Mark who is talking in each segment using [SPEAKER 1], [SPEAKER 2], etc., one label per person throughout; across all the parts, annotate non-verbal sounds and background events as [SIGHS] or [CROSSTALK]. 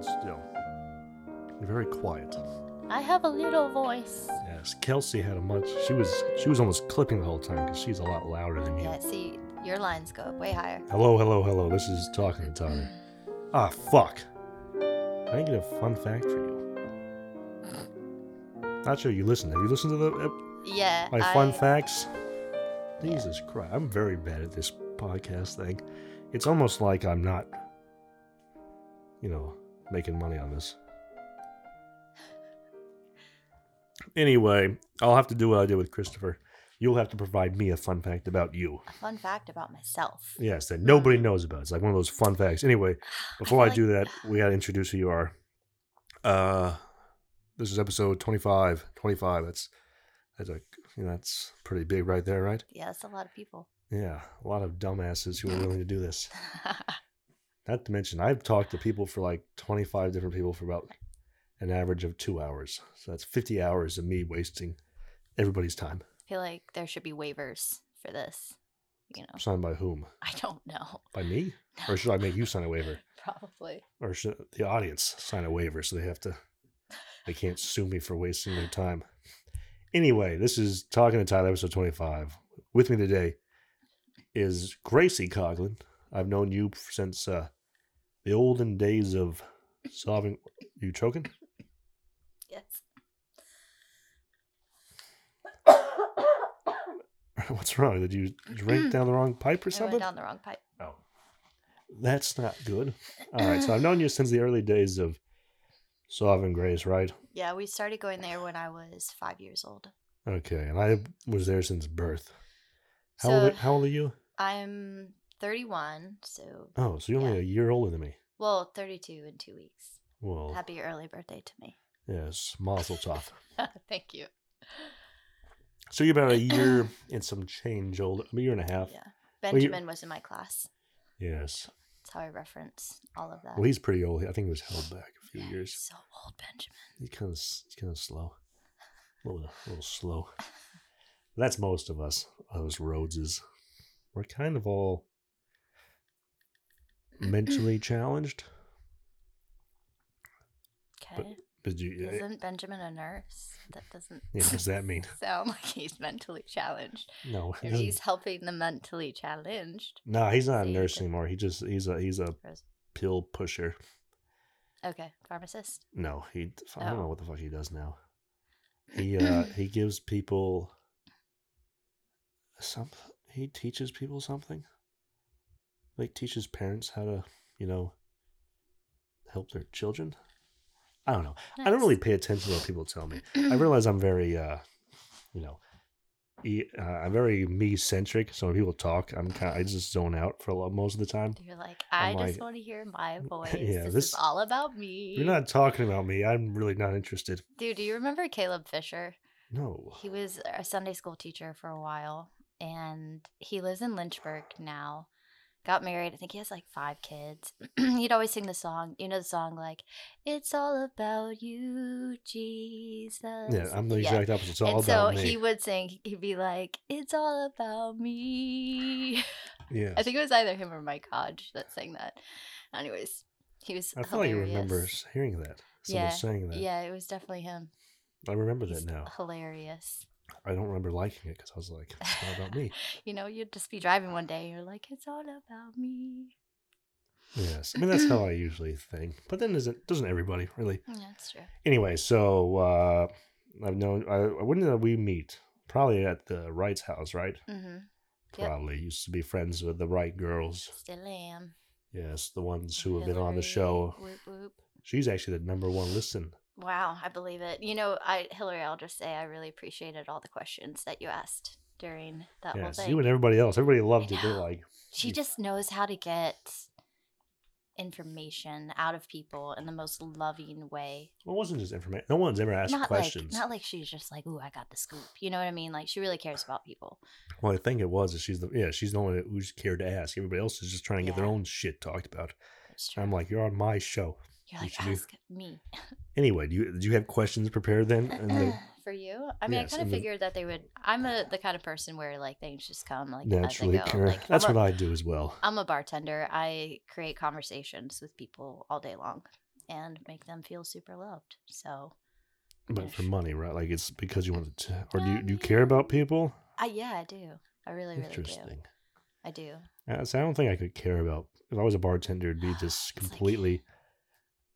[SPEAKER 1] still. Very quiet.
[SPEAKER 2] I have a little voice.
[SPEAKER 1] Yes, Kelsey had a much. She was she was almost clipping the whole time because she's a lot louder than you.
[SPEAKER 3] Yeah, see, your lines go up way higher.
[SPEAKER 1] Hello, hello, hello. This is talking to Tommy. Ah, fuck. I think I have a fun fact for you. Not sure you listened. Have you listened to the ep-
[SPEAKER 3] Yeah.
[SPEAKER 1] my fun
[SPEAKER 3] I-
[SPEAKER 1] facts? Jesus Christ, I'm very bad at this podcast thing. It's almost like I'm not, you know, making money on this. Anyway, I'll have to do what I did with Christopher. You'll have to provide me a fun fact about you.
[SPEAKER 3] A fun fact about myself.
[SPEAKER 1] Yes, that nobody knows about. It's like one of those fun facts.
[SPEAKER 3] [SIGHS]
[SPEAKER 1] Anyway, before I,
[SPEAKER 3] Mm. feel
[SPEAKER 1] do
[SPEAKER 3] like-
[SPEAKER 1] that, we got to introduce who you are. Uh, this is episode 25. 25. That's that's a you know, that's pretty big right there, right?
[SPEAKER 3] Yeah, that's a lot of people. [LAUGHS]
[SPEAKER 1] Yeah, a lot of dumbasses who are willing to do this. Not to mention, I've talked to people for like 25 different people for about an average of two hours. So that's 50 hours of me wasting everybody's time.
[SPEAKER 3] I feel like there should be waivers for this. You know,
[SPEAKER 1] Signed by whom?
[SPEAKER 3] I don't know. [LAUGHS]
[SPEAKER 1] By me? Or should I make you sign a waiver?
[SPEAKER 3] Probably.
[SPEAKER 1] or should the audience sign a waiver so they have to they can't sue me for wasting their time anyway this is talking to tyler episode 25 with me today is gracie coglin i've known you since uh, the olden days of solving you choking [LAUGHS]
[SPEAKER 3] Yes.
[SPEAKER 1] what's wrong did you drink down the wrong pipe or
[SPEAKER 3] Mm. I went
[SPEAKER 1] something
[SPEAKER 3] down the wrong pipe.
[SPEAKER 1] Oh. That's not good. All right. So I've known you since the early days of Sovereign Grace, right?
[SPEAKER 3] Yeah, we started going there when I was five years old.
[SPEAKER 1] Okay. And I was there since birth. How,
[SPEAKER 3] so
[SPEAKER 1] old, how old are you?
[SPEAKER 3] I'm 31, so,
[SPEAKER 1] Oh, so you're only
[SPEAKER 3] Yeah.
[SPEAKER 1] a year older than me.
[SPEAKER 3] well, 32 in two weeks.
[SPEAKER 1] Well,
[SPEAKER 3] Happy early birthday to me. [LAUGHS]
[SPEAKER 1] yes, Mazel Tov.
[SPEAKER 3] Thank you.
[SPEAKER 1] So you're about a
[SPEAKER 3] [COUGHS]
[SPEAKER 1] year and some change old, a year and a half.
[SPEAKER 3] Yeah.
[SPEAKER 1] you-
[SPEAKER 3] Benjamin was in my class.
[SPEAKER 1] Yes.
[SPEAKER 3] That's how I reference all of
[SPEAKER 1] [LAUGHS]
[SPEAKER 3] that.
[SPEAKER 1] Well, he's pretty old. I think he was held back a few
[SPEAKER 3] Yeah,
[SPEAKER 1] years.
[SPEAKER 3] So old, Benjamin.
[SPEAKER 1] He's kind of he's kind of slow, a little, a little slow. That's most of us. Those Rhodeses, we're kind of all
[SPEAKER 3] [COUGHS]
[SPEAKER 1] mentally challenged.
[SPEAKER 3] Okay.
[SPEAKER 1] But you, eh,
[SPEAKER 3] Isn't Benjamin a nurse? That doesn't
[SPEAKER 1] yeah, what does that mean?
[SPEAKER 3] [LAUGHS] sound like he's mentally challenged.
[SPEAKER 1] No,
[SPEAKER 3] If
[SPEAKER 1] [LAUGHS]
[SPEAKER 3] he's helping the mentally challenged.
[SPEAKER 1] no, he's not a
[SPEAKER 3] See,
[SPEAKER 1] nurse
[SPEAKER 3] but-
[SPEAKER 1] anymore. He just he's a he's a
[SPEAKER 3] Rose-
[SPEAKER 1] pill pusher.
[SPEAKER 3] Okay, pharmacist.
[SPEAKER 1] No, he. I don't
[SPEAKER 3] Oh.
[SPEAKER 1] know what the fuck he does now. He
[SPEAKER 3] [CLEARS THROAT]
[SPEAKER 1] uh he gives people some. He teaches people something. Like teaches parents how to, you know, help their children. I don't know. I don't
[SPEAKER 3] Nice.
[SPEAKER 1] really pay attention to what people tell me.
[SPEAKER 3] [CLEARS THROAT]
[SPEAKER 1] I realize I'm very, uh you know, e- uh, I'm very me centric. So when people talk, I'm kind. I just zone out for a lot most of the time.
[SPEAKER 3] You're like, I
[SPEAKER 1] I'm
[SPEAKER 3] just
[SPEAKER 1] like-
[SPEAKER 3] want to hear my
[SPEAKER 1] [LAUGHS]
[SPEAKER 3] voice.
[SPEAKER 1] Yeah,
[SPEAKER 3] this,
[SPEAKER 1] this-
[SPEAKER 3] is all about me.
[SPEAKER 1] You're not talking about me. I'm really not interested.
[SPEAKER 3] Dude, do you remember Caleb Fisher?
[SPEAKER 1] No.
[SPEAKER 3] He was a Sunday school teacher for a while and he lives in Lynchburg now. Got married. I think he has like five kids. [CLEARS THROAT] He'd always sing the song, you know, the song like, It's all about you, Jesus.
[SPEAKER 1] Yeah, I'm the exact opposite. It's all
[SPEAKER 3] and so
[SPEAKER 1] about me.
[SPEAKER 3] he would sing, he'd be like, It's all about me. [LAUGHS]
[SPEAKER 1] yeah,
[SPEAKER 3] I think it was either him or Mike Hodge that sang that. Anyways, he was.
[SPEAKER 1] I feel like I
[SPEAKER 3] hilarious.
[SPEAKER 1] remember s- hearing that. Someone
[SPEAKER 3] Yeah,
[SPEAKER 1] saying that.
[SPEAKER 3] Yeah, it was definitely him.
[SPEAKER 1] I remember that
[SPEAKER 3] He's
[SPEAKER 1] now.
[SPEAKER 3] Hilarious.
[SPEAKER 1] I don't remember liking it because I was like, "It's all about me."
[SPEAKER 3] You know, you'd just be driving one day and you're like, it's all about me.
[SPEAKER 1] yes, I mean that's
[SPEAKER 3] [LAUGHS]
[SPEAKER 1] how I usually think. But then isn't doesn't everybody really?
[SPEAKER 3] Yeah, Mm, that's true.
[SPEAKER 1] Anyway, so uh, I've known. I, when did we meet? Probably at the Wright's house, right?
[SPEAKER 3] Mm-hmm. Yep.
[SPEAKER 1] Probably used to be friends with the Wright girls.
[SPEAKER 3] Still am.
[SPEAKER 1] Yes, the ones who have been on the
[SPEAKER 3] Hillary,
[SPEAKER 1] show.
[SPEAKER 3] Whoop, whoop.
[SPEAKER 1] She's actually the number one listen.
[SPEAKER 3] Wow, I believe it. You know, I Hillary, I'll just say I really appreciated all the questions that you asked during that whole
[SPEAKER 1] Yes,
[SPEAKER 3] thing.
[SPEAKER 1] you and everybody else. Everybody loved it. They're
[SPEAKER 3] know.
[SPEAKER 1] like,
[SPEAKER 3] she
[SPEAKER 1] you-
[SPEAKER 3] just knows how to get information out of people in the most loving way.
[SPEAKER 1] well, it wasn't just information. No one's ever asked
[SPEAKER 3] not
[SPEAKER 1] questions.
[SPEAKER 3] like not like she's just like, ooh, I got the scoop. You know what I mean? Like she really cares about people.
[SPEAKER 1] Well, I think it was. that She's the yeah. She's the one who's cared to ask. Everybody else is just trying to get their
[SPEAKER 3] Yeah.
[SPEAKER 1] own shit talked about.
[SPEAKER 3] It's true.
[SPEAKER 1] I'm like, you're on my show.
[SPEAKER 3] You're
[SPEAKER 1] you
[SPEAKER 3] like,
[SPEAKER 1] should do-
[SPEAKER 3] ask me.
[SPEAKER 1] Anyway, do you do you have questions prepared
[SPEAKER 3] Uh,
[SPEAKER 1] then? And the-
[SPEAKER 3] [SIGHS] for you? I mean,
[SPEAKER 1] Yes,
[SPEAKER 3] I
[SPEAKER 1] and
[SPEAKER 3] kind of
[SPEAKER 1] the-
[SPEAKER 3] figured that they would. I'm a, the kind of person where like things just come like
[SPEAKER 1] naturally,
[SPEAKER 3] as they go.
[SPEAKER 1] cur-
[SPEAKER 3] Like,
[SPEAKER 1] that's
[SPEAKER 3] I'm
[SPEAKER 1] what
[SPEAKER 3] a,
[SPEAKER 1] I do as well.
[SPEAKER 3] I'm a bartender. I create conversations with people all day long, and make them feel super loved. So,
[SPEAKER 1] But for money, right? Like it's because you want to, or do
[SPEAKER 3] I
[SPEAKER 1] you, do you
[SPEAKER 3] mean-
[SPEAKER 1] care about people?
[SPEAKER 3] I yeah, I do. I really, really do.
[SPEAKER 1] Interesting.
[SPEAKER 3] I do.
[SPEAKER 1] Yeah, so I don't think I could care about. If I was a bartender,
[SPEAKER 3] [SIGHS]
[SPEAKER 1] it'd be just
[SPEAKER 3] It's like-
[SPEAKER 1] completely.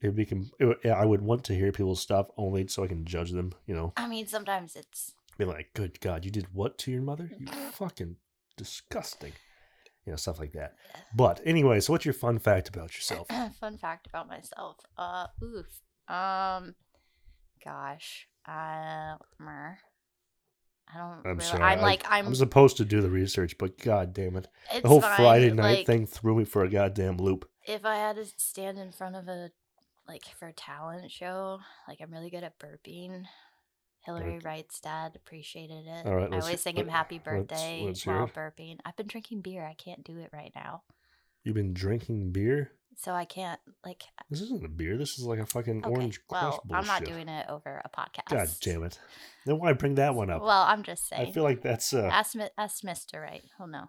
[SPEAKER 1] it'd be. Com- it would, yeah, I would want to hear people's stuff only so I can judge them. You know,
[SPEAKER 3] I mean, sometimes it's
[SPEAKER 1] be like, "Good God, you did what to your mother? You
[SPEAKER 3] Mm-hmm.
[SPEAKER 1] fucking disgusting." You know, stuff like that. But anyway, so what's your fun fact about
[SPEAKER 3] [CLEARS THROAT]
[SPEAKER 1] yourself?
[SPEAKER 3] fun fact about myself. Uh, oof. Um, gosh. Uh, mer. I don't.
[SPEAKER 1] I'm
[SPEAKER 3] really,
[SPEAKER 1] sorry.
[SPEAKER 3] I'm
[SPEAKER 1] I-
[SPEAKER 3] like I'm.
[SPEAKER 1] I'm supposed to do the research, but god damn it.
[SPEAKER 3] it's
[SPEAKER 1] The whole
[SPEAKER 3] fine,
[SPEAKER 1] Friday night
[SPEAKER 3] like,
[SPEAKER 1] thing threw me for a goddamn loop.
[SPEAKER 3] If I had to stand in front of a like for a talent show, like I'm really good at burping. Hillary
[SPEAKER 1] Burp.
[SPEAKER 3] Wright's dad appreciated it.
[SPEAKER 1] All right,
[SPEAKER 3] I
[SPEAKER 1] let's-
[SPEAKER 3] always sing
[SPEAKER 1] let-
[SPEAKER 3] him happy
[SPEAKER 1] let's-
[SPEAKER 3] birthday
[SPEAKER 1] let's hear
[SPEAKER 3] while
[SPEAKER 1] it.
[SPEAKER 3] burping. I've been drinking beer. I can't do it right now.
[SPEAKER 1] You've been drinking beer?
[SPEAKER 3] So I can't like
[SPEAKER 1] This isn't a beer. This is like a fucking
[SPEAKER 3] okay,
[SPEAKER 1] orange crush
[SPEAKER 3] well, I'm not
[SPEAKER 1] bullshit.
[SPEAKER 3] doing it over a podcast.
[SPEAKER 1] God damn it. Then why bring that one up?
[SPEAKER 3] Well, I'm just saying.
[SPEAKER 1] I feel like that's uh
[SPEAKER 3] ask, Mi- ask Mister Right. He'll know.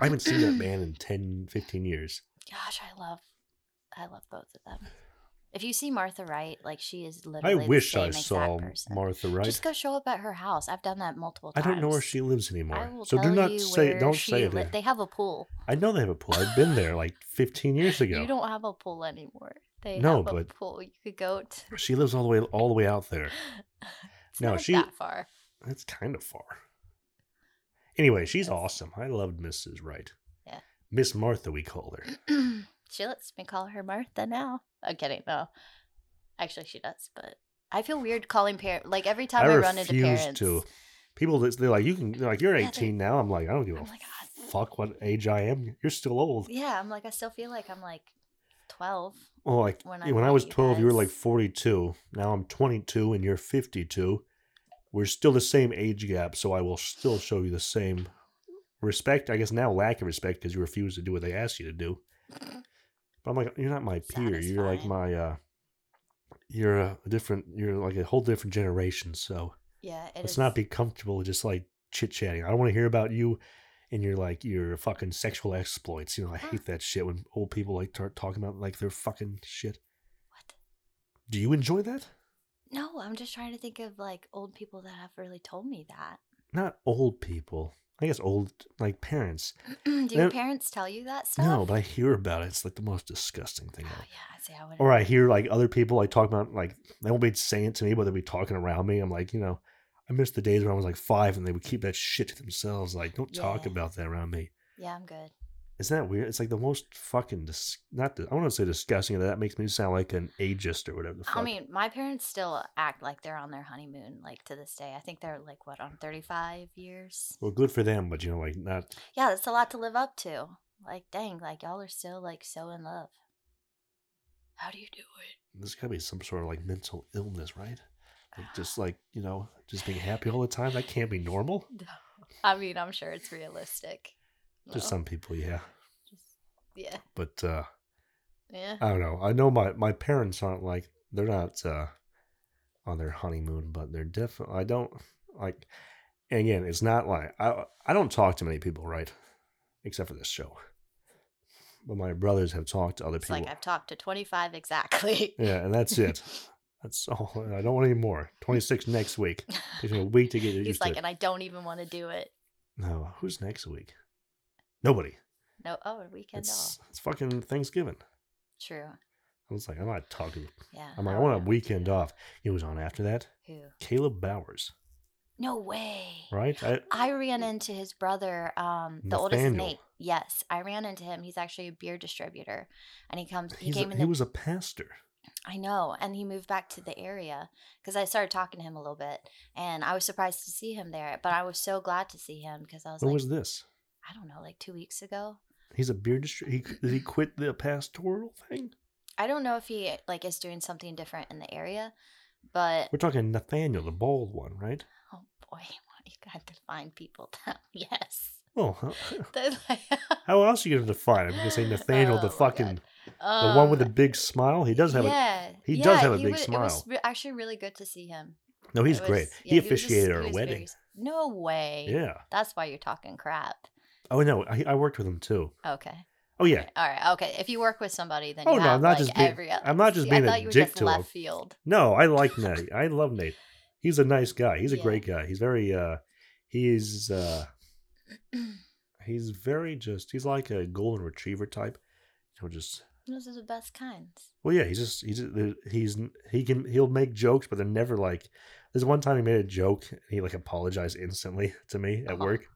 [SPEAKER 1] I haven't seen that man in 10, 15 years.
[SPEAKER 3] Gosh, I love, I love both of them. If you see Martha Wright, like she is
[SPEAKER 1] I
[SPEAKER 3] literally.
[SPEAKER 1] wish
[SPEAKER 3] the same
[SPEAKER 1] I
[SPEAKER 3] exact
[SPEAKER 1] saw
[SPEAKER 3] person.
[SPEAKER 1] Martha Wright.
[SPEAKER 3] Just go show up at her house. I've done that multiple
[SPEAKER 1] I
[SPEAKER 3] times.
[SPEAKER 1] don't know where she lives
[SPEAKER 3] I
[SPEAKER 1] anymore.
[SPEAKER 3] will
[SPEAKER 1] So do
[SPEAKER 3] tell
[SPEAKER 1] not
[SPEAKER 3] you
[SPEAKER 1] say
[SPEAKER 3] where
[SPEAKER 1] don't
[SPEAKER 3] she
[SPEAKER 1] say it.
[SPEAKER 3] li- They have a pool.
[SPEAKER 1] I know they have a pool. I've been there like 15 years ago.
[SPEAKER 3] [LAUGHS] You don't have a pool anymore. They
[SPEAKER 1] No,
[SPEAKER 3] have
[SPEAKER 1] but-
[SPEAKER 3] a pool. You could go to.
[SPEAKER 1] She lives all the way all the way out there.
[SPEAKER 3] [LAUGHS] It's
[SPEAKER 1] No,
[SPEAKER 3] not
[SPEAKER 1] she-
[SPEAKER 3] that far. [CLEARS THROAT]
[SPEAKER 1] That's kind of far. Anyway, she's
[SPEAKER 3] Yes.
[SPEAKER 1] awesome. I loved Mrs. Wright.
[SPEAKER 3] Yeah.
[SPEAKER 1] Miss Martha, we call her.
[SPEAKER 3] she lets me call her Martha now. I'm kidding. No, actually, she does. But I feel weird calling parents. Like every time I, run into parents,
[SPEAKER 1] People, that- they're like, you can, they're like, you're
[SPEAKER 3] Yeah, they-
[SPEAKER 1] 18 now. I'm like, I don't give
[SPEAKER 3] I'm
[SPEAKER 1] a
[SPEAKER 3] like, "Ah."
[SPEAKER 1] fuck what age I am. You're still old.
[SPEAKER 3] [LAUGHS] yeah, I'm like, I still feel like I'm like 12.
[SPEAKER 1] Well, like
[SPEAKER 3] When
[SPEAKER 1] when
[SPEAKER 3] I
[SPEAKER 1] I, when I
[SPEAKER 3] met
[SPEAKER 1] was
[SPEAKER 3] you
[SPEAKER 1] 12, you were like
[SPEAKER 3] guys-
[SPEAKER 1] 42. Now I'm 22 and you're 52. We're still the same age gap, so I will still show you the same respect. I guess now lack of respect because you refuse to do what they ask you to do. But I'm like, you're not my peer. You're like
[SPEAKER 3] Satisfying.
[SPEAKER 1] my, uh, you're a different, you're like a whole different generation. So
[SPEAKER 3] Yeah, it
[SPEAKER 1] let's
[SPEAKER 3] is-
[SPEAKER 1] not be comfortable with just like chit chatting. I don't want to hear about you and your like your fucking sexual exploits. You know, I hate that shit when old people like start talking about like their fucking shit.
[SPEAKER 3] What?
[SPEAKER 1] Do you enjoy that?
[SPEAKER 3] No, I'm just trying to think of like old people that have really told me that.
[SPEAKER 1] Not old people. I guess old like parents.
[SPEAKER 3] Mm, Do your
[SPEAKER 1] No-
[SPEAKER 3] parents tell you that stuff?
[SPEAKER 1] No, but I hear about it. It's like the most disgusting
[SPEAKER 3] Oh,
[SPEAKER 1] thing.
[SPEAKER 3] yeah,
[SPEAKER 1] ever.
[SPEAKER 3] I see. I would.
[SPEAKER 1] Or I hear like other people like talking about like they won't be saying it to me, but they'll be talking around me. I'm like, you know, I miss the days when I was like five and they would keep that shit to themselves. Like, don't talk
[SPEAKER 3] Yeah.
[SPEAKER 1] about that around me.
[SPEAKER 3] Yeah, I'm good.
[SPEAKER 1] Isn't that weird? It's like the most fucking dis- not. The, I want to say disgusting. That makes me sound like an ageist or whatever. The fuck.
[SPEAKER 3] I mean, my parents still act like they're on their honeymoon, like to this day. I think they're like, what, on 35 years?
[SPEAKER 1] well, good for them, but you know, like not.
[SPEAKER 3] Yeah, that's a lot to live up to. Like, dang, like y'all are still like so in love. How do you do it?
[SPEAKER 1] There's got to be some sort of like mental illness, right? Like just like you know, just being happy all the time. That can't be
[SPEAKER 3] [SIGHS]
[SPEAKER 1] normal.
[SPEAKER 3] [LAUGHS] I mean, I'm sure it's realistic.
[SPEAKER 1] To
[SPEAKER 3] No.
[SPEAKER 1] some people, yeah.
[SPEAKER 3] Just- yeah,
[SPEAKER 1] But uh
[SPEAKER 3] yeah.
[SPEAKER 1] I don't know. I know my my parents aren't like they're not uh on their honeymoon, but they're definitely. I don't like. And again, it's not like I I don't talk to many people, right? Except for this show. But my brothers have talked to other
[SPEAKER 3] It's
[SPEAKER 1] people.
[SPEAKER 3] like I've talked to 25 exactly.
[SPEAKER 1] yeah, and that's it. That's all. I don't want any more. Twenty six next week. Takes
[SPEAKER 3] [LAUGHS]
[SPEAKER 1] me a week to get used
[SPEAKER 3] He's
[SPEAKER 1] to.
[SPEAKER 3] like,
[SPEAKER 1] it.
[SPEAKER 3] and I don't even want to do it.
[SPEAKER 1] No, who's next week? Nobody.
[SPEAKER 3] No, oh, a weekend
[SPEAKER 1] It's,
[SPEAKER 3] off.
[SPEAKER 1] it's fucking Thanksgiving.
[SPEAKER 3] True.
[SPEAKER 1] I was like, I'm not talking.
[SPEAKER 3] Yeah.
[SPEAKER 1] I'm like, I
[SPEAKER 3] don't
[SPEAKER 1] want a
[SPEAKER 3] know.
[SPEAKER 1] weekend off. It was on after that.
[SPEAKER 3] Who?
[SPEAKER 1] Caleb Bowers,
[SPEAKER 3] No way.
[SPEAKER 1] right? I,
[SPEAKER 3] I ran into his brother, um, the oldest
[SPEAKER 1] Nathaniel.
[SPEAKER 3] Nate. Yes, I ran into him. He's actually a beer distributor, and he comes. He
[SPEAKER 1] he's a-
[SPEAKER 3] came in
[SPEAKER 1] he
[SPEAKER 3] the
[SPEAKER 1] was a pastor.
[SPEAKER 3] I know. And he moved back to the area because I started talking to him a little bit and I was surprised to see him there. But I was so glad to see him because I was
[SPEAKER 1] When
[SPEAKER 3] like,
[SPEAKER 1] was this?
[SPEAKER 3] I don't know, like two weeks ago.
[SPEAKER 1] He's a beer distributor. He, did he quit the pastoral thing?
[SPEAKER 3] I don't know if he like is doing something different in the area, but
[SPEAKER 1] We're talking Nathaniel, the bald one, right?
[SPEAKER 3] oh boy, [LAUGHS] why you got to find people [LAUGHS] down. Yes. [LAUGHS]
[SPEAKER 1] Well, how,
[SPEAKER 3] They're like-
[SPEAKER 1] [LAUGHS] how else are you going to define him? You can say Nathaniel,
[SPEAKER 3] Oh my
[SPEAKER 1] the
[SPEAKER 3] God.
[SPEAKER 1] fucking, the one with the
[SPEAKER 3] Um,
[SPEAKER 1] big smile. He does have a.
[SPEAKER 3] yeah,
[SPEAKER 1] he
[SPEAKER 3] yeah,
[SPEAKER 1] does have a
[SPEAKER 3] he
[SPEAKER 1] big
[SPEAKER 3] was- It
[SPEAKER 1] smile.
[SPEAKER 3] was re- actually really good to see him.
[SPEAKER 1] No, he's
[SPEAKER 3] It
[SPEAKER 1] great.
[SPEAKER 3] was-
[SPEAKER 1] he
[SPEAKER 3] yeah, was a s-
[SPEAKER 1] officiated
[SPEAKER 3] he
[SPEAKER 1] our
[SPEAKER 3] was
[SPEAKER 1] wedding.
[SPEAKER 3] very s- no way.
[SPEAKER 1] Yeah.
[SPEAKER 3] That's why you're talking crap.
[SPEAKER 1] Oh no, I, I worked with him too.
[SPEAKER 3] Okay.
[SPEAKER 1] Oh yeah,
[SPEAKER 3] All right. Okay. If you work with somebody, then
[SPEAKER 1] Oh,
[SPEAKER 3] you
[SPEAKER 1] no,
[SPEAKER 3] have
[SPEAKER 1] I'm not
[SPEAKER 3] like
[SPEAKER 1] just being-
[SPEAKER 3] every. Other,
[SPEAKER 1] I'm not just
[SPEAKER 3] See,
[SPEAKER 1] being
[SPEAKER 3] I
[SPEAKER 1] a
[SPEAKER 3] thought you were
[SPEAKER 1] dick
[SPEAKER 3] just
[SPEAKER 1] to 'em.
[SPEAKER 3] left field.
[SPEAKER 1] No, I like Nate. I love Nate. He's a nice guy. He's a
[SPEAKER 3] Yeah.
[SPEAKER 1] great guy. He's very uh he's
[SPEAKER 3] [CLEARS THROAT]
[SPEAKER 1] uh he's very just he's like a golden retriever type. He'll just
[SPEAKER 3] Those are the best kinds.
[SPEAKER 1] well yeah, he's just he's uh, he's he can he'll make jokes but they're never like there's one time he made a joke and he like apologized instantly [LAUGHS] to me at
[SPEAKER 3] Uh-huh.
[SPEAKER 1] work.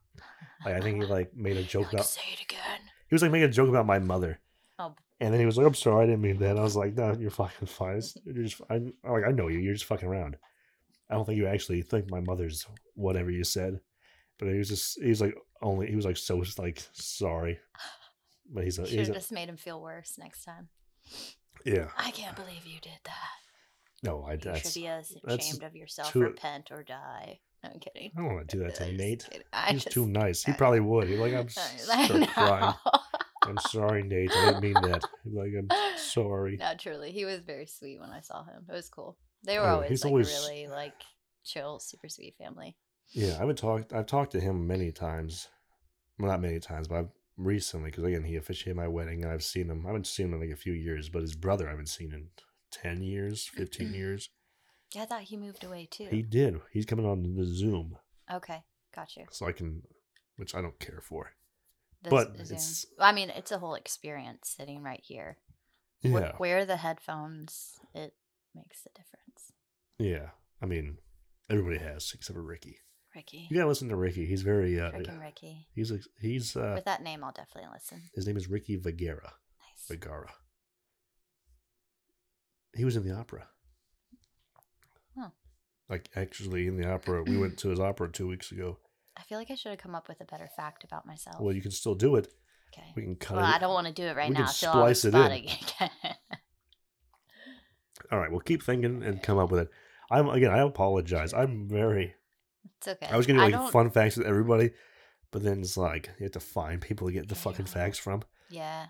[SPEAKER 1] Like I think
[SPEAKER 3] [LAUGHS]
[SPEAKER 1] he like made a joke
[SPEAKER 3] like,
[SPEAKER 1] about
[SPEAKER 3] say it again.
[SPEAKER 1] he was like making a joke about my mother.
[SPEAKER 3] Oh.
[SPEAKER 1] And then he was like, "I'm sorry, I didn't mean that." I was like, "No, you're fucking fine. It's- You're just, I, I'm like, I know you. You're just fucking around. I don't think you actually think my mother's whatever you said." But he was just, he was like, only he was like so like sorry. But he's a,
[SPEAKER 3] Should
[SPEAKER 1] he's
[SPEAKER 3] have
[SPEAKER 1] a
[SPEAKER 3] just made him feel worse next time.
[SPEAKER 1] yeah.
[SPEAKER 3] I can't believe you did that.
[SPEAKER 1] No, I
[SPEAKER 3] You should
[SPEAKER 1] that's,
[SPEAKER 3] be as
[SPEAKER 1] that's
[SPEAKER 3] ashamed of yourself.
[SPEAKER 1] too-
[SPEAKER 3] Repent or die. No, I'm kidding.
[SPEAKER 1] I don't want to do that to
[SPEAKER 3] I'm [LAUGHS] just
[SPEAKER 1] Nate.
[SPEAKER 3] kidding. I
[SPEAKER 1] He's
[SPEAKER 3] just-
[SPEAKER 1] too nice. He
[SPEAKER 3] I-
[SPEAKER 1] probably would. He's like, I'm
[SPEAKER 3] [LAUGHS] I
[SPEAKER 1] start crying. I'm sorry, Nate. I didn't mean that. He'd be like,
[SPEAKER 3] [LAUGHS]
[SPEAKER 1] I'm
[SPEAKER 3] know.
[SPEAKER 1] sorry.
[SPEAKER 3] No, truly, he was very sweet when I saw him. It was cool. They were
[SPEAKER 1] Oh,
[SPEAKER 3] always
[SPEAKER 1] he's
[SPEAKER 3] like
[SPEAKER 1] always-
[SPEAKER 3] really like chill, super sweet family.
[SPEAKER 1] Yeah, I haven't talked. I've talked to him many times. Well, not many times, but I've recently because again he officiated my wedding, and I've seen him. I haven't seen him in like a few years, but his brother I haven't seen in ten years, fifteen years.
[SPEAKER 3] Yeah, I thought he moved away too.
[SPEAKER 1] He did. He's coming on the Zoom,
[SPEAKER 3] Okay, got you.
[SPEAKER 1] so I can, which I don't care for.
[SPEAKER 3] This
[SPEAKER 1] But
[SPEAKER 3] Zoom.
[SPEAKER 1] it's-
[SPEAKER 3] Well, I mean, it's a whole experience sitting right here.
[SPEAKER 1] Yeah,
[SPEAKER 3] Wh- wear the headphones. It makes a difference.
[SPEAKER 1] yeah. I mean, everybody has except for Ricky.
[SPEAKER 3] Ricky,
[SPEAKER 1] You gotta listen to Ricky. He's very. Uh,
[SPEAKER 3] freaking Ricky.
[SPEAKER 1] he's a, he's uh,
[SPEAKER 3] With that name, I'll definitely listen.
[SPEAKER 1] his name is Ricky Vigera.
[SPEAKER 3] Nice.
[SPEAKER 1] Vigara. He was in the opera.
[SPEAKER 3] Huh.
[SPEAKER 1] Like actually in the opera. We went to his opera two weeks ago.
[SPEAKER 3] I feel like I should have come up with a better fact about myself.
[SPEAKER 1] Well, you can still do it.
[SPEAKER 3] okay.
[SPEAKER 1] We can cut
[SPEAKER 3] Well,
[SPEAKER 1] it.
[SPEAKER 3] I don't want to do it right
[SPEAKER 1] we
[SPEAKER 3] now.
[SPEAKER 1] can
[SPEAKER 3] I feel on the
[SPEAKER 1] splice it
[SPEAKER 3] spot
[SPEAKER 1] in.
[SPEAKER 3] [LAUGHS] again.
[SPEAKER 1] All right, well keep thinking and come up with it. I'm again I apologize. I'm very
[SPEAKER 3] it's okay.
[SPEAKER 1] I was gonna do like
[SPEAKER 3] don't-
[SPEAKER 1] fun facts with everybody, but then it's like you have to find people to get the fucking
[SPEAKER 3] Yeah.
[SPEAKER 1] facts from.
[SPEAKER 3] Yeah.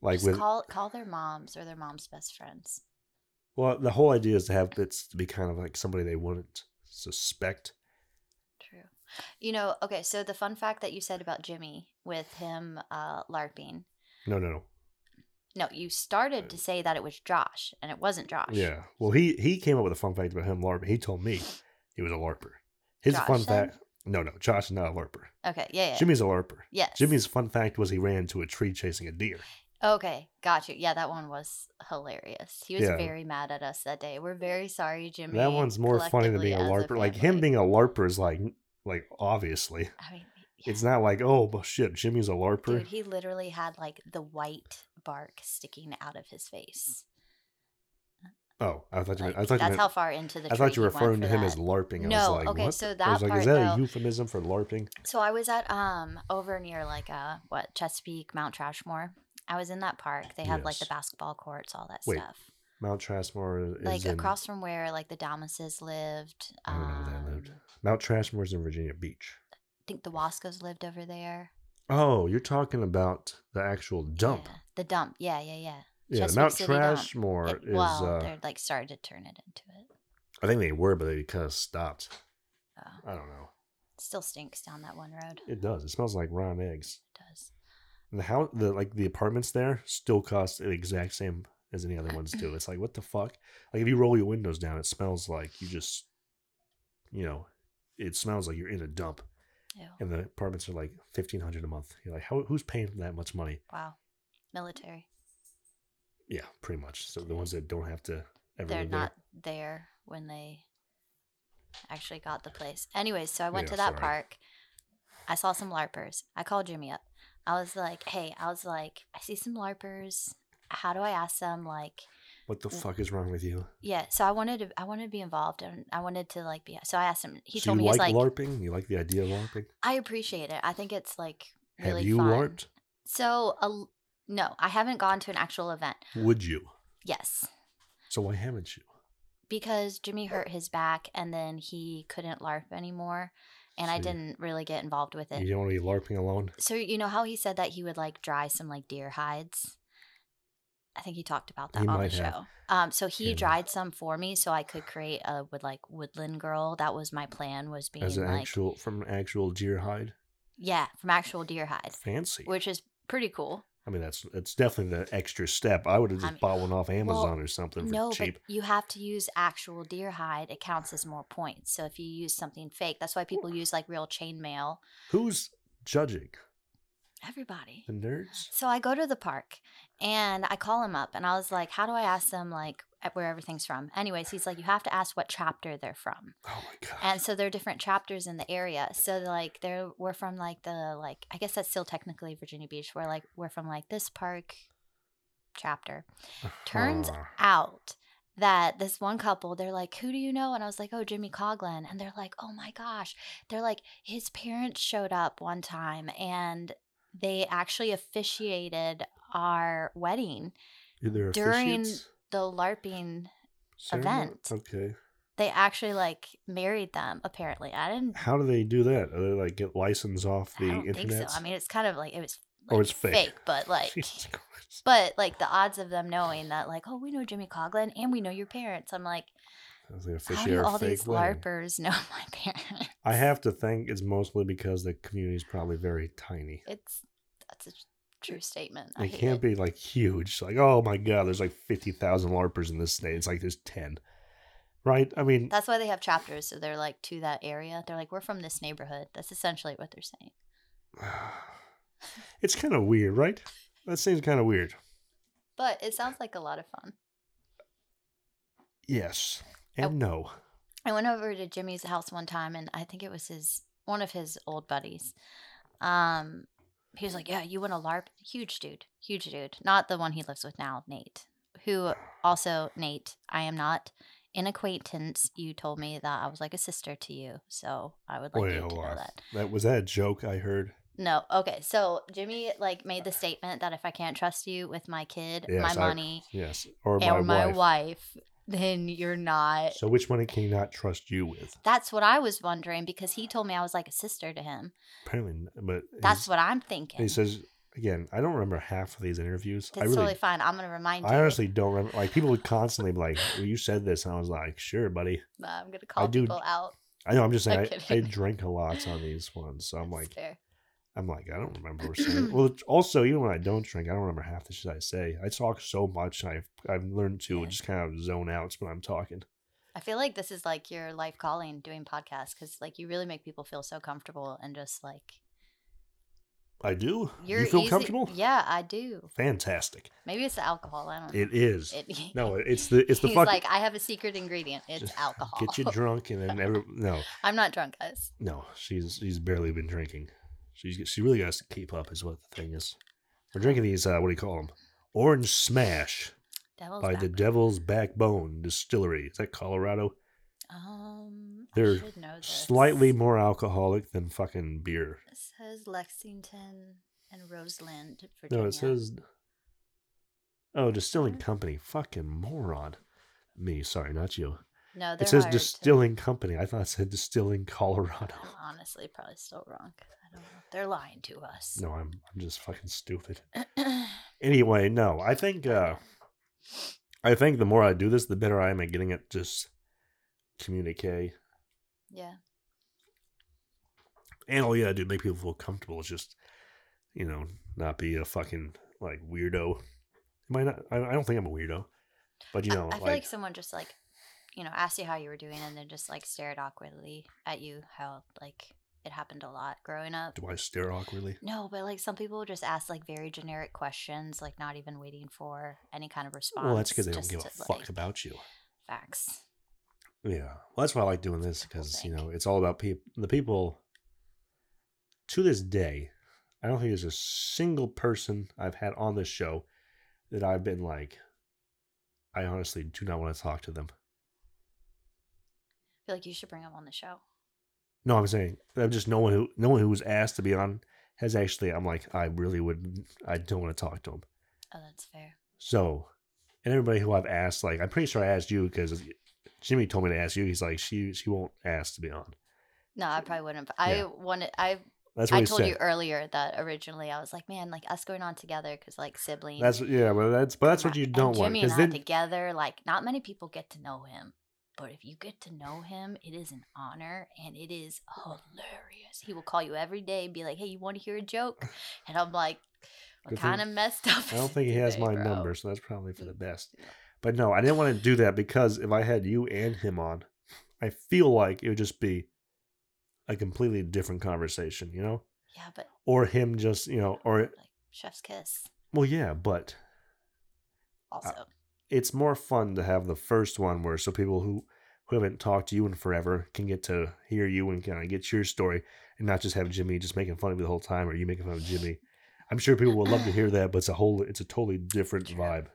[SPEAKER 1] Like
[SPEAKER 3] Just
[SPEAKER 1] with
[SPEAKER 3] call call their moms or their mom's best friends.
[SPEAKER 1] well, the whole idea is to have bits to be kind of like somebody they wouldn't suspect.
[SPEAKER 3] True. You know, okay, so the fun fact that you said about Jimmy with him uh LARPing.
[SPEAKER 1] No, no, no.
[SPEAKER 3] No, you started to say that it was Josh and it wasn't Josh.
[SPEAKER 1] Yeah. Well, he he came up with a fun fact about him LARP. He told me he was a LARPer. His
[SPEAKER 3] Josh
[SPEAKER 1] fun
[SPEAKER 3] then?
[SPEAKER 1] fact. No, no, Josh is not a LARPer.
[SPEAKER 3] Okay, yeah, yeah.
[SPEAKER 1] Jimmy's a LARPer.
[SPEAKER 3] Yes.
[SPEAKER 1] Jimmy's fun fact was he ran into a tree chasing a deer.
[SPEAKER 3] Okay, got you. Yeah, that one was hilarious. He was
[SPEAKER 1] Yeah.
[SPEAKER 3] very mad at us that day. We're very sorry, Jimmy.
[SPEAKER 1] that one's more funny than
[SPEAKER 3] collectively
[SPEAKER 1] being a
[SPEAKER 3] as
[SPEAKER 1] LARPer. Like him
[SPEAKER 3] family.
[SPEAKER 1] being a LARPer is like like obviously.
[SPEAKER 3] I mean,
[SPEAKER 1] It's not like oh but shit, Jimmy's a LARPer.
[SPEAKER 3] Dude, he literally had like the white bark sticking out of his face.
[SPEAKER 1] oh, I thought you meant.
[SPEAKER 3] Like,
[SPEAKER 1] I thought you
[SPEAKER 3] that's
[SPEAKER 1] meant.
[SPEAKER 3] how far into the
[SPEAKER 1] I thought you
[SPEAKER 3] tree
[SPEAKER 1] were
[SPEAKER 3] he went
[SPEAKER 1] referring to
[SPEAKER 3] for
[SPEAKER 1] him
[SPEAKER 3] that.
[SPEAKER 1] as LARPing. I
[SPEAKER 3] No,
[SPEAKER 1] was like,
[SPEAKER 3] okay,
[SPEAKER 1] what?
[SPEAKER 3] so
[SPEAKER 1] the- I
[SPEAKER 3] that
[SPEAKER 1] was like, is
[SPEAKER 3] part,
[SPEAKER 1] that a
[SPEAKER 3] though-
[SPEAKER 1] euphemism for LARPing?
[SPEAKER 3] So I was at um over near like uh what Chesapeake Mount Trashmore. I was in that park. They have like the
[SPEAKER 1] Yes.
[SPEAKER 3] basketball courts, all that
[SPEAKER 1] Wait,
[SPEAKER 3] stuff.
[SPEAKER 1] Mount Trashmore is
[SPEAKER 3] Like
[SPEAKER 1] in,
[SPEAKER 3] across from where like the Dalmases lived.
[SPEAKER 1] I don't know where they lived.
[SPEAKER 3] um,
[SPEAKER 1] Mount Trashmore's in Virginia Beach.
[SPEAKER 3] I think the Wascos lived over there.
[SPEAKER 1] Oh, you're talking about the actual dump.
[SPEAKER 3] Yeah, the dump. Yeah, yeah, yeah.
[SPEAKER 1] Yeah,
[SPEAKER 3] Chesapeake
[SPEAKER 1] Mount
[SPEAKER 3] City dump.
[SPEAKER 1] Trashmore
[SPEAKER 3] It-
[SPEAKER 1] is.
[SPEAKER 3] well,
[SPEAKER 1] uh,
[SPEAKER 3] they're like started to turn it into it.
[SPEAKER 1] I think they were, but they kind of stopped.
[SPEAKER 3] Uh,
[SPEAKER 1] I don't know.
[SPEAKER 3] still stinks down that one road. It
[SPEAKER 1] It does. It smells like rotten eggs.
[SPEAKER 3] does.
[SPEAKER 1] And the house, the like the apartments there, still cost the exact same as any other ones do. It's like what the fuck? Like if you roll your windows down, it smells like you just, you know, it smells like you're in a dump.
[SPEAKER 3] Ew.
[SPEAKER 1] And the apartments are like fifteen hundred a month. You're like, how? Who's paying that much money?
[SPEAKER 3] Wow. Military.
[SPEAKER 1] Yeah, pretty much. So the ones that don't have to ever
[SPEAKER 3] they're
[SPEAKER 1] live there.
[SPEAKER 3] not there when they actually got the place. Anyways, so I went
[SPEAKER 1] Yeah,
[SPEAKER 3] to that
[SPEAKER 1] sorry.
[SPEAKER 3] park. I saw some LARPers. I called Jimmy up. I was like, hey, I was like, I see some LARPers. How do I ask them? Like,
[SPEAKER 1] What the
[SPEAKER 3] w-
[SPEAKER 1] fuck is wrong with you?
[SPEAKER 3] yeah. So I wanted to, I wanted to be involved, and I wanted to like be. So I asked him. He
[SPEAKER 1] So
[SPEAKER 3] told
[SPEAKER 1] you
[SPEAKER 3] me he's
[SPEAKER 1] like
[SPEAKER 3] like,
[SPEAKER 1] LARPing. You like the idea of LARPing?
[SPEAKER 3] I appreciate it. I think it's like really
[SPEAKER 1] Have you
[SPEAKER 3] fun.
[SPEAKER 1] LARPed?
[SPEAKER 3] So a l no, I haven't gone to an actual event.
[SPEAKER 1] Would you?
[SPEAKER 3] Yes,
[SPEAKER 1] So why haven't you?
[SPEAKER 3] because Jimmy hurt his back and then he couldn't LARP anymore. And I
[SPEAKER 1] See.
[SPEAKER 3] didn't really get involved with
[SPEAKER 1] You
[SPEAKER 3] it.
[SPEAKER 1] don't want to be LARPing alone.
[SPEAKER 3] So, you know how he said that he would like dry some like deer hides? I think he talked about that
[SPEAKER 1] He
[SPEAKER 3] on the
[SPEAKER 1] might have.
[SPEAKER 3] show. Um, so he
[SPEAKER 1] Yeah.
[SPEAKER 3] dried some for me so I could create a wood like woodland girl. That was my plan was being
[SPEAKER 1] As an
[SPEAKER 3] like
[SPEAKER 1] actual from an actual deer hide,
[SPEAKER 3] yeah, from actual deer hide,
[SPEAKER 1] fancy.
[SPEAKER 3] which is pretty cool.
[SPEAKER 1] I mean, that's that's definitely the extra step. I would have
[SPEAKER 3] I
[SPEAKER 1] just
[SPEAKER 3] mean-
[SPEAKER 1] bought one off Amazon or something for
[SPEAKER 3] No,
[SPEAKER 1] cheap.
[SPEAKER 3] but you have to use actual deer hide. It counts as more points. So if you use something fake, that's why people use like real chainmail.
[SPEAKER 1] Who's judging?
[SPEAKER 3] Everybody.
[SPEAKER 1] The nerds?
[SPEAKER 3] So I go to the park and I call him up and I was like, how do I ask them like at where everything's from? Anyways, he's like, you have to ask what chapter they're from.
[SPEAKER 1] Oh my god!
[SPEAKER 3] And so there are different chapters in the area. So like there we're from like the like I guess that's still technically Virginia Beach. We're like we're from like this park chapter. turns
[SPEAKER 1] Huh.
[SPEAKER 3] out that this one couple, they're like, Who do you know? And I was like, Oh, Jimmy Coglin. And they're like, Oh my gosh. They're like, His parents showed up one time and they actually officiated our wedding,
[SPEAKER 1] Either
[SPEAKER 3] during
[SPEAKER 1] officiates?
[SPEAKER 3] the LARPing.
[SPEAKER 1] Ceremony?
[SPEAKER 3] event.
[SPEAKER 1] Okay.
[SPEAKER 3] They actually like married them, apparently. I didn't,
[SPEAKER 1] How do they do that? Are they like get license off the
[SPEAKER 3] I don't
[SPEAKER 1] internet?
[SPEAKER 3] think so. I mean, it's kind of like it was.
[SPEAKER 1] Or
[SPEAKER 3] like,
[SPEAKER 1] it's fake. [LAUGHS]
[SPEAKER 3] but like,
[SPEAKER 1] Jesus Christ.
[SPEAKER 3] but like the odds of them knowing that, like, oh, we know Jimmy Coglin and we know your parents. I'm like,
[SPEAKER 1] I was gonna
[SPEAKER 3] how
[SPEAKER 1] officiate
[SPEAKER 3] do
[SPEAKER 1] a
[SPEAKER 3] all
[SPEAKER 1] fake
[SPEAKER 3] these
[SPEAKER 1] wedding.
[SPEAKER 3] LARPers [LAUGHS] know my parents?
[SPEAKER 1] I have to think it's mostly because the community is probably very tiny.
[SPEAKER 3] It's that's a true statement. I
[SPEAKER 1] They
[SPEAKER 3] hate
[SPEAKER 1] can't
[SPEAKER 3] it.
[SPEAKER 1] be like huge. Like, oh my god, there's like fifty thousand LARPers in this state. It's like there's ten, right? I mean,
[SPEAKER 3] That's why they have chapters, so they're like to that area. They're like, we're from this neighborhood. That's essentially what they're saying.
[SPEAKER 1] [SIGHS] it's kind of weird, right? That seems kind of weird.
[SPEAKER 3] But it sounds like a lot of fun.
[SPEAKER 1] Yes and
[SPEAKER 3] Oh.
[SPEAKER 1] no.
[SPEAKER 3] I went over to Jimmy's house one time, and I think it was his one of his old buddies. Um, he was like, "Yeah, you want to LARP? Huge dude, huge dude. Not the one he lives with now, Nate. Who also Nate. I am not an acquaintance. You told me that I was like a sister to you, so I would like
[SPEAKER 1] Wait,
[SPEAKER 3] you to
[SPEAKER 1] hold
[SPEAKER 3] know
[SPEAKER 1] on.
[SPEAKER 3] that.
[SPEAKER 1] oh, That was that a joke I heard.
[SPEAKER 3] No. Okay. So Jimmy like made the statement that if I can't trust you with my kid,
[SPEAKER 1] Yes,
[SPEAKER 3] my
[SPEAKER 1] I-
[SPEAKER 3] money,
[SPEAKER 1] Yes, or my,
[SPEAKER 3] or my
[SPEAKER 1] wife.
[SPEAKER 3] wife, then you're not.
[SPEAKER 1] So which one can you not trust you with?
[SPEAKER 3] That's what I was wondering because he told me I was like a sister to him.
[SPEAKER 1] Apparently, n- but
[SPEAKER 3] That's
[SPEAKER 1] he's-
[SPEAKER 3] what I'm thinking.
[SPEAKER 1] he says. Again, I don't remember half of these interviews.
[SPEAKER 3] That's
[SPEAKER 1] I really
[SPEAKER 3] totally fine. I'm gonna remind you.
[SPEAKER 1] I honestly don't remember. Like people would constantly be like, well, "You said this," and I was like, "Sure, buddy."
[SPEAKER 3] But I'm gonna call
[SPEAKER 1] do-
[SPEAKER 3] people out.
[SPEAKER 1] I know. I'm just
[SPEAKER 3] I'm
[SPEAKER 1] saying. I, I
[SPEAKER 3] kidding.
[SPEAKER 1] drink a lot on these ones, so I'm
[SPEAKER 3] That's
[SPEAKER 1] like,
[SPEAKER 3] fair.
[SPEAKER 1] I'm like, I don't remember.
[SPEAKER 3] [CLEARS THROAT]
[SPEAKER 1] Saying. Well, it's- also, even when I don't drink, I don't remember half the shit I say. I talk so much, and I've I've learned to
[SPEAKER 3] Yeah.
[SPEAKER 1] just kind of zone out when I'm talking.
[SPEAKER 3] I feel like this is like your life calling doing podcasts because like you really make people feel so comfortable and just like
[SPEAKER 1] I do.
[SPEAKER 3] you're
[SPEAKER 1] you feel
[SPEAKER 3] easy-
[SPEAKER 1] comfortable?
[SPEAKER 3] Yeah, I do.
[SPEAKER 1] Fantastic.
[SPEAKER 3] Maybe it's the alcohol. I don't. know.
[SPEAKER 1] It [LAUGHS] is.
[SPEAKER 3] It-
[SPEAKER 1] no, it's the it's the
[SPEAKER 3] He's
[SPEAKER 1] fuck.
[SPEAKER 3] like, I have a secret ingredient. It's
[SPEAKER 1] Just
[SPEAKER 3] alcohol.
[SPEAKER 1] Get you drunk, and then every no.
[SPEAKER 3] [LAUGHS] I'm not drunk, guys.
[SPEAKER 1] No, she's she's barely been drinking. She's she really has to keep up, is what the thing is. We're drinking these. Uh, what do you call them? Orange Smash
[SPEAKER 3] Devil's
[SPEAKER 1] by the
[SPEAKER 3] backbone.
[SPEAKER 1] Devil's Backbone Distillery. Is that Colorado?
[SPEAKER 3] Um, I
[SPEAKER 1] They're
[SPEAKER 3] should know this.
[SPEAKER 1] Slightly more alcoholic than fucking beer.
[SPEAKER 3] It says Lexington and Roseland, Virginia.
[SPEAKER 1] No, it says. Oh, distilling company. Fucking moron. Me, sorry, not you.
[SPEAKER 3] No, they're
[SPEAKER 1] It says
[SPEAKER 3] hired to-
[SPEAKER 1] distilling company. I thought it said distilling
[SPEAKER 3] [LAUGHS]
[SPEAKER 1] Colorado.
[SPEAKER 3] I'm honestly probably still wrong. I don't know. They're lying to us.
[SPEAKER 1] No, I'm I'm just fucking stupid. Anyway, no, I think uh I think the more I do this, the better I am at getting at just communique.
[SPEAKER 3] [CLEARS THROAT] yeah.
[SPEAKER 1] And all you gotta do to make people feel comfortable is just, you know, not be a fucking like weirdo. Am I not? I I don't think I'm a weirdo, but you
[SPEAKER 3] I-
[SPEAKER 1] know,
[SPEAKER 3] I, feel like,
[SPEAKER 1] like,
[SPEAKER 3] someone just like, you know, asked you how you were doing and then just like stared awkwardly at you. How like it happened a lot growing up.
[SPEAKER 1] do I stare awkwardly?
[SPEAKER 3] No, but like some people just ask like very generic questions, like not even waiting for any kind of response.
[SPEAKER 1] Well, that's because they don't
[SPEAKER 3] just
[SPEAKER 1] give a
[SPEAKER 3] to,
[SPEAKER 1] fuck
[SPEAKER 3] like,
[SPEAKER 1] about you.
[SPEAKER 3] facts.
[SPEAKER 1] Yeah, well, that's why I like doing this because you
[SPEAKER 3] thing.
[SPEAKER 1] know it's all about people. The people. To this day, I don't think there's a single person I've had on this show that I've been like. I honestly do not want to talk to them.
[SPEAKER 3] I feel like you should bring them on the show.
[SPEAKER 1] No, I'm saying I'm just no one who no one who was asked to be on has actually. I'm like I really would. I don't want to talk to them.
[SPEAKER 3] Oh, that's fair.
[SPEAKER 1] So, and everybody who I've asked, like I'm pretty sure I asked you because Jimmy told me to ask you. He's like she she won't ask to be on.
[SPEAKER 3] No, I probably wouldn't. But I
[SPEAKER 1] Yeah.
[SPEAKER 3] wanted. I
[SPEAKER 1] That's what
[SPEAKER 3] I
[SPEAKER 1] he
[SPEAKER 3] told
[SPEAKER 1] said.
[SPEAKER 3] you earlier that originally I was like, man, like us going on together because like siblings.
[SPEAKER 1] That's yeah, but that's but that's
[SPEAKER 3] come
[SPEAKER 1] what
[SPEAKER 3] on.
[SPEAKER 1] you
[SPEAKER 3] And
[SPEAKER 1] don't want
[SPEAKER 3] Jimmy
[SPEAKER 1] because
[SPEAKER 3] and I
[SPEAKER 1] then
[SPEAKER 3] together, like not many people get to know him. But if you get to know him, it is an honor and it is
[SPEAKER 1] [LAUGHS]
[SPEAKER 3] hilarious. He will call you every day and be like, "Hey, you want to hear a joke?" And I'm like,
[SPEAKER 1] Good
[SPEAKER 3] kind of
[SPEAKER 1] thing-
[SPEAKER 3] messed up.
[SPEAKER 1] I don't think he has
[SPEAKER 3] today,
[SPEAKER 1] my
[SPEAKER 3] bro.
[SPEAKER 1] number, so that's probably for the
[SPEAKER 3] Mm.
[SPEAKER 1] best.
[SPEAKER 3] Yeah.
[SPEAKER 1] But no, I didn't want to do that because if I had you and him on, I feel like it would just be a completely different conversation, you know?
[SPEAKER 3] Yeah, but
[SPEAKER 1] Or him just, you know, Oh, or,
[SPEAKER 3] like chef's kiss.
[SPEAKER 1] well, yeah, but
[SPEAKER 3] Also,
[SPEAKER 1] it's more fun to have the first one where so people who who haven't talked to you in forever can get to hear you and kind of get your story and not just have Jimmy just making fun of you the whole time or you making fun of Jimmy. I'm sure people would love to hear that, but it's a whole it's a totally different
[SPEAKER 3] True.
[SPEAKER 1] vibe.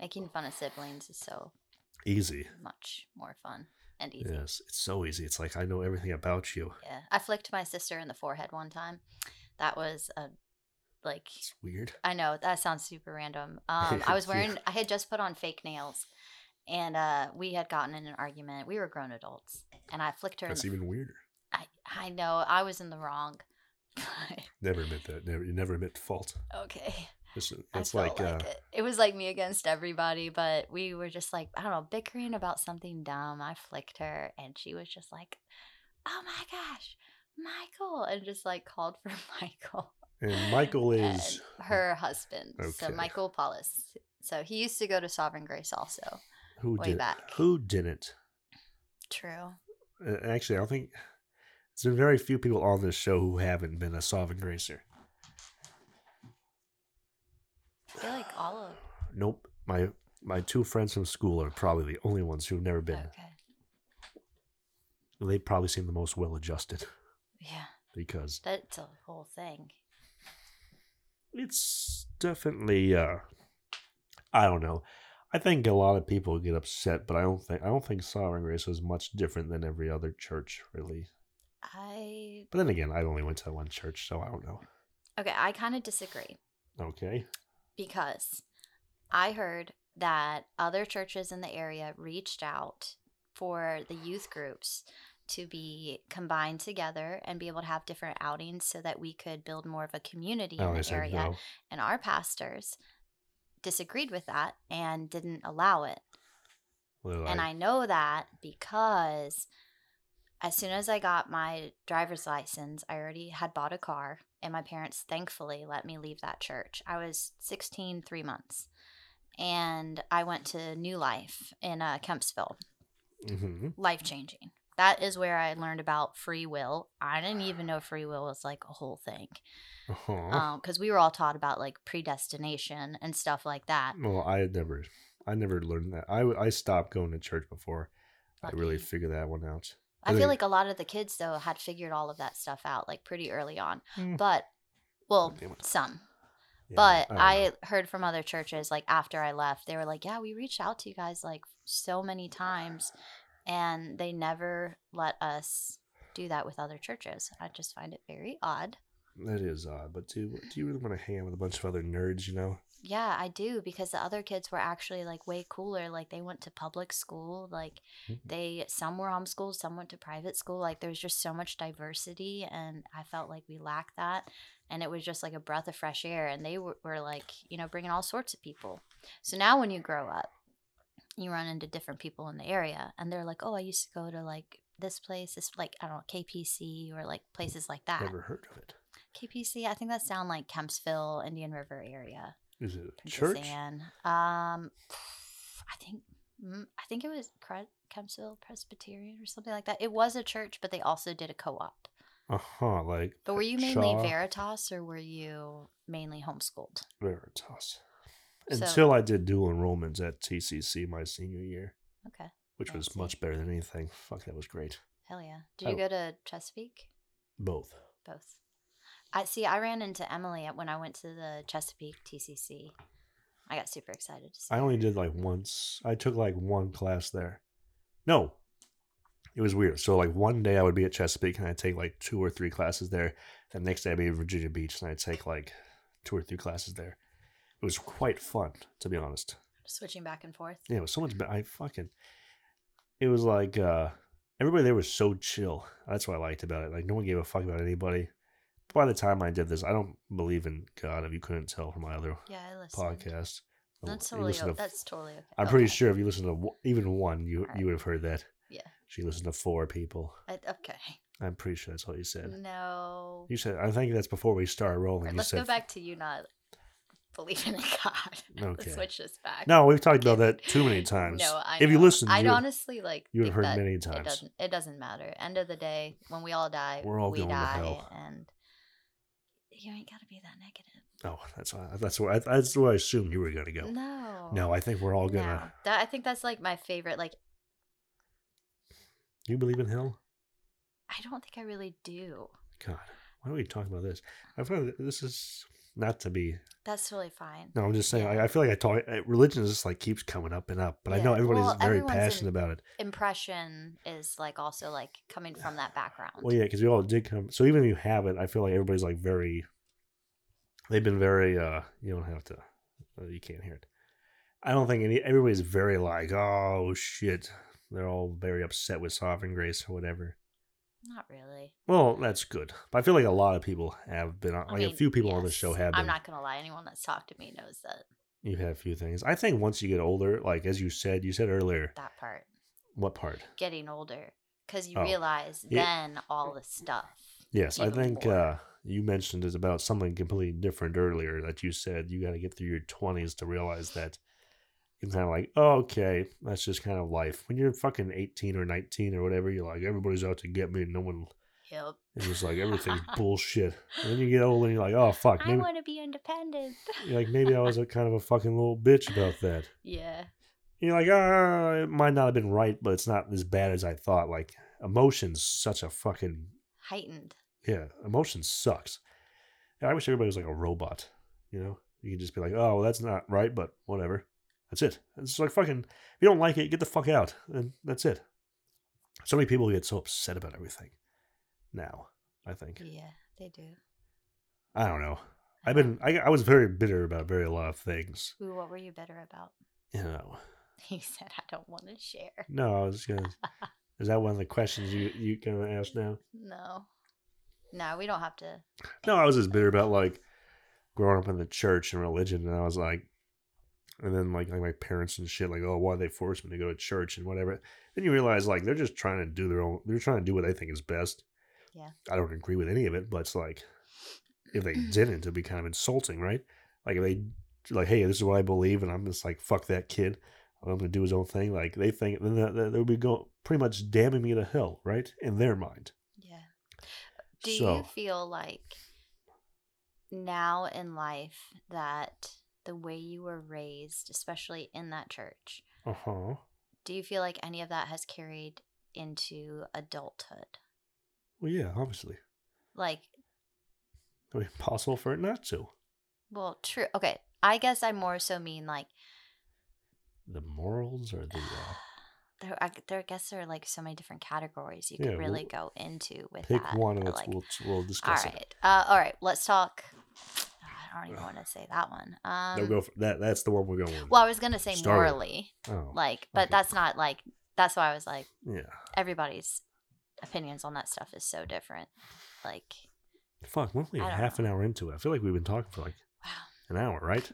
[SPEAKER 3] making fun of siblings is so
[SPEAKER 1] Easy.
[SPEAKER 3] much more fun and easy. Yeah.
[SPEAKER 1] Yes. It's so easy. It's like I know everything about you.
[SPEAKER 3] I flicked my sister in the forehead one time. That was a like
[SPEAKER 1] It's weird.
[SPEAKER 3] I know that sounds super
[SPEAKER 1] [LAUGHS]
[SPEAKER 3] random. Um, I was
[SPEAKER 1] Yeah.
[SPEAKER 3] wearing, I had just put on fake nails, and uh, we had gotten in an argument. We were grown adults, and I flicked her. In
[SPEAKER 1] That's
[SPEAKER 3] the,
[SPEAKER 1] even weirder.
[SPEAKER 3] I, I know I was in the wrong. [LAUGHS]
[SPEAKER 1] Never admit that. Never you never admit fault.
[SPEAKER 3] okay,
[SPEAKER 1] It's,
[SPEAKER 3] I
[SPEAKER 1] it's like,
[SPEAKER 3] felt
[SPEAKER 1] uh,
[SPEAKER 3] it. it was like me against everybody, but we were just like I don't know bickering about something dumb. I flicked her, and she was just like, "Oh my gosh, Michael!" and just like called for [LAUGHS] Michael.
[SPEAKER 1] and Michael is
[SPEAKER 3] and her husband. So
[SPEAKER 1] Okay.
[SPEAKER 3] Michael Paulus. So he used to go to Sovereign Grace also.
[SPEAKER 1] who
[SPEAKER 3] way
[SPEAKER 1] did
[SPEAKER 3] back.
[SPEAKER 1] who didn't
[SPEAKER 3] True.
[SPEAKER 1] Uh, actually, I don't think there's been very few people on this show who haven't been a sovereign gracer.
[SPEAKER 3] I feel like all of
[SPEAKER 1] Nope. My my two friends from school are probably the only ones who've never been.
[SPEAKER 3] Okay.
[SPEAKER 1] They probably seem the most well adjusted
[SPEAKER 3] Yeah.
[SPEAKER 1] [LAUGHS] because
[SPEAKER 3] That's a whole thing.
[SPEAKER 1] it's definitely uh I don't know. I think a lot of people get upset, but I don't think I don't think sovereign grace is much different than every other church really.
[SPEAKER 3] I
[SPEAKER 1] But then again, I only went to one church, so I don't know.
[SPEAKER 3] okay, I kind of disagree
[SPEAKER 1] Okay.
[SPEAKER 3] because I heard that other churches in the area reached out for the youth groups to be combined together and be able to have different outings so that we could build more of a community
[SPEAKER 1] Oh, I
[SPEAKER 3] in
[SPEAKER 1] only
[SPEAKER 3] the
[SPEAKER 1] said
[SPEAKER 3] area.
[SPEAKER 1] no.
[SPEAKER 3] And our pastors disagreed with that and didn't allow it.
[SPEAKER 1] They're like,
[SPEAKER 3] And I know that because as soon as I got my driver's license, I already had bought a car, and my parents thankfully let me leave that church. I was 16, three months, and I went to New Life in uh, Kempsville.
[SPEAKER 1] Mhm.
[SPEAKER 3] Life changing. That is where I learned about free will. I didn't even know free will was like a whole thing
[SPEAKER 1] Uh-huh.
[SPEAKER 3] because we were all taught about like predestination and stuff like that.
[SPEAKER 1] Well, I had never, I never learned that. I I stopped going to church before I really
[SPEAKER 3] Lucky.
[SPEAKER 1] figured that one out.
[SPEAKER 3] I
[SPEAKER 1] think-
[SPEAKER 3] feel like a lot of the kids though had figured all of that stuff out like pretty early on.
[SPEAKER 1] Mm.
[SPEAKER 3] But well,
[SPEAKER 1] Damn it.
[SPEAKER 3] some.
[SPEAKER 1] Yeah,
[SPEAKER 3] but
[SPEAKER 1] don't
[SPEAKER 3] I,
[SPEAKER 1] know.
[SPEAKER 3] heard from other churches like after I left, they were like, "Yeah, we reached out to you guys like so many times and they never let us do that with other churches." I just find it very odd.
[SPEAKER 1] that is odd. But do do you really want to hang out with a bunch of other nerds? You know,
[SPEAKER 3] Yeah, I do because the other kids were actually like way cooler. Like they went to public school. Like
[SPEAKER 1] Mhm.
[SPEAKER 3] they some were homeschooled, some went to private school. Like there was just so much diversity, and I felt like we lacked that. And it was just like a breath of fresh air. And they were, were like, you know, bringing all sorts of people. So now when you grow up, you run into different people in the area, and they're like, oh, I used to go to like this place, this like I don't know KPC or like places like that.
[SPEAKER 1] never heard of it.
[SPEAKER 3] KPC, I think that's down like Kempsville, Indian River area.
[SPEAKER 1] Is it a
[SPEAKER 3] Princess
[SPEAKER 1] church?
[SPEAKER 3] Anne. Um, I think mm, I think it was Cre- Kempsville Presbyterian or something like that. It was a church, but they also did a co-op.
[SPEAKER 1] Uh huh. Like,
[SPEAKER 3] But were you mainly
[SPEAKER 1] Shaw
[SPEAKER 3] Veritas or were you mainly homeschooled?
[SPEAKER 1] Veritas?
[SPEAKER 3] So-
[SPEAKER 1] Until I did dual enrollments at TCC my senior year,
[SPEAKER 3] Okay,
[SPEAKER 1] which
[SPEAKER 3] I
[SPEAKER 1] was
[SPEAKER 3] see.
[SPEAKER 1] much better than anything. Fuck, that was great.
[SPEAKER 3] hell yeah. Did you
[SPEAKER 1] Oh.
[SPEAKER 3] go to Chesapeake?
[SPEAKER 1] Both.
[SPEAKER 3] Both. I see. I ran into Emily at- when I went to the Chesapeake TCC. I got super excited to see.
[SPEAKER 1] I
[SPEAKER 3] her.
[SPEAKER 1] only did like once. I took like one class there. No, it was weird. So like one day I would be at Chesapeake and I'd take like two or three classes there. The next day I'd be at Virginia Beach and I'd take like two or three classes there. It was quite fun, to be honest.
[SPEAKER 3] switching back and forth.
[SPEAKER 1] Yeah, it was so much better. I fucking. It was like uh everybody there was so chill. That's what I liked about it. Like no one gave a fuck about anybody. By the time I did this, I don't believe in God. If you couldn't tell from my other
[SPEAKER 3] Yeah, I listened.
[SPEAKER 1] podcast,
[SPEAKER 3] That's
[SPEAKER 1] You
[SPEAKER 3] totally.
[SPEAKER 1] listen
[SPEAKER 3] o-
[SPEAKER 1] to-
[SPEAKER 3] that's totally okay.
[SPEAKER 1] I'm pretty
[SPEAKER 3] Okay.
[SPEAKER 1] sure if you listen to w- even one, you
[SPEAKER 3] Alright.
[SPEAKER 1] you would have heard that.
[SPEAKER 3] Yeah.
[SPEAKER 1] She listened to four people.
[SPEAKER 3] I, okay.
[SPEAKER 1] I'm pretty sure that's what you said.
[SPEAKER 3] No.
[SPEAKER 1] You said I think that's before we started
[SPEAKER 3] All
[SPEAKER 1] rolling.
[SPEAKER 3] right,
[SPEAKER 1] You
[SPEAKER 3] Mm. let's go
[SPEAKER 1] said
[SPEAKER 3] back to you not believing in God. [LAUGHS]
[SPEAKER 1] Okay.
[SPEAKER 3] let's switch this back.
[SPEAKER 1] No, we've talked about that too many times.
[SPEAKER 3] [LAUGHS] No, I
[SPEAKER 1] if you
[SPEAKER 3] know.
[SPEAKER 1] listen,
[SPEAKER 3] I'd
[SPEAKER 1] you,
[SPEAKER 3] honestly like.
[SPEAKER 1] you would
[SPEAKER 3] think
[SPEAKER 1] have heard
[SPEAKER 3] that
[SPEAKER 1] many
[SPEAKER 3] It
[SPEAKER 1] times.
[SPEAKER 3] doesn't. It doesn't matter. End of the day, when we all die,
[SPEAKER 1] We're all
[SPEAKER 3] we
[SPEAKER 1] going to
[SPEAKER 3] die,
[SPEAKER 1] hell.
[SPEAKER 3] and you ain't gotta be that negative.
[SPEAKER 1] Oh, that's why. That's where I, that's where I assumed you were gonna go.
[SPEAKER 3] No.
[SPEAKER 1] No, I think we're all gonna.
[SPEAKER 3] No. That, I think that's like my favorite. Like,
[SPEAKER 1] You believe in hell?
[SPEAKER 3] I don't think I really do.
[SPEAKER 1] God, why are we talking about this? I feel like this is not to be.
[SPEAKER 3] That's really fine.
[SPEAKER 1] No, I'm just saying. I, I feel like I talk. uh, Religion just like keeps coming up and up, but I
[SPEAKER 3] Yeah.
[SPEAKER 1] know everybody's
[SPEAKER 3] Well,
[SPEAKER 1] very
[SPEAKER 3] everyone's
[SPEAKER 1] passionate
[SPEAKER 3] in-
[SPEAKER 1] about it.
[SPEAKER 3] Impression is like also like
[SPEAKER 1] [SIGHS]
[SPEAKER 3] coming from that background.
[SPEAKER 1] Well, yeah, because we all did come. So even if you have it, I feel like everybody's like very. They've been very. uh You don't have to. uh, You can't hear it. I don't think any. Everybody's very like, oh shit. They're all very upset with sovereign grace or whatever.
[SPEAKER 3] Not really.
[SPEAKER 1] Well, that's good. But I feel like a lot of people have been on.
[SPEAKER 3] I
[SPEAKER 1] Like a
[SPEAKER 3] mean,
[SPEAKER 1] few people on the
[SPEAKER 3] yes.
[SPEAKER 1] show have. Been,
[SPEAKER 3] I'm not gonna lie. Anyone that's talked to me knows that
[SPEAKER 1] You have a few things. I think once you get older, like as you said, you said earlier,
[SPEAKER 3] that part.
[SPEAKER 1] what part?
[SPEAKER 3] Getting older, because you
[SPEAKER 1] Oh.
[SPEAKER 3] realize
[SPEAKER 1] Yeah.
[SPEAKER 3] then all the stuff.
[SPEAKER 1] Yes, I
[SPEAKER 3] Even
[SPEAKER 1] think
[SPEAKER 3] more.
[SPEAKER 1] uh, you mentioned is about something completely different earlier that you said you got to get through your twenties to realize that it's kind of like oh, okay, that's just kind of life. When you're fucking eighteen or nineteen or whatever, you're like everybody's out to get me, and no one.
[SPEAKER 3] Yep.
[SPEAKER 1] It's just like
[SPEAKER 3] [LAUGHS]
[SPEAKER 1] everything's bullshit. And then you get older, and you're like, oh fuck,
[SPEAKER 2] I
[SPEAKER 1] maybe,
[SPEAKER 2] want to be independent.
[SPEAKER 1] you're like maybe I was a kind of a fucking little bitch about that.
[SPEAKER 3] [LAUGHS] Yeah.
[SPEAKER 1] you're like, ah, it might not have been right, but it's not as bad as I thought. Like emotions, such a fucking
[SPEAKER 3] Heightened.
[SPEAKER 1] yeah, emotion sucks. And I wish everybody was like a robot. You know, you could just be like, oh, well, that's not right, but whatever. That's it. It's like fucking. If you don't like it, get the fuck out, and that's it. So many people get so upset about everything. Now, I think
[SPEAKER 3] Yeah, they do.
[SPEAKER 1] I don't know. I've been. I, I was very bitter about very a lot of things.
[SPEAKER 3] Ooh, what were you bitter about? [LAUGHS]
[SPEAKER 1] You know.
[SPEAKER 3] He said, "I don't want to share."
[SPEAKER 1] No, I was gonna. is that one of the questions you you gonna ask now?
[SPEAKER 3] No. No, we don't have to.
[SPEAKER 1] No, I was just bitter about like growing up in the church and religion, and I was like, and then like like my parents and shit, like oh why they forced me to go to church and whatever. Then you realize like they're just trying to do their own. They're trying to do what they think is best.
[SPEAKER 3] Yeah.
[SPEAKER 1] I don't agree with any of it, but it's like if they didn't, it'd be kind of insulting, right? Like if they like hey, this is what I believe, and I'm just like fuck that kid. I'm gonna do his own thing. Like they think, then that- that they would be going pretty much damning me to hell, right? In their mind.
[SPEAKER 3] [LAUGHS] Yeah. Do
[SPEAKER 1] So-
[SPEAKER 3] you feel like now in life that the way you were raised, especially in that church,
[SPEAKER 1] Uh huh.
[SPEAKER 3] do you feel like any of that has carried into adulthood?
[SPEAKER 1] Well, yeah, obviously.
[SPEAKER 3] Like,
[SPEAKER 1] It would be impossible for it not to.
[SPEAKER 3] well, true. Okay. I guess I more so mean like
[SPEAKER 1] The morals or the uh,
[SPEAKER 3] there I, there I guess there are like so many different categories you
[SPEAKER 1] Yeah,
[SPEAKER 3] could really go into [SIGHS] with
[SPEAKER 1] pick
[SPEAKER 3] that.
[SPEAKER 1] one and
[SPEAKER 3] but,
[SPEAKER 1] let's,
[SPEAKER 3] like,
[SPEAKER 1] we'll we'll
[SPEAKER 3] All
[SPEAKER 1] discuss it.
[SPEAKER 3] right. Uh, all right. Let's talk. [SIGHS] I don't even want to say that one. Um,
[SPEAKER 1] No, go for that. That's the one we're going with.
[SPEAKER 3] well, I was gonna say
[SPEAKER 1] Star Wars.
[SPEAKER 3] morally,
[SPEAKER 1] oh,
[SPEAKER 3] like,
[SPEAKER 1] okay.
[SPEAKER 3] but that's not like. That's why I was like,
[SPEAKER 1] yeah.
[SPEAKER 3] everybody's opinions on that stuff is so different. Like,
[SPEAKER 1] Fuck, we're only
[SPEAKER 3] I don't
[SPEAKER 1] half an hour into it. I feel like we've been talking for like
[SPEAKER 3] wow,
[SPEAKER 1] an hour, right?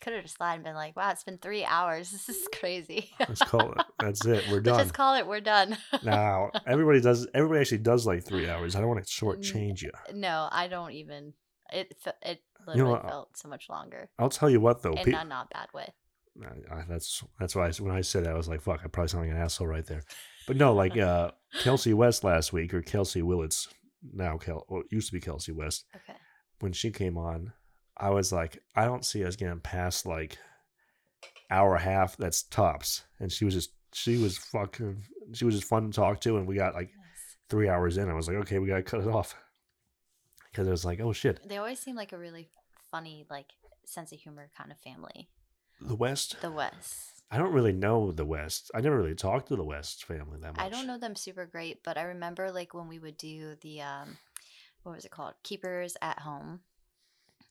[SPEAKER 3] could have just lied and been like, wow, it's been three hours. [LAUGHS]
[SPEAKER 1] [LAUGHS]
[SPEAKER 3] This is crazy.
[SPEAKER 1] Let's call
[SPEAKER 3] [LAUGHS]
[SPEAKER 1] it. That's it. We're
[SPEAKER 3] Let's
[SPEAKER 1] done.
[SPEAKER 3] just call it. We're done. [LAUGHS]
[SPEAKER 1] now everybody does. Everybody actually does like three hours. I don't want to
[SPEAKER 3] Mm.
[SPEAKER 1] shortchange you.
[SPEAKER 3] no, I don't even. It fe- it
[SPEAKER 1] know
[SPEAKER 3] literally
[SPEAKER 1] what?
[SPEAKER 3] felt so much longer,
[SPEAKER 1] I'll tell you what though.
[SPEAKER 3] and
[SPEAKER 1] pe-
[SPEAKER 3] not not bad way.
[SPEAKER 1] I, I, that's that's why I, when I said that I was like, fuck, I probably sound like an asshole right there. But no, like
[SPEAKER 3] [LAUGHS]
[SPEAKER 1] uh, Kelsey West last week or Kelsey Willits now Kel or it used to be Kelsey West.
[SPEAKER 3] Okay.
[SPEAKER 1] when she came on, I was like, I don't see us getting past like hour and a half. That's tops. And she was just, she was fucking, she was just fun to talk to. And we got like
[SPEAKER 3] Nice.
[SPEAKER 1] three hours in. I was like, okay, we got to cut it off. [LAUGHS] Cause it was like, oh shit,
[SPEAKER 3] They always seem like a really funny, like sense of humor kind of family.
[SPEAKER 1] the West.
[SPEAKER 3] The West.
[SPEAKER 1] I don't really know the West. I never really talked to the West family that much.
[SPEAKER 3] I don't know them super great, but I remember like when we would do the um what was it called? Keepers at home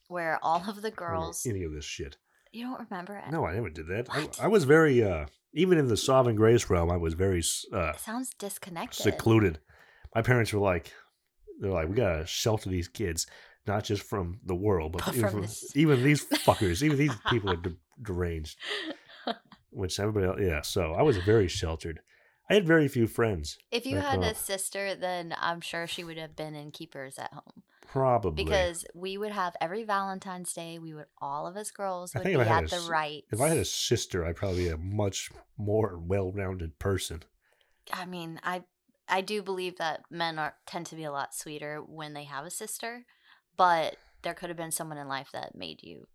[SPEAKER 3] where all of the
[SPEAKER 1] I don't know
[SPEAKER 3] girls
[SPEAKER 1] any of this shit.
[SPEAKER 3] you don't remember it.
[SPEAKER 1] No, I never did that. I,
[SPEAKER 3] What?
[SPEAKER 1] I was very, uh, even in the sovereign grace realm, I was very uh,
[SPEAKER 3] It sounds disconnected.
[SPEAKER 1] secluded. My parents were like, they're like, we gotta shelter these kids, not just from the world, but,
[SPEAKER 3] But
[SPEAKER 1] even,
[SPEAKER 3] from
[SPEAKER 1] from
[SPEAKER 3] this-
[SPEAKER 1] [LAUGHS] even these fuckers, even these
[SPEAKER 3] [LAUGHS]
[SPEAKER 1] people are de- deranged. Which everybody, else, yeah. So I was very sheltered. I had very few friends,
[SPEAKER 3] If you
[SPEAKER 1] Back
[SPEAKER 3] had a
[SPEAKER 1] up.
[SPEAKER 3] sister, then I'm sure she would have been in keepers at home
[SPEAKER 1] probably.
[SPEAKER 3] because we would have every Valentine's Day. We would all of us girls
[SPEAKER 1] I
[SPEAKER 3] would be
[SPEAKER 1] think if I had
[SPEAKER 3] at
[SPEAKER 1] a
[SPEAKER 3] the
[SPEAKER 1] s-
[SPEAKER 3] right.
[SPEAKER 1] if I had a sister, I'd probably be a much more well-rounded person.
[SPEAKER 3] I mean, I I do believe that men are tend to be a lot sweeter when they have a sister, but there could have been someone in life that made you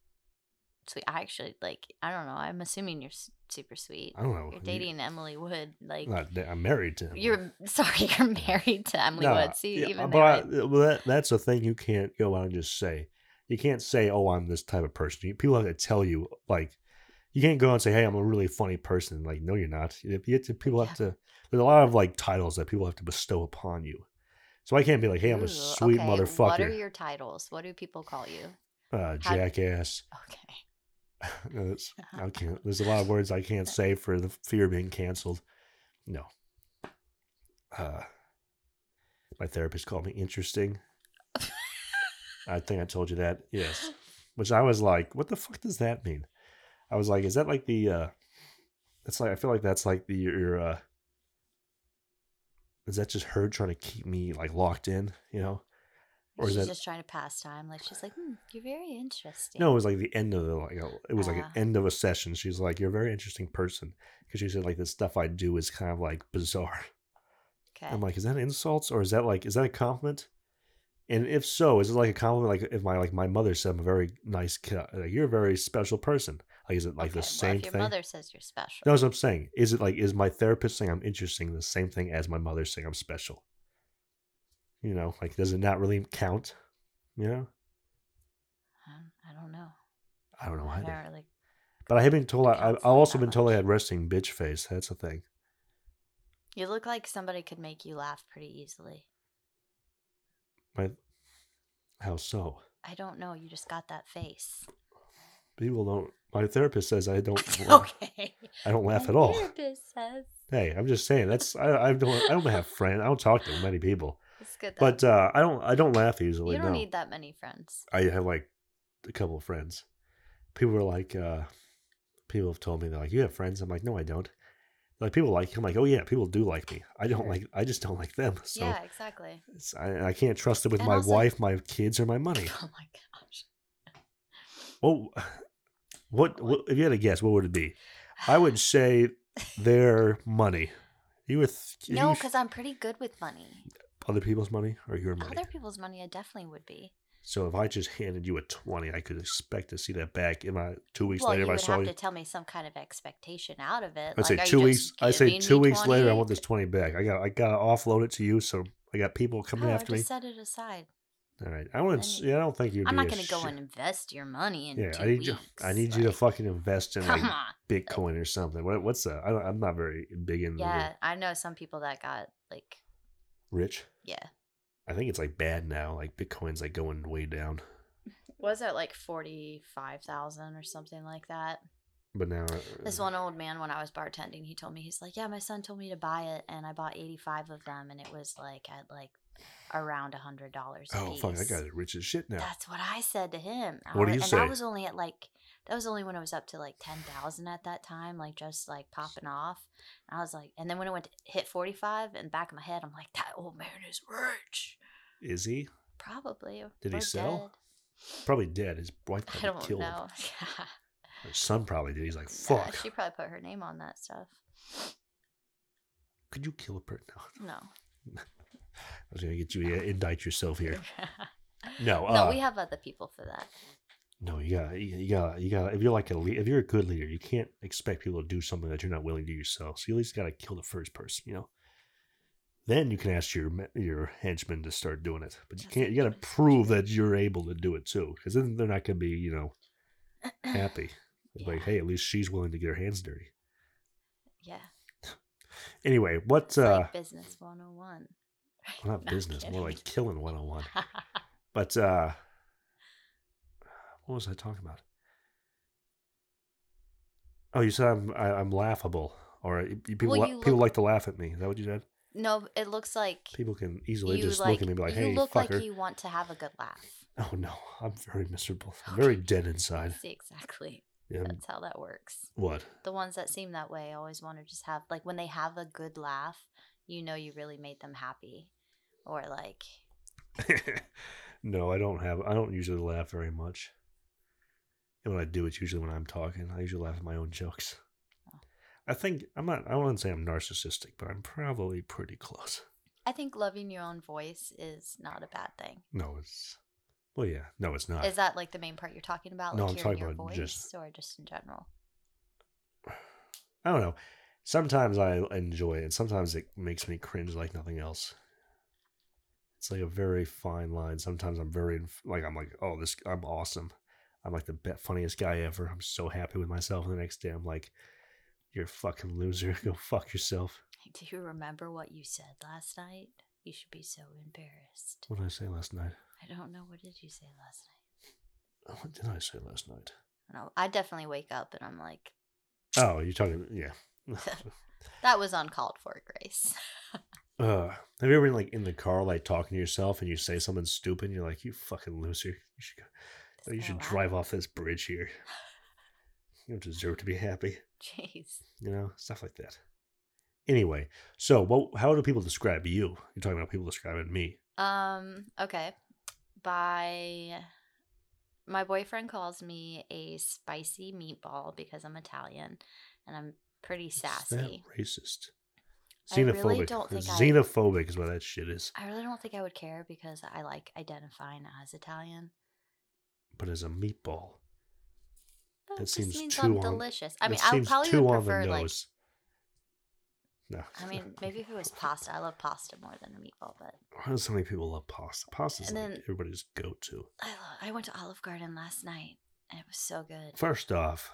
[SPEAKER 3] sweet. I actually like. I don't know. I'm assuming you're s- super sweet.
[SPEAKER 1] I don't know.
[SPEAKER 3] You're dating Emily Wood. Like
[SPEAKER 1] I'm, not, da- I'm married to. him.
[SPEAKER 3] you're [LAUGHS] sorry, you're married to Emily
[SPEAKER 1] No,
[SPEAKER 3] Wood. See,
[SPEAKER 1] yeah, uh,
[SPEAKER 3] even
[SPEAKER 1] but I,
[SPEAKER 3] there.
[SPEAKER 1] well, that, that's a thing you can't go out and just say. You can't say, "Oh, I'm this type of person." You- People have to tell you, like, you can't go out and say, "Hey, I'm a really funny person." Like, no, you're not. You have- you have to- people have to. There's a lot of like titles that people have to bestow upon you. So I can't be like, "Hey, I'm
[SPEAKER 3] Ooh,
[SPEAKER 1] a sweet
[SPEAKER 3] okay, What are
[SPEAKER 1] motherfucker,
[SPEAKER 3] your titles? What do people call you?
[SPEAKER 1] uh,
[SPEAKER 3] how-
[SPEAKER 1] jackass."
[SPEAKER 3] Okay. [LAUGHS]
[SPEAKER 1] [LAUGHS] No, that's- I can't. There's a lot of words I can't say for the fear of being canceled. No. Uh, my therapist called me interesting. I think I told you that. Yes. Which I was like, what the fuck does that mean? I was like, is that like the? uh That's like I feel like that's like the your. uh Is that just her trying to keep me like locked in? You know. Or is
[SPEAKER 3] she's
[SPEAKER 1] that-
[SPEAKER 3] just trying to pass time. Like she's like, hmm, you're very interesting.
[SPEAKER 1] No, it was like the end of the like uh, it was like an
[SPEAKER 3] Ah.
[SPEAKER 1] end of a session. She's like, "You're a very interesting person," because she said like the stuff I do is kind of like bizarre.
[SPEAKER 3] okay.
[SPEAKER 1] I'm like, is that insults or is that like is that a compliment? And if so, is it like a compliment? Like if my like my mother said, I'm a very nice kid. Like you're a very special person. Like is it like
[SPEAKER 3] Okay,
[SPEAKER 1] the same
[SPEAKER 3] well, if your
[SPEAKER 1] thing?
[SPEAKER 3] mother says you're special.
[SPEAKER 1] No, that's what I'm saying. Is it like is my therapist saying I'm interesting the same thing as my mother saying I'm special? You know, like does it not really count? You know,
[SPEAKER 3] Um, I don't know.
[SPEAKER 1] I don't know
[SPEAKER 3] I
[SPEAKER 1] either.
[SPEAKER 3] don't really.
[SPEAKER 1] But I have been told I, I- I've
[SPEAKER 3] Counts
[SPEAKER 1] also
[SPEAKER 3] that
[SPEAKER 1] been told I
[SPEAKER 3] much.
[SPEAKER 1] had resting bitch face. That's the thing.
[SPEAKER 3] You look like somebody could make you laugh pretty easily.
[SPEAKER 1] My how so?
[SPEAKER 3] I don't know. You just got that face.
[SPEAKER 1] People don't. My therapist says I
[SPEAKER 3] [LAUGHS]
[SPEAKER 1] don't. la-
[SPEAKER 3] okay.
[SPEAKER 1] I don't laugh
[SPEAKER 3] My
[SPEAKER 1] at all.
[SPEAKER 3] Therapist says
[SPEAKER 1] Hey, I'm just saying. That's I, I don't. I don't have friends. I don't talk to many people.
[SPEAKER 3] it's good. Though.
[SPEAKER 1] But uh, I don't. I don't laugh easily.
[SPEAKER 3] you don't
[SPEAKER 1] no.
[SPEAKER 3] need that many friends.
[SPEAKER 1] I have like a couple of friends. People are like, uh, people have told me they're like, you have friends. I'm like, no, I don't. Like people like. I'm like, oh yeah, people do like me. I don't
[SPEAKER 3] Sure.
[SPEAKER 1] like. I just don't like them. [LAUGHS] So
[SPEAKER 3] yeah, exactly.
[SPEAKER 1] it's, I, I can't trust them with
[SPEAKER 3] And
[SPEAKER 1] my
[SPEAKER 3] also-
[SPEAKER 1] wife, my kids, or my money.
[SPEAKER 3] [LAUGHS] Oh my gosh.
[SPEAKER 1] Well, [LAUGHS] what, what if you had a guess? What would it be? I
[SPEAKER 3] [SIGHS]
[SPEAKER 1] would say their money. You with th-
[SPEAKER 3] no,
[SPEAKER 1] you-
[SPEAKER 3] because I'm pretty good with money.
[SPEAKER 1] other people's money or your money.
[SPEAKER 3] Other people's money, I definitely would be.
[SPEAKER 1] So if I just handed you a twenty, I could expect to see that back in my two weeks
[SPEAKER 3] well,
[SPEAKER 1] later.
[SPEAKER 3] you
[SPEAKER 1] If I
[SPEAKER 3] would
[SPEAKER 1] saw
[SPEAKER 3] have
[SPEAKER 1] you,
[SPEAKER 3] to tell me some kind of expectation out of it.
[SPEAKER 1] I'd say
[SPEAKER 3] are you
[SPEAKER 1] two
[SPEAKER 3] just
[SPEAKER 1] weeks. I say
[SPEAKER 3] giving
[SPEAKER 1] two
[SPEAKER 3] me
[SPEAKER 1] weeks later, I want
[SPEAKER 3] 20? [LAUGHS]
[SPEAKER 1] this twenty back. I got I got to offload it to you. So I got people coming
[SPEAKER 3] No,
[SPEAKER 1] after me.
[SPEAKER 3] just set it aside.
[SPEAKER 1] All right, I want
[SPEAKER 3] I
[SPEAKER 1] to.
[SPEAKER 3] need-
[SPEAKER 1] Yeah, I don't think you'd.
[SPEAKER 3] I'm
[SPEAKER 1] be
[SPEAKER 3] not
[SPEAKER 1] a
[SPEAKER 3] going to go
[SPEAKER 1] shit-
[SPEAKER 3] and invest your money in
[SPEAKER 1] Yeah,
[SPEAKER 3] two
[SPEAKER 1] I need
[SPEAKER 3] weeks.
[SPEAKER 1] you. I need you to
[SPEAKER 3] like,
[SPEAKER 1] fucking invest in
[SPEAKER 3] [LAUGHS] Come
[SPEAKER 1] like
[SPEAKER 3] on.
[SPEAKER 1] Bitcoin or something. What, what's that? I don't, I'm not very big in
[SPEAKER 3] Yeah, I know some people that got like,
[SPEAKER 1] rich.
[SPEAKER 3] yeah,
[SPEAKER 1] I think it's like bad now. Like Bitcoin's like going way down.
[SPEAKER 3] was it like forty five thousand or something like that?
[SPEAKER 1] But now
[SPEAKER 3] This
[SPEAKER 1] uh,
[SPEAKER 3] one old man, when I was bartending, he told me he's like, "Yeah, my son told me to buy it, and I bought eighty five of them, and it was like at like around a hundred dollars." a
[SPEAKER 1] Oh fuck! That
[SPEAKER 3] piece."
[SPEAKER 1] guy's rich as shit now.
[SPEAKER 3] That's what I said to him. I
[SPEAKER 1] What do
[SPEAKER 3] wa-
[SPEAKER 1] you
[SPEAKER 3] and
[SPEAKER 1] say?
[SPEAKER 3] that was only at like that was only when it was up to like ten thousand at that time, like just like popping off. And I was like, and then when it went to hit forty five, in the back of my head, I'm like, that old man is rich.
[SPEAKER 1] Is he
[SPEAKER 3] Probably. uh,
[SPEAKER 1] Did he
[SPEAKER 3] We're
[SPEAKER 1] sell?
[SPEAKER 3] dead. [LAUGHS]
[SPEAKER 1] probably dead? His wife
[SPEAKER 3] I
[SPEAKER 1] probably
[SPEAKER 3] don't
[SPEAKER 1] killed him.
[SPEAKER 3] know. [LAUGHS]
[SPEAKER 1] His son probably did. He's like,
[SPEAKER 3] Yeah,
[SPEAKER 1] fuck.
[SPEAKER 3] she probably put her name on that stuff.
[SPEAKER 1] Could you kill a person? [LAUGHS] No,
[SPEAKER 3] No.
[SPEAKER 1] I was gonna get you to indict yourself
[SPEAKER 3] [LAUGHS]
[SPEAKER 1] here. No,
[SPEAKER 3] no,
[SPEAKER 1] uh,
[SPEAKER 3] we have other people for that.
[SPEAKER 1] No, you gotta, you you gotta, you gotta. If you're like a, le- if you're a good leader, you can't expect people to do something that you're not willing to do yourself. So you at least gotta kill the first person, you know. Then you can ask your me- your henchmen to start doing it, but you
[SPEAKER 3] That's
[SPEAKER 1] can't. You gotta
[SPEAKER 3] true.
[SPEAKER 1] prove that you're able to do it too, because then they're not gonna be, you know, happy. It's Like,
[SPEAKER 3] Yeah.
[SPEAKER 1] hey, at least she's willing to get her hands dirty.
[SPEAKER 3] [CLEARS THROAT] Yeah.
[SPEAKER 1] Anyway,
[SPEAKER 3] It's
[SPEAKER 1] what? Uh,
[SPEAKER 3] like business [LAUGHS] 101.
[SPEAKER 1] well, not
[SPEAKER 3] No, I'm
[SPEAKER 1] business, more
[SPEAKER 3] kidding. [LAUGHS]
[SPEAKER 1] like killing one on one. But uh what was I talking about? Oh, you said I'm I, I'm laughable, or you- people
[SPEAKER 3] Well,
[SPEAKER 1] la-
[SPEAKER 3] you
[SPEAKER 1] people
[SPEAKER 3] look-
[SPEAKER 1] like to laugh at me. Is that what you said?
[SPEAKER 3] no, it looks like
[SPEAKER 1] People can easily
[SPEAKER 3] you
[SPEAKER 1] just
[SPEAKER 3] like,
[SPEAKER 1] look at me and be like, "Hey,
[SPEAKER 3] you look
[SPEAKER 1] fucker!" [LAUGHS]
[SPEAKER 3] like you want to have a good laugh.
[SPEAKER 1] Oh no, I'm very miserable. I'm very
[SPEAKER 3] Okay.
[SPEAKER 1] dead inside.
[SPEAKER 3] See, [LAUGHS] exactly.
[SPEAKER 1] Yeah.
[SPEAKER 3] That's how that works.
[SPEAKER 1] What?
[SPEAKER 3] The ones that seem that way always want to just have like when they have a good laugh, you know you really made them happy. Or like
[SPEAKER 1] [LAUGHS] no, I don't have. I don't usually laugh very much. And when I do, it's usually when I'm talking. I usually laugh at my own jokes.
[SPEAKER 3] Oh.
[SPEAKER 1] I think I'm not. I wouldn't say I'm narcissistic, but I'm probably pretty close.
[SPEAKER 3] I think loving your own voice is not a bad thing.
[SPEAKER 1] No, it's. Well, yeah. No, it's not.
[SPEAKER 3] Is that like the main part you're talking about? Like
[SPEAKER 1] No, I'm
[SPEAKER 3] hearing
[SPEAKER 1] talking
[SPEAKER 3] your
[SPEAKER 1] about
[SPEAKER 3] voice
[SPEAKER 1] just-
[SPEAKER 3] or just in general? [LAUGHS]
[SPEAKER 1] I don't know. Sometimes I enjoy it. Sometimes it makes me cringe like nothing else. It's like a very fine line. Sometimes I'm very like I'm like, oh, this I'm awesome. I'm like the be- funniest guy ever. I'm so happy with myself. And the next day, I'm like, you're a fucking loser. [LAUGHS] Go fuck yourself.
[SPEAKER 3] Like, do you remember what you said last night? You should be so embarrassed.
[SPEAKER 1] What did I say last night?
[SPEAKER 3] I don't know. What did you say last night?
[SPEAKER 1] What did I say last night?
[SPEAKER 3] I don't know. I definitely wake up and I'm like,
[SPEAKER 1] Oh, you're talking. Yeah. [LAUGHS]
[SPEAKER 3] that was uncalled for, Grace. [LAUGHS]
[SPEAKER 1] uh, have you ever been like in the car, like talking to yourself, and you say something stupid? And you're like, you fucking loser. You should go. Oh, you
[SPEAKER 3] So
[SPEAKER 1] should
[SPEAKER 3] loud.
[SPEAKER 1] drive off this bridge here. [LAUGHS] You don't deserve to be happy.
[SPEAKER 3] [LAUGHS] Jeez.
[SPEAKER 1] You know, stuff like that. Anyway, so what, how do people describe you? You're talking about people describing me.
[SPEAKER 3] Um, okay. By my boyfriend calls me a spicy meatball because I'm Italian and I'm pretty
[SPEAKER 1] Is
[SPEAKER 3] sassy.
[SPEAKER 1] that racist?
[SPEAKER 3] I really
[SPEAKER 1] Xenophobic.
[SPEAKER 3] don't think I-
[SPEAKER 1] Xenophobic is what that shit is.
[SPEAKER 3] I really don't think I would care because I like identifying as Italian.
[SPEAKER 1] But as a meatball,
[SPEAKER 3] But
[SPEAKER 1] That
[SPEAKER 3] it just
[SPEAKER 1] seems
[SPEAKER 3] means
[SPEAKER 1] too
[SPEAKER 3] I'm
[SPEAKER 1] on-
[SPEAKER 3] delicious. I mean,
[SPEAKER 1] that
[SPEAKER 3] I would
[SPEAKER 1] seems
[SPEAKER 3] probably
[SPEAKER 1] too
[SPEAKER 3] would
[SPEAKER 1] on
[SPEAKER 3] prefer
[SPEAKER 1] the
[SPEAKER 3] like
[SPEAKER 1] nose. no. [LAUGHS]
[SPEAKER 3] I mean, maybe if it was pasta. I love pasta more than a meatball, but
[SPEAKER 1] Why do so many people love pasta? Pasta's
[SPEAKER 3] And
[SPEAKER 1] like
[SPEAKER 3] then-
[SPEAKER 1] everybody's go to.
[SPEAKER 3] I love, I went to Olive Garden last night and it was so good.
[SPEAKER 1] First off,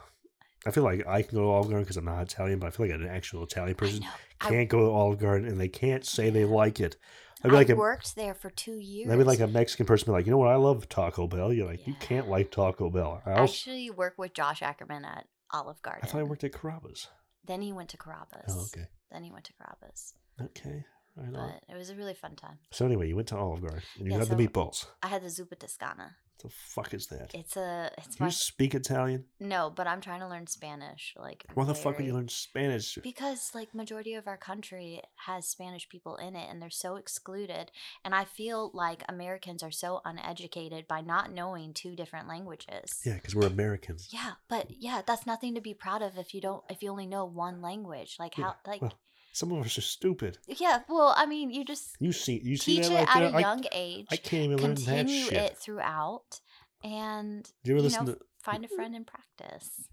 [SPEAKER 1] I feel like I can go to Olive Garden because I'm not Italian, but I feel like an actual Italian person
[SPEAKER 3] I know. I-
[SPEAKER 1] can't go to Olive Garden and they can't say they like it. I'd
[SPEAKER 3] I,
[SPEAKER 1] be like a,
[SPEAKER 3] worked there for two years.
[SPEAKER 1] that'd be like a Mexican person be like, you know what? I love Taco Bell. You're like, you
[SPEAKER 3] Yeah.
[SPEAKER 1] can't like Taco Bell. I
[SPEAKER 3] I
[SPEAKER 1] also,
[SPEAKER 3] actually work with Josh Ackerman at Olive Garden.
[SPEAKER 1] I thought I worked at Carrabba's.
[SPEAKER 3] Then he went to Carrabba's.
[SPEAKER 1] Oh, okay, Oh.
[SPEAKER 3] Then he went to Carrabba's.
[SPEAKER 1] okay, right on.
[SPEAKER 3] But it was a really fun time.
[SPEAKER 1] So anyway, you went to Olive Garden and you
[SPEAKER 3] Yeah,
[SPEAKER 1] had
[SPEAKER 3] so-
[SPEAKER 1] the meatballs.
[SPEAKER 3] I had the zuppa toscana.
[SPEAKER 1] What the fuck is that?
[SPEAKER 3] It's a it's
[SPEAKER 1] Do
[SPEAKER 3] my
[SPEAKER 1] you speak Italian?
[SPEAKER 3] no, but I'm trying to learn Spanish. Like
[SPEAKER 1] Why the fuck would you
[SPEAKER 3] very-
[SPEAKER 1] learn Spanish?
[SPEAKER 3] Because like majority of our country has Spanish people in it, and they're so excluded. And I feel like Americans are so uneducated by not knowing two different languages.
[SPEAKER 1] Yeah, because we're Americans.
[SPEAKER 3] Yeah, but yeah, that's nothing to be proud of if you don't if you only know one language. Like
[SPEAKER 1] Yeah,
[SPEAKER 3] how like
[SPEAKER 1] well- Some of us are stupid.
[SPEAKER 3] yeah, well, I mean, you just
[SPEAKER 1] You see, you see
[SPEAKER 3] teach
[SPEAKER 1] that
[SPEAKER 3] it
[SPEAKER 1] right
[SPEAKER 3] at
[SPEAKER 1] there.
[SPEAKER 3] a
[SPEAKER 1] I-
[SPEAKER 3] young age.
[SPEAKER 1] I can't even learn that
[SPEAKER 3] continue
[SPEAKER 1] shit.
[SPEAKER 3] it throughout and
[SPEAKER 1] Do you ever
[SPEAKER 3] you
[SPEAKER 1] listen
[SPEAKER 3] know,
[SPEAKER 1] to
[SPEAKER 3] find a friend and practice.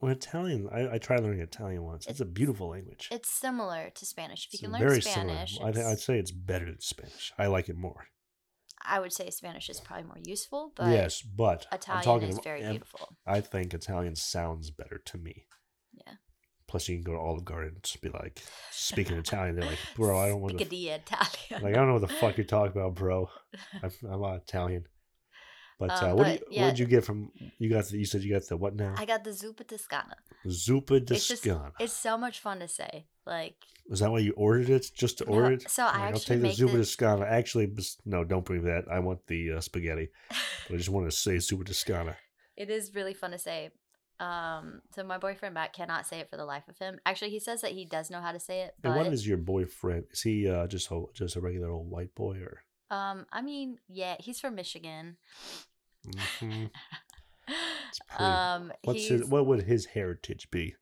[SPEAKER 1] well, Italian? I, I tried learning Italian once. It's, a
[SPEAKER 3] It's-
[SPEAKER 1] beautiful language.
[SPEAKER 3] It's similar to Spanish. If you
[SPEAKER 1] It's
[SPEAKER 3] can learn Spanish,
[SPEAKER 1] I think
[SPEAKER 3] it's-
[SPEAKER 1] I'd say it's better than Spanish. I like it more.
[SPEAKER 3] I would say Spanish is probably more useful, but
[SPEAKER 1] yes, but I'm
[SPEAKER 3] Italian
[SPEAKER 1] talking
[SPEAKER 3] is
[SPEAKER 1] about-
[SPEAKER 3] very
[SPEAKER 1] and
[SPEAKER 3] beautiful.
[SPEAKER 1] I think Italian sounds better to me.
[SPEAKER 3] Yeah.
[SPEAKER 1] Plus, you can go to Olive Garden and just be like
[SPEAKER 3] [LAUGHS]
[SPEAKER 1] speaking Italian. They're like, bro, I don't want to.
[SPEAKER 3] Spaghetti Italian. [LAUGHS]
[SPEAKER 1] Like I don't know what the fuck you're talking about, bro. I'm, I'm not Italian. But uh,
[SPEAKER 3] Um,
[SPEAKER 1] what
[SPEAKER 3] but
[SPEAKER 1] do you,
[SPEAKER 3] yeah.
[SPEAKER 1] what did you get from you got? The, you said you got the what now?
[SPEAKER 3] I got the zuppa toscana.
[SPEAKER 1] Zuppa
[SPEAKER 3] It's just-
[SPEAKER 1] Toscana.
[SPEAKER 3] It's so much fun to say. Like
[SPEAKER 1] Is that why you ordered it? Just to
[SPEAKER 3] No,
[SPEAKER 1] order it?
[SPEAKER 3] so I
[SPEAKER 1] Like,
[SPEAKER 3] actually
[SPEAKER 1] I'll take
[SPEAKER 3] make
[SPEAKER 1] the Zuba
[SPEAKER 3] the-
[SPEAKER 1] Toscana. Actually, bes- no, don't believe that. I want the uh, spaghetti. But I just want to say Zuba
[SPEAKER 3] [LAUGHS]
[SPEAKER 1] Toscana.
[SPEAKER 3] it is really fun to say. Um, so my boyfriend Matt cannot say it for the life of him. Actually, he says that he does know how to say it,
[SPEAKER 1] And
[SPEAKER 3] but
[SPEAKER 1] what is your boyfriend? Is he uh, just a, just a regular old white boy, or
[SPEAKER 3] um, I mean, yeah, he's from Michigan.
[SPEAKER 1] Mhm. pretty-
[SPEAKER 3] um,
[SPEAKER 1] what's
[SPEAKER 3] he's,
[SPEAKER 1] his, what would his heritage be?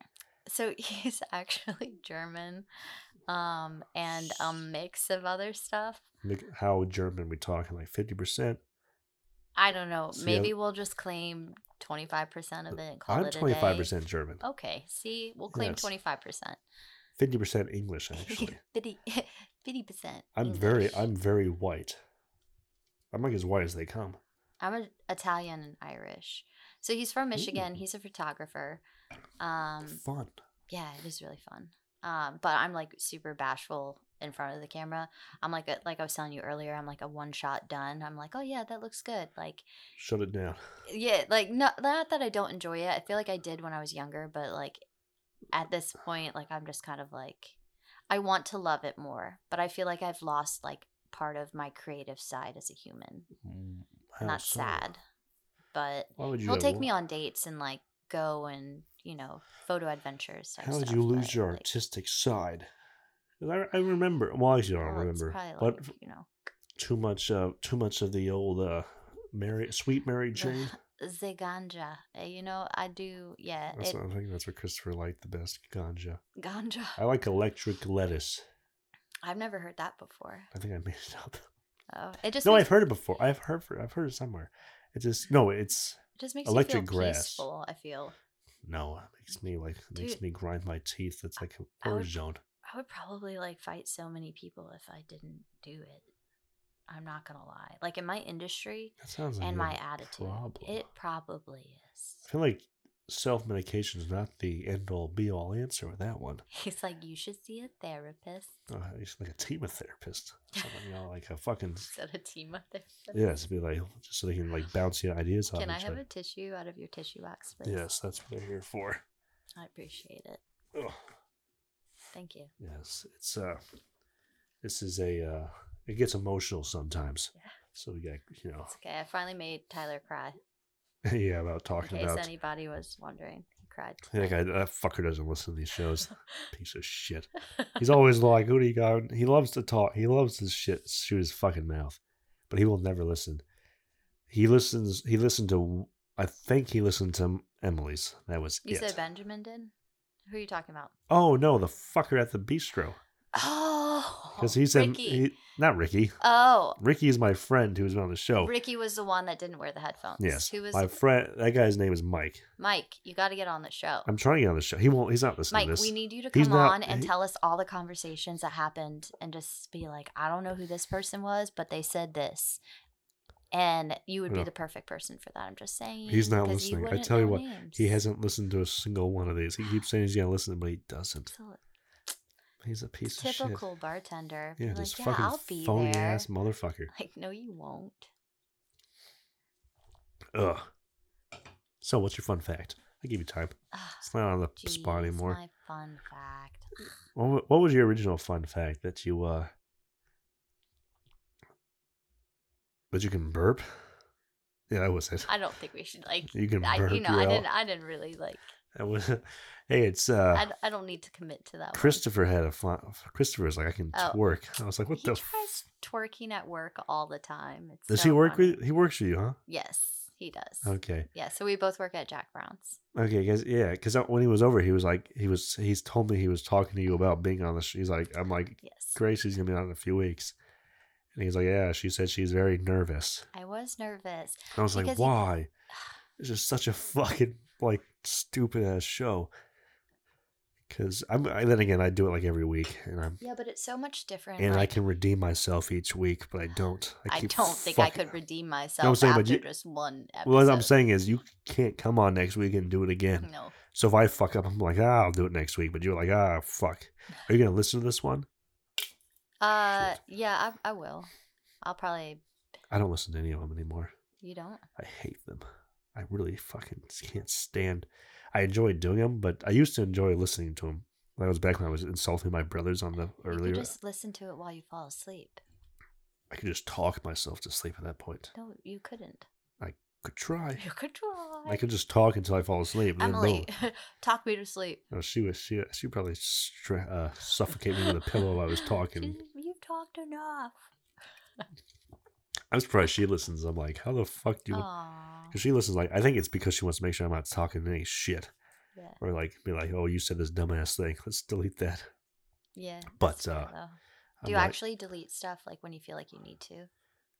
[SPEAKER 3] so [LAUGHS] he's actually German, um, and a mix of other stuff.
[SPEAKER 1] Like, how German we talking? Like fifty percent?
[SPEAKER 3] I don't know.
[SPEAKER 1] See, I-
[SPEAKER 3] Maybe we'll just claim twenty five percent of it and call
[SPEAKER 1] I'm
[SPEAKER 3] it a
[SPEAKER 1] twenty five
[SPEAKER 3] day. Oh.
[SPEAKER 1] percent German,
[SPEAKER 3] Okay, see, we'll claim
[SPEAKER 1] Yes.
[SPEAKER 3] twenty five percent,
[SPEAKER 1] fifty percent
[SPEAKER 3] [LAUGHS]
[SPEAKER 1] English. Actually,
[SPEAKER 3] fifty percent.
[SPEAKER 1] I'm very I'm very white. I'm like as white as they come.
[SPEAKER 3] I'm an Italian and Irish. So he's from Michigan.
[SPEAKER 1] Ooh.
[SPEAKER 3] He's a photographer. Um,
[SPEAKER 1] Fun.
[SPEAKER 3] yeah, it was really fun. Um, but I'm like super bashful in front of the camera. I'm like, a, like I was telling you earlier, I'm like a one shot done. I'm like, oh yeah, that looks good. Like,
[SPEAKER 1] Shut it down.
[SPEAKER 3] yeah, like not not that I don't enjoy it. I feel like I did when I was younger, but like at this point, like I'm just kind of like, I want to love it more, but I feel like I've lost like part of my creative side as a human.
[SPEAKER 1] Mm,
[SPEAKER 3] And
[SPEAKER 1] how
[SPEAKER 3] that's
[SPEAKER 1] so?
[SPEAKER 3] sad. but
[SPEAKER 1] Why would you?
[SPEAKER 3] he'll
[SPEAKER 1] have
[SPEAKER 3] take
[SPEAKER 1] lo-
[SPEAKER 3] me on dates and like go and you know photo adventures. type
[SPEAKER 1] How did
[SPEAKER 3] stuff,
[SPEAKER 1] you lose
[SPEAKER 3] but,
[SPEAKER 1] your
[SPEAKER 3] like,
[SPEAKER 1] artistic side? 'Cause I, I remember. Well, actually, I don't
[SPEAKER 3] well, Oh, it's
[SPEAKER 1] remember.
[SPEAKER 3] probably,
[SPEAKER 1] But
[SPEAKER 3] like, you know,
[SPEAKER 1] too much, uh, too much of the old uh, Mary, sweet
[SPEAKER 3] [LAUGHS]
[SPEAKER 1] Mary Jane.
[SPEAKER 3] the ganja. uh, You know, I do. Yeah,
[SPEAKER 1] That's
[SPEAKER 3] it,
[SPEAKER 1] what, I think that's what Christopher liked the best. Ganja.
[SPEAKER 3] [LAUGHS] ganja.
[SPEAKER 1] I like electric lettuce.
[SPEAKER 3] I've never heard that before.
[SPEAKER 1] I think I made it
[SPEAKER 3] [LAUGHS]
[SPEAKER 1] up.
[SPEAKER 3] Oh, it just
[SPEAKER 1] no,
[SPEAKER 3] makes,
[SPEAKER 1] I've heard it before. I've heard. I've heard it somewhere. It just no. It's
[SPEAKER 3] it just makes
[SPEAKER 1] electric
[SPEAKER 3] you feel
[SPEAKER 1] grass.
[SPEAKER 3] peaceful. I feel
[SPEAKER 1] no. It makes me like it makes
[SPEAKER 3] Dude.
[SPEAKER 1] me grind my teeth. It's like
[SPEAKER 3] I
[SPEAKER 1] a
[SPEAKER 3] would-
[SPEAKER 1] orange zone.
[SPEAKER 3] I would probably like fight so many people if I didn't do it. I'm not gonna lie. Like in my industry
[SPEAKER 1] That sounds like
[SPEAKER 3] and
[SPEAKER 1] a
[SPEAKER 3] my attitude,
[SPEAKER 1] problem.
[SPEAKER 3] it probably is.
[SPEAKER 1] I feel like self medication is not the end all be all answer with that one.
[SPEAKER 3] [LAUGHS] He's like, you should see a
[SPEAKER 1] [LAUGHS]
[SPEAKER 3] therapist.
[SPEAKER 1] Uh, it's like a team of therapists. Someone, you know, like a fucking
[SPEAKER 3] Instead of team of therapists.
[SPEAKER 1] yeah. It's be like just so they can like bounce your ideas off.
[SPEAKER 3] Can I
[SPEAKER 1] each
[SPEAKER 3] have
[SPEAKER 1] other.
[SPEAKER 3] a tissue out of your tissue box, please?
[SPEAKER 1] Yes, that's what they're here for.
[SPEAKER 3] I appreciate it.
[SPEAKER 1] Ugh.
[SPEAKER 3] Thank you.
[SPEAKER 1] Yes, it's uh, this is a uh, it gets emotional sometimes.
[SPEAKER 3] Yeah.
[SPEAKER 1] So we got you know [LAUGHS]
[SPEAKER 3] It's okay. I finally made Tyler cry.
[SPEAKER 1] yeah about
[SPEAKER 3] In
[SPEAKER 1] talking
[SPEAKER 3] case
[SPEAKER 1] about.
[SPEAKER 3] anybody was wondering, he cried.
[SPEAKER 1] I think I, that fucker doesn't listen to these shows.
[SPEAKER 3] [LAUGHS]
[SPEAKER 1] Piece of shit. He's always like, "Who do you got?" He loves to talk. He loves to shit shoot his fucking mouth, but he will never listen. He listens. He listened to. I think he listened to Emily's. That was
[SPEAKER 3] you
[SPEAKER 1] it.
[SPEAKER 3] said Benjamin did? Who are you talking about?
[SPEAKER 1] Oh no, the fucker at the bistro
[SPEAKER 3] Oh,
[SPEAKER 1] because he's a
[SPEAKER 3] Ricky.
[SPEAKER 1] he, not Ricky.
[SPEAKER 3] oh,
[SPEAKER 1] Ricky is my friend who was on the show.
[SPEAKER 3] Ricky was the one that didn't wear the headphones.
[SPEAKER 1] Oh. Yes,
[SPEAKER 3] Who was
[SPEAKER 1] my friend. That guy's name is Mike.
[SPEAKER 3] Mike? You got to get on the show.
[SPEAKER 1] I'm trying to get on the show. He won't. He's not listening
[SPEAKER 3] Mike,
[SPEAKER 1] to this.
[SPEAKER 3] we need you to
[SPEAKER 1] He's
[SPEAKER 3] come
[SPEAKER 1] not-
[SPEAKER 3] on and
[SPEAKER 1] he-
[SPEAKER 3] tell us all the conversations that happened and just be like, I don't know who this person was, but they said this. And you would be
[SPEAKER 1] No.
[SPEAKER 3] the perfect person for that. I'm just saying.
[SPEAKER 1] He's not
[SPEAKER 3] 'cause
[SPEAKER 1] listening. I
[SPEAKER 3] wouldn't
[SPEAKER 1] tell you
[SPEAKER 3] know
[SPEAKER 1] what, he
[SPEAKER 3] names.
[SPEAKER 1] hasn't listened to a single one of these. He keeps saying he's gonna listen, but he doesn't.
[SPEAKER 3] Absolute-
[SPEAKER 1] He's a piece of shit.
[SPEAKER 3] Typical bartender. Be
[SPEAKER 1] Yeah,
[SPEAKER 3] like,
[SPEAKER 1] this
[SPEAKER 3] yeah,
[SPEAKER 1] fucking
[SPEAKER 3] I'll be
[SPEAKER 1] phony
[SPEAKER 3] there.
[SPEAKER 1] ass motherfucker.
[SPEAKER 3] [LAUGHS] Like, no, you won't.
[SPEAKER 1] Ugh. So, what's your fun fact? I give you time.
[SPEAKER 3] Ugh,
[SPEAKER 1] It's not on the spot
[SPEAKER 3] jeez,
[SPEAKER 1] anymore.
[SPEAKER 3] My fun fact.
[SPEAKER 1] What, wa- what was your original fun fact that you uh that you can burp? Yeah, that was it.
[SPEAKER 3] I don't think we should like.
[SPEAKER 1] You can
[SPEAKER 3] I,
[SPEAKER 1] burp.
[SPEAKER 3] you know, I
[SPEAKER 1] out. [LAUGHS]
[SPEAKER 3] didn't. I didn't really like.
[SPEAKER 1] That was. Hey, it's uh.
[SPEAKER 3] I, d- I don't need to commit to that. one.
[SPEAKER 1] Christopher had a fun. Christopher's like, I can
[SPEAKER 3] Oh.
[SPEAKER 1] twerk. I was like, what
[SPEAKER 3] He
[SPEAKER 1] the?
[SPEAKER 3] tries
[SPEAKER 1] F-?
[SPEAKER 3] twerking at work all the time. It's
[SPEAKER 1] Does
[SPEAKER 3] so
[SPEAKER 1] he work
[SPEAKER 3] funny.
[SPEAKER 1] with? He works for you, huh?
[SPEAKER 3] Yes, he does.
[SPEAKER 1] Okay,
[SPEAKER 3] Yeah, so we both work at Jack Brown's.
[SPEAKER 1] okay, guys. Yeah, because when he was over, he was like, he was. He's told me he was talking to you about being on the. Sh- he's like, I'm like,
[SPEAKER 3] Yes.
[SPEAKER 1] Gracie's gonna be on in a few weeks, and he's like, yeah. She said she's very nervous.
[SPEAKER 3] I was nervous.
[SPEAKER 1] And I was like,
[SPEAKER 3] Because he-
[SPEAKER 1] why? It's just such a fucking like stupid ass show. Because I'm I, then again, I do it like every week, and I'm
[SPEAKER 3] Yeah, but it's so much different.
[SPEAKER 1] and I
[SPEAKER 3] like,
[SPEAKER 1] can redeem myself each week, but I don't.
[SPEAKER 3] I,
[SPEAKER 1] keep
[SPEAKER 3] don't think I
[SPEAKER 1] fucking-
[SPEAKER 3] could redeem myself
[SPEAKER 1] saying,
[SPEAKER 3] after
[SPEAKER 1] but you-
[SPEAKER 3] just one episode.
[SPEAKER 1] Well, what I'm saying is, you can't come on next week and do it again.
[SPEAKER 3] No.
[SPEAKER 1] So if I fuck up, I'm like, ah, I'll do it next week. But you're like, ah, fuck. Are you gonna listen to this one?
[SPEAKER 3] Uh, yeah, I, I will. I'll probably.
[SPEAKER 1] I don't listen to any of them anymore.
[SPEAKER 3] You don't.
[SPEAKER 1] I hate them. I really fucking can't stand. I enjoy doing them, but I used to enjoy listening to them. That was back when I was insulting my brothers on the
[SPEAKER 3] You
[SPEAKER 1] earlier.
[SPEAKER 3] could just listen to it while you fall asleep.
[SPEAKER 1] I could just talk myself to sleep at that point.
[SPEAKER 3] No, you
[SPEAKER 1] [LAUGHS]
[SPEAKER 3] couldn't.
[SPEAKER 1] Could try.
[SPEAKER 3] You could try.
[SPEAKER 1] [LAUGHS] I could just talk until I fall asleep. and then
[SPEAKER 3] Emily, [LAUGHS]
[SPEAKER 1] boom.
[SPEAKER 3] talk me to sleep.
[SPEAKER 1] No, she was she she probably stra- uh, suffocate me with a pillow
[SPEAKER 3] [LAUGHS]
[SPEAKER 1] while I was talking.
[SPEAKER 3] She's- You've talked enough.
[SPEAKER 1] I'm surprised she listens. I'm like, how the fuck do you?
[SPEAKER 3] Oh. Aw,
[SPEAKER 1] Because she listens, like, I think it's because she wants to make sure I'm not talking any shit
[SPEAKER 3] yeah,
[SPEAKER 1] or like be like, oh, you said this dumbass thing. Let's delete that.
[SPEAKER 3] yeah. that's
[SPEAKER 1] But,
[SPEAKER 3] fair,
[SPEAKER 1] uh,
[SPEAKER 3] though.
[SPEAKER 1] I'm
[SPEAKER 3] do you
[SPEAKER 1] like-
[SPEAKER 3] actually delete stuff like when you feel like you need to?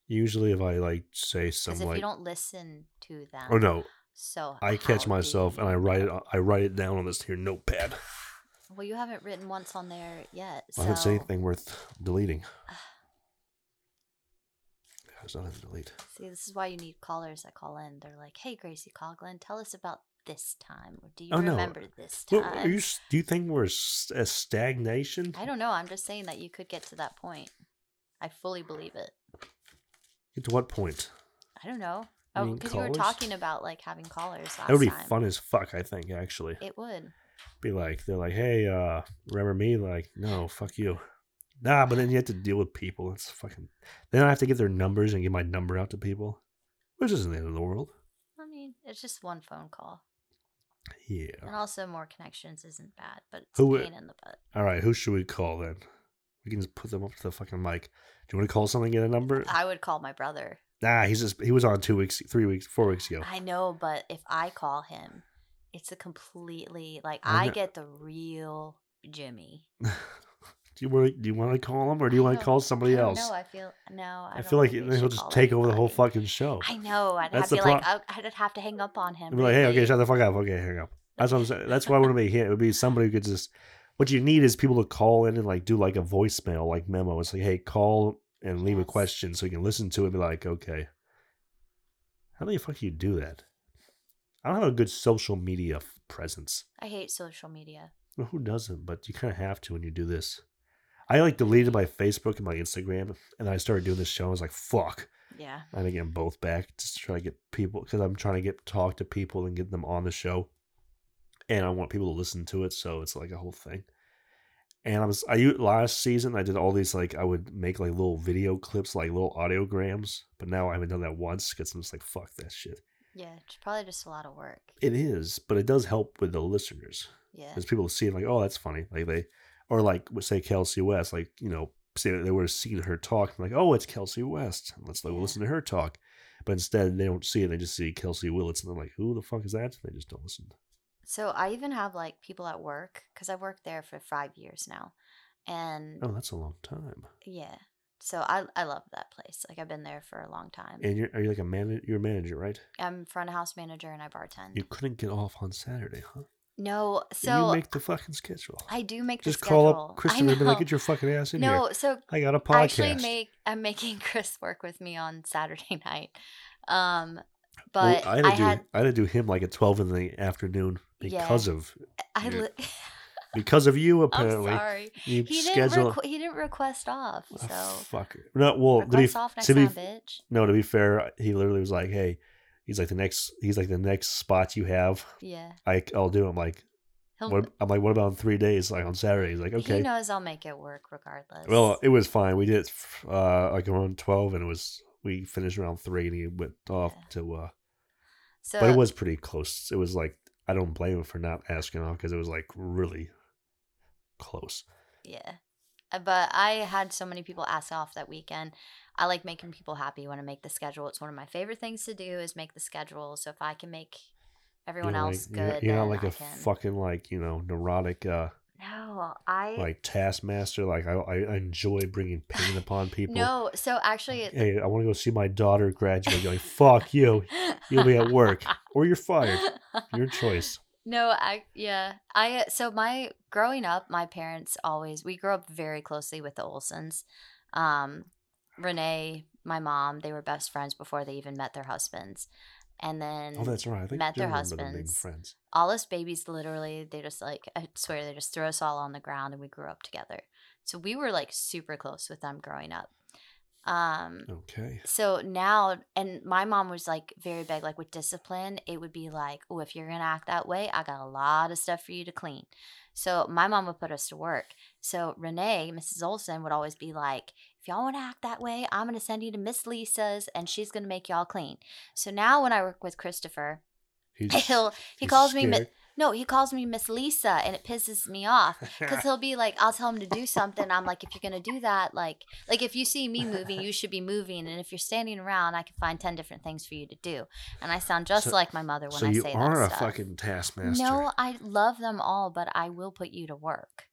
[SPEAKER 1] Usually, if I like say
[SPEAKER 3] Because
[SPEAKER 1] some
[SPEAKER 3] if you
[SPEAKER 1] like,
[SPEAKER 3] don't listen to them,
[SPEAKER 1] oh no,
[SPEAKER 3] so
[SPEAKER 1] I catch
[SPEAKER 3] how do
[SPEAKER 1] myself and I
[SPEAKER 3] you
[SPEAKER 1] write it. I write it down on this here notepad.
[SPEAKER 3] know? Well, you haven't written once on there yet. So
[SPEAKER 1] I haven't said anything worth
[SPEAKER 3] [SIGHS]
[SPEAKER 1] deleting. There's nothing to delete.
[SPEAKER 3] See, this is why you need callers that call in. They're like, "Hey, Gracie Coughlin, tell us about this time. Or do you
[SPEAKER 1] Oh, no.
[SPEAKER 3] remember this
[SPEAKER 1] Well,
[SPEAKER 3] time?"
[SPEAKER 1] are you? s- Do you think we're s- a stagnation?
[SPEAKER 3] I don't know. I'm just saying that you could get to that point. I fully believe it.
[SPEAKER 1] Get to what point?
[SPEAKER 3] I don't know.
[SPEAKER 1] You
[SPEAKER 3] Oh,
[SPEAKER 1] mean
[SPEAKER 3] because you were
[SPEAKER 1] callers?
[SPEAKER 3] talking about like having callers last
[SPEAKER 1] That would be
[SPEAKER 3] time.
[SPEAKER 1] fun as fuck. I think actually.
[SPEAKER 3] It would.
[SPEAKER 1] be like they're like hey uh remember me like no fuck you nah but then you have to deal with people it's fucking then i have to get their numbers and get my number out to people which isn't the end of the world
[SPEAKER 3] I mean, It's just one phone call,
[SPEAKER 1] Yeah.
[SPEAKER 3] and also more connections isn't bad, but it's
[SPEAKER 1] Who
[SPEAKER 3] a
[SPEAKER 1] would-
[SPEAKER 3] pain in the butt.
[SPEAKER 1] All right. Who should we call then? We can just put them up to the fucking mic. Do you want to call someone and get a number?
[SPEAKER 3] I would call my brother.
[SPEAKER 1] nah, he's just he was on two weeks, three weeks, four weeks ago.
[SPEAKER 3] I know, but if I call him, it's a completely like
[SPEAKER 1] I
[SPEAKER 3] I
[SPEAKER 1] know.
[SPEAKER 3] get the real Jimmy.
[SPEAKER 1] [LAUGHS] do you want to, do you want to call him or do you
[SPEAKER 3] I
[SPEAKER 1] want to
[SPEAKER 3] don't-
[SPEAKER 1] call somebody
[SPEAKER 3] I don't
[SPEAKER 1] else?
[SPEAKER 3] know, I feel no. I,
[SPEAKER 1] I,
[SPEAKER 3] don't
[SPEAKER 1] feel like
[SPEAKER 3] think
[SPEAKER 1] then
[SPEAKER 3] we
[SPEAKER 1] he'll
[SPEAKER 3] should
[SPEAKER 1] just
[SPEAKER 3] call
[SPEAKER 1] take over the whole
[SPEAKER 3] anybody.
[SPEAKER 1] fucking show.
[SPEAKER 3] I know. I'd
[SPEAKER 1] That's
[SPEAKER 3] have
[SPEAKER 1] the
[SPEAKER 3] be like, I, I'd have to hang up on him.
[SPEAKER 1] I'd be like, hey, okay,
[SPEAKER 3] really."
[SPEAKER 1] shut the fuck up. Okay, hang up. That's what I'm saying. That's why I want to be here. It would be somebody who could just. What you need is people to call in and like do like a voicemail, like memo. It's like, hey, call and leave a
[SPEAKER 3] Yes.
[SPEAKER 1] question so you can listen to it. and Be like, okay, how the fuck do you do that? I don't have a good social media f- presence.
[SPEAKER 3] I hate social media.
[SPEAKER 1] Well, who doesn't? But you kind of have to when you do this. I like deleted my Facebook and my Instagram, and I started doing this show. I was like, fuck.
[SPEAKER 3] Yeah.
[SPEAKER 1] I think I'm both back just to try to get people because I'm trying to get talk to people and get them on the show, and I want people to listen to it. So it's like a whole thing. And I was I u- last season I did all these like I would make like little video clips like little audiograms, but now I haven't done that once because I'm just like fuck that shit.
[SPEAKER 3] Yeah. It's probably just a lot of work.
[SPEAKER 1] It is, but it does help with the listeners
[SPEAKER 3] Yeah.
[SPEAKER 1] because people see it like oh that's funny like they or like say Kelsey West like you know say they would have seen her talk like oh it's Kelsey West let's like
[SPEAKER 3] Yeah.
[SPEAKER 1] listen to her talk but instead they don't see it they just see Kelsey Willits and they're like who the fuck is that they just don't listen
[SPEAKER 3] So I even have like people at work because I've worked there for five years now, and
[SPEAKER 1] oh that's a long time
[SPEAKER 3] yeah. So I I love that place. Like I've been there for a long time.
[SPEAKER 1] and you're are you like a manager you're a manager right
[SPEAKER 3] I'm front of house manager and I bartend.
[SPEAKER 1] you couldn't get off on Saturday huh
[SPEAKER 3] no,
[SPEAKER 1] you
[SPEAKER 3] so
[SPEAKER 1] make the fucking schedule
[SPEAKER 3] I do make
[SPEAKER 1] just
[SPEAKER 3] the
[SPEAKER 1] call
[SPEAKER 3] schedule.
[SPEAKER 1] up Christopher
[SPEAKER 3] I [LAUGHS]
[SPEAKER 1] and be like
[SPEAKER 3] know.
[SPEAKER 1] get your fucking ass in
[SPEAKER 3] no,
[SPEAKER 1] here
[SPEAKER 3] so
[SPEAKER 1] I got a podcast
[SPEAKER 3] I actually make I'm making [LAUGHS] Chris work with me on Saturday [LAUGHS] night. Um
[SPEAKER 1] Well,
[SPEAKER 3] but
[SPEAKER 1] I had to
[SPEAKER 3] I
[SPEAKER 1] do
[SPEAKER 3] had
[SPEAKER 1] I had to do him like at twelve in the afternoon
[SPEAKER 3] Yeah.
[SPEAKER 1] because of
[SPEAKER 3] I
[SPEAKER 1] Yeah.
[SPEAKER 3] li- [LAUGHS]
[SPEAKER 1] because of you
[SPEAKER 3] I'm
[SPEAKER 1] apparently.
[SPEAKER 3] sorry.
[SPEAKER 1] You
[SPEAKER 3] He didn't
[SPEAKER 1] schedule
[SPEAKER 3] requ- he didn't request off.
[SPEAKER 1] Ah,
[SPEAKER 3] So
[SPEAKER 1] fucker. No, well, to be,
[SPEAKER 3] request off next
[SPEAKER 1] to be
[SPEAKER 3] time, bitch.
[SPEAKER 1] no, to be fair, he literally was like, "Hey, he's like the next, he's like the next spot you have,
[SPEAKER 3] Yeah.
[SPEAKER 1] I, I'll do." it." I'm like,
[SPEAKER 3] He'll
[SPEAKER 1] what, I'm like, what about in three days? Like on Saturday? He's like,
[SPEAKER 3] Oh he
[SPEAKER 1] okay.
[SPEAKER 3] knows I'll make it work regardless.
[SPEAKER 1] Well, it was fine. We did it f- uh, like around twelve, and it was we finished around three, and he went off
[SPEAKER 3] Yeah.
[SPEAKER 1] to. uh
[SPEAKER 3] so
[SPEAKER 1] But it was pretty close. It was like I don't blame him for not asking off because it was like really close.
[SPEAKER 3] Yeah. Uh, But I had so many people ask off that weekend. I like making people happy when I make the schedule. It's one of my favorite things to do is make the schedule. So if I can make everyone
[SPEAKER 1] you're
[SPEAKER 3] else
[SPEAKER 1] like,
[SPEAKER 3] good,
[SPEAKER 1] You're, you're not
[SPEAKER 3] then
[SPEAKER 1] like
[SPEAKER 3] I
[SPEAKER 1] a
[SPEAKER 3] can.
[SPEAKER 1] fucking like you know neurotic. uh
[SPEAKER 3] No, I
[SPEAKER 1] like taskmaster like i, I enjoy bringing pain
[SPEAKER 3] [LAUGHS]
[SPEAKER 1] upon people
[SPEAKER 3] No, so
[SPEAKER 1] [LAUGHS]
[SPEAKER 3] actually, it-
[SPEAKER 1] hey i want to go see my daughter graduate you're like fuck you you'll be
[SPEAKER 3] [LAUGHS]
[SPEAKER 1] at work or you're fired your choice
[SPEAKER 3] No, I yeah, I uh, so my growing up, my parents always we grew up very closely with the Olsons. Um, Renee, my mom, they were best friends before they even met their husbands, and then
[SPEAKER 1] oh that's right i think
[SPEAKER 3] Mm.
[SPEAKER 1] I
[SPEAKER 3] Met
[SPEAKER 1] do
[SPEAKER 3] their
[SPEAKER 1] remember them being
[SPEAKER 3] husbands.
[SPEAKER 1] friends
[SPEAKER 3] all us babies literally they just like i swear they just threw us all on the ground and we grew up together so we were like super close with them growing up um [LAUGHS]
[SPEAKER 1] okay
[SPEAKER 3] so now and my mom was like very big like with discipline it would be like oh if you're gonna act that way i got a lot of stuff for you to clean so my mom would put us to work so renee mrs olson would always be like if y'all want to act that way i'm gonna send you to miss lisa's and she's gonna make y'all clean so now when i work with christopher [LAUGHS]
[SPEAKER 1] he's,
[SPEAKER 3] he'll he
[SPEAKER 1] he's
[SPEAKER 3] calls me Mi- [LAUGHS]
[SPEAKER 1] scared.
[SPEAKER 3] no, he calls me Miss Lisa and it pisses me off because he'll be like, I'll tell him to do something. I'm like, if you're going to do that, like, like if you see me moving, you should be moving. And if you're standing around, I can find 10 different things for you to do. And I sound just
[SPEAKER 1] So-
[SPEAKER 3] like my mother
[SPEAKER 1] [LAUGHS]
[SPEAKER 3] when
[SPEAKER 1] so
[SPEAKER 3] I
[SPEAKER 1] you
[SPEAKER 3] say
[SPEAKER 1] are
[SPEAKER 3] that
[SPEAKER 1] a
[SPEAKER 3] stuff.
[SPEAKER 1] fucking taskmaster
[SPEAKER 3] No, I love them all, but I will put you to work.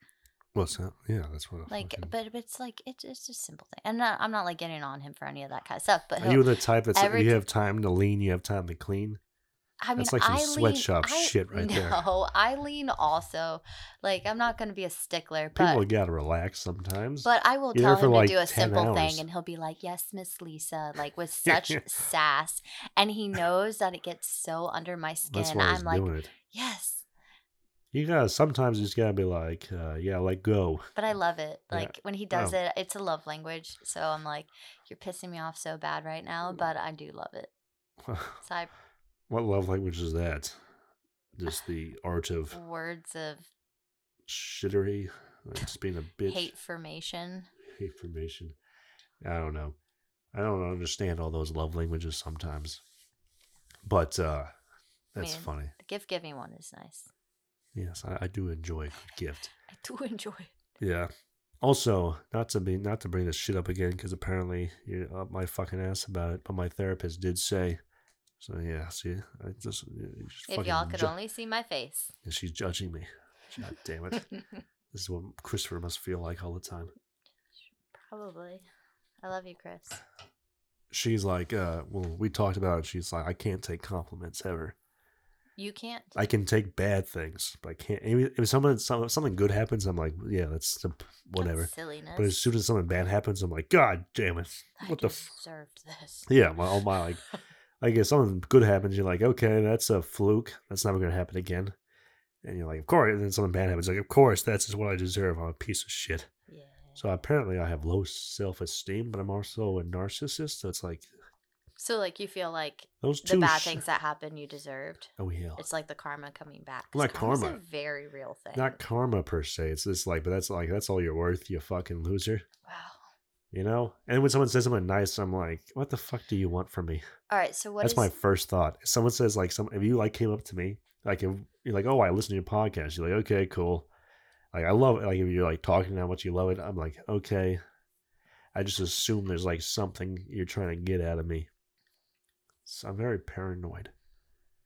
[SPEAKER 1] well it's not, yeah that's what I
[SPEAKER 3] Like,
[SPEAKER 1] fucking-
[SPEAKER 3] but it's like, it's, it's just simple thing. And uh, I'm not like getting on him for any of that kind of stuff, but
[SPEAKER 1] are
[SPEAKER 3] he'll,
[SPEAKER 1] you the type that's
[SPEAKER 3] every
[SPEAKER 1] you
[SPEAKER 3] t-
[SPEAKER 1] have time to lean you have time to clean
[SPEAKER 3] I mean,
[SPEAKER 1] That's like some
[SPEAKER 3] I lean-
[SPEAKER 1] sweatshop
[SPEAKER 3] I-
[SPEAKER 1] shit
[SPEAKER 3] [LAUGHS]
[SPEAKER 1] right there.
[SPEAKER 3] No, I lean also. Like, I'm not going to be a stickler, but
[SPEAKER 1] people gotta relax sometimes
[SPEAKER 3] But I will
[SPEAKER 1] You're
[SPEAKER 3] tell
[SPEAKER 1] there for
[SPEAKER 3] him
[SPEAKER 1] like
[SPEAKER 3] to do a
[SPEAKER 1] 10
[SPEAKER 3] simple
[SPEAKER 1] hours.
[SPEAKER 3] thing, and he'll be like, "Yes, Miss Lisa,"
[SPEAKER 1] [LAUGHS]
[SPEAKER 3] like with such sass, and he knows that it gets so under my skin.
[SPEAKER 1] that's why he's
[SPEAKER 3] I'm like,
[SPEAKER 1] doing it
[SPEAKER 3] "Yes,"
[SPEAKER 1] you gotta sometimes you just gotta be like uh, yeah let go [LAUGHS]
[SPEAKER 3] but I love it.
[SPEAKER 1] Yeah.
[SPEAKER 3] Like when he does
[SPEAKER 1] Oh.
[SPEAKER 3] it, it's a love language. So I'm like, "You're pissing me off so bad right
[SPEAKER 1] Mm.
[SPEAKER 3] now," but I do love it. So I
[SPEAKER 1] What love language is that?
[SPEAKER 3] [SIGHS]
[SPEAKER 1] Just the art of
[SPEAKER 3] Oh. words of
[SPEAKER 1] shittery, like just being a bitch,
[SPEAKER 3] hate formation.
[SPEAKER 1] hate formation. I don't know. I don't understand all those love languages sometimes. But uh That's
[SPEAKER 3] Man.
[SPEAKER 1] funny.
[SPEAKER 3] The gift giving one is nice.
[SPEAKER 1] Yes, I, I do enjoy a good gift.
[SPEAKER 3] I do [LAUGHS] enjoy it.
[SPEAKER 1] Yeah. Also, not to be not to bring this shit up again because apparently you're up my fucking ass about it, but my therapist did say. So yeah, see, I just she's
[SPEAKER 3] If
[SPEAKER 1] fucking
[SPEAKER 3] y'all could
[SPEAKER 1] ju-
[SPEAKER 3] only see my face.
[SPEAKER 1] and she's judging me. God damn it! this is what Christopher must feel like all the time.
[SPEAKER 3] [LAUGHS] Probably. I love you, Chris.
[SPEAKER 1] She's like, uh, well, we talked about it. She's like, I can't take compliments ever.
[SPEAKER 3] You can't.
[SPEAKER 1] I can take bad things, but I can't. If if someone some- something good happens, I'm like, yeah, that's the-
[SPEAKER 3] That's
[SPEAKER 1] whatever.
[SPEAKER 3] silliness.
[SPEAKER 1] But as soon as something bad happens, I'm like, God damn it!
[SPEAKER 3] I
[SPEAKER 1] What the f-
[SPEAKER 3] deserved this.
[SPEAKER 1] Yeah, my oh my, like, like if something good happens, you're like, okay, that's a fluke. That's never gonna happen again. And you're like, of course. And then something bad happens, like, of course, that's just what I deserve. I'm a piece of shit.
[SPEAKER 3] Yeah.
[SPEAKER 1] So apparently, I have low self esteem, but I'm also a narcissist. So it's like
[SPEAKER 3] So like you feel like
[SPEAKER 1] those
[SPEAKER 3] the
[SPEAKER 1] two
[SPEAKER 3] bad
[SPEAKER 1] sh-
[SPEAKER 3] things that happen you deserved.
[SPEAKER 1] Oh yeah,
[SPEAKER 3] It's like the karma coming back.
[SPEAKER 1] Not
[SPEAKER 3] 'cause karma's
[SPEAKER 1] karma.
[SPEAKER 3] A very real thing.
[SPEAKER 1] not karma per se. It's just like, but that's like that's all you're worth, you fucking loser.
[SPEAKER 3] wow.
[SPEAKER 1] You know. And when someone says something nice, I'm like, what the fuck do you want from me?
[SPEAKER 3] All right. So what
[SPEAKER 1] That's
[SPEAKER 3] is-
[SPEAKER 1] my first thought. If someone says like some, if you like came up to me, like if you're like, oh, I listen to your podcast, you're like, okay, cool. Like I love it. Like if you're like talking how much you love it, I'm like, okay. I just assume there's like something you're trying to get out of me. So I'm very paranoid.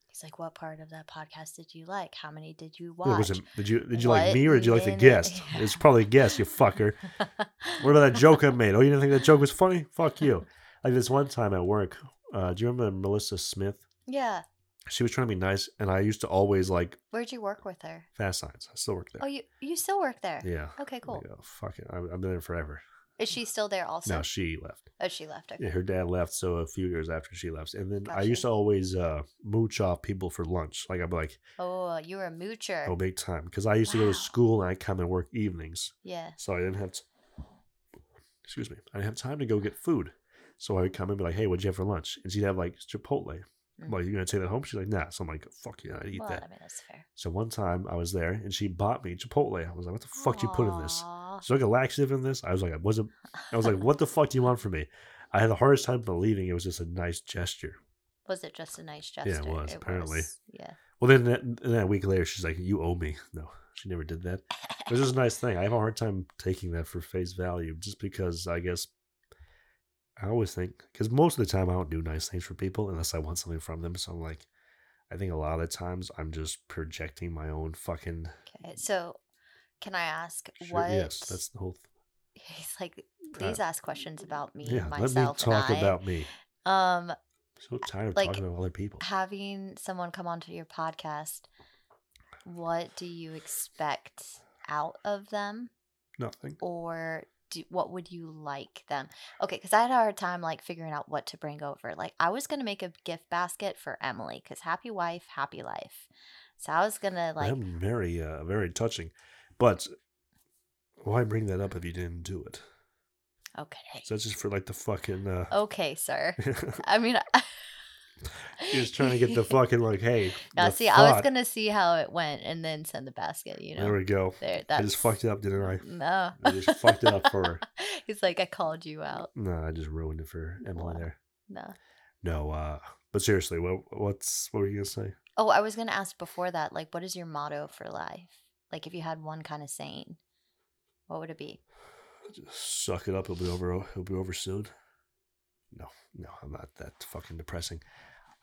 [SPEAKER 3] He's like, what part of that podcast did you like? How many did you
[SPEAKER 1] There
[SPEAKER 3] watch?
[SPEAKER 1] was a- did you did you
[SPEAKER 3] What
[SPEAKER 1] like me or did you like the
[SPEAKER 3] minute- [LAUGHS]
[SPEAKER 1] guest? It's probably a guest, you fucker. What about that
[SPEAKER 3] [LAUGHS]
[SPEAKER 1] joke I made? Oh, you didn't think that joke was funny? Fuck you. Like this one time at work, uh, do you remember Melissa Smith?
[SPEAKER 3] Yeah.
[SPEAKER 1] She was trying to be nice, and I used to always like
[SPEAKER 3] Where'd you work with her?
[SPEAKER 1] Fast signs. I still work there.
[SPEAKER 3] Oh, you you still work there?
[SPEAKER 1] yeah.
[SPEAKER 3] Okay,
[SPEAKER 1] I'm
[SPEAKER 3] cool.
[SPEAKER 1] like, oh, fuck it. I've I've been there forever.
[SPEAKER 3] Is she still there also?
[SPEAKER 1] no, she left.
[SPEAKER 3] oh, she left. Okay.
[SPEAKER 1] Yeah, her dad left. So a few years after she left, and then I
[SPEAKER 3] Gotcha.
[SPEAKER 1] used to always uh, mooch off people for lunch. Like I'd be like,
[SPEAKER 3] Oh, you were a moocher.
[SPEAKER 1] "Oh, big time," because I used to go
[SPEAKER 3] Wow.
[SPEAKER 1] to school and I come and work evenings,
[SPEAKER 3] yeah.
[SPEAKER 1] so I didn't have. T- Excuse me. I didn't have time to go get food, so I would come and be like, "Hey, what'd you have for lunch?" And she'd have like Chipotle.
[SPEAKER 3] Mm.
[SPEAKER 1] Well, you're gonna take that home? She's like, "Nah." So I'm like, "Fuck yeah, I'd eat
[SPEAKER 3] well,
[SPEAKER 1] that."
[SPEAKER 3] I mean that's fair.
[SPEAKER 1] So one time I was there and she bought me Chipotle. I was like, "What the fuck do you put in this?"
[SPEAKER 3] Aw.
[SPEAKER 1] So I got laxative in this. I was like, I wasn't. I was like, what the fuck do you want from me? I had the hardest time believing it was just a nice gesture.
[SPEAKER 3] Was it just a nice gesture?
[SPEAKER 1] it was, apparently.
[SPEAKER 3] was, Yeah.
[SPEAKER 1] Well, then that, and then a week later, she's like, you owe me. No, she never did that. It was just a nice thing. I have a hard time taking that for face value, just because I guess I always think because most of the time I don't do nice things for people unless I want something from them. So I'm like, I think a lot of the times I'm just projecting my own fucking.
[SPEAKER 3] [LAUGHS] Okay. So, can I ask
[SPEAKER 1] shit.
[SPEAKER 3] what?
[SPEAKER 1] Yes, that's the whole.
[SPEAKER 3] [LAUGHS] He's like, please ask questions about me,
[SPEAKER 1] yeah, let me
[SPEAKER 3] myself,
[SPEAKER 1] talk
[SPEAKER 3] and I.
[SPEAKER 1] about me.
[SPEAKER 3] Um,
[SPEAKER 1] So tired of
[SPEAKER 3] like,
[SPEAKER 1] talking about other people.
[SPEAKER 3] having someone come onto your podcast, what do you expect out of them?
[SPEAKER 1] Nothing.
[SPEAKER 3] or do, what would you like them? Okay, because I had a hard time like figuring out what to bring over. Like I was gonna make a gift basket for Emily because happy wife, happy life. So I was gonna like
[SPEAKER 1] I'm very, uh, very touching. But why bring that up if you didn't do it?
[SPEAKER 3] okay,
[SPEAKER 1] So that's just for like the fucking. Uh,
[SPEAKER 3] okay, sir. I mean,
[SPEAKER 1] [LAUGHS] just trying to get
[SPEAKER 3] [LAUGHS]
[SPEAKER 1] the fucking like, hey.
[SPEAKER 3] Now,
[SPEAKER 1] the
[SPEAKER 3] see, I was
[SPEAKER 1] thought-
[SPEAKER 3] gonna see how it went and then send the basket. You know,
[SPEAKER 1] There we go.
[SPEAKER 3] there.
[SPEAKER 1] I just fucked it up, didn't I?
[SPEAKER 3] No,
[SPEAKER 1] I just fucked it up for her.
[SPEAKER 3] [LAUGHS] He's like, I called you out.
[SPEAKER 1] No, I just ruined it for Emily
[SPEAKER 3] Wow.
[SPEAKER 1] there.
[SPEAKER 3] No.
[SPEAKER 1] No, uh, but seriously, what what's what were you gonna say?
[SPEAKER 3] Oh, I was gonna ask before that. Like, what is your motto for life? Like, if you had one kind of saying, what would it be?
[SPEAKER 1] Just suck it up. It'll be over. It'll be over soon. No, no, I'm not that fucking depressing.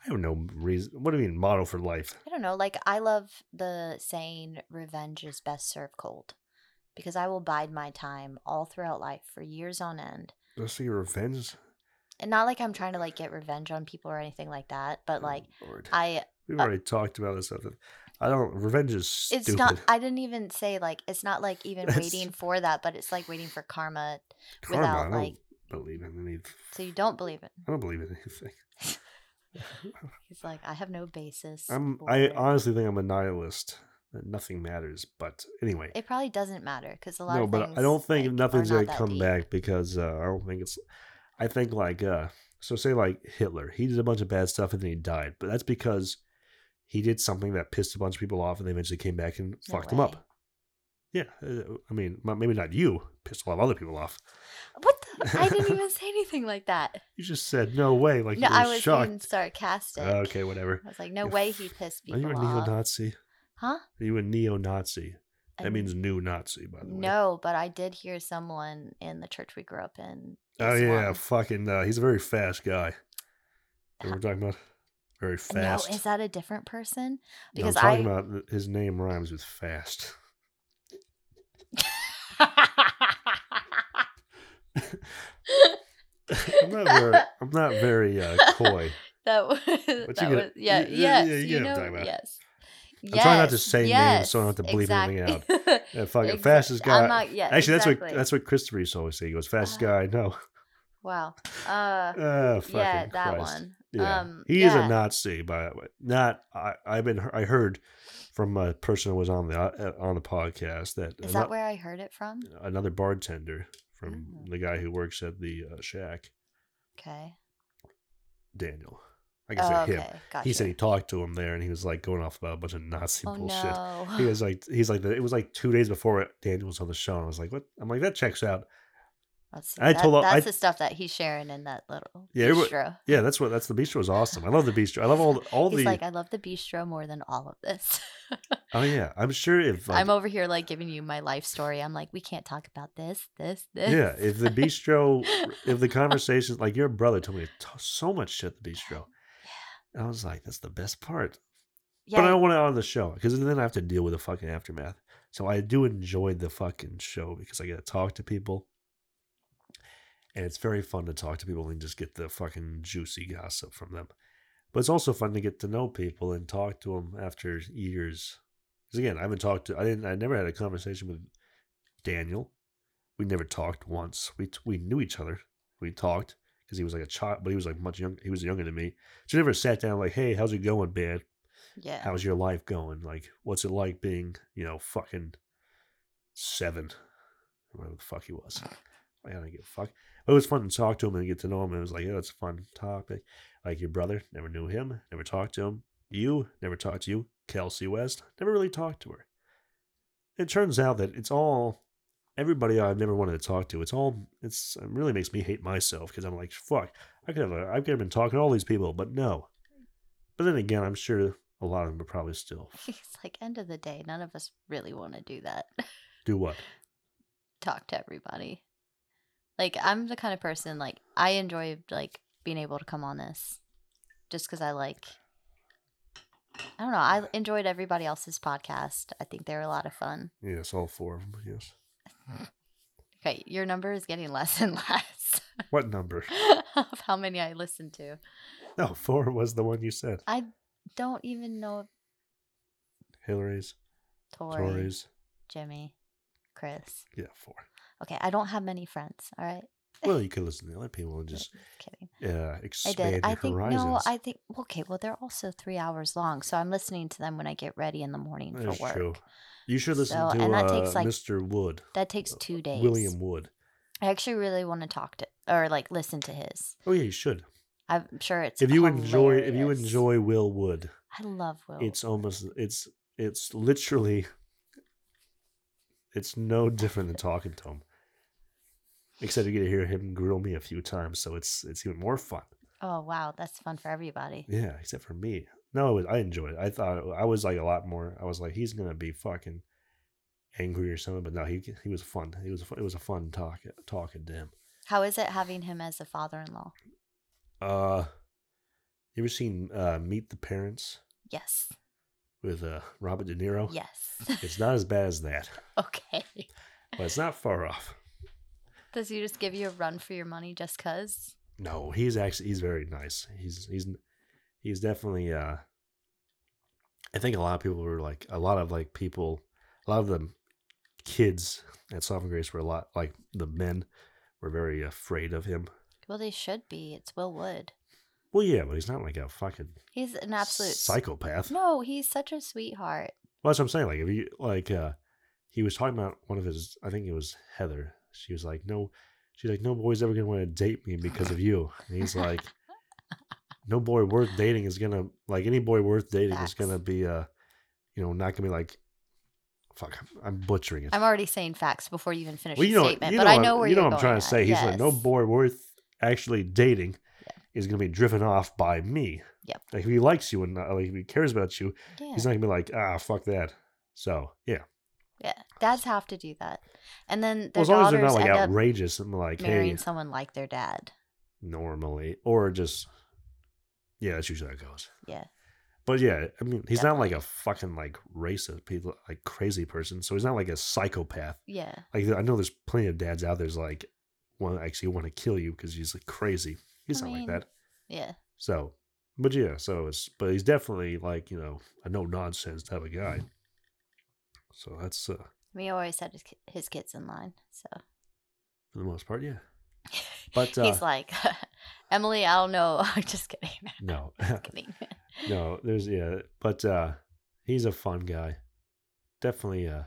[SPEAKER 1] I have no reason. What do you mean model for life?
[SPEAKER 3] I don't know. Like I love the saying revenge is best served cold because I will bide my time all throughout life for years on end.
[SPEAKER 1] Let's see your revenge.
[SPEAKER 3] And not like I'm trying to like get revenge on people or anything like that, but like
[SPEAKER 1] Oh, Lord.
[SPEAKER 3] I
[SPEAKER 1] We've
[SPEAKER 3] Uh,
[SPEAKER 1] already talked about this. I think. I don't. Revenge is stupid.
[SPEAKER 3] it's not [LAUGHS] I didn't even say like it's not like even
[SPEAKER 1] That's-
[SPEAKER 3] waiting for that, but it's like waiting for karma.
[SPEAKER 1] karma.
[SPEAKER 3] without,
[SPEAKER 1] I don't
[SPEAKER 3] like-
[SPEAKER 1] believe in any.
[SPEAKER 3] So you don't believe it.
[SPEAKER 1] I don't believe in anything.
[SPEAKER 3] He's like I have no basis.
[SPEAKER 1] I'm.
[SPEAKER 3] for
[SPEAKER 1] I
[SPEAKER 3] it.
[SPEAKER 1] honestly think I'm a nihilist. That nothing matters. But anyway,
[SPEAKER 3] it probably doesn't matter because a lot
[SPEAKER 1] no.
[SPEAKER 3] of
[SPEAKER 1] But
[SPEAKER 3] things,
[SPEAKER 1] I don't think
[SPEAKER 3] like, are
[SPEAKER 1] nothing's
[SPEAKER 3] not
[SPEAKER 1] gonna
[SPEAKER 3] that
[SPEAKER 1] come
[SPEAKER 3] deep.
[SPEAKER 1] back because uh, I don't think it's. I think like uh, so say like Hitler. He did a bunch of bad stuff and then he died. But that's because he did something that pissed a bunch of people off and they eventually came back and
[SPEAKER 3] No
[SPEAKER 1] fucked him
[SPEAKER 3] way.
[SPEAKER 1] up. Yeah, uh, I mean, m- maybe not you pissed a lot of other people off.
[SPEAKER 3] What the
[SPEAKER 1] [LAUGHS]
[SPEAKER 3] I didn't even say anything like that.
[SPEAKER 1] you just said
[SPEAKER 3] [SIGHS]
[SPEAKER 1] no way, like
[SPEAKER 3] no,
[SPEAKER 1] you were
[SPEAKER 3] I was
[SPEAKER 1] shocked.
[SPEAKER 3] being sarcastic.
[SPEAKER 1] okay, whatever.
[SPEAKER 3] I was like, no
[SPEAKER 1] You're
[SPEAKER 3] way
[SPEAKER 1] f-
[SPEAKER 3] he pissed
[SPEAKER 1] Are you
[SPEAKER 3] people
[SPEAKER 1] a
[SPEAKER 3] off.
[SPEAKER 1] neo-Nazi?
[SPEAKER 3] Huh?
[SPEAKER 1] Are you a neo-Nazi? That
[SPEAKER 3] And
[SPEAKER 1] means new Nazi, by the way.
[SPEAKER 3] No, but I did hear someone in the church we grew up in.
[SPEAKER 1] Oh
[SPEAKER 3] is
[SPEAKER 1] yeah,
[SPEAKER 3] one.
[SPEAKER 1] fucking. Uh, he's a very fast guy. That we're talking about very fast.
[SPEAKER 3] No, is that a different person?
[SPEAKER 1] No, I'm
[SPEAKER 3] Because
[SPEAKER 1] talking about th- his name rhymes with fast. [LAUGHS] I'm not very, I'm not very uh, coy.
[SPEAKER 3] that was,
[SPEAKER 1] But
[SPEAKER 3] that
[SPEAKER 1] you get-
[SPEAKER 3] was yeah,
[SPEAKER 1] you- you-
[SPEAKER 3] yes,
[SPEAKER 1] you
[SPEAKER 3] you,
[SPEAKER 1] get what I'm
[SPEAKER 3] know,
[SPEAKER 1] talking about.
[SPEAKER 3] yes.
[SPEAKER 1] I'm trying not to say names so I don't have to bleep anything
[SPEAKER 3] anything [LAUGHS] out.
[SPEAKER 1] Yeah, Uh, fucking fastest guy.
[SPEAKER 3] I'm not, yeah,
[SPEAKER 1] Actually, that's what
[SPEAKER 3] exactly.
[SPEAKER 1] that's what Christopher used to always say. He goes, "Fastest
[SPEAKER 3] Uh,
[SPEAKER 1] guy." No,
[SPEAKER 3] wow.
[SPEAKER 1] [LAUGHS]
[SPEAKER 3] Uh,
[SPEAKER 1] oh, fucking
[SPEAKER 3] yeah, that
[SPEAKER 1] Christ.
[SPEAKER 3] one.
[SPEAKER 1] Yeah,
[SPEAKER 3] Um,
[SPEAKER 1] he is
[SPEAKER 3] yeah.
[SPEAKER 1] a Nazi, by the way. Not I. I've been I heard from a person who was on the uh, on the podcast that
[SPEAKER 3] Is
[SPEAKER 1] ano-
[SPEAKER 3] that where I heard it from?
[SPEAKER 1] another bartender from
[SPEAKER 3] Oh.
[SPEAKER 1] the guy who works at the uh, shack,
[SPEAKER 3] Okay.
[SPEAKER 1] Daniel. I guess
[SPEAKER 3] Oh,
[SPEAKER 1] oh,
[SPEAKER 3] okay.
[SPEAKER 1] him.
[SPEAKER 3] Gotcha.
[SPEAKER 1] He said he talked to him there, and he was like going off about a bunch of Nazi
[SPEAKER 3] oh,
[SPEAKER 1] bullshit.
[SPEAKER 3] no.
[SPEAKER 1] He was like, he's like, the, it was like two days before Daniel was on the show. And I was like, what? I'm like, that checks out.
[SPEAKER 3] [LAUGHS] That's,
[SPEAKER 1] I
[SPEAKER 3] that-
[SPEAKER 1] told her-
[SPEAKER 3] that's
[SPEAKER 1] I-
[SPEAKER 3] the stuff that he's sharing in that little
[SPEAKER 1] Yeah, everyone-
[SPEAKER 3] bistro.
[SPEAKER 1] Yeah, that's what. That's the bistro is awesome. I love the bistro. I love all all
[SPEAKER 3] He's
[SPEAKER 1] the.
[SPEAKER 3] like, I love the bistro more than all of this. [LAUGHS]
[SPEAKER 1] oh yeah, I'm sure if like,
[SPEAKER 3] I'm over here like giving you my life story. I'm like, we can't talk about this, this, this.
[SPEAKER 1] yeah,
[SPEAKER 3] [LAUGHS]
[SPEAKER 1] if the bistro, if the conversations like your brother told me t- so much shit at the bistro. And I was like, that's the best part.
[SPEAKER 3] yeah,
[SPEAKER 1] But I don't want it on the show because then I have to deal with the fucking aftermath. So I do enjoy the fucking show because I get to talk to people. And it's very fun to talk to people and just get the fucking juicy gossip from them. But it's also fun to get to know people and talk to them after years. Because again, I haven't talked to, I didn't, I never had a conversation with Daniel. We never talked once. We, t- we knew each other. We talked because he was like a child, but he was like much younger. He was younger than me. So we never sat down like, hey, how's it going, man?
[SPEAKER 3] yeah. [LAUGHS]
[SPEAKER 1] how's your life going? Like, what's it like being, you know, fucking seven? Whatever the fuck he was. I don't give a fuck. But it was fun to talk to him and get to know him. And it was like, yeah, that's a fun topic. Like your brother, never knew him, never talked to him. You, never talked to you. Kelsey West, never really talked to her. It turns out that it's all everybody I've never wanted to talk to. It's all it's it really makes me hate myself because I'm like, fuck, I could have I could have been talking to all these people, but no. But then again, I'm sure a lot of them are probably still
[SPEAKER 3] He's like, end of the day, none of us really want to do that. [LAUGHS]
[SPEAKER 1] do what?
[SPEAKER 3] talk to everybody. Like, I'm the kind of person like I enjoy like being able to come on this, just because I like. I don't know. I enjoyed everybody else's podcast. I think they were a lot of fun.
[SPEAKER 1] Yes, all four of them. Yes.
[SPEAKER 3] Okay, your number is getting [LAUGHS] less and less
[SPEAKER 1] What
[SPEAKER 3] [LAUGHS]
[SPEAKER 1] number?
[SPEAKER 3] of how many I listen to.
[SPEAKER 1] No, four was the one you said.
[SPEAKER 3] I don't even know
[SPEAKER 1] Hillary's,
[SPEAKER 3] Tori,
[SPEAKER 1] Tories.
[SPEAKER 3] Jimmy, Chris.
[SPEAKER 1] Yeah, four.
[SPEAKER 3] Okay, I don't have many friends. All right,
[SPEAKER 1] Well, you could listen to other people and just
[SPEAKER 3] kidding.
[SPEAKER 1] uh,
[SPEAKER 3] [LAUGHS] I
[SPEAKER 1] expand
[SPEAKER 3] did.
[SPEAKER 1] your
[SPEAKER 3] I think
[SPEAKER 1] horizons.
[SPEAKER 3] no. I think okay. Well, they're also three hours long, so I'm listening to them when I get ready in the morning for
[SPEAKER 1] That's
[SPEAKER 3] work.
[SPEAKER 1] true. You should listen
[SPEAKER 3] So,
[SPEAKER 1] to
[SPEAKER 3] and that
[SPEAKER 1] uh,
[SPEAKER 3] takes, like,
[SPEAKER 1] Mr. Wood,
[SPEAKER 3] That takes
[SPEAKER 1] uh,
[SPEAKER 3] two days.
[SPEAKER 1] William Wood.
[SPEAKER 3] I actually really want to talk to or like listen to his.
[SPEAKER 1] Oh yeah, you should.
[SPEAKER 3] I'm sure it's
[SPEAKER 1] if you enjoy, if you
[SPEAKER 3] Oh, hilarious.
[SPEAKER 1] enjoy Will Wood,
[SPEAKER 3] I love Will.
[SPEAKER 1] it's almost it's it's literally [LAUGHS] it's no different than talking to him. Except you get to hear him grill me a few times, so it's it's even more fun.
[SPEAKER 3] oh wow, that's fun for everybody.
[SPEAKER 1] Yeah, except for me. No, it was, I enjoyed it. I thought I was like a lot more. I was like, he's gonna be fucking angry or something, but no, he he was fun. He was a fu- it was a fun talk talking to him.
[SPEAKER 3] How is it having him as a father-in-law?
[SPEAKER 1] Uh, you ever seen uh, Meet the Parents
[SPEAKER 3] Yes.
[SPEAKER 1] with uh, Robert De Niro?
[SPEAKER 3] Yes. [LAUGHS]
[SPEAKER 1] It's not as bad as that,
[SPEAKER 3] okay.
[SPEAKER 1] but it's not far off.
[SPEAKER 3] Does he just give you a run for your money just cuz?
[SPEAKER 1] No, he's actually he's very nice. He's he's he's definitely uh I think a lot of people were like a lot of like people a lot of the kids at Sovereign Grace were a lot like the men were very afraid of him.
[SPEAKER 3] Well, they should be. It's Will Wood.
[SPEAKER 1] Well yeah, but he's not like a fucking
[SPEAKER 3] He's an absolute
[SPEAKER 1] psychopath.
[SPEAKER 3] No, he's such a sweetheart.
[SPEAKER 1] Well, that's what I'm saying. Like if you like uh he was talking about one of his I think it was Heather. She was like, No she's like, No boy's ever gonna want to date me because of you. And he's
[SPEAKER 3] [LAUGHS]
[SPEAKER 1] like No boy worth dating is gonna like any boy worth dating is
[SPEAKER 3] Facts.
[SPEAKER 1] gonna be uh you know, not gonna be like Fuck, I'm- I'm butchering it.
[SPEAKER 3] I'm already saying facts before you even finish
[SPEAKER 1] well,
[SPEAKER 3] the
[SPEAKER 1] you know,
[SPEAKER 3] statement,
[SPEAKER 1] you know,
[SPEAKER 3] but I know
[SPEAKER 1] I'm,
[SPEAKER 3] where
[SPEAKER 1] you know
[SPEAKER 3] are
[SPEAKER 1] what I'm trying to say. He's like, no
[SPEAKER 3] boy.
[SPEAKER 1] boy worth actually dating is going to be driven off by me.
[SPEAKER 3] Yep.
[SPEAKER 1] Like if he likes you and uh, like if he cares about you,
[SPEAKER 3] Yeah.
[SPEAKER 1] he's not going to be like, ah, fuck that. So yeah,
[SPEAKER 3] yeah. Dads have to do that. And then
[SPEAKER 1] well,
[SPEAKER 3] their
[SPEAKER 1] as long as they're
[SPEAKER 3] daughters
[SPEAKER 1] not like
[SPEAKER 3] end up
[SPEAKER 1] outrageous and like,
[SPEAKER 3] marrying
[SPEAKER 1] hey,
[SPEAKER 3] someone like their dad.
[SPEAKER 1] normally or just yeah, that's usually how it goes.
[SPEAKER 3] Yeah.
[SPEAKER 1] But yeah, I mean, he's not like a fucking like racist people like crazy person. So he's not like a psychopath.
[SPEAKER 3] Yeah.
[SPEAKER 1] Like I know there's plenty of dads out there's like one actually want to kill you because he's like crazy. He's
[SPEAKER 3] I
[SPEAKER 1] not
[SPEAKER 3] mean-
[SPEAKER 1] like that.
[SPEAKER 3] Yeah.
[SPEAKER 1] So, but yeah, so it's but he's definitely like you know a no nonsense type of guy. So that's uh,
[SPEAKER 3] We always had his, ki- his kids in line. So
[SPEAKER 1] for the most part,
[SPEAKER 3] [LAUGHS]
[SPEAKER 1] yeah. But uh,
[SPEAKER 3] he's like, [LAUGHS] Emily, I don't know. [LAUGHS] I'm just kidding.
[SPEAKER 1] no, [LAUGHS]
[SPEAKER 3] Just kidding. [LAUGHS]
[SPEAKER 1] no, there's yeah, but uh, he's a fun guy. Definitely, uh,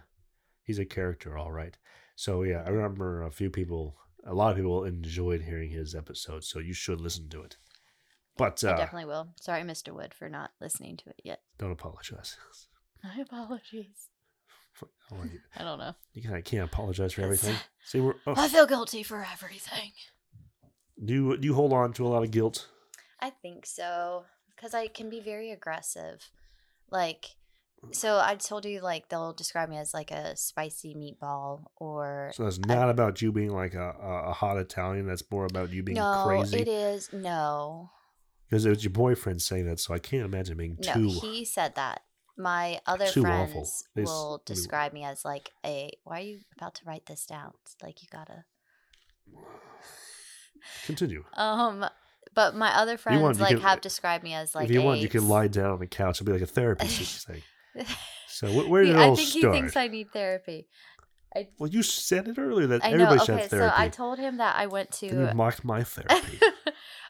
[SPEAKER 1] he's a character, all right. So yeah, I remember a few people, a lot of people enjoyed hearing his episode. So you should listen to it. But
[SPEAKER 3] I
[SPEAKER 1] uh,
[SPEAKER 3] definitely will. Sorry, Mr. Wood, for not listening to it yet. [LAUGHS]
[SPEAKER 1] don't apologize. [LAUGHS]
[SPEAKER 3] My apologies.
[SPEAKER 1] All right.
[SPEAKER 3] I don't know.
[SPEAKER 1] You kinda can't apologize for
[SPEAKER 3] Yes.
[SPEAKER 1] everything. See,
[SPEAKER 3] [LAUGHS]
[SPEAKER 1] we're oh,
[SPEAKER 3] I feel guilty for everything.
[SPEAKER 1] do you, do you hold on to a lot of guilt?
[SPEAKER 3] I think so because I can be very aggressive. Like,
[SPEAKER 1] Mm.
[SPEAKER 3] so I told you, like, they'll describe me as like a spicy meatball or.
[SPEAKER 1] So that's not about you being like a, a, a hot Italian. That's more about you being
[SPEAKER 3] no, it
[SPEAKER 1] crazy.
[SPEAKER 3] is. No.
[SPEAKER 1] Because it was your boyfriend saying that, so I can't imagine being
[SPEAKER 3] No,
[SPEAKER 1] too.
[SPEAKER 3] he said that. My other
[SPEAKER 1] Too awful.
[SPEAKER 3] friends
[SPEAKER 1] They s-
[SPEAKER 3] will
[SPEAKER 1] they-
[SPEAKER 3] describe me as like a. Why are you about to write this down? It's like, you gotta.
[SPEAKER 1] [SIGHS] Continue.
[SPEAKER 3] Um, but my other friends
[SPEAKER 1] want, you
[SPEAKER 3] like
[SPEAKER 1] can- uh,
[SPEAKER 3] have described me as like.
[SPEAKER 1] if you want,
[SPEAKER 3] a
[SPEAKER 1] you can lie down on the couch and be like a therapist. it's like-
[SPEAKER 3] [LAUGHS]
[SPEAKER 1] So wh- where
[SPEAKER 3] He-
[SPEAKER 1] did it
[SPEAKER 3] I
[SPEAKER 1] all
[SPEAKER 3] think
[SPEAKER 1] start?
[SPEAKER 3] he thinks I need therapy.
[SPEAKER 1] well, you said it earlier that
[SPEAKER 3] I know.
[SPEAKER 1] everybody should
[SPEAKER 3] Okay,
[SPEAKER 1] have
[SPEAKER 3] so
[SPEAKER 1] therapy.
[SPEAKER 3] I told him that I went
[SPEAKER 1] Then you
[SPEAKER 3] to.
[SPEAKER 1] mocked my
[SPEAKER 3] [LAUGHS]
[SPEAKER 1] therapy.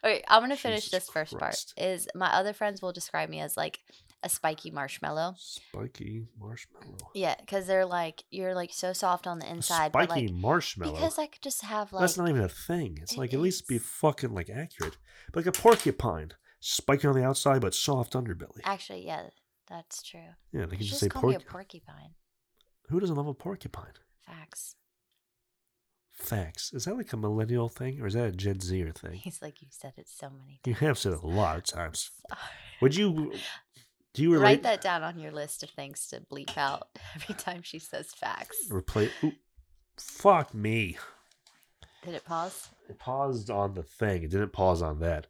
[SPEAKER 3] Wait, I'm gonna finish
[SPEAKER 1] Jesus
[SPEAKER 3] this first
[SPEAKER 1] Christ.
[SPEAKER 3] part. Is my other friends will describe me as like a spiky marshmallow.
[SPEAKER 1] spiky marshmallow.
[SPEAKER 3] Yeah, because they're like you're like so soft on the
[SPEAKER 1] A
[SPEAKER 3] inside,
[SPEAKER 1] spiky
[SPEAKER 3] but like
[SPEAKER 1] marshmallow.
[SPEAKER 3] because I could just have like
[SPEAKER 1] That's not even a thing. It's
[SPEAKER 3] It
[SPEAKER 1] like at least be
[SPEAKER 3] is.
[SPEAKER 1] fucking like accurate. But like a porcupine, spiky on the outside but soft underbelly.
[SPEAKER 3] actually yeah, that's true.
[SPEAKER 1] yeah, they
[SPEAKER 3] You
[SPEAKER 1] can
[SPEAKER 3] should
[SPEAKER 1] just
[SPEAKER 3] just
[SPEAKER 1] say
[SPEAKER 3] call
[SPEAKER 1] porc-
[SPEAKER 3] me a porcupine.
[SPEAKER 1] Who doesn't love a porcupine?
[SPEAKER 3] Facts.
[SPEAKER 1] Facts. Is that like a millennial thing or is that a Gen Zer thing?
[SPEAKER 3] [LAUGHS] He's like you said it so many
[SPEAKER 1] You
[SPEAKER 3] times.
[SPEAKER 1] have said it a lot of
[SPEAKER 3] [SIGHS]
[SPEAKER 1] times.
[SPEAKER 3] Sorry.
[SPEAKER 1] Would you? Do you
[SPEAKER 3] Write
[SPEAKER 1] relate?
[SPEAKER 3] that down on your list of things to bleep out [LAUGHS] every time she says facts.
[SPEAKER 1] Replace. Ooh, fuck me.
[SPEAKER 3] Did it pause?
[SPEAKER 1] It paused on the thing. It didn't pause on that.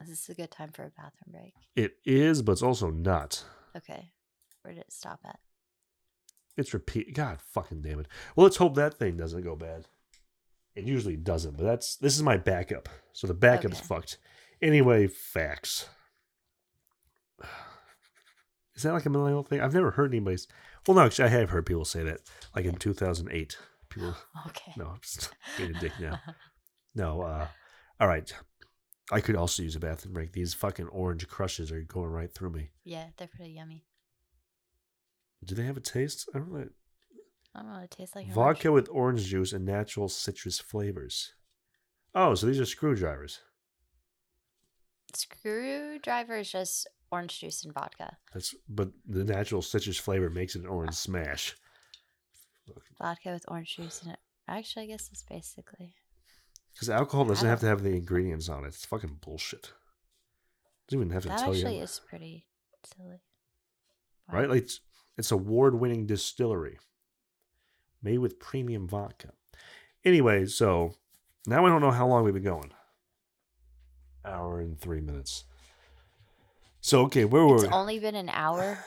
[SPEAKER 3] Is this a good time for a bathroom break?
[SPEAKER 1] It is, but it's also not.
[SPEAKER 3] Okay. Where did it stop at? [LAUGHS]
[SPEAKER 1] It's repeat. God fucking damn it. Well, let's hope that thing doesn't go bad. It usually doesn't, but that's this is my backup. So the backup's
[SPEAKER 3] Okay.
[SPEAKER 1] fucked. Anyway, facts. [SIGHS] Is that like a millennial thing? I've never heard anybody's. Well, no, actually, I have heard people say that. Like in 2008, people.
[SPEAKER 3] Okay.
[SPEAKER 1] [LAUGHS] No, I'm just being a dick now. No, uh, all right. I could also use a bathroom break. These fucking orange crushes are going right through me.
[SPEAKER 3] yeah, they're pretty yummy.
[SPEAKER 1] Do they have a taste? I don't know.
[SPEAKER 3] I don't know. It tastes like
[SPEAKER 1] Vodka with orange juice and natural citrus flavors. Oh, so these are screwdrivers.
[SPEAKER 3] Screwdriver is just orange juice and vodka.
[SPEAKER 1] That's but the natural citrus flavor makes it an orange
[SPEAKER 3] Ah.
[SPEAKER 1] smash.
[SPEAKER 3] Vodka with orange juice in it. Actually, I guess it's basically.
[SPEAKER 1] Because alcohol doesn't
[SPEAKER 3] I
[SPEAKER 1] have to
[SPEAKER 3] don't-
[SPEAKER 1] have the ingredients on it. It's fucking bullshit. Doesn't even have to
[SPEAKER 3] That
[SPEAKER 1] tell
[SPEAKER 3] actually
[SPEAKER 1] you,
[SPEAKER 3] is pretty silly. Wow.
[SPEAKER 1] right? Like it's, it's award-winning distillery made with premium vodka. Anyway, so now I don't know how long we've been going. Hour and three minutes. So okay, where were
[SPEAKER 3] it's
[SPEAKER 1] we?
[SPEAKER 3] only been an hour.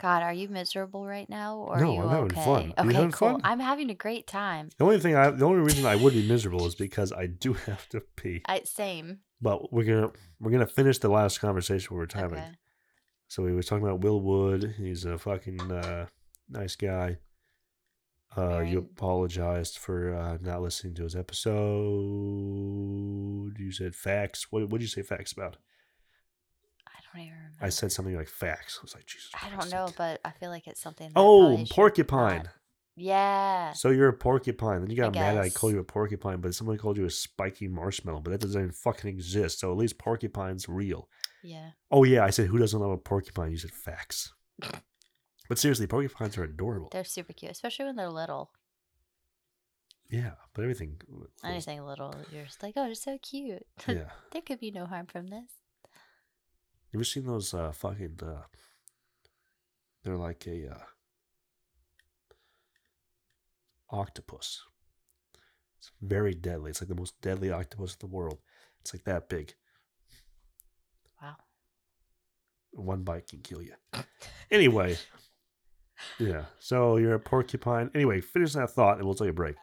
[SPEAKER 3] God, are you miserable right now? Or
[SPEAKER 1] No,
[SPEAKER 3] are you
[SPEAKER 1] I'm having
[SPEAKER 3] okay?
[SPEAKER 1] fun. Are you
[SPEAKER 3] Okay,
[SPEAKER 1] having
[SPEAKER 3] cool.
[SPEAKER 1] fun?
[SPEAKER 3] I'm having a great time.
[SPEAKER 1] The only thing I, the only reason I would be miserable is because I do [LAUGHS] have to pee.
[SPEAKER 3] I, same.
[SPEAKER 1] But we're gonna we're gonna finish the last conversation we were having.
[SPEAKER 3] Okay.
[SPEAKER 1] So we were talking about Will Wood. He's a fucking uh, nice guy. Uh, you
[SPEAKER 3] Right.
[SPEAKER 1] apologized for uh, not listening to his episode. You said facts. What what did you say facts about?
[SPEAKER 3] I don't even remember.
[SPEAKER 1] I said something like facts. I was like Jesus.
[SPEAKER 3] I don't
[SPEAKER 1] Christ.
[SPEAKER 3] know, but I feel like it's something. That I
[SPEAKER 1] Oh,
[SPEAKER 3] probably should
[SPEAKER 1] porcupine.
[SPEAKER 3] not- Yeah.
[SPEAKER 1] So you're a porcupine. Then you got
[SPEAKER 3] I
[SPEAKER 1] mad that I
[SPEAKER 3] guess.
[SPEAKER 1] called you a porcupine, but somebody called you a spiky marshmallow, but that doesn't even fucking exist. So at least porcupine's real.
[SPEAKER 3] Yeah. [LAUGHS]
[SPEAKER 1] Oh yeah, I said who doesn't love a porcupine? You said facts. But seriously, porcupines are adorable.
[SPEAKER 3] They're super cute, especially when they're little.
[SPEAKER 1] yeah, but everything.
[SPEAKER 3] [LAUGHS] Anything little, you're just like, oh, they're so cute.
[SPEAKER 1] Yeah.
[SPEAKER 3] [LAUGHS] there could be no harm from this.
[SPEAKER 1] You ever seen those uh, fucking? Uh, they're like a uh, octopus. It's very deadly. It's like the most deadly octopus in the world. It's like that big.
[SPEAKER 3] Wow.
[SPEAKER 1] One bite can kill you. Anyway, yeah. So you're a porcupine. Anyway, finish that thought, and we'll take a break.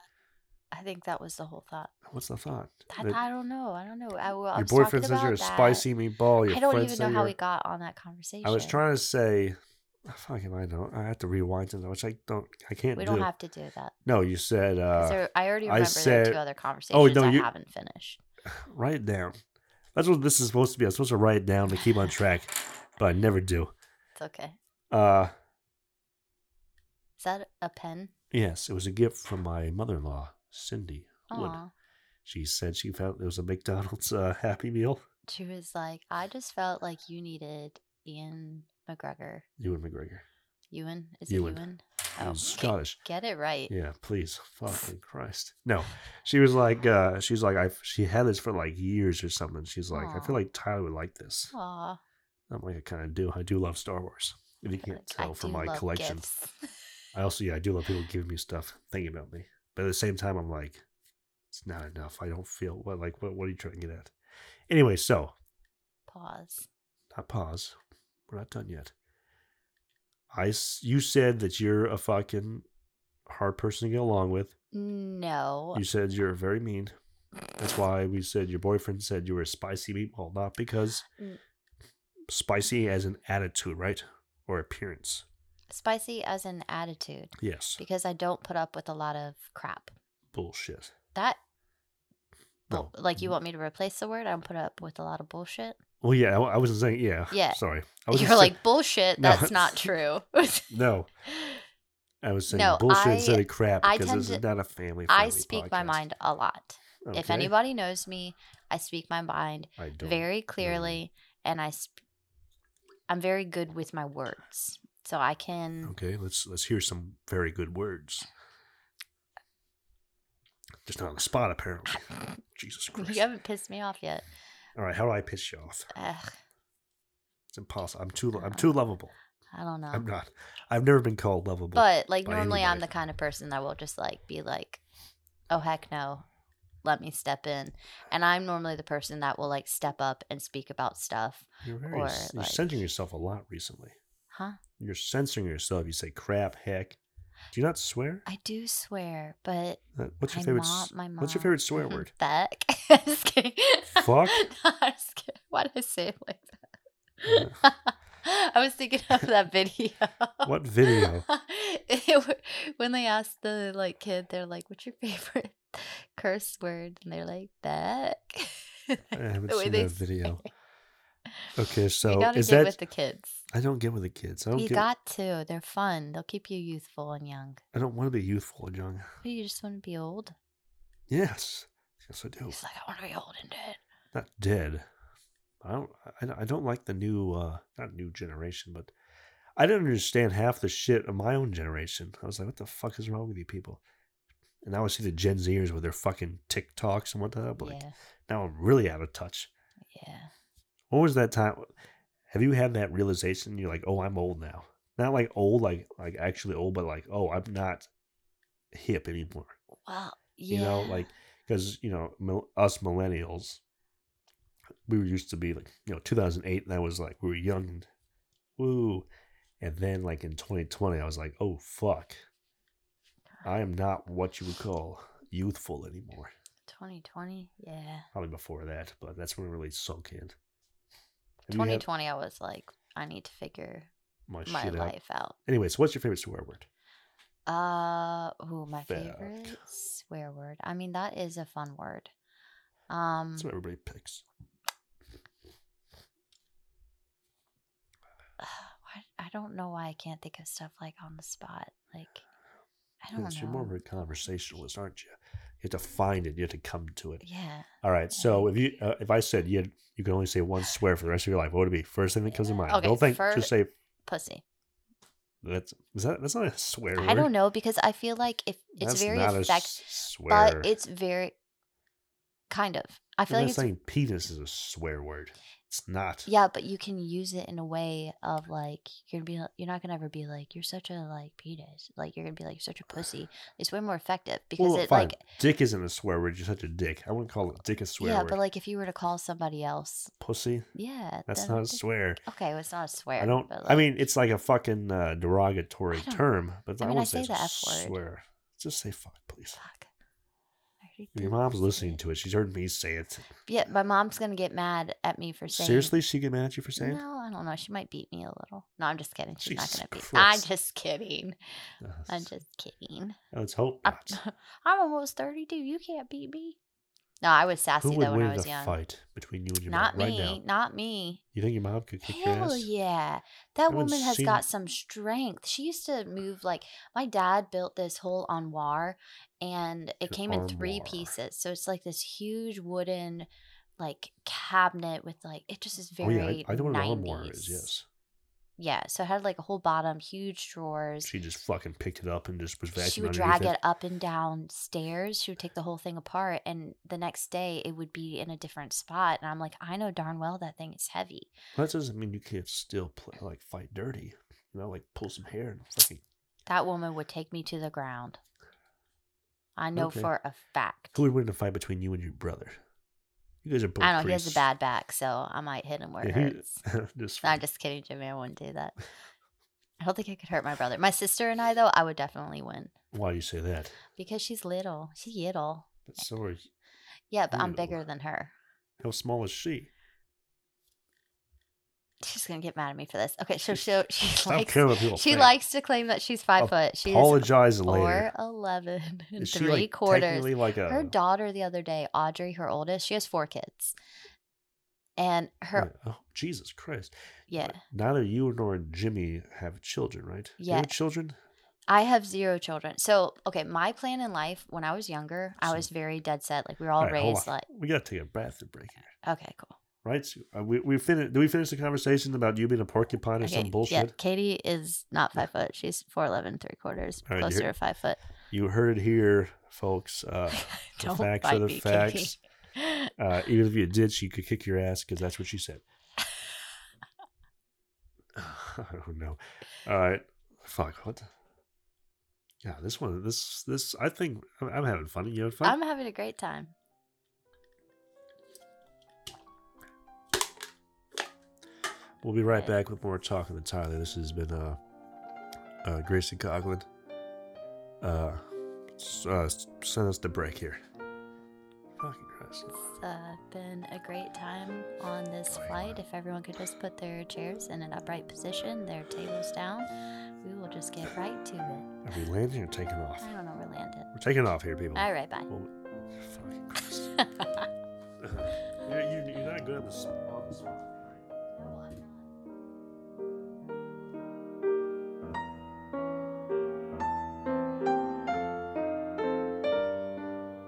[SPEAKER 3] I think that was the whole thought.
[SPEAKER 1] What's the thought?
[SPEAKER 3] I,
[SPEAKER 1] That
[SPEAKER 3] I don't know. I don't know. I, well, I
[SPEAKER 1] your
[SPEAKER 3] was talking
[SPEAKER 1] boyfriend says
[SPEAKER 3] about
[SPEAKER 1] you're a
[SPEAKER 3] that.
[SPEAKER 1] spicy meatball. Your
[SPEAKER 3] I don't
[SPEAKER 1] friend
[SPEAKER 3] even
[SPEAKER 1] said
[SPEAKER 3] know how
[SPEAKER 1] you're-
[SPEAKER 3] we got on that conversation.
[SPEAKER 1] I was trying to say, fucking, I don't. I have to rewind to that, which I don't. I can't.
[SPEAKER 3] We don't
[SPEAKER 1] do.
[SPEAKER 3] have to do that.
[SPEAKER 1] No, you said. uh
[SPEAKER 3] 'Cause there, I Oh, already
[SPEAKER 1] I
[SPEAKER 3] remember there
[SPEAKER 1] said-
[SPEAKER 3] are two other conversations
[SPEAKER 1] no,
[SPEAKER 3] I
[SPEAKER 1] you-
[SPEAKER 3] haven't finished.
[SPEAKER 1] Write it down. That's what this is supposed to be. I'm supposed to write it down to keep on track, but I never do.
[SPEAKER 3] It's okay.
[SPEAKER 1] Uh
[SPEAKER 3] Is that a pen?
[SPEAKER 1] Yes, it was a gift from my mother-in-law, Cindy Wood.
[SPEAKER 3] Aw.
[SPEAKER 1] She said she found it was a McDonald's uh, Happy Meal.
[SPEAKER 3] She was like, I just felt like you needed Ian McGregor.
[SPEAKER 1] Ewan McGregor.
[SPEAKER 3] Ewan? Is
[SPEAKER 1] Ewan.
[SPEAKER 3] it Ewan?
[SPEAKER 1] He
[SPEAKER 3] Oh,
[SPEAKER 1] was Scottish.
[SPEAKER 3] get it right.
[SPEAKER 1] Yeah, please,
[SPEAKER 3] [LAUGHS]
[SPEAKER 1] fucking Christ. No, she was like, uh, she's like, I. She had this for like years or something. She's like, I
[SPEAKER 3] Aw.
[SPEAKER 1] feel like Tyler would like this.
[SPEAKER 3] Aw.
[SPEAKER 1] I'm like, I kind of do. I do love Star Wars. If you can't
[SPEAKER 3] I
[SPEAKER 1] tell from
[SPEAKER 3] do
[SPEAKER 1] my
[SPEAKER 3] love
[SPEAKER 1] collection,
[SPEAKER 3] gifts. [LAUGHS]
[SPEAKER 1] I also, yeah, I do love people giving me stuff, thinking about me. But at the same time, I'm like, it's not enough. I don't feel what, like, what, what are you trying to get at? Anyway, so
[SPEAKER 3] Pause.
[SPEAKER 1] I pause. We're not done yet. I, s- you said that you're a fucking hard person to get along with.
[SPEAKER 3] No.
[SPEAKER 1] You said you're very mean. That's why we said your boyfriend said you were a spicy meatball, not because
[SPEAKER 3] Mm.
[SPEAKER 1] spicy as an attitude, right? Or appearance.
[SPEAKER 3] Spicy as an attitude
[SPEAKER 1] Yes.
[SPEAKER 3] because I don't put up with a lot of crap.
[SPEAKER 1] Bullshit.
[SPEAKER 3] That,
[SPEAKER 1] No. Mm.
[SPEAKER 3] like, you want me to replace the word? I don't put up with a lot of bullshit.
[SPEAKER 1] Well, yeah, I, I wasn't saying, yeah.
[SPEAKER 3] Yeah. [LAUGHS]
[SPEAKER 1] Sorry. I
[SPEAKER 3] You're
[SPEAKER 1] wasn't say-
[SPEAKER 3] like, bullshit.
[SPEAKER 1] No. [LAUGHS]
[SPEAKER 3] That's not true. [LAUGHS]
[SPEAKER 1] no, I was saying
[SPEAKER 3] No,
[SPEAKER 1] bullshit
[SPEAKER 3] I-
[SPEAKER 1] instead of crap
[SPEAKER 3] I
[SPEAKER 1] because
[SPEAKER 3] tend
[SPEAKER 1] this is
[SPEAKER 3] to-
[SPEAKER 1] not a family
[SPEAKER 3] I
[SPEAKER 1] friendly
[SPEAKER 3] speak my
[SPEAKER 1] podcast.
[SPEAKER 3] mind a lot. If
[SPEAKER 1] Okay?
[SPEAKER 3] anybody knows me, I speak my mind
[SPEAKER 1] I don't.
[SPEAKER 3] very clearly, and I, sp- I'm very good with my words, so I can. [LAUGHS]
[SPEAKER 1] Okay, let's let's hear some very good words. Just not on the spot, apparently.
[SPEAKER 3] [LAUGHS]
[SPEAKER 1] Jesus Christ.
[SPEAKER 3] You haven't pissed me off yet.
[SPEAKER 1] All right, how do I piss you off?
[SPEAKER 3] Ugh,
[SPEAKER 1] It's impossible. I'm too. lo- I'm
[SPEAKER 3] Uh,
[SPEAKER 1] too lovable.
[SPEAKER 3] I don't know.
[SPEAKER 1] I'm not. I've never been called lovable.
[SPEAKER 3] um, but like
[SPEAKER 1] by
[SPEAKER 3] normally, I'm the
[SPEAKER 1] anybody.
[SPEAKER 3] kind of person that will just like be like, "Oh heck no." Let me step in. And I'm normally the person that will like step up and speak about stuff.
[SPEAKER 1] you're very.
[SPEAKER 3] or,
[SPEAKER 1] s- you're
[SPEAKER 3] like-
[SPEAKER 1] censoring yourself a lot recently.
[SPEAKER 3] Huh?
[SPEAKER 1] You're censoring yourself. You say crap, heck. Do you not swear?
[SPEAKER 3] I do swear, but
[SPEAKER 1] Uh, What's your
[SPEAKER 3] my
[SPEAKER 1] favorite?
[SPEAKER 3] mom,
[SPEAKER 1] s-
[SPEAKER 3] my mom.
[SPEAKER 1] what's your favorite swear
[SPEAKER 3] [LAUGHS]
[SPEAKER 1] word?
[SPEAKER 3] Fuck. I'm just kidding.
[SPEAKER 1] Fuck?
[SPEAKER 3] [LAUGHS] No, I'm just kidding. Why did I say it like
[SPEAKER 1] Uh,
[SPEAKER 3] that? [LAUGHS] I was thinking of that video. [LAUGHS]
[SPEAKER 1] What video?
[SPEAKER 3] It wa- when they asked the like kid, they're like, "What's your favorite [LAUGHS] curse word?" And they're like, [LAUGHS] "Back."
[SPEAKER 1] I haven't
[SPEAKER 3] The way
[SPEAKER 1] seen
[SPEAKER 3] they
[SPEAKER 1] that video.
[SPEAKER 3] swear.
[SPEAKER 1] Okay,
[SPEAKER 3] you
[SPEAKER 1] so
[SPEAKER 3] gotta
[SPEAKER 1] is
[SPEAKER 3] get
[SPEAKER 1] that? Oh,
[SPEAKER 3] with the kids.
[SPEAKER 1] I don't get with the kids. I don't.
[SPEAKER 3] You
[SPEAKER 1] get,
[SPEAKER 3] got to. They're fun. They'll keep you youthful and young.
[SPEAKER 1] I don't want to be youthful and young.
[SPEAKER 3] But you just want to be old.
[SPEAKER 1] Yes, yes, I do.
[SPEAKER 3] He's like, I want to be old and dead.
[SPEAKER 1] Not dead. I don't. I don't- I don't like the new. uh Not new generation, but I didn't understand half the shit of my own generation. I was like, what the fuck is wrong with you people? And now I see the Gen Zers with their fucking TikToks and what the hell. Like,
[SPEAKER 3] yeah,
[SPEAKER 1] Now I'm really out of touch.
[SPEAKER 3] yeah.
[SPEAKER 1] What was that time? Have you had that realization? You're like, oh, I'm old now. Not like old, like like actually old, but like, oh, I'm not hip anymore.
[SPEAKER 3] Well, yeah.
[SPEAKER 1] You know, like because you know mil- us millennials, we were used to be like you know 2008, and I was like we were young, and woo, and then like in 2020, I was like, oh fuck, I am not what you would call youthful anymore.
[SPEAKER 3] 2020 yeah
[SPEAKER 1] Probably before that, but that's when it really sunk in. Have you had
[SPEAKER 3] 2020 i was like i need to figure
[SPEAKER 1] my,
[SPEAKER 3] my
[SPEAKER 1] shit out?
[SPEAKER 3] life out,
[SPEAKER 1] Anyway, so what's your favorite swear word?
[SPEAKER 3] uh oh my
[SPEAKER 1] Fuck.
[SPEAKER 3] favorite swear word i mean that is a fun word um
[SPEAKER 1] That's what everybody picks.
[SPEAKER 3] [SIGHS] why- i don't know why i can't think of stuff like on the spot like i don't
[SPEAKER 1] Yes,
[SPEAKER 3] know
[SPEAKER 1] you're more of a conversationalist, aren't you? You have to find it. You have to come to it.
[SPEAKER 3] yeah
[SPEAKER 1] All right. So if you uh, if I said you had, you can only say one swear for the rest of your life, what would it be? First thing that comes to mind.
[SPEAKER 3] Okay,
[SPEAKER 1] Don't think.
[SPEAKER 3] fir-
[SPEAKER 1] just say
[SPEAKER 3] pussy
[SPEAKER 1] That's is that that's not a swear word.
[SPEAKER 3] I don't know because I feel like if it's
[SPEAKER 1] That's
[SPEAKER 3] very
[SPEAKER 1] not a s-
[SPEAKER 3] effective,
[SPEAKER 1] swear.
[SPEAKER 3] but it's very kind of. I feel
[SPEAKER 1] I'm
[SPEAKER 3] like
[SPEAKER 1] not
[SPEAKER 3] it's
[SPEAKER 1] saying penis is a swear word. It's not.
[SPEAKER 3] yeah, but you can use it in a way of like you're gonna be you're not gonna ever be like you're such a like penis like you're gonna be like you're such a pussy. It's way more effective because
[SPEAKER 1] well,
[SPEAKER 3] it
[SPEAKER 1] fine.
[SPEAKER 3] like
[SPEAKER 1] dick isn't a swear word. You're such a dick. I wouldn't call it dick a swear
[SPEAKER 3] yeah,
[SPEAKER 1] word.
[SPEAKER 3] but like if you were to call somebody else,
[SPEAKER 1] Pussy.
[SPEAKER 3] yeah,
[SPEAKER 1] That's
[SPEAKER 3] then
[SPEAKER 1] not a
[SPEAKER 3] it's-
[SPEAKER 1] swear.
[SPEAKER 3] Okay, well, it's not a swear.
[SPEAKER 1] I don't.
[SPEAKER 3] But
[SPEAKER 1] I
[SPEAKER 3] like-
[SPEAKER 1] mean, it's like a fucking uh, derogatory
[SPEAKER 3] I don't-
[SPEAKER 1] term, but
[SPEAKER 3] I
[SPEAKER 1] I,
[SPEAKER 3] mean, I
[SPEAKER 1] wouldn't say,
[SPEAKER 3] say
[SPEAKER 1] it's
[SPEAKER 3] the
[SPEAKER 1] a
[SPEAKER 3] F word.
[SPEAKER 1] Swear. Just say fuck, please.
[SPEAKER 3] fuck. I already
[SPEAKER 1] If
[SPEAKER 3] did
[SPEAKER 1] Your mom's
[SPEAKER 3] say
[SPEAKER 1] listening
[SPEAKER 3] it.
[SPEAKER 1] to it. She's heard me say it.
[SPEAKER 3] Yeah, my mom's gonna get mad at me for saying.
[SPEAKER 1] Seriously, she get mad at you for saying? it?
[SPEAKER 3] No, I don't know. She might beat me a little. No, I'm just kidding. She's
[SPEAKER 1] Jesus
[SPEAKER 3] not gonna beat. I'm
[SPEAKER 1] Christ.
[SPEAKER 3] just kidding.
[SPEAKER 1] Uh,
[SPEAKER 3] I'm just kidding.
[SPEAKER 1] Let's hope
[SPEAKER 3] I'm,
[SPEAKER 1] not.
[SPEAKER 3] [LAUGHS] I'm almost 32. You can't beat me. No, I was sassy
[SPEAKER 1] Who would
[SPEAKER 3] though when
[SPEAKER 1] win
[SPEAKER 3] I
[SPEAKER 1] in a
[SPEAKER 3] was young.
[SPEAKER 1] fight between you and your
[SPEAKER 3] Not
[SPEAKER 1] mom right
[SPEAKER 3] me.
[SPEAKER 1] now?
[SPEAKER 3] Not me.
[SPEAKER 1] You think your mom could kick your
[SPEAKER 3] Hell
[SPEAKER 1] ass?
[SPEAKER 3] yeah. That
[SPEAKER 1] Everyone's
[SPEAKER 3] woman has
[SPEAKER 1] seen-
[SPEAKER 3] got some strength. She used to move like my dad built this whole armoire and
[SPEAKER 1] An
[SPEAKER 3] it came in three
[SPEAKER 1] armoire.
[SPEAKER 3] pieces. So it's like this huge wooden like cabinet with like it just is
[SPEAKER 1] Oh
[SPEAKER 3] very
[SPEAKER 1] yeah, I, I know what an
[SPEAKER 3] 90s.
[SPEAKER 1] armoire is. Yes,
[SPEAKER 3] Yeah, so it had like a whole bottom, huge drawers.
[SPEAKER 1] she just fucking picked it up and just was vacuuming
[SPEAKER 3] She would drag
[SPEAKER 1] underneath
[SPEAKER 3] it up and down stairs. She would take the whole thing apart, and the next day it would be in a different spot. And I'm like, I know darn well that thing is heavy.
[SPEAKER 1] That doesn't mean you can't still play, like fight dirty. You know, like pull some hair and fucking.
[SPEAKER 3] That woman would take me to the ground. I know
[SPEAKER 1] Okay.
[SPEAKER 3] for a fact.
[SPEAKER 1] Who would win in a fight between you and your brother? You guys are both.
[SPEAKER 3] I don't know. He has
[SPEAKER 1] [LAUGHS]
[SPEAKER 3] a
[SPEAKER 1] priests.
[SPEAKER 3] bad back, so I might hit him where it
[SPEAKER 1] Yeah, he-
[SPEAKER 3] hurts.
[SPEAKER 1] just
[SPEAKER 3] No, I'm just kidding, Jimmy. I wouldn't do that. I don't think I could hurt my brother. My sister and I, though, I would definitely win
[SPEAKER 1] why do you say that?
[SPEAKER 3] because she's little. She's little.
[SPEAKER 1] But so are you-
[SPEAKER 3] Yeah, but I'm
[SPEAKER 1] Little.
[SPEAKER 3] bigger than her.
[SPEAKER 1] how small is
[SPEAKER 3] [LAUGHS]
[SPEAKER 1] she?
[SPEAKER 3] She's gonna get mad at me for this. Okay, so she [LAUGHS]
[SPEAKER 1] [LAUGHS]
[SPEAKER 3] she
[SPEAKER 1] I don't
[SPEAKER 3] likes
[SPEAKER 1] care what people
[SPEAKER 3] she
[SPEAKER 1] think.
[SPEAKER 3] likes to claim that she's five foot. She is
[SPEAKER 1] Apologize
[SPEAKER 3] four
[SPEAKER 1] later.
[SPEAKER 3] eleven and
[SPEAKER 1] Is
[SPEAKER 3] three
[SPEAKER 1] she like
[SPEAKER 3] quarters.
[SPEAKER 1] technically like a?
[SPEAKER 3] Her daughter the other day, Audrey, her oldest, she has four kids, and her
[SPEAKER 1] Yeah. Oh, Jesus Christ!
[SPEAKER 3] yeah,
[SPEAKER 1] Neither you nor Jimmy have children, right? Do you have
[SPEAKER 3] Yeah.
[SPEAKER 1] children.
[SPEAKER 3] I have zero children. So okay, my plan in life when I was younger, I
[SPEAKER 1] So-
[SPEAKER 3] was very dead set. Like we were all,
[SPEAKER 1] All right, hold
[SPEAKER 3] raised
[SPEAKER 1] on.
[SPEAKER 3] like
[SPEAKER 1] we gotta take a bathroom break here,
[SPEAKER 3] okay, cool.
[SPEAKER 1] right? So, uh, we we finish. Do we finish the conversation about you being a porcupine or
[SPEAKER 3] okay,
[SPEAKER 1] some bullshit?
[SPEAKER 3] Katie is not five foot. She's four eleven, three quarters,
[SPEAKER 1] All right,
[SPEAKER 3] closer
[SPEAKER 1] you're-
[SPEAKER 3] to five foot. [GASPS]
[SPEAKER 1] You heard it here, folks.
[SPEAKER 3] [LAUGHS]
[SPEAKER 1] Uh, the
[SPEAKER 3] Don't
[SPEAKER 1] facts
[SPEAKER 3] bite
[SPEAKER 1] are the
[SPEAKER 3] me,
[SPEAKER 1] facts.
[SPEAKER 3] Katie.
[SPEAKER 1] uh, even if you did, she could kick your ass because that's what she said. [LAUGHS] I don't know. All right, fuck what? the- Yeah, this one, this this. I think I'm, I'm having fun. You having fun?
[SPEAKER 3] I'm having a great time.
[SPEAKER 1] We'll be right
[SPEAKER 3] Okay.
[SPEAKER 1] back with more talking to Tyler. This has been uh, uh Grayson Coughlin. Uh, s- uh, s- send us the break here. Fucking Christ.
[SPEAKER 3] It's uh, been a great time on
[SPEAKER 1] Oh,
[SPEAKER 3] this flight. If everyone could just put their chairs in an upright position, their tables down, we will just get right to it.
[SPEAKER 1] Are we landing or taking off?
[SPEAKER 3] I don't know where we landed.
[SPEAKER 1] We're taking off here, people.
[SPEAKER 3] All right, bye.
[SPEAKER 1] Well, fucking
[SPEAKER 3] [LAUGHS]
[SPEAKER 1] Christ. you're, you you're not good at this. On this one.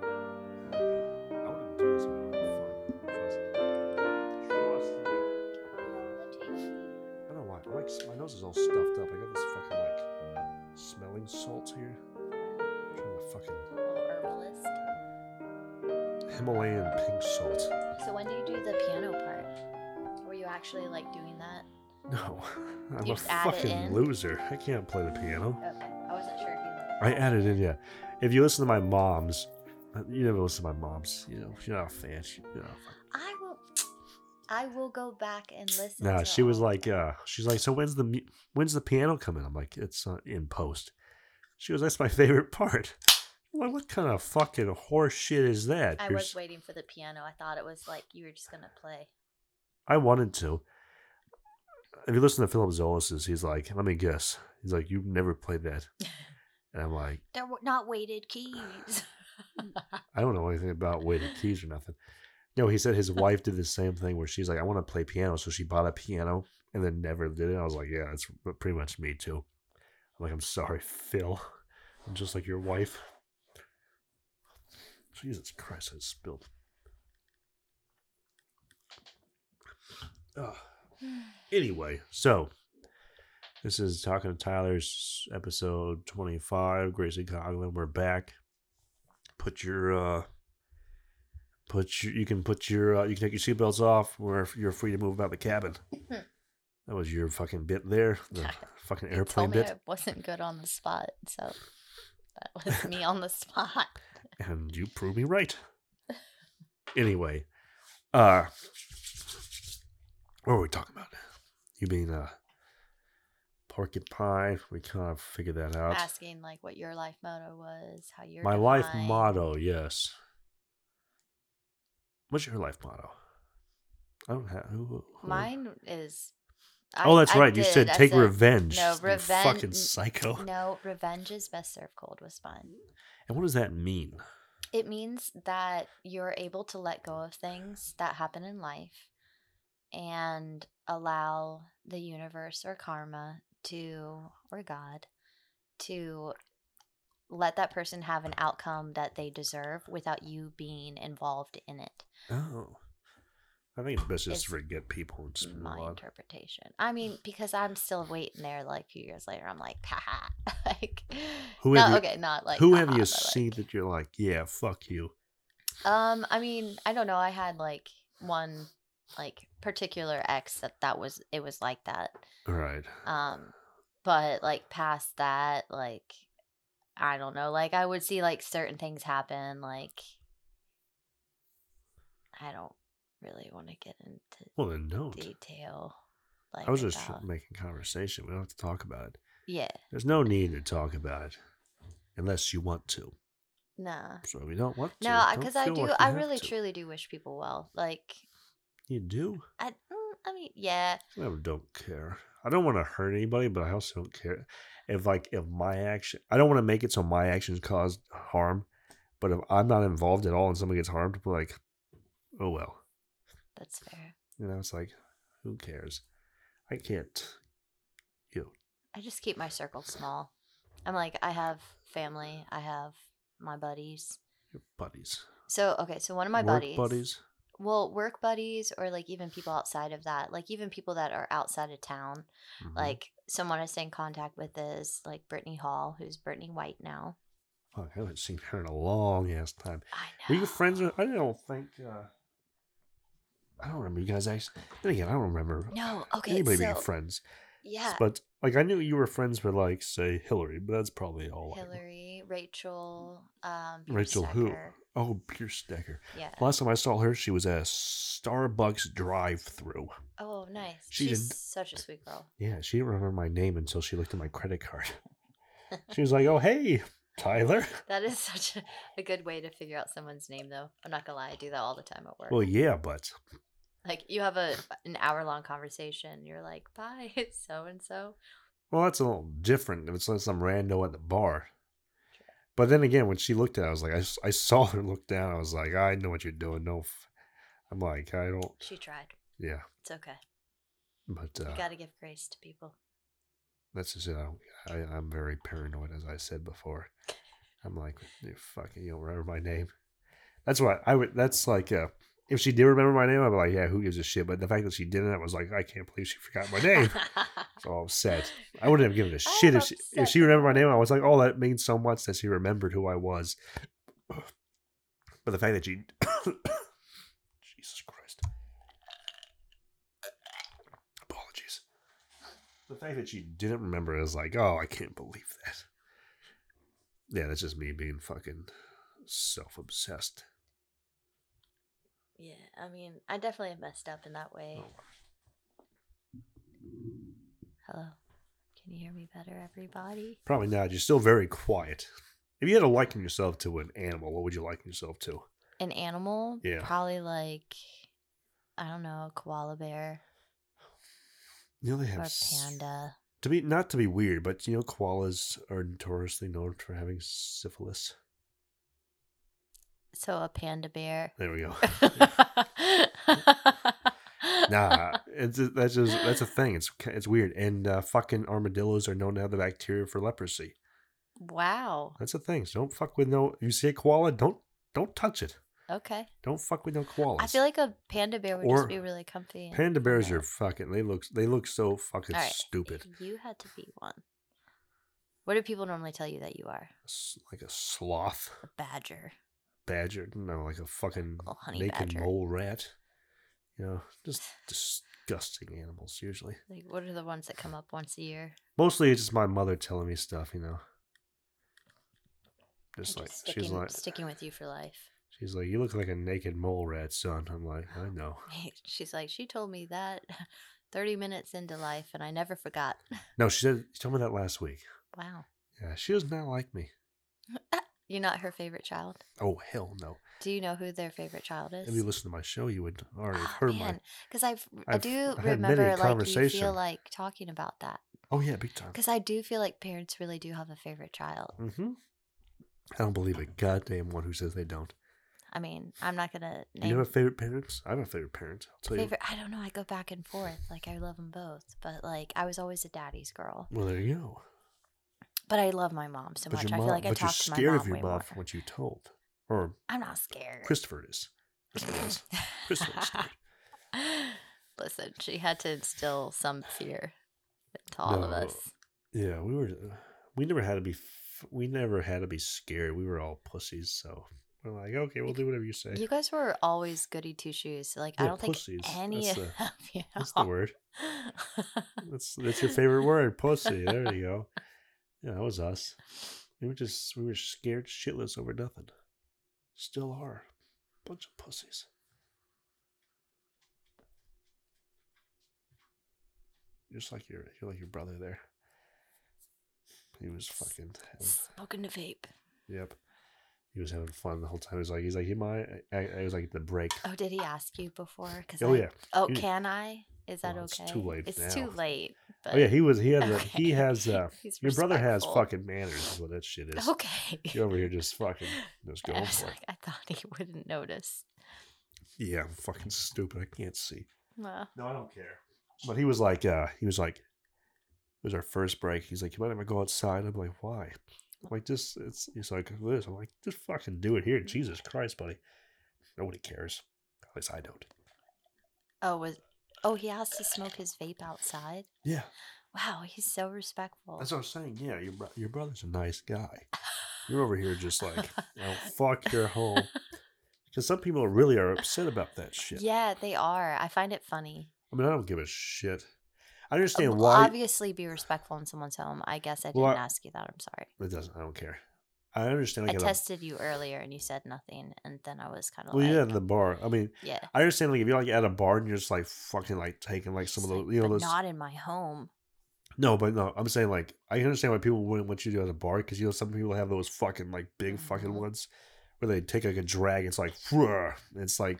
[SPEAKER 1] I want to do this. one. Fun. Trust me. I don't know why. My, my nose is all stuffed up. I got this fucking like smelling salts here. I'm trying to fucking Himalayan pink salt.
[SPEAKER 3] So when do you do the piano part? Were you actually like doing that?
[SPEAKER 1] No, [LAUGHS] I'm
[SPEAKER 3] You
[SPEAKER 1] a
[SPEAKER 3] just add it
[SPEAKER 1] fucking
[SPEAKER 3] in?
[SPEAKER 1] loser. I can't play the piano.
[SPEAKER 3] Okay, I wasn't sure if you.
[SPEAKER 1] I added in, yeah. If you listen to my mom's, uh, you never listen to my mom's. You know, you're not a fan. She, you know,
[SPEAKER 3] I will. I will go back and listen.
[SPEAKER 1] No,
[SPEAKER 3] to
[SPEAKER 1] she was
[SPEAKER 3] all-
[SPEAKER 1] like, uh, she's like, so when's the mu- when's the piano coming? I'm like, it's uh, in post. She goes, that's my [LAUGHS] favorite part. I'm like, what kind of fucking horse shit is that?
[SPEAKER 3] I
[SPEAKER 1] You're
[SPEAKER 3] was
[SPEAKER 1] s-
[SPEAKER 3] waiting for the piano. I thought it was like you were just gonna play.
[SPEAKER 1] I wanted to. If you listen to Philip Zolas's, he's like, let me guess. He's like, you've never played
[SPEAKER 3] [LAUGHS]
[SPEAKER 1] that, and I'm like,
[SPEAKER 3] They're w- not weighted
[SPEAKER 1] [LAUGHS]
[SPEAKER 3] keys.
[SPEAKER 1] I don't know anything about weighted keys or nothing. No, he said his wife did the same thing where she's like, I want to play piano. So she bought a piano and then never did it. I was like, yeah, that's pretty much me too. I'm like, I'm sorry, Phil. I'm just like your wife. Jesus Christ, I spilled. Ugh. Anyway, so This is Talking to Tyler's episode 25. Gracie Coglin, we're back. Put your, uh, put your, you can put your, uh, you can take your seatbelts off. Where you're free to move about the cabin.
[SPEAKER 3] Mm-hmm.
[SPEAKER 1] that was your fucking bit there.
[SPEAKER 3] [LAUGHS]
[SPEAKER 1] The fucking
[SPEAKER 3] You told
[SPEAKER 1] airplane
[SPEAKER 3] me
[SPEAKER 1] bit.
[SPEAKER 3] I wasn't good on the spot, so that was me on the spot.
[SPEAKER 1] and you prove me right. anyway, uh, what were we talking about? You being a porcupine? We kind of figured that out.
[SPEAKER 3] Asking like what your life motto was, how your
[SPEAKER 1] My life
[SPEAKER 3] defined-
[SPEAKER 1] motto, yes. What's your life motto? I don't have. Who, who-
[SPEAKER 3] Mine is.
[SPEAKER 1] oh,
[SPEAKER 3] I-
[SPEAKER 1] that's
[SPEAKER 3] I
[SPEAKER 1] right. you said
[SPEAKER 3] did. I
[SPEAKER 1] take revenge.
[SPEAKER 3] no,
[SPEAKER 1] you
[SPEAKER 3] reven-
[SPEAKER 1] Fucking psycho.
[SPEAKER 3] No, revenge is best served cold with spun.
[SPEAKER 1] And what does that mean?
[SPEAKER 3] It means that you're able to let go of things that happen in life and allow the universe or karma to, or God, to let that person have an outcome that they deserve without you being involved in it.
[SPEAKER 1] Oh. I think it's best just
[SPEAKER 3] It's
[SPEAKER 1] to forget people and just move
[SPEAKER 3] my
[SPEAKER 1] on.
[SPEAKER 3] interpretation. I mean, because I'm still waiting there like a few years later. I'm like, haha. [LAUGHS] like,
[SPEAKER 1] Who have
[SPEAKER 3] not,
[SPEAKER 1] you-
[SPEAKER 3] okay, not like.
[SPEAKER 1] Who have
[SPEAKER 3] haha,
[SPEAKER 1] you
[SPEAKER 3] but,
[SPEAKER 1] seen
[SPEAKER 3] like-
[SPEAKER 1] that you're like, yeah, fuck you?
[SPEAKER 3] Um, I mean, I don't know. I had like one like particular ex that that was it was like that.
[SPEAKER 1] All right.
[SPEAKER 3] Um, but like past that, like I don't know. Like I would see like certain things happen. Like I don't really want to get into
[SPEAKER 1] Well, then don't.
[SPEAKER 3] detail. Like
[SPEAKER 1] I was just
[SPEAKER 3] about-
[SPEAKER 1] making conversation. We don't have to talk about it.
[SPEAKER 3] yeah,
[SPEAKER 1] There's no need to talk about it unless you want to.
[SPEAKER 3] nah.
[SPEAKER 1] So we don't want to.
[SPEAKER 3] No,
[SPEAKER 1] don't
[SPEAKER 3] because I
[SPEAKER 1] feel
[SPEAKER 3] do.
[SPEAKER 1] like you
[SPEAKER 3] I
[SPEAKER 1] have
[SPEAKER 3] really,
[SPEAKER 1] to.
[SPEAKER 3] truly do wish people well. Like,
[SPEAKER 1] You do?
[SPEAKER 3] I, mm, I mean, yeah,
[SPEAKER 1] I don't care. I don't want to hurt anybody, but I also don't care if, like, if my action, I don't want to make it so my actions cause harm. But if I'm not involved at all and somebody gets harmed, we're like, oh well.
[SPEAKER 3] that's fair.
[SPEAKER 1] You know, it's like, who cares? I can't. You.
[SPEAKER 3] I just keep my circle small. I'm like, I have family, I have my buddies.
[SPEAKER 1] Your buddies.
[SPEAKER 3] So, okay, so one of my
[SPEAKER 1] Work
[SPEAKER 3] buddies,
[SPEAKER 1] buddies.
[SPEAKER 3] well, work buddies, or like even people outside of that, like even people that are outside of town.
[SPEAKER 1] Mhm.
[SPEAKER 3] Like someone I stay in contact with is like Brittany Hall, who's Brittany White now.
[SPEAKER 1] Fuck, I haven't seen her in a long ass time.
[SPEAKER 3] I
[SPEAKER 1] Were
[SPEAKER 3] know. [SIGHS]
[SPEAKER 1] you friends with? I don't think. uh I don't remember you guys actually. Then again, I don't remember
[SPEAKER 3] No, okay,
[SPEAKER 1] anybody being
[SPEAKER 3] so-
[SPEAKER 1] friends.
[SPEAKER 3] Yeah.
[SPEAKER 1] But like, I knew you were friends with like, say, Hillary, but that's probably all. Oh, I-
[SPEAKER 3] Hillary, Rachel, um,
[SPEAKER 1] Rachel who?
[SPEAKER 3] Stecker.
[SPEAKER 1] Oh, Pierce Decker.
[SPEAKER 3] Yeah.
[SPEAKER 1] Last time I saw her, she was at a Starbucks drive-through.
[SPEAKER 3] Oh, nice.
[SPEAKER 1] She's a-
[SPEAKER 3] She's such a sweet
[SPEAKER 1] [LAUGHS]
[SPEAKER 3] girl.
[SPEAKER 1] Yeah, she didn't remember my name until she looked at my credit
[SPEAKER 3] [LAUGHS]
[SPEAKER 1] card. she was like, "Oh, hey, Tyler."
[SPEAKER 3] That is such a, a good way to figure out someone's name, though. I'm not gonna lie, I do that all the time at work.
[SPEAKER 1] Well, yeah, but
[SPEAKER 3] like you have a an hour long conversation, you're like, "Bye, [LAUGHS] it's so and so."
[SPEAKER 1] Well, that's a little different if it's like some rando at the bar. But then again, when she looked at it, I was like, I, s- I saw her look down. I was like, I know what you're doing. No, f-. I'm like, I don't.
[SPEAKER 3] She tried.
[SPEAKER 1] Yeah,
[SPEAKER 3] It's okay.
[SPEAKER 1] but
[SPEAKER 3] You
[SPEAKER 1] uh,
[SPEAKER 3] gotta give grace to people.
[SPEAKER 1] that's just it. I, don't- I, I'm very paranoid, as I said before. I'm like, you fucking, you don't remember my name. That's why I would. That's like, uh, if she did remember my name, I'd be like, yeah, who gives a shit? But the fact that she didn't, I was like, I can't believe she forgot my
[SPEAKER 3] [LAUGHS]
[SPEAKER 1] name. So upset. I wouldn't have given a shit if she, if
[SPEAKER 3] upset.
[SPEAKER 1] she remembered my name. I was like, oh, that means so much that she remembered who I was. But the fact that she. [COUGHS] Jesus Christ. Apologies. The fact that she didn't remember is like, oh, I can't believe that. Yeah, that's just me being fucking self obsessed.
[SPEAKER 3] Yeah, I mean, I definitely have messed up in that way.
[SPEAKER 1] Oh,
[SPEAKER 3] Hello, can you hear me better, everybody?
[SPEAKER 1] Probably not. You're still very quiet. If you had to liken yourself to an animal, what would you liken yourself to?
[SPEAKER 3] An animal,
[SPEAKER 1] Yeah.
[SPEAKER 3] probably like I don't know, a koala bear
[SPEAKER 1] You know, they
[SPEAKER 3] or
[SPEAKER 1] have
[SPEAKER 3] a
[SPEAKER 1] s-
[SPEAKER 3] panda.
[SPEAKER 1] to be not to be weird, but you know, koalas are notoriously known for having syphilis.
[SPEAKER 3] So a panda bear.
[SPEAKER 1] There
[SPEAKER 3] [LAUGHS]
[SPEAKER 1] we go.
[SPEAKER 3] [LAUGHS]
[SPEAKER 1] nah, it's just- that's just that's a thing. It's ki- it's weird. And uh, fucking armadillos are known to have the bacteria for leprosy.
[SPEAKER 3] Wow.
[SPEAKER 1] That's a thing. So don't fuck with no. You see a koala, don't don't touch it.
[SPEAKER 3] Okay.
[SPEAKER 1] Don't fuck with no koalas.
[SPEAKER 3] I feel like a panda bear would
[SPEAKER 1] Or
[SPEAKER 3] just be really comfy. and
[SPEAKER 1] panda bears are
[SPEAKER 3] comfortable.
[SPEAKER 1] fucking. They look they look so fucking
[SPEAKER 3] All right.
[SPEAKER 1] stupid.
[SPEAKER 3] You had to be one. What do people normally tell you that you are?
[SPEAKER 1] S- Like a sloth
[SPEAKER 3] A badger.
[SPEAKER 1] badger. No, like a fucking
[SPEAKER 3] Little honey
[SPEAKER 1] naked
[SPEAKER 3] badger.
[SPEAKER 1] mole rat. You know, just disgusting animals usually.
[SPEAKER 3] Like, what are the ones that come up once a year?
[SPEAKER 1] Mostly it's just my mother telling me stuff, you know. Just
[SPEAKER 3] And
[SPEAKER 1] like
[SPEAKER 3] just
[SPEAKER 1] she's
[SPEAKER 3] sticking,
[SPEAKER 1] like
[SPEAKER 3] sticking with you for life. [LAUGHS]
[SPEAKER 1] she's like, You look like a naked mole rat, son. I'm like, I know.
[SPEAKER 3] She's like, she told me that [LAUGHS] 30 minutes into life, and I never forgot. [LAUGHS]
[SPEAKER 1] No, she said she told me that last week.
[SPEAKER 3] Wow.
[SPEAKER 1] Yeah, she does not like me.
[SPEAKER 3] You're not her favorite child.
[SPEAKER 1] Oh hell no.
[SPEAKER 3] Do you know who their favorite child is?
[SPEAKER 1] If you listen to my show you would already
[SPEAKER 3] Ah,
[SPEAKER 1] have heard my
[SPEAKER 3] because I I
[SPEAKER 1] I've
[SPEAKER 3] do
[SPEAKER 1] had many
[SPEAKER 3] remember like you feel
[SPEAKER 1] conversation.
[SPEAKER 3] like talking about that
[SPEAKER 1] Oh yeah, big time.
[SPEAKER 3] because I do feel like parents really do have a favorite child.
[SPEAKER 1] Mm-hmm. I don't believe a goddamn one who says they don't.
[SPEAKER 3] I mean, I'm not gonna
[SPEAKER 1] Do you
[SPEAKER 3] name
[SPEAKER 1] have a favorite parents? I have a favorite parent. I'll tell
[SPEAKER 3] favorite. I don't know. I go back and forth. Like I love them both, but like I was always a daddy's girl.
[SPEAKER 1] you. Well, there you go.
[SPEAKER 3] But I love my mom so
[SPEAKER 1] but
[SPEAKER 3] much.
[SPEAKER 1] your
[SPEAKER 3] I
[SPEAKER 1] mom,
[SPEAKER 3] feel like I
[SPEAKER 1] but you're
[SPEAKER 3] talk to my
[SPEAKER 1] scared
[SPEAKER 3] mom
[SPEAKER 1] of your
[SPEAKER 3] way
[SPEAKER 1] mom
[SPEAKER 3] more.
[SPEAKER 1] from what you told, or
[SPEAKER 3] I'm not scared.
[SPEAKER 1] Christopher is. Christopher
[SPEAKER 3] [LAUGHS]
[SPEAKER 1] is. Christopher is scared.
[SPEAKER 3] [SIGHS] Listen, she had to instill some fear to all of
[SPEAKER 1] No.
[SPEAKER 3] us.
[SPEAKER 1] Yeah, we were. We never had to be. f- We never had to be scared. We were all pussies, so we're like, okay, we'll do whatever you say.
[SPEAKER 3] You guys were always goody two shoes. Like I
[SPEAKER 1] Yeah,
[SPEAKER 3] don't
[SPEAKER 1] pussies.
[SPEAKER 3] think any
[SPEAKER 1] That's
[SPEAKER 3] of
[SPEAKER 1] the-
[SPEAKER 3] [LAUGHS] you.
[SPEAKER 1] That's the word. That's that's your favorite word, pussy. There you go. Yeah, that was us. We were just we were scared shitless over nothing. Still are. Bunch of pussies. Just like your you're like your brother there. He was fucking having,
[SPEAKER 3] Smoking to vape.
[SPEAKER 1] Yep. He was having fun the whole time. He was like he's like, Am I I, I was like at the
[SPEAKER 3] [LAUGHS]
[SPEAKER 1] break.
[SPEAKER 3] Oh, did he ask you before? 'Cause
[SPEAKER 1] Oh
[SPEAKER 3] I-
[SPEAKER 1] yeah.
[SPEAKER 3] Oh,
[SPEAKER 1] He-
[SPEAKER 3] can I? Is that
[SPEAKER 1] Well, it's
[SPEAKER 3] okay?
[SPEAKER 1] too late
[SPEAKER 3] It's
[SPEAKER 1] now.
[SPEAKER 3] too late. But
[SPEAKER 1] Oh yeah, he was he has
[SPEAKER 3] [LAUGHS]
[SPEAKER 1] a, he
[SPEAKER 3] Okay.
[SPEAKER 1] has uh
[SPEAKER 3] He's
[SPEAKER 1] your brother has
[SPEAKER 3] respectful. [LAUGHS]
[SPEAKER 1] fucking manners is what that shit is.
[SPEAKER 3] Okay.
[SPEAKER 1] You're over here just
[SPEAKER 3] [LAUGHS]
[SPEAKER 1] fucking just
[SPEAKER 3] I
[SPEAKER 1] going
[SPEAKER 3] was
[SPEAKER 1] for it.
[SPEAKER 3] like, I thought he wouldn't notice.
[SPEAKER 1] Yeah, I'm fucking stupid. I can't see.
[SPEAKER 3] Uh,
[SPEAKER 1] No, I don't care. But he was like, uh, he was like, it was our first break. He's like, you might ever go outside. I'm like, why? I'm like this, it's. He's like this. I'm like, just fucking do it here.
[SPEAKER 3] Mm-hmm.
[SPEAKER 1] Jesus Christ, buddy. Nobody cares. At least I don't.
[SPEAKER 3] oh, was oh he asked to smoke his vape outside.
[SPEAKER 1] Yeah,
[SPEAKER 3] Wow, he's so respectful.
[SPEAKER 1] that's what I'm saying. Yeah, your bro- your brother's a nice guy. You're over here just like, oh fuck your
[SPEAKER 3] [LAUGHS]
[SPEAKER 1] home. Because some people really are upset about that shit.
[SPEAKER 3] Yeah, they are. I find it funny.
[SPEAKER 1] I mean, I don't give a shit. I
[SPEAKER 3] Uh,
[SPEAKER 1] understand
[SPEAKER 3] well,
[SPEAKER 1] why.
[SPEAKER 3] Obviously, be respectful in someone's home. I guess I didn't
[SPEAKER 1] Well, I-
[SPEAKER 3] ask you that. I'm sorry.
[SPEAKER 1] It doesn't. I don't care. I understand.
[SPEAKER 3] I
[SPEAKER 1] Like, at a-
[SPEAKER 3] tested you earlier and you said nothing, and then I was kind of
[SPEAKER 1] well, yeah,
[SPEAKER 3] like,
[SPEAKER 1] at the bar. I mean,
[SPEAKER 3] yeah,
[SPEAKER 1] I understand. Like, if you're like at a bar and you're just like fucking like taking like some
[SPEAKER 3] It's
[SPEAKER 1] of the
[SPEAKER 3] like,
[SPEAKER 1] you know
[SPEAKER 3] "But
[SPEAKER 1] those.
[SPEAKER 3] not in my home.
[SPEAKER 1] no, but no. I'm saying like I understand why people wouldn't want you to do at a bar because you know some people have those fucking like big fucking
[SPEAKER 3] Mhm.
[SPEAKER 1] ones where they take like a drag. It's like, "Fwah," and it's like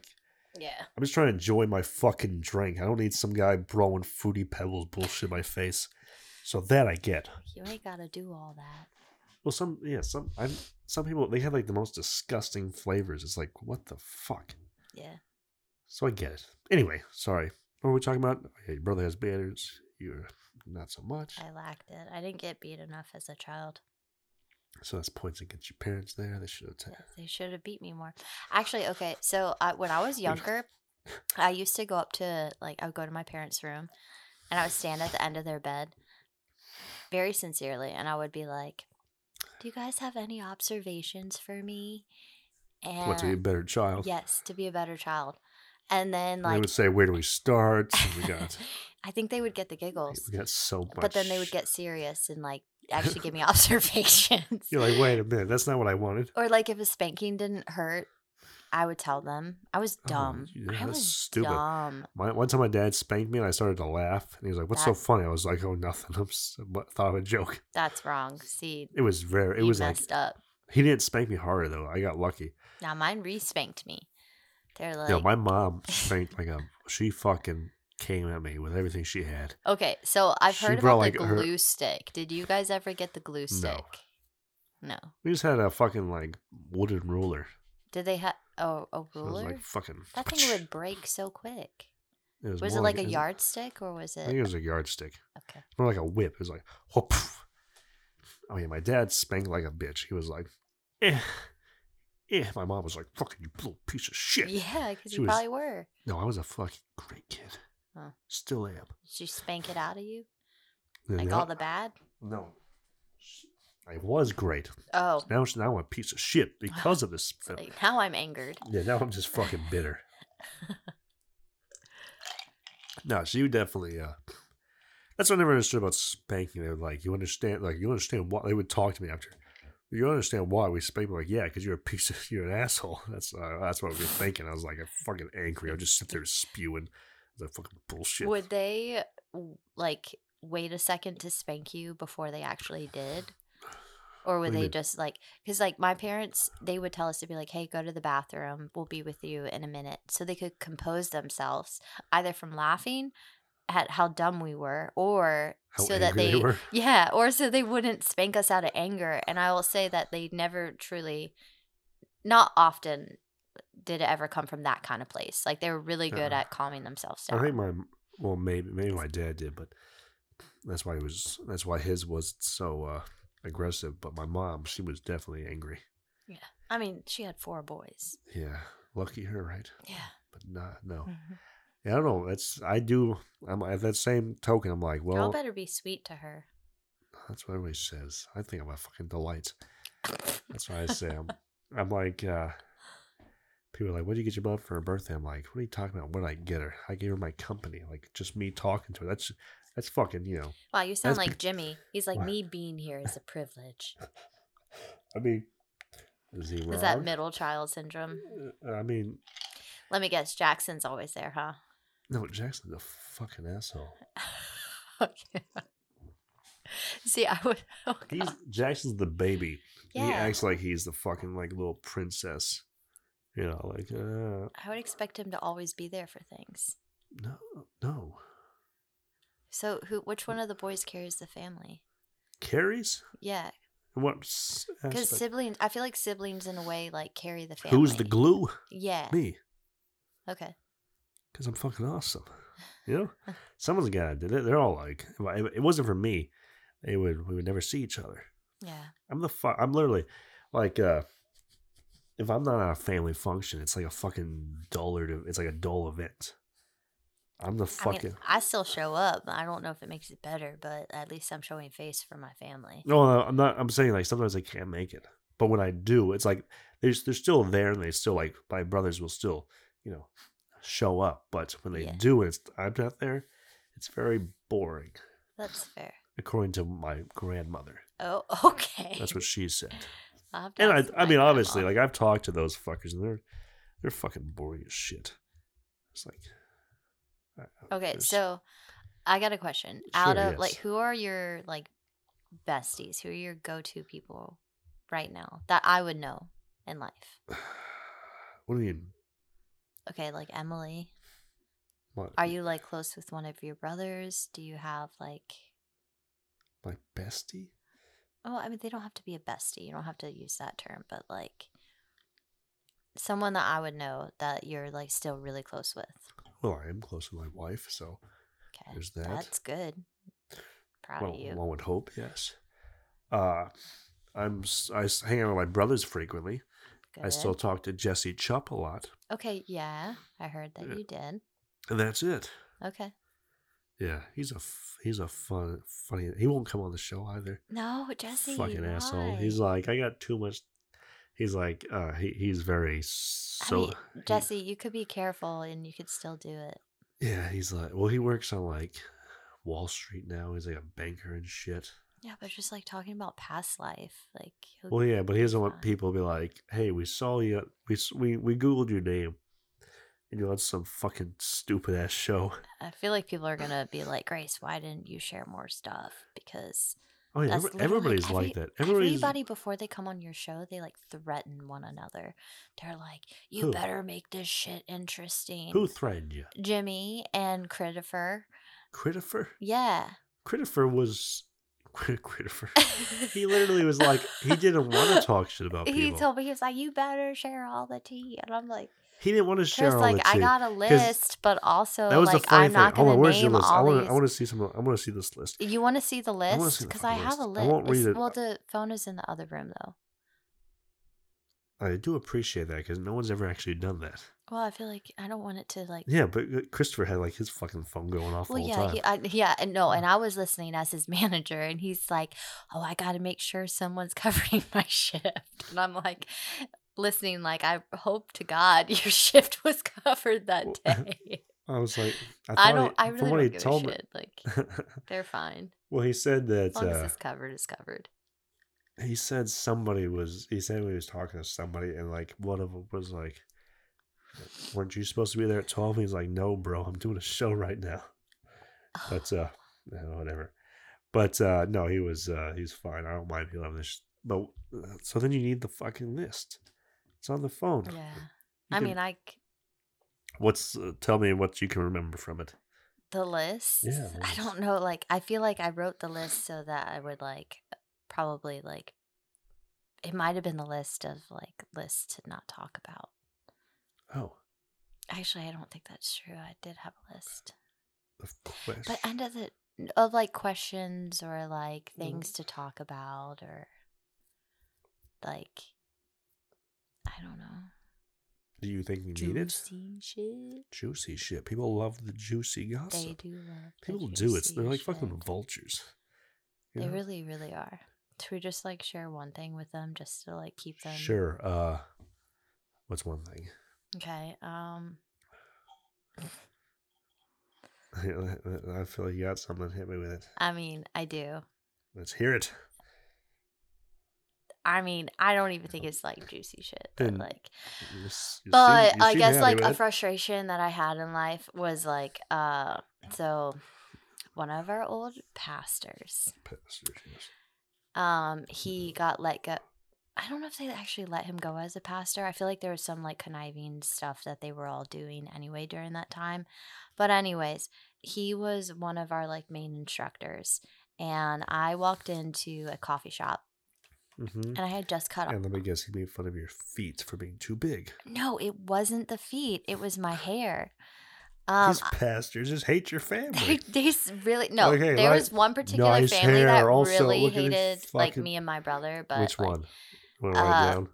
[SPEAKER 3] Yeah.
[SPEAKER 1] I'm just trying to enjoy my fucking drink. I don't need some guy blowing fruity pebbles bullshit in my face. So that I get.
[SPEAKER 3] You ain't got to do all that.
[SPEAKER 1] Well, some yeah, some I'm some people they have like the most disgusting flavors. It's like what the fuck.
[SPEAKER 3] Yeah.
[SPEAKER 1] So I get it. Anyway, sorry. What were we talking about? Okay, your brother has manners. You're not so much.
[SPEAKER 3] I lacked it. I didn't get beat enough as a child.
[SPEAKER 1] So that's points against your parents there. They should have taken.
[SPEAKER 3] They should have beat me more. Actually, okay. So I, when I was younger, I used to go up to, like, I would go to my parents' room and I would stand at the end of their bed very sincerely and I would be like, Do you guys have any observations for me? And
[SPEAKER 1] What to be a better child?
[SPEAKER 3] yes, to be a better child. And then,
[SPEAKER 1] And they
[SPEAKER 3] like,
[SPEAKER 1] would say, "Where do we
[SPEAKER 3] [LAUGHS]
[SPEAKER 1] start?" And we got
[SPEAKER 3] I think they would get the giggles,
[SPEAKER 1] we got so much.
[SPEAKER 3] but then they would
[SPEAKER 1] shit.
[SPEAKER 3] get serious
[SPEAKER 1] [LAUGHS]
[SPEAKER 3] and, like, actually give me [LAUGHS] observations.
[SPEAKER 1] You're like, wait a minute, that's not what I wanted.
[SPEAKER 3] Or like if a spanking didn't hurt, I would tell them. I was
[SPEAKER 1] Oh,
[SPEAKER 3] dumb.
[SPEAKER 1] yeah,
[SPEAKER 3] I
[SPEAKER 1] that's
[SPEAKER 3] was
[SPEAKER 1] stupid.
[SPEAKER 3] dumb.
[SPEAKER 1] My, one time, my dad spanked me, and I started to laugh. And he was like, "What's so
[SPEAKER 3] That's-
[SPEAKER 1] funny?" I was like, "Oh, nothing." [LAUGHS] I'm s- but thought of a joke. [LAUGHS]
[SPEAKER 3] That's wrong. See,
[SPEAKER 1] It was very. It was like
[SPEAKER 3] messed up.
[SPEAKER 1] he didn't spank me harder though. I got lucky.
[SPEAKER 3] Now mine respanked me. They're like,
[SPEAKER 1] no, my
[SPEAKER 3] [LAUGHS]
[SPEAKER 1] mom spanked like a. She fucking came at me with everything she had.
[SPEAKER 3] okay. So I've
[SPEAKER 1] She
[SPEAKER 3] heard
[SPEAKER 1] brought,
[SPEAKER 3] about
[SPEAKER 1] like,
[SPEAKER 3] the
[SPEAKER 1] her-
[SPEAKER 3] glue stick. Did you guys ever get the glue stick? No.
[SPEAKER 1] We just had a fucking like wooden ruler.
[SPEAKER 3] Did they have oh a
[SPEAKER 1] So it was
[SPEAKER 3] ruler?
[SPEAKER 1] like fucking.
[SPEAKER 3] that
[SPEAKER 1] [LAUGHS]
[SPEAKER 3] thing would break so quick.
[SPEAKER 1] It
[SPEAKER 3] Was it
[SPEAKER 1] more
[SPEAKER 3] like a
[SPEAKER 1] was-
[SPEAKER 3] yardstick or was
[SPEAKER 1] I
[SPEAKER 3] it?
[SPEAKER 1] think it was a yardstick.
[SPEAKER 3] okay.
[SPEAKER 1] More like a whip. It was like Oh, whoop. Oh yeah, my dad spanked like a bitch. He was like, eh. eh, my mom was like, fucking you little piece of shit.
[SPEAKER 3] [LAUGHS] Yeah, because
[SPEAKER 1] She
[SPEAKER 3] you
[SPEAKER 1] was-
[SPEAKER 3] probably were.
[SPEAKER 1] No, I was a fucking great kid.
[SPEAKER 3] Huh.
[SPEAKER 1] Still am.
[SPEAKER 3] Did she spank it out of you?
[SPEAKER 1] And
[SPEAKER 3] Like
[SPEAKER 1] now-
[SPEAKER 3] all the bad?
[SPEAKER 1] No. I was great.
[SPEAKER 3] Oh.
[SPEAKER 1] Now, now I'm a piece of
[SPEAKER 3] [LAUGHS]
[SPEAKER 1] shit because of this.
[SPEAKER 3] it's like, now I'm angered.
[SPEAKER 1] Yeah, now I'm just fucking
[SPEAKER 3] [LAUGHS]
[SPEAKER 1] bitter. no, she would definitely. Uh, that's what I never understood about spanking. They were like, you understand, like you understand why they would talk to me after. You understand why we spank? Like, yeah, because you're a piece of, [LAUGHS] you're an asshole. That's uh, that's what I was thinking. I was like, I'm fucking angry. I would just sit there spewing. I was like, fucking bullshit.
[SPEAKER 3] Would they w- like wait a second to spank you before they actually did? Or
[SPEAKER 1] What
[SPEAKER 3] were
[SPEAKER 1] do you
[SPEAKER 3] they
[SPEAKER 1] mean?
[SPEAKER 3] just like, because like my parents, they would tell us to be like, hey, go to the bathroom. We'll be with you in a minute. So they could compose themselves either from laughing at how dumb we were or
[SPEAKER 1] How
[SPEAKER 3] so that
[SPEAKER 1] angry
[SPEAKER 3] they,
[SPEAKER 1] they were.
[SPEAKER 3] yeah, or so they wouldn't spank us out of anger. And I will say that they never truly, not often did it ever come from that kind of place. Like they were really good
[SPEAKER 1] Uh-uh.
[SPEAKER 3] at calming themselves down.
[SPEAKER 1] I think my well, maybe maybe my dad did, but that's why he was. That's why his was so uh, aggressive. But my mom, she was definitely angry.
[SPEAKER 3] I mean, she had four boys.
[SPEAKER 1] Yeah, lucky her, right?
[SPEAKER 3] Yeah.
[SPEAKER 1] But not
[SPEAKER 3] Mm.
[SPEAKER 1] no.
[SPEAKER 3] Mm-hmm.
[SPEAKER 1] Yeah, I don't know. That's I do. I'm at that same token. I'm like,
[SPEAKER 3] Y'all
[SPEAKER 1] well,
[SPEAKER 3] better be sweet to her.
[SPEAKER 1] that's what everybody says. I think I'm a fucking delight. That's what I say. I'm, I'm like, uh, people are like, what did you get your mom for her birthday? I'm like, what are you talking about? What did I get her? I gave her my company. Like just me talking to her. That's that's fucking you know.
[SPEAKER 3] Wow, you sound
[SPEAKER 1] That's
[SPEAKER 3] like Jimmy. He's like,
[SPEAKER 1] What?
[SPEAKER 3] me being here is a privilege.
[SPEAKER 1] I mean, is he wrong?
[SPEAKER 3] Is that middle child syndrome?
[SPEAKER 1] Uh, I mean,
[SPEAKER 3] Let me guess, Jackson's always there, huh? [LAUGHS]
[SPEAKER 1] no, Jackson's a fucking asshole.
[SPEAKER 3] okay. See, I would. [LAUGHS] Oh,
[SPEAKER 1] He's
[SPEAKER 3] God.
[SPEAKER 1] Jackson's the baby. He
[SPEAKER 3] yeah.
[SPEAKER 1] acts like he's the fucking like little princess. You know, like uh,
[SPEAKER 3] I would expect him to always be there for things.
[SPEAKER 1] no, no.
[SPEAKER 3] So, who? Which one of the boys carries the family?
[SPEAKER 1] Carries
[SPEAKER 3] Yeah,
[SPEAKER 1] In what? s-
[SPEAKER 3] because
[SPEAKER 1] aspect?
[SPEAKER 3] siblings. I feel like siblings, in a way, like carry the family.
[SPEAKER 1] Who's the glue?
[SPEAKER 3] Yeah.
[SPEAKER 1] Me,
[SPEAKER 3] Okay.
[SPEAKER 1] because I'm fucking awesome. You
[SPEAKER 3] [LAUGHS]
[SPEAKER 1] know, someone's got to do it. They're all like, if I- if it wasn't for me, they would we would never see each other.
[SPEAKER 3] Yeah.
[SPEAKER 1] I'm the fu- I'm literally like uh if I'm not at a family function, it's like a fucking duller to, it's like a dull event. I'm the
[SPEAKER 3] I
[SPEAKER 1] fucking
[SPEAKER 3] mean, I still show up. I don't know if it makes it better, but at least I'm showing face for my family.
[SPEAKER 1] no, no, I'm not I'm saying like sometimes I can't make it. But when I do, it's like there's they're still there and they still like my brothers will still, you know, show up. But when they
[SPEAKER 3] Yeah.
[SPEAKER 1] do and it's I'm not there, it's very boring,
[SPEAKER 3] That's fair.
[SPEAKER 1] according to my grandmother.
[SPEAKER 3] Oh, [LAUGHS] okay.
[SPEAKER 1] That's what she said.
[SPEAKER 3] I'll have to
[SPEAKER 1] And
[SPEAKER 3] ask
[SPEAKER 1] I, I
[SPEAKER 3] my
[SPEAKER 1] mean, obviously,
[SPEAKER 3] grandma.
[SPEAKER 1] like I've talked to those fuckers, and they're they're fucking boring as shit. It's like, [SIGHS] I- I-
[SPEAKER 3] Okay,
[SPEAKER 1] there's-
[SPEAKER 3] so I got a question. Out
[SPEAKER 1] Sure,
[SPEAKER 3] of like,
[SPEAKER 1] yes.
[SPEAKER 3] who are your like besties? Who are your go-to people right now that I would know in life?
[SPEAKER 1] what do you mean?
[SPEAKER 3] Okay, like Emily,
[SPEAKER 1] What,
[SPEAKER 3] are you like close with one of your brothers? Do you have like?
[SPEAKER 1] my bestie?
[SPEAKER 3] Oh, I mean, they don't have to be a bestie. You don't have to use that term, but like someone that I would know that you're like still really close with.
[SPEAKER 1] Well, I am close with my wife, so
[SPEAKER 3] Okay,
[SPEAKER 1] There's that.
[SPEAKER 3] That's good. Proud
[SPEAKER 1] one,
[SPEAKER 3] of you.
[SPEAKER 1] one would hope, yes. Uh, I'm s- I s- hang out with my brothers frequently.
[SPEAKER 3] good.
[SPEAKER 1] I still talk to Jesse Chup a lot,
[SPEAKER 3] Okay, yeah, I heard that
[SPEAKER 1] Yeah.
[SPEAKER 3] you did.
[SPEAKER 1] and that's it.
[SPEAKER 3] Okay.
[SPEAKER 1] Yeah, he's a f- he's a fun funny. He won't come on the show either.
[SPEAKER 3] No, Jesse.
[SPEAKER 1] fucking asshole.
[SPEAKER 3] why?
[SPEAKER 1] He's like, I got too much. He's like, uh, he, he's very so.
[SPEAKER 3] mean,
[SPEAKER 1] he-
[SPEAKER 3] Jesse, you could be careful and you could still do it.
[SPEAKER 1] yeah, he's like, well, he works on like Wall Street now. He's like a banker and shit.
[SPEAKER 3] Yeah, but just like talking about past life, like he'll-
[SPEAKER 1] Well, yeah, but he doesn't want
[SPEAKER 3] fine.
[SPEAKER 1] people to be like, hey, we saw you. We s- we we googled your name, and you're on some fucking stupid ass show.
[SPEAKER 3] I feel like people are gonna be like, Grace, why didn't you share more stuff? Because
[SPEAKER 1] Oh yeah,
[SPEAKER 3] That's
[SPEAKER 1] every-
[SPEAKER 3] literally
[SPEAKER 1] everybody's
[SPEAKER 3] every-
[SPEAKER 1] like that. Everybody's
[SPEAKER 3] everybody before they come on your show, they like threaten one another. They're like, "You
[SPEAKER 1] Who?
[SPEAKER 3] better make this shit interesting."
[SPEAKER 1] who threatened you?
[SPEAKER 3] Jimmy and Critifer.
[SPEAKER 1] Critifer.
[SPEAKER 3] Yeah.
[SPEAKER 1] Critifer was [LAUGHS] Crit-
[SPEAKER 3] [LAUGHS]
[SPEAKER 1] Critifer. He literally was like, he didn't want to talk shit about people.
[SPEAKER 3] He told me he was like, "You better share all the tea," and I'm like,
[SPEAKER 1] He didn't want to share
[SPEAKER 3] "Chris,
[SPEAKER 1] all
[SPEAKER 3] like
[SPEAKER 1] the
[SPEAKER 3] I
[SPEAKER 1] tea.
[SPEAKER 3] got a list, but also
[SPEAKER 1] that was
[SPEAKER 3] like
[SPEAKER 1] the funny
[SPEAKER 3] I'm
[SPEAKER 1] thing. Hold
[SPEAKER 3] not going
[SPEAKER 1] on,
[SPEAKER 3] to
[SPEAKER 1] where's
[SPEAKER 3] name
[SPEAKER 1] your list? I
[SPEAKER 3] all
[SPEAKER 1] want
[SPEAKER 3] these."
[SPEAKER 1] to. I want to see some. I want to see this list.
[SPEAKER 3] You want to see the
[SPEAKER 1] wanna
[SPEAKER 3] list
[SPEAKER 1] see the
[SPEAKER 3] because I
[SPEAKER 1] fucking
[SPEAKER 3] have a
[SPEAKER 1] list. I
[SPEAKER 3] list.
[SPEAKER 1] won't read it.
[SPEAKER 3] It's- Well, the phone is in the other room though.
[SPEAKER 1] I do appreciate that because no one's ever actually done that.
[SPEAKER 3] Well, I feel like I don't want it to like.
[SPEAKER 1] Yeah, but uh, Christopher had like his fucking phone going off
[SPEAKER 3] Well,
[SPEAKER 1] the whole
[SPEAKER 3] yeah,
[SPEAKER 1] time.
[SPEAKER 3] he, I, yeah, and no, and I was listening as his [LAUGHS] manager, and he's like, "Oh, I got to make sure someone's [LAUGHS] covering my shift," and I'm like, listening, like, I hope to God [LAUGHS] your shift was covered that
[SPEAKER 1] Well, [LAUGHS]
[SPEAKER 3] day.
[SPEAKER 1] I was like, I,
[SPEAKER 3] I,
[SPEAKER 1] thought
[SPEAKER 3] don't,
[SPEAKER 1] He,
[SPEAKER 3] I really
[SPEAKER 1] from what
[SPEAKER 3] don't
[SPEAKER 1] he
[SPEAKER 3] give
[SPEAKER 1] told
[SPEAKER 3] a
[SPEAKER 1] me,
[SPEAKER 3] shit.
[SPEAKER 1] [LAUGHS]
[SPEAKER 3] Like, they're fine
[SPEAKER 1] well, he said that
[SPEAKER 3] as long as
[SPEAKER 1] uh,
[SPEAKER 3] it's covered, it's covered.
[SPEAKER 1] he said somebody was. He said he was talking to somebody, and like one of them was like, "Weren't you supposed to be there at 12? He's like, "No, bro, I'm doing a show right now."
[SPEAKER 3] [SIGHS]
[SPEAKER 1] But uh, yeah, whatever. But uh, no, he was uh, he's fine. I don't mind him having this. Sh- but uh, so then you need the fucking list. It's on the phone.
[SPEAKER 3] yeah,
[SPEAKER 1] You
[SPEAKER 3] I
[SPEAKER 1] can-
[SPEAKER 3] mean, I c-
[SPEAKER 1] what's uh, tell me what you can remember from it.
[SPEAKER 3] the list.
[SPEAKER 1] Yeah,
[SPEAKER 3] I
[SPEAKER 1] list.
[SPEAKER 3] don't know. Like, I feel like I wrote the list so that I would like probably like it might have been the list of like lists to not talk about.
[SPEAKER 1] Oh,
[SPEAKER 3] Actually, I don't think that's true. I did have a list,
[SPEAKER 1] of course.
[SPEAKER 3] but under the of like questions or like
[SPEAKER 1] Mm.
[SPEAKER 3] things to talk about or like I don't know.
[SPEAKER 1] Do you think you need it?
[SPEAKER 3] Juicy shit.
[SPEAKER 1] Juicy shit. People love the juicy gossip.
[SPEAKER 3] They do love. the
[SPEAKER 1] People do. It's they're
[SPEAKER 3] juicy
[SPEAKER 1] like fucking
[SPEAKER 3] shit.
[SPEAKER 1] vultures. You
[SPEAKER 3] They
[SPEAKER 1] know?
[SPEAKER 3] really, really are. Should we just like share one thing with them just to like keep them?
[SPEAKER 1] Sure. Uh, what's one thing? [LAUGHS]
[SPEAKER 3] Okay. Um.
[SPEAKER 1] I feel like you got something. Hit me with it.
[SPEAKER 3] I mean, I do.
[SPEAKER 1] Let's hear it.
[SPEAKER 3] I mean, I don't even think it's like juicy shit, but
[SPEAKER 1] Then-
[SPEAKER 3] like,
[SPEAKER 1] You s- you seem-
[SPEAKER 3] but
[SPEAKER 1] you
[SPEAKER 3] I
[SPEAKER 1] seem
[SPEAKER 3] guess
[SPEAKER 1] happy
[SPEAKER 3] like
[SPEAKER 1] with
[SPEAKER 3] a
[SPEAKER 1] it.
[SPEAKER 3] frustration that I had in life was like, uh, so one of our old pastors,
[SPEAKER 1] Pastors, yes.
[SPEAKER 3] um, he
[SPEAKER 1] Mm-hmm.
[SPEAKER 3] got let go. I don't know if they actually let him go as a pastor. I feel like there was some like conniving stuff that they were all doing anyway during that time. But anyways, he was one of our like main instructors, and I walked into a coffee shop
[SPEAKER 1] Mhm.
[SPEAKER 3] and I had just cut off.
[SPEAKER 1] And let me guess, he made fun of your feet for being too big.
[SPEAKER 3] No, it wasn't the feet. It was my hair. Um, [LAUGHS]
[SPEAKER 1] These pastors just hate your
[SPEAKER 3] they,
[SPEAKER 1] family.
[SPEAKER 3] they s- really no.
[SPEAKER 1] Like, hey,
[SPEAKER 3] there
[SPEAKER 1] like,
[SPEAKER 3] was one particular
[SPEAKER 1] nice
[SPEAKER 3] family that
[SPEAKER 1] hair, also,
[SPEAKER 3] really
[SPEAKER 1] look at his
[SPEAKER 3] hated like
[SPEAKER 1] fucking-
[SPEAKER 3] me and my brother, but
[SPEAKER 1] Which
[SPEAKER 3] like,
[SPEAKER 1] one? Want to write
[SPEAKER 3] uh,
[SPEAKER 1] down?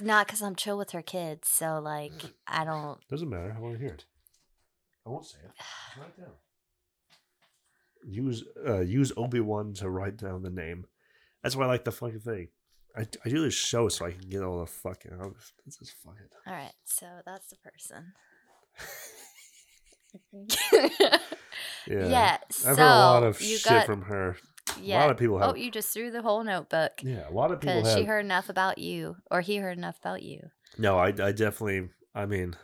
[SPEAKER 3] Not because I'm chill with her kids, so like
[SPEAKER 1] Mm.
[SPEAKER 3] I don't.
[SPEAKER 1] Doesn't matter. I want to hear it. I won't say it. Just Write it down. Use uh, use Obi Wan to write down the name. That's why I like the fucking thing. I, I do this show so I can get all the fucking. I'm just, this is fucking.
[SPEAKER 3] All right, so that's the person. [LAUGHS]
[SPEAKER 1] Yeah.
[SPEAKER 3] yeah. so
[SPEAKER 1] I've heard a lot of
[SPEAKER 3] you
[SPEAKER 1] shit
[SPEAKER 3] got
[SPEAKER 1] from her. A
[SPEAKER 3] yeah.
[SPEAKER 1] lot of people have.
[SPEAKER 3] oh, you just threw the whole notebook
[SPEAKER 1] yeah, a lot of people
[SPEAKER 3] because
[SPEAKER 1] have.
[SPEAKER 3] she heard enough about you, or he heard enough about you.
[SPEAKER 1] no, I, I definitely. I mean.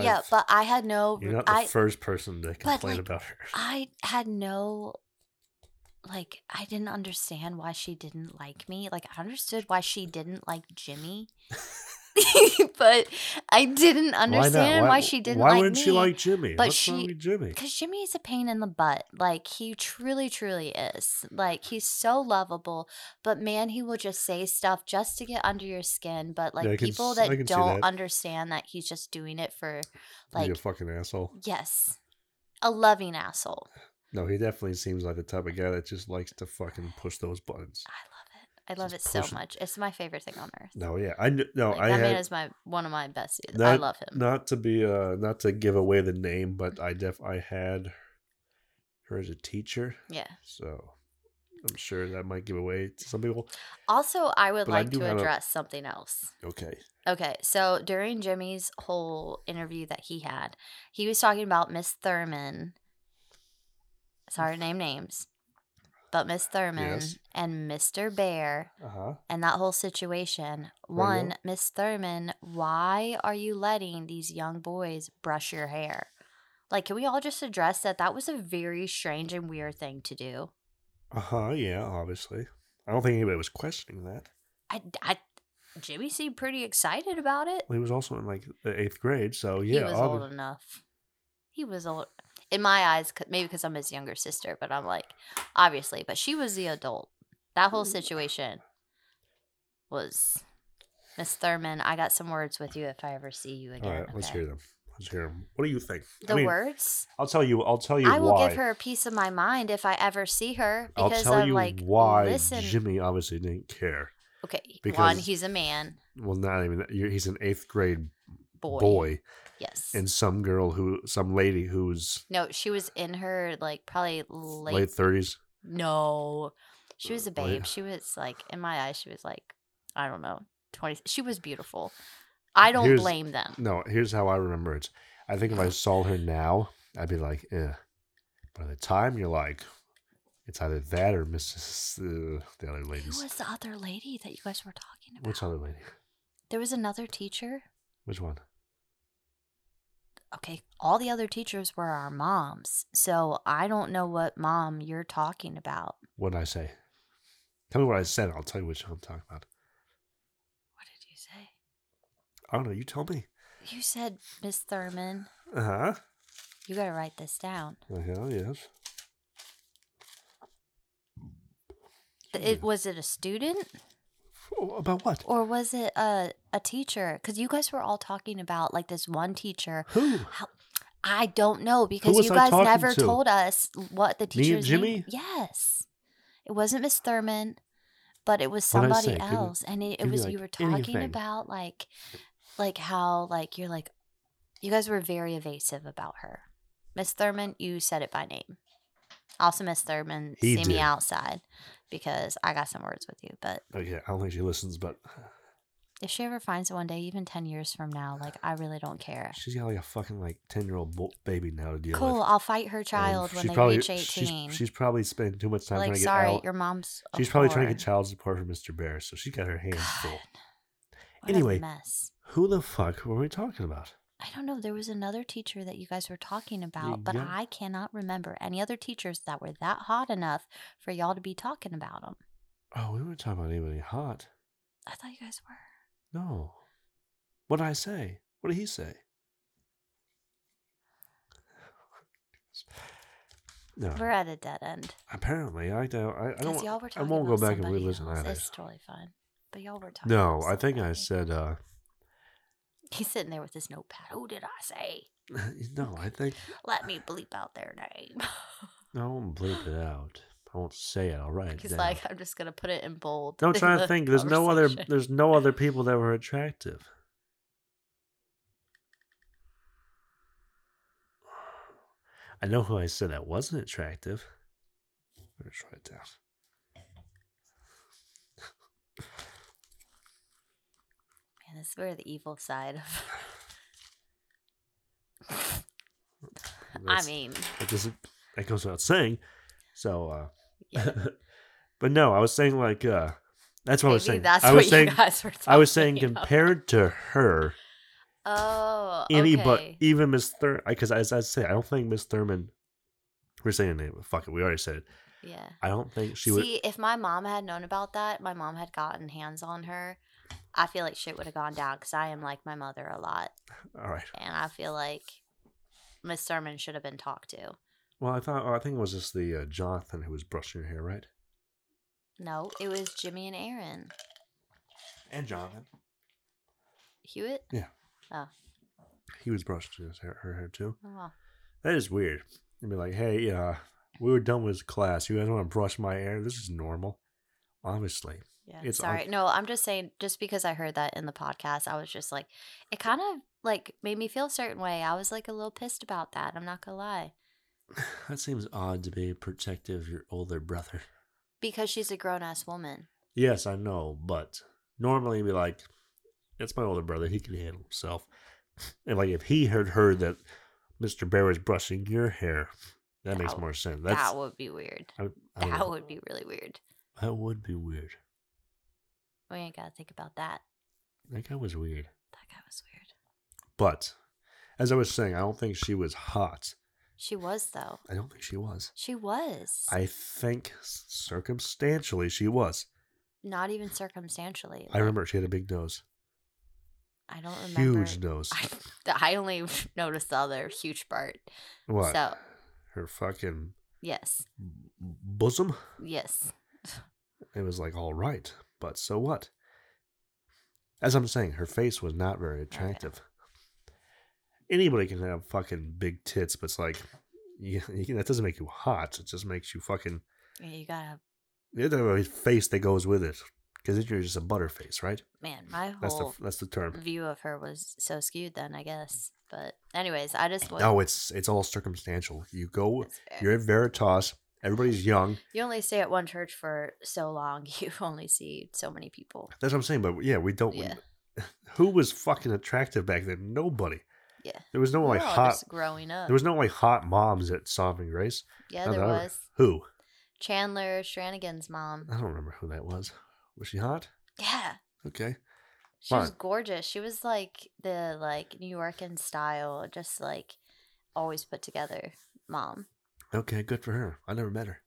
[SPEAKER 3] yeah,
[SPEAKER 1] I've-
[SPEAKER 3] but I had no.
[SPEAKER 1] You're not the
[SPEAKER 3] I
[SPEAKER 1] first person to complain
[SPEAKER 3] like,
[SPEAKER 1] about her.
[SPEAKER 3] I had no like I didn't understand why she didn't like me. Like I understood why she didn't like
[SPEAKER 1] [LAUGHS]
[SPEAKER 3] Jimmy. [LAUGHS] but I didn't understand why, she didn't
[SPEAKER 1] Why
[SPEAKER 3] like
[SPEAKER 1] wouldn't
[SPEAKER 3] me.
[SPEAKER 1] she like Jimmy?
[SPEAKER 3] but
[SPEAKER 1] What's wrong
[SPEAKER 3] she-
[SPEAKER 1] with Jimmy?
[SPEAKER 3] because Jimmy is a pain in the butt. Like he truly, truly is. Like he's so lovable, but man, he will just say stuff just to get under your skin. But like
[SPEAKER 1] I can
[SPEAKER 3] people
[SPEAKER 1] s- I
[SPEAKER 3] that
[SPEAKER 1] can see
[SPEAKER 3] don't
[SPEAKER 1] that.
[SPEAKER 3] understand that he's just doing it for,
[SPEAKER 1] you
[SPEAKER 3] like,
[SPEAKER 1] fucking asshole.
[SPEAKER 3] yes, a loving asshole.
[SPEAKER 1] No, he definitely seems like the type of guy that just likes to fucking push those buttons.
[SPEAKER 3] I love it. I love
[SPEAKER 1] Just
[SPEAKER 3] it so
[SPEAKER 1] push it.
[SPEAKER 3] much. It's my favorite thing on earth.
[SPEAKER 1] No, yeah, I kn- no,
[SPEAKER 3] Like,
[SPEAKER 1] I
[SPEAKER 3] that man
[SPEAKER 1] had
[SPEAKER 3] is my one of my besties. I
[SPEAKER 1] That-
[SPEAKER 3] love him.
[SPEAKER 1] not to be uh not to give away the name, but I def I had her as a teacher,
[SPEAKER 3] Yeah.
[SPEAKER 1] so I'm sure that might give away to some people.
[SPEAKER 3] Also, I would
[SPEAKER 1] But I
[SPEAKER 3] like
[SPEAKER 1] do
[SPEAKER 3] to
[SPEAKER 1] have a-
[SPEAKER 3] address something else.
[SPEAKER 1] Okay,
[SPEAKER 3] Okay, so during Jimmy's whole interview that he had, he was talking about Miss Thurman. Sorry to name names, but Miss Thurman
[SPEAKER 1] Yes.
[SPEAKER 3] and Mr. Bear
[SPEAKER 1] uh huh.
[SPEAKER 3] and that whole situation.
[SPEAKER 1] Right, yeah.
[SPEAKER 3] One, Miss Thurman, why are you letting these young boys brush your hair? Like, can we all just address that? That was a very strange and weird thing to do.
[SPEAKER 1] Uh huh. Yeah, obviously. I don't think anybody was questioning that.
[SPEAKER 3] I, I Jimmy seemed pretty excited about it.
[SPEAKER 1] Well, he was also in like the eighth grade, so
[SPEAKER 3] he
[SPEAKER 1] yeah,
[SPEAKER 3] was
[SPEAKER 1] obvi-
[SPEAKER 3] old enough. He was old in my eyes, 'cause- maybe because I'm his younger sister, but I'm like, obviously. But she was the adult. That
[SPEAKER 1] Mm.
[SPEAKER 3] whole situation was Miss Thurman. I got some words with you if I ever see you again.
[SPEAKER 1] All right, let's
[SPEAKER 3] okay?
[SPEAKER 1] hear them. Let's hear them. What do you think?
[SPEAKER 3] The
[SPEAKER 1] I mean,
[SPEAKER 3] words.
[SPEAKER 1] I'll tell you. I'll tell you
[SPEAKER 3] I will
[SPEAKER 1] why.
[SPEAKER 3] give her a piece of my mind if I ever see her
[SPEAKER 1] I'll
[SPEAKER 3] because
[SPEAKER 1] tell
[SPEAKER 3] I'm
[SPEAKER 1] you
[SPEAKER 3] like,
[SPEAKER 1] why
[SPEAKER 3] listen,
[SPEAKER 1] Jimmy obviously didn't care.
[SPEAKER 3] Okay, one,
[SPEAKER 1] Because-
[SPEAKER 3] he's a man,
[SPEAKER 1] Well, not even that. You're- He's an eighth grade
[SPEAKER 3] boy.
[SPEAKER 1] boy,
[SPEAKER 3] Yes.
[SPEAKER 1] and some girl who, some lady who's
[SPEAKER 3] no, she was in her like probably late.
[SPEAKER 1] late thirties.
[SPEAKER 3] no, she was a
[SPEAKER 1] Late-
[SPEAKER 3] babe. She was like in my eyes, she was like I don't know, twenty. She was beautiful. I don't
[SPEAKER 1] Here's-
[SPEAKER 3] blame them.
[SPEAKER 1] No, here's how I remember it. I think if I saw her now, I'd be like, eh. By the time you're like, it's either that or Mrs. Uh, the other
[SPEAKER 3] Who
[SPEAKER 1] ladies.
[SPEAKER 3] was the other lady that you guys were talking about?
[SPEAKER 1] Which other lady?
[SPEAKER 3] There was another teacher.
[SPEAKER 1] Which one?
[SPEAKER 3] Okay, all the other teachers were our moms. So I don't know what mom you're talking about.
[SPEAKER 1] What did I say? Tell me what I said. and I'll tell you which one I'm talking about.
[SPEAKER 3] What did you say?
[SPEAKER 1] I don't know. You tell me.
[SPEAKER 3] You said Miss Thurman.
[SPEAKER 1] Uh huh.
[SPEAKER 3] You got to write this down.
[SPEAKER 1] Uh-huh, yes.
[SPEAKER 3] Th- It was it a student
[SPEAKER 1] Oh, About what?
[SPEAKER 3] or was it a a teacher? Because you guys were all talking about like this one teacher.
[SPEAKER 1] Who?
[SPEAKER 3] I don't know because
[SPEAKER 1] was
[SPEAKER 3] you
[SPEAKER 1] I
[SPEAKER 3] guys
[SPEAKER 1] talking
[SPEAKER 3] never
[SPEAKER 1] to?
[SPEAKER 3] told us what the
[SPEAKER 1] Me and
[SPEAKER 3] teacher's name-
[SPEAKER 1] Jimmy?
[SPEAKER 3] Yes, it wasn't Miss Thurman, but it was
[SPEAKER 1] What'd I
[SPEAKER 3] somebody
[SPEAKER 1] say? Give me-
[SPEAKER 3] else, and it,
[SPEAKER 1] give
[SPEAKER 3] it
[SPEAKER 1] me,
[SPEAKER 3] was you were
[SPEAKER 1] like,
[SPEAKER 3] talking
[SPEAKER 1] anything.
[SPEAKER 3] about like, like how like you're like, you guys were very evasive about her, Miss Thurman. You said it by name. Also, Miss Thurman,
[SPEAKER 1] He
[SPEAKER 3] see
[SPEAKER 1] did.
[SPEAKER 3] me outside because I got some words with you, but
[SPEAKER 1] Okay, I don't think she listens, but
[SPEAKER 3] if she ever finds it one day, even ten years from now, like I really don't care.
[SPEAKER 1] she's got like a fucking like ten year old baby now to deal with.
[SPEAKER 3] Cool, I'll fight her
[SPEAKER 1] And
[SPEAKER 3] child when
[SPEAKER 1] she's
[SPEAKER 3] they
[SPEAKER 1] probably-
[SPEAKER 3] reach
[SPEAKER 1] she's-
[SPEAKER 3] eighteen.
[SPEAKER 1] She's, probably spending too much time
[SPEAKER 3] like,
[SPEAKER 1] trying to get
[SPEAKER 3] sorry,
[SPEAKER 1] out.
[SPEAKER 3] your mom's. a
[SPEAKER 1] She's probably trying to
[SPEAKER 3] whore."
[SPEAKER 1] get child support from Mr. Bear, so she got her hands full.
[SPEAKER 3] God, what a
[SPEAKER 1] Anyway.
[SPEAKER 3] mess.
[SPEAKER 1] Who the fuck were we talking about?
[SPEAKER 3] I don't know. There was another teacher that you guys were talking about, but
[SPEAKER 1] yeah.
[SPEAKER 3] I cannot remember any other teachers that were that hot enough for y'all to be talking about them.
[SPEAKER 1] Oh, we weren't talking about anybody hot.
[SPEAKER 3] I thought you guys were.
[SPEAKER 1] No. What did I say? What did he say? [LAUGHS] No.
[SPEAKER 3] We're at a dead end.
[SPEAKER 1] Apparently, I don't. I, I
[SPEAKER 3] Because
[SPEAKER 1] don't.
[SPEAKER 3] y'all were
[SPEAKER 1] I
[SPEAKER 3] talking
[SPEAKER 1] won't go
[SPEAKER 3] about
[SPEAKER 1] back and
[SPEAKER 3] somebody
[SPEAKER 1] re-listen
[SPEAKER 3] else.
[SPEAKER 1] either.
[SPEAKER 3] It's totally fine. But y'all were talking.
[SPEAKER 1] [LAUGHS] No,
[SPEAKER 3] about
[SPEAKER 1] I think I
[SPEAKER 3] somebody.
[SPEAKER 1] said. uh
[SPEAKER 3] [LAUGHS]
[SPEAKER 1] [LAUGHS]
[SPEAKER 3] He's sitting there with his notepad. Who did I say?
[SPEAKER 1] No, I think.
[SPEAKER 3] Let me bleep out their name. [LAUGHS]
[SPEAKER 1] No, I won't bleep it out. I won't say it. I'll write it
[SPEAKER 3] He's
[SPEAKER 1] down.
[SPEAKER 3] like, I'm just gonna put it in bold.
[SPEAKER 1] No, I'm
[SPEAKER 3] [LAUGHS] in
[SPEAKER 1] trying to
[SPEAKER 3] the
[SPEAKER 1] think. There's no other.
[SPEAKER 3] conversation.
[SPEAKER 1] There's no other people that were attractive. I know who I said that wasn't attractive. Let me just write it down.
[SPEAKER 3] Man, this is where the evil side of. I
[SPEAKER 1] That's-
[SPEAKER 3] mean,
[SPEAKER 1] that doesn't. That goes without saying. So, uh,
[SPEAKER 3] yeah,
[SPEAKER 1] [LAUGHS] but no, I was saying like uh, that's what I was
[SPEAKER 3] maybe
[SPEAKER 1] saying.
[SPEAKER 3] that's
[SPEAKER 1] I
[SPEAKER 3] what
[SPEAKER 1] was saying.
[SPEAKER 3] [LAUGHS] you guys were. Talking
[SPEAKER 1] I was saying
[SPEAKER 3] about.
[SPEAKER 1] compared to her.
[SPEAKER 3] Oh,
[SPEAKER 1] anybody,
[SPEAKER 3] okay.
[SPEAKER 1] even Miss Thurman, because as I say, I don't think Miss Thurman. We're saying her name. but Fuck it, we already said it.
[SPEAKER 3] Yeah.
[SPEAKER 1] I don't think she would.
[SPEAKER 3] See, if my mom had known about that, my mom had gotten hands on her. I feel like shit would have gone down because I am like my mother a lot,
[SPEAKER 1] All right.
[SPEAKER 3] and I feel like Miss Thurman should have been talked to.
[SPEAKER 1] Well, I thought. Oh, I think it was just the uh, Jonathan who was brushing her hair, right?
[SPEAKER 3] No, it was Jimmy and Aaron
[SPEAKER 1] And Jonathan.
[SPEAKER 3] Hewitt.
[SPEAKER 1] He was brushing his hair, her hair too.
[SPEAKER 3] Oh, well.
[SPEAKER 1] That is weird. You'd be like, hey, uh, we were done with this class. You guys want to brush my hair? This is normal. Obviously.
[SPEAKER 3] Yeah,
[SPEAKER 1] It's
[SPEAKER 3] sorry.
[SPEAKER 1] un-
[SPEAKER 3] no, I'm just saying, just because I heard that in the podcast, I was just like, it kind of like made me feel a certain way. I was like a little pissed about that. I'm not gonna lie,
[SPEAKER 1] [SIGHS] That seems odd to be protective of your older brother.
[SPEAKER 3] because she's a grown ass woman.
[SPEAKER 1] Yes, I know, but normally you'd be like, "That's my older brother; he can handle himself." And like, if he had heard that Mister Bear was brushing your hair, that makes
[SPEAKER 3] That-
[SPEAKER 1] more sense. That's
[SPEAKER 3] that would be weird.
[SPEAKER 1] I, I don't
[SPEAKER 3] That
[SPEAKER 1] know.
[SPEAKER 3] would be really weird.
[SPEAKER 1] that would be weird.
[SPEAKER 3] We ain't gotta think about that.
[SPEAKER 1] That guy was weird.
[SPEAKER 3] That guy was weird.
[SPEAKER 1] But as I was saying, I don't think she was hot.
[SPEAKER 3] She was though.
[SPEAKER 1] I don't think she was.
[SPEAKER 3] She was.
[SPEAKER 1] I think circumstantially she was.
[SPEAKER 3] not even circumstantially.
[SPEAKER 1] I remember she had a big nose,
[SPEAKER 3] I don't remember.
[SPEAKER 1] huge nose.
[SPEAKER 3] [LAUGHS] I, I only noticed the other huge part.
[SPEAKER 1] What?
[SPEAKER 3] So-
[SPEAKER 1] Her fucking
[SPEAKER 3] Yes.
[SPEAKER 1] bosom.
[SPEAKER 3] Yes.
[SPEAKER 1] It was like, all right, but so what? As I'm saying, her face was not very attractive. Anybody can have fucking big tits, but it's like, [LAUGHS] you, you can, that doesn't make you hot. It just makes you fucking.
[SPEAKER 3] Yeah, You gotta
[SPEAKER 1] You have to have a face that goes with it. because you're just a butterface, right?
[SPEAKER 3] Man, my
[SPEAKER 1] That's the
[SPEAKER 3] whole
[SPEAKER 1] that's the term.
[SPEAKER 3] view of her was so skewed then, I guess. But anyways, I just was.
[SPEAKER 1] No, it's it's all circumstantial. You go,
[SPEAKER 3] that's fair.
[SPEAKER 1] you're at Veritas. Everybody's young.
[SPEAKER 3] You only stay at one church for so long. [LAUGHS] You only see so many people.
[SPEAKER 1] That's what I'm saying. But yeah, we don't.
[SPEAKER 3] Yeah.
[SPEAKER 1] [LAUGHS] Who was fucking attractive back then? Nobody.
[SPEAKER 3] Yeah.
[SPEAKER 1] There was no
[SPEAKER 3] We're
[SPEAKER 1] like
[SPEAKER 3] all
[SPEAKER 1] hot.
[SPEAKER 3] just growing up.
[SPEAKER 1] There was no like hot moms at Sovereign Grace.
[SPEAKER 3] yeah,
[SPEAKER 1] none
[SPEAKER 3] there
[SPEAKER 1] that I re-
[SPEAKER 3] was
[SPEAKER 1] Who?
[SPEAKER 3] Chandler Shranigan's mom.
[SPEAKER 1] I don't remember who that was. Was she hot?
[SPEAKER 3] Yeah,
[SPEAKER 1] Okay.
[SPEAKER 3] she was
[SPEAKER 1] Fine.
[SPEAKER 3] gorgeous. She was like the like New Yorkin style, just like always put together mom.
[SPEAKER 1] Okay. Good for her. I never met her.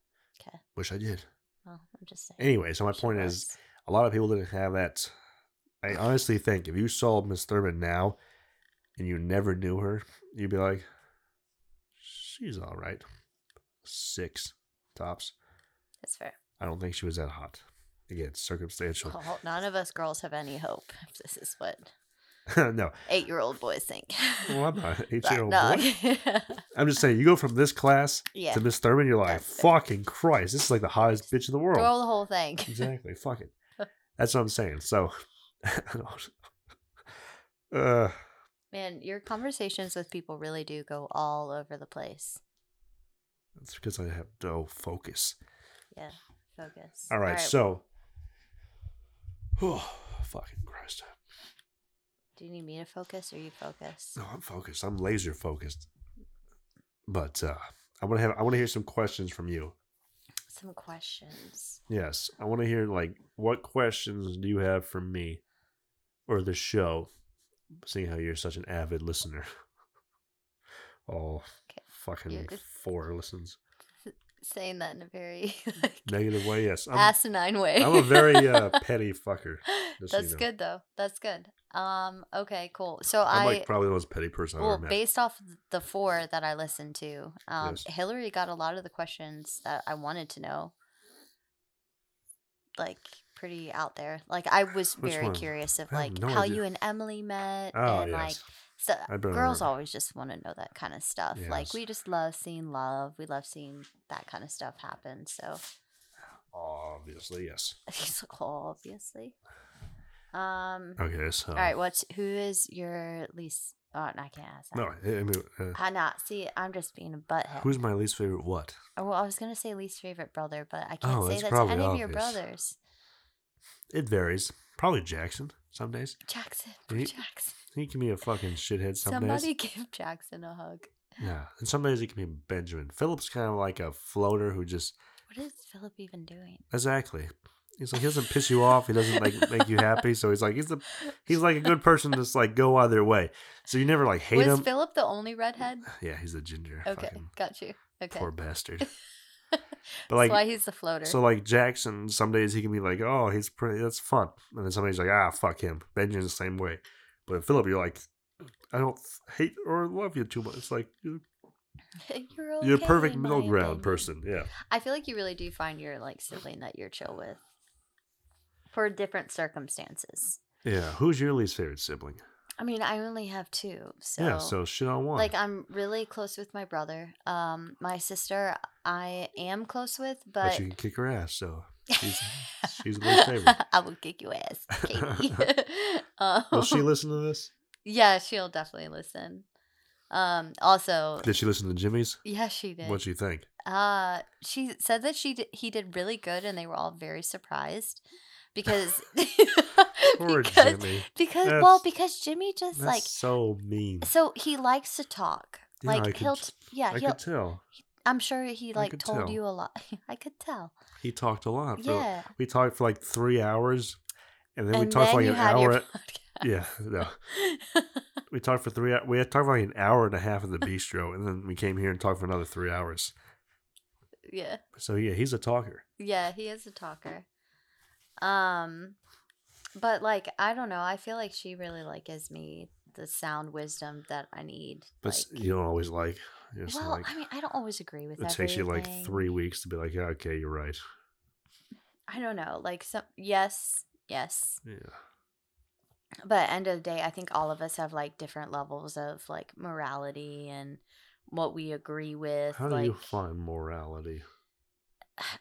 [SPEAKER 3] Okay,
[SPEAKER 1] Wish I did.
[SPEAKER 3] well, I'm just saying.
[SPEAKER 1] Anyway, so my
[SPEAKER 3] she
[SPEAKER 1] point is,
[SPEAKER 3] was.
[SPEAKER 1] a lot of people didn't have that. I honestly think if you saw Miss Thurman now and you never knew her, you'd be like, she's all right. Six tops.
[SPEAKER 3] that's fair.
[SPEAKER 1] I don't think she was that hot. Again, it's circumstantial.
[SPEAKER 3] Well, none of us girls have any hope. [LAUGHS] If this is what Oh.
[SPEAKER 1] [LAUGHS] no,
[SPEAKER 3] eight-year-old boys think.
[SPEAKER 1] well,
[SPEAKER 3] [LAUGHS]
[SPEAKER 1] I'm not an eight year old
[SPEAKER 3] No.
[SPEAKER 1] boy. I'm just saying, you go from this class
[SPEAKER 3] [LAUGHS] yeah,
[SPEAKER 1] to Miss Thurman, you're like,
[SPEAKER 3] That's fair.
[SPEAKER 1] fucking Christ, this is like the hottest bitch in the world.
[SPEAKER 3] throw the whole thing.
[SPEAKER 1] exactly. Fuck
[SPEAKER 3] [LAUGHS]
[SPEAKER 1] it. That's what I'm saying. So, [LAUGHS] uh,
[SPEAKER 3] Man, your conversations with people really do go all over the place.
[SPEAKER 1] It's because I have no focus.
[SPEAKER 3] Yeah, focus.
[SPEAKER 1] All right, so. [SIGHS] Oh, fucking Christ.
[SPEAKER 3] do you need me to focus or you focus?
[SPEAKER 1] No, I'm focused. I'm laser focused. But uh I want to have I want to hear some questions from you.
[SPEAKER 3] Some questions.
[SPEAKER 1] Yes, I want to hear like what questions do you have for me or the show? Seeing how you're such an avid listener. [LAUGHS] Oh,
[SPEAKER 3] Okay,
[SPEAKER 1] fucking
[SPEAKER 3] you're good.
[SPEAKER 1] four listens.
[SPEAKER 3] Saying that in a very [LAUGHS] like,
[SPEAKER 1] Negative way, yes. Mm.
[SPEAKER 3] [LAUGHS]
[SPEAKER 1] I'm,
[SPEAKER 3] asinine way.
[SPEAKER 1] I'm a very
[SPEAKER 3] [LAUGHS]
[SPEAKER 1] uh, petty fucker. just so you
[SPEAKER 3] That's
[SPEAKER 1] know.
[SPEAKER 3] good though. That's good. Um. Okay. Cool. So
[SPEAKER 1] I'm
[SPEAKER 3] I.
[SPEAKER 1] like probably the most petty person I've
[SPEAKER 3] well,
[SPEAKER 1] ever met.
[SPEAKER 3] based off the four that I listened to, um,
[SPEAKER 1] Yes.
[SPEAKER 3] Hillary got a lot of the questions that I wanted to know. Like pretty out there. Like I was
[SPEAKER 1] Which
[SPEAKER 3] very
[SPEAKER 1] one?
[SPEAKER 3] curious of
[SPEAKER 1] I have
[SPEAKER 3] like
[SPEAKER 1] no
[SPEAKER 3] how
[SPEAKER 1] idea.
[SPEAKER 3] you and Emily met
[SPEAKER 1] Oh
[SPEAKER 3] and like
[SPEAKER 1] yes.
[SPEAKER 3] so
[SPEAKER 1] I don't
[SPEAKER 3] girls
[SPEAKER 1] remember.
[SPEAKER 3] always just want to know that kind of stuff. Like
[SPEAKER 1] Yes.
[SPEAKER 3] we just love seeing love. We love seeing that kind of stuff happen. So [LAUGHS]
[SPEAKER 1] Obviously, yes.
[SPEAKER 3] it's cool, obviously. Um
[SPEAKER 1] Okay, so
[SPEAKER 3] all right, what's who is your least oh no, I can't ask that.
[SPEAKER 1] no, I I mean, uh,
[SPEAKER 3] I not see. I'm just being a butthead.
[SPEAKER 1] who's my least favorite? What?
[SPEAKER 3] Oh, well, I was gonna say least favorite brother, but I can't
[SPEAKER 1] Oh,
[SPEAKER 3] say
[SPEAKER 1] that's
[SPEAKER 3] that's
[SPEAKER 1] probably
[SPEAKER 3] any of your
[SPEAKER 1] obvious.
[SPEAKER 3] brothers.
[SPEAKER 1] It varies. Probably Jackson. Some days
[SPEAKER 3] Jackson, [LAUGHS]
[SPEAKER 1] Do you-
[SPEAKER 3] Jackson.
[SPEAKER 1] he can be a fucking shithead. Some
[SPEAKER 3] Somebody
[SPEAKER 1] days,
[SPEAKER 3] give Jackson a hug.
[SPEAKER 1] yeah, and some days he can be Benjamin. Philip's kind of like a floater who just
[SPEAKER 3] What is Philip even doing?
[SPEAKER 1] exactly. He's like he doesn't piss you off. He doesn't like make you happy. So he's like he's the he's like a good person. That's like go out of their way. So you never like hate
[SPEAKER 3] Was
[SPEAKER 1] him.
[SPEAKER 3] Philip the
[SPEAKER 1] [LAUGHS]
[SPEAKER 3] only redhead?
[SPEAKER 1] yeah, he's a ginger.
[SPEAKER 3] Okay,
[SPEAKER 1] fucking
[SPEAKER 3] got you. Okay,
[SPEAKER 1] poor
[SPEAKER 3] [LAUGHS]
[SPEAKER 1] bastard. But
[SPEAKER 3] that's
[SPEAKER 1] like
[SPEAKER 3] why he's the floater.
[SPEAKER 1] So like Jackson, some days he can be like, "Oh, he's pretty, that's fun," and then somebody's like, "Ah, fuck him." Benjamin's the same way, but Philip, you're like, "I don't f- hate or love you too much." It's like you're,
[SPEAKER 3] [LAUGHS] you're,
[SPEAKER 1] you're
[SPEAKER 3] okay,
[SPEAKER 1] the perfect
[SPEAKER 3] in my
[SPEAKER 1] middle ground
[SPEAKER 3] opinion.
[SPEAKER 1] person. Yeah,
[SPEAKER 3] I feel like you really do find your like sibling that you're chill with for different circumstances.
[SPEAKER 1] yeah. Who's your least favorite sibling?
[SPEAKER 3] I mean, I only have two, so
[SPEAKER 1] yeah, so shit on one.
[SPEAKER 3] Like uh, I'm really close with my brother. Um, my sister I am close with,
[SPEAKER 1] but,
[SPEAKER 3] but
[SPEAKER 1] you can kick her ass. So
[SPEAKER 3] [LAUGHS]
[SPEAKER 1] she's she's the least favorite.
[SPEAKER 3] I will kick your ass,
[SPEAKER 1] [LAUGHS]
[SPEAKER 3] Katie. [LAUGHS] um,
[SPEAKER 1] Will
[SPEAKER 3] [LAUGHS]
[SPEAKER 1] she listen to this?
[SPEAKER 3] yeah, she'll definitely listen. Um, also,
[SPEAKER 1] Did she listen to Jimmy's?
[SPEAKER 3] yeah, she did.
[SPEAKER 1] What'd she
[SPEAKER 3] [LAUGHS]
[SPEAKER 1] think?
[SPEAKER 3] uh, she said that she did, he did really good, and they were all very surprised because
[SPEAKER 1] [LAUGHS]
[SPEAKER 3] [LAUGHS]
[SPEAKER 1] Poor
[SPEAKER 3] because
[SPEAKER 1] Jimmy.
[SPEAKER 3] because well
[SPEAKER 1] That's-
[SPEAKER 3] because Jimmy just
[SPEAKER 1] That's
[SPEAKER 3] like
[SPEAKER 1] so mean.
[SPEAKER 3] so he likes to talk.
[SPEAKER 1] Yeah,
[SPEAKER 3] like
[SPEAKER 1] I could
[SPEAKER 3] he'll,
[SPEAKER 1] t-
[SPEAKER 3] t- yeah,
[SPEAKER 1] I
[SPEAKER 3] he'll,
[SPEAKER 1] could tell.
[SPEAKER 3] I'm sure he
[SPEAKER 1] I
[SPEAKER 3] like
[SPEAKER 1] could
[SPEAKER 3] told
[SPEAKER 1] tell.
[SPEAKER 3] you a lot. [LAUGHS] I could tell.
[SPEAKER 1] He talked a lot. for-
[SPEAKER 3] yeah.
[SPEAKER 1] We talked for like three hours, and then we
[SPEAKER 3] and
[SPEAKER 1] talked
[SPEAKER 3] then
[SPEAKER 1] for like
[SPEAKER 3] you
[SPEAKER 1] an
[SPEAKER 3] had your [LAUGHS]
[SPEAKER 1] hour. [LAUGHS]
[SPEAKER 3] podcast.
[SPEAKER 1] Yeah, no. We talked for three. hou- We had talked for like an hour and a half at the bistro, and then we came here and talked for another three hours.
[SPEAKER 3] yeah.
[SPEAKER 1] So yeah, he's a talker.
[SPEAKER 3] Yeah, he is a talker. Um but like I don't know, I feel like she really like gives me the sound wisdom that I need.
[SPEAKER 1] But s-
[SPEAKER 3] like,
[SPEAKER 1] you don't always like. You're just
[SPEAKER 3] well,
[SPEAKER 1] like
[SPEAKER 3] I mean, I don't always agree with
[SPEAKER 1] it takes you like
[SPEAKER 3] everything.
[SPEAKER 1] three weeks to be like, yeah, okay, you're right.
[SPEAKER 3] I don't know, like some yes, yes.
[SPEAKER 1] Yeah,
[SPEAKER 3] But end of the day, I think all of us have like different levels of like morality and what we agree with.
[SPEAKER 1] how do
[SPEAKER 3] like, [SIGHS]
[SPEAKER 1] you find morality?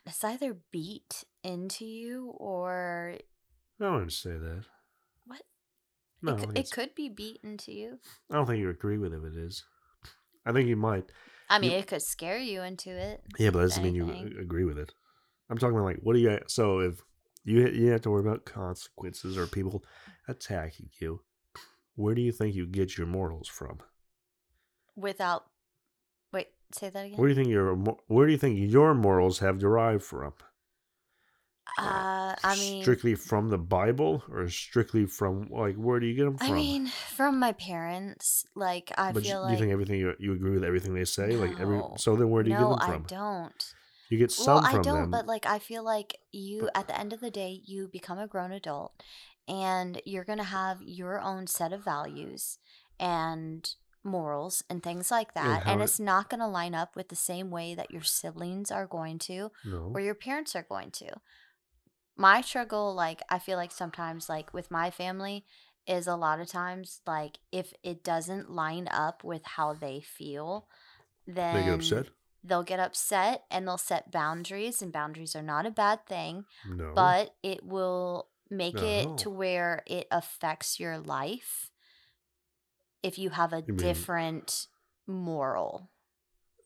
[SPEAKER 3] it's either beat into you or
[SPEAKER 1] I wouldn't say that.
[SPEAKER 3] What?
[SPEAKER 1] No,
[SPEAKER 3] it,
[SPEAKER 1] I,
[SPEAKER 3] c-
[SPEAKER 1] think
[SPEAKER 3] it
[SPEAKER 1] Oh, it's-
[SPEAKER 3] could be beaten to you.
[SPEAKER 1] I don't think you agree with it. It is. I think you might.
[SPEAKER 3] I
[SPEAKER 1] You-
[SPEAKER 3] mean, it could scare you into it.
[SPEAKER 1] Yeah, but that doesn't mean
[SPEAKER 3] anything.
[SPEAKER 1] you uh, a- agree with it. I'm talking about like, what do you? So if you you have to worry about consequences or people attacking you, where do you think you get your morals from?
[SPEAKER 3] Without. Wait, say that again.
[SPEAKER 1] Where do you think your mor- where do you think your morals have derived from?
[SPEAKER 3] uh, I mean,
[SPEAKER 1] strictly from the Bible or strictly from like where do you get them
[SPEAKER 3] I
[SPEAKER 1] from?
[SPEAKER 3] mean, from my parents, like I
[SPEAKER 1] but you,
[SPEAKER 3] feel
[SPEAKER 1] do
[SPEAKER 3] like
[SPEAKER 1] you think everything you, you agree with everything they say? Like every
[SPEAKER 3] No.
[SPEAKER 1] so then where do you
[SPEAKER 3] no,
[SPEAKER 1] get them from?
[SPEAKER 3] I don't.
[SPEAKER 1] You get some
[SPEAKER 3] well,
[SPEAKER 1] from
[SPEAKER 3] I don't,
[SPEAKER 1] them.
[SPEAKER 3] but like I feel like you
[SPEAKER 1] But-
[SPEAKER 3] at the end of the day, you become a grown adult and you're going to have your own set of values and morals and things like
[SPEAKER 1] And
[SPEAKER 3] that
[SPEAKER 1] how
[SPEAKER 3] and
[SPEAKER 1] it-
[SPEAKER 3] it's not going to line up with the same way that your siblings are going to
[SPEAKER 1] no.
[SPEAKER 3] or your parents are going to. My struggle, like, I feel like sometimes, like, with my family, is a lot of times, like, if it doesn't line up with how they feel, then
[SPEAKER 1] They get upset?
[SPEAKER 3] They'll get upset and they'll set boundaries, and boundaries are not a bad thing,
[SPEAKER 1] No.
[SPEAKER 3] but it will make
[SPEAKER 1] No.
[SPEAKER 3] it to where it affects your life if you have a
[SPEAKER 1] mean-
[SPEAKER 3] different moral,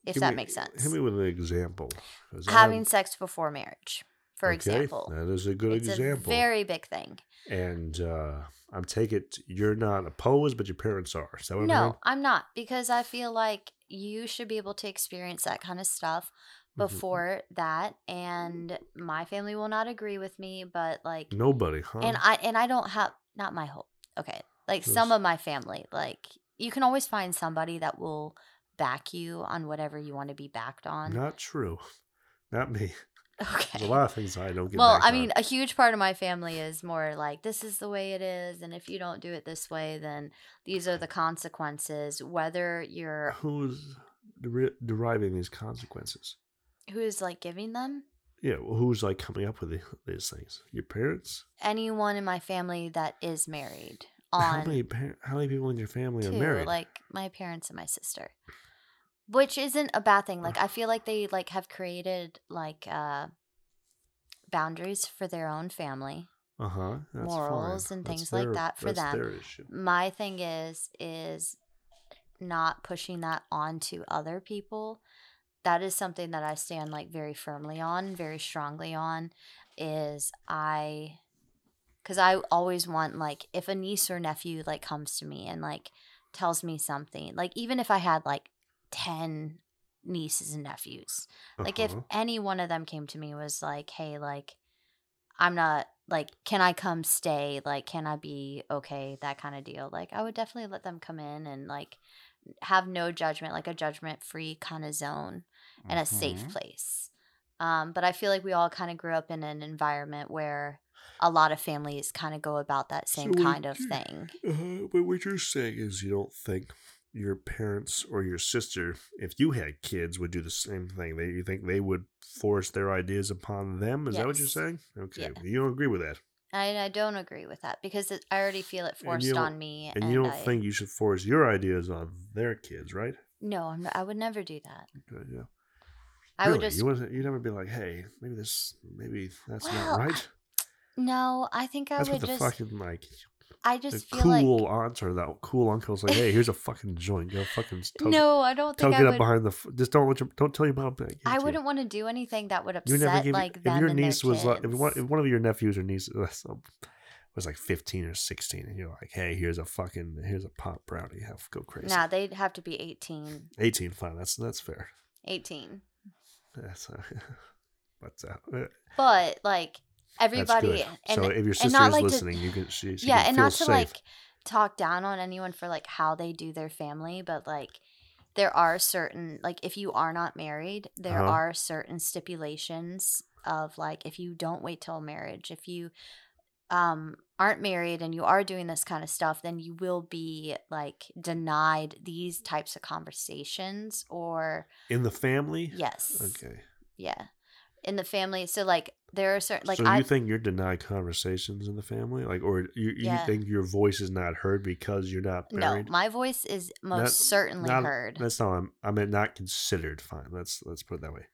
[SPEAKER 3] if
[SPEAKER 1] Give
[SPEAKER 3] that
[SPEAKER 1] me-
[SPEAKER 3] makes sense
[SPEAKER 1] Hit me with an example. 'cause I
[SPEAKER 3] having
[SPEAKER 1] have-
[SPEAKER 3] sex before marriage, for
[SPEAKER 1] Okay,
[SPEAKER 3] example.
[SPEAKER 1] That is a good
[SPEAKER 3] it's
[SPEAKER 1] example.
[SPEAKER 3] a very big thing.
[SPEAKER 1] and uh I take it you're not opposed, but your parents are. Is that what I'm
[SPEAKER 3] No, I'm not because I feel like you should be able to experience that kind of stuff
[SPEAKER 1] hearing? Mhm.
[SPEAKER 3] before that and my family will not agree with me, but like
[SPEAKER 1] Nobody, huh?
[SPEAKER 3] and I and I don't have not my whole okay, like some
[SPEAKER 1] Yes.
[SPEAKER 3] of my family, like you can always find somebody that will back you on whatever you want to be backed on.
[SPEAKER 1] Not true. [LAUGHS] Not me.
[SPEAKER 3] [LAUGHS] okay.
[SPEAKER 1] There's a lot of things I don't get.
[SPEAKER 3] well
[SPEAKER 1] back
[SPEAKER 3] i
[SPEAKER 1] on.
[SPEAKER 3] mean a huge part of my family is more like this is the way it is and if you don't do it this way then these are the consequences whether you're
[SPEAKER 1] [SIGHS] who's deri- deriving these consequences?
[SPEAKER 3] who's like giving them
[SPEAKER 1] Yeah, well, who's like coming up with the, these things? Your parents?
[SPEAKER 3] anyone in my family that is married
[SPEAKER 1] how
[SPEAKER 3] on
[SPEAKER 1] many par- how many people in your family
[SPEAKER 3] two
[SPEAKER 1] are married?
[SPEAKER 3] like my parents and my sister which isn't a bad thing like i feel like they like have created like uh boundaries for their own family
[SPEAKER 1] uh huh.
[SPEAKER 3] morals and things like that for
[SPEAKER 1] that's
[SPEAKER 3] them.
[SPEAKER 1] Their issue.
[SPEAKER 3] my thing is is not pushing that on to other people that is something that i stand like very firmly on very strongly on is i because i always want like if a niece or nephew like comes to me and like tells me something like even if i had like 10 nieces and nephews like if
[SPEAKER 1] Uh-huh.
[SPEAKER 3] any one of them came to me and was like, "Hey, like I'm not like can I come stay? Like can I be okay?" that kind of deal. Like I would definitely let them come in and like have no judgment, like a judgment-free kind of zone and a safe
[SPEAKER 1] Mhm.
[SPEAKER 3] place. Um, but I feel like we all kind of grew up in an environment where a lot of families kind of go about that same
[SPEAKER 1] So we-
[SPEAKER 3] kind of thing.
[SPEAKER 1] Uh, but what you're saying is you don't think your parents or your sister, if you had kids, would do the same thing. They, you think they would force their ideas upon them? Is that what you're
[SPEAKER 3] Yes.
[SPEAKER 1] saying? Okay,
[SPEAKER 3] Yeah.
[SPEAKER 1] you don't agree with that,
[SPEAKER 3] And I don't agree with that because it, I already feel it
[SPEAKER 1] And you
[SPEAKER 3] forced
[SPEAKER 1] don't-
[SPEAKER 3] on me.
[SPEAKER 1] and, you don't
[SPEAKER 3] I,
[SPEAKER 1] think you should force your ideas on their kids, right?
[SPEAKER 3] no, I'm not, I would never do that.
[SPEAKER 1] Okay, yeah.
[SPEAKER 3] I
[SPEAKER 1] really?
[SPEAKER 3] would just
[SPEAKER 1] you wouldn't, you'd never be like, hey, maybe this, maybe that's
[SPEAKER 3] Well,
[SPEAKER 1] not right.
[SPEAKER 3] No, I think I
[SPEAKER 1] that's
[SPEAKER 3] would
[SPEAKER 1] what the
[SPEAKER 3] just.
[SPEAKER 1] fucking like
[SPEAKER 3] I
[SPEAKER 1] the
[SPEAKER 3] just feel
[SPEAKER 1] cool
[SPEAKER 3] like.
[SPEAKER 1] aunt or that cool uncle's like, hey, here's a fucking joint, go
[SPEAKER 3] [LAUGHS]
[SPEAKER 1] fucking toke,
[SPEAKER 3] No, I don't
[SPEAKER 1] toke
[SPEAKER 3] think
[SPEAKER 1] it
[SPEAKER 3] I
[SPEAKER 1] up
[SPEAKER 3] would.
[SPEAKER 1] behind the, f- just don't let your, don't tell your mom. that I gave it
[SPEAKER 3] I
[SPEAKER 1] to you."
[SPEAKER 3] wouldn't want to do anything that would
[SPEAKER 1] You
[SPEAKER 3] upset
[SPEAKER 1] never give
[SPEAKER 3] like
[SPEAKER 1] if
[SPEAKER 3] them
[SPEAKER 1] your
[SPEAKER 3] and their
[SPEAKER 1] niece was like if
[SPEAKER 3] kids.
[SPEAKER 1] one, if one of your nephews or nieces [LAUGHS] um, was like fifteen or sixteen, and you're like, hey, here's a fucking here's a pop brownie, have go crazy.
[SPEAKER 3] Nah, they'd have to be 18.
[SPEAKER 1] Eighteen, fine, that's that's fair.
[SPEAKER 3] 18.
[SPEAKER 1] That's uh, [LAUGHS] but uh, uh,
[SPEAKER 3] But like
[SPEAKER 1] that's
[SPEAKER 3] everybody.
[SPEAKER 1] good.
[SPEAKER 3] And,
[SPEAKER 1] so if your
[SPEAKER 3] and
[SPEAKER 1] sister
[SPEAKER 3] not
[SPEAKER 1] is
[SPEAKER 3] like to-
[SPEAKER 1] listening, you can she, she
[SPEAKER 3] yeah,
[SPEAKER 1] can
[SPEAKER 3] and
[SPEAKER 1] feel
[SPEAKER 3] not to
[SPEAKER 1] safe.
[SPEAKER 3] like talk down on anyone for like how they do their family, but like there are certain like if you are not married, there
[SPEAKER 1] Uh-huh.
[SPEAKER 3] are certain stipulations of like if you don't wait till marriage, if you um aren't married and you are doing this kind of stuff, then you will be like denied these types of conversations or
[SPEAKER 1] in the family.
[SPEAKER 3] yes.
[SPEAKER 1] Okay.
[SPEAKER 3] Yeah. In the family. So like there are certain like
[SPEAKER 1] so
[SPEAKER 3] I
[SPEAKER 1] you think you're denied conversations in the family, like, or you, you
[SPEAKER 3] Yeah.
[SPEAKER 1] think your voice is not heard because you're not
[SPEAKER 3] no,
[SPEAKER 1] married?
[SPEAKER 3] my voice is most
[SPEAKER 1] Not-
[SPEAKER 3] certainly
[SPEAKER 1] not-
[SPEAKER 3] heard.
[SPEAKER 1] That's not. I'm, I meant not considered. Fine. Let's let's put it that way.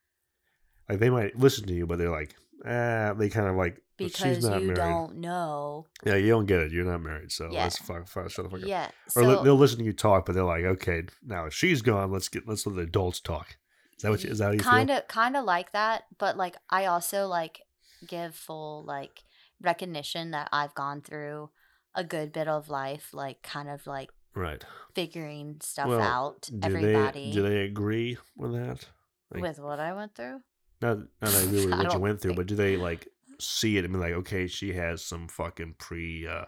[SPEAKER 1] like they might listen to you, but they're like, ah, they kind of like "But
[SPEAKER 3] because
[SPEAKER 1] she's not
[SPEAKER 3] you
[SPEAKER 1] married.
[SPEAKER 3] don't know.
[SPEAKER 1] Yeah, you don't get it. You're not married, so
[SPEAKER 3] Yeah.
[SPEAKER 1] let's fuck, fuck, shut the fuck up.
[SPEAKER 3] Yeah.
[SPEAKER 1] Oh or li-
[SPEAKER 3] so-
[SPEAKER 1] they'll listen to you talk, but they're like, okay, now if she's gone, let's get let's let the adults talk. Is that what you, is that how you
[SPEAKER 3] kind
[SPEAKER 1] feel?
[SPEAKER 3] of kind of like that but like i also like give full like recognition that i've gone through a good bit of life like kind of like
[SPEAKER 1] Right.
[SPEAKER 3] figuring stuff
[SPEAKER 1] Well,
[SPEAKER 3] out
[SPEAKER 1] Do
[SPEAKER 3] everybody
[SPEAKER 1] they do they agree with that? like-
[SPEAKER 3] with what i went through
[SPEAKER 1] Not not
[SPEAKER 3] [LAUGHS]
[SPEAKER 1] that I agree with
[SPEAKER 3] I
[SPEAKER 1] what you
[SPEAKER 3] don't
[SPEAKER 1] went through,
[SPEAKER 3] think-
[SPEAKER 1] but do they like see it and be like, okay, she has some fucking pre uh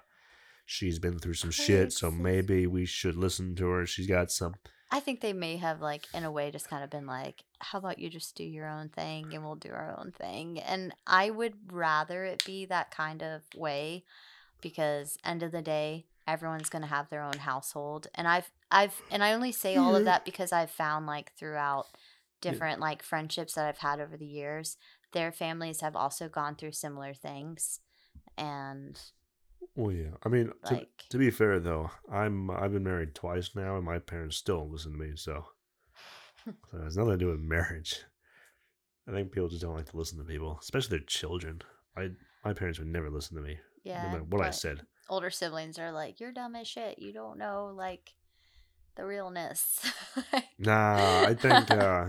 [SPEAKER 1] she's been through some shit, so
[SPEAKER 3] Pre-exist-
[SPEAKER 1] maybe we should listen to her. She's got some
[SPEAKER 3] i think they may have like in a way just kind of been like how about you just do your own thing and we'll do our own thing and i would rather it be that kind of way because end of the day everyone's going to have their own household and i've i've and i only say all of that because i've found like throughout
[SPEAKER 1] Mm-hmm. Yeah.
[SPEAKER 3] different like friendships that i've had over the years their families have also gone through similar things and
[SPEAKER 1] well yeah. I mean to,
[SPEAKER 3] like
[SPEAKER 1] to be fair though, I'm I've been married twice now and my parents still don't listen to me, so so it has nothing to do with marriage. I think people just don't like to listen to people, especially their children. I my parents would never listen to me,
[SPEAKER 3] yeah
[SPEAKER 1] no matter what I
[SPEAKER 3] but
[SPEAKER 1] said.
[SPEAKER 3] older siblings are like you're dumb as shit you don't know like the realness [LAUGHS]
[SPEAKER 1] Nah, I think uh,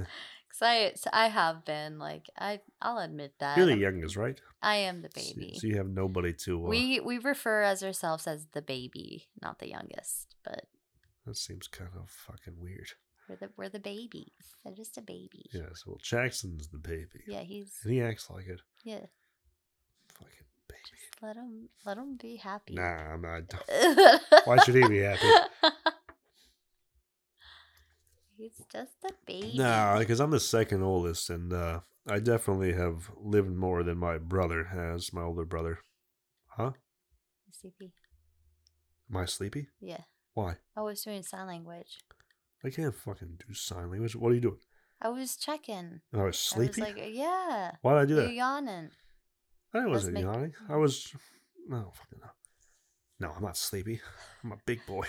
[SPEAKER 3] because I, so I have been like I I'll admit that
[SPEAKER 1] you're the
[SPEAKER 3] I'm-
[SPEAKER 1] youngest, right?
[SPEAKER 3] I am the
[SPEAKER 1] So-
[SPEAKER 3] baby.
[SPEAKER 1] So, you have nobody to. Uh,
[SPEAKER 3] We we refer as ourselves as the baby, not the youngest, but
[SPEAKER 1] that seems kind of fucking weird.
[SPEAKER 3] we're the we're the babies. They're just a baby.
[SPEAKER 1] Yes. Well, Jackson's the baby.
[SPEAKER 3] Yeah, he's
[SPEAKER 1] And he acts like it.
[SPEAKER 3] yeah.
[SPEAKER 1] Fucking baby.
[SPEAKER 3] Just let him let him be happy.
[SPEAKER 1] Nah, I'm not.
[SPEAKER 3] [LAUGHS] Why
[SPEAKER 1] should he be happy?
[SPEAKER 3] He's just a baby.
[SPEAKER 1] Nah, because I'm the second oldest, and uh, I definitely have lived more than my brother has. My older brother. Huh?
[SPEAKER 3] CP.
[SPEAKER 1] Am I sleepy?
[SPEAKER 3] Yeah.
[SPEAKER 1] Why?
[SPEAKER 3] I was doing sign language.
[SPEAKER 1] I can't fucking do sign language. What are you doing?
[SPEAKER 3] I was checking.
[SPEAKER 1] I was sleepy.
[SPEAKER 3] I was like, "Uh, yeah.
[SPEAKER 1] Why did I do
[SPEAKER 3] You're
[SPEAKER 1] that?
[SPEAKER 3] yawning. [LAUGHS]
[SPEAKER 1] I wasn't
[SPEAKER 3] make-
[SPEAKER 1] yawning. I was. No, fucking no. No, I'm not sleepy. I'm a big boy.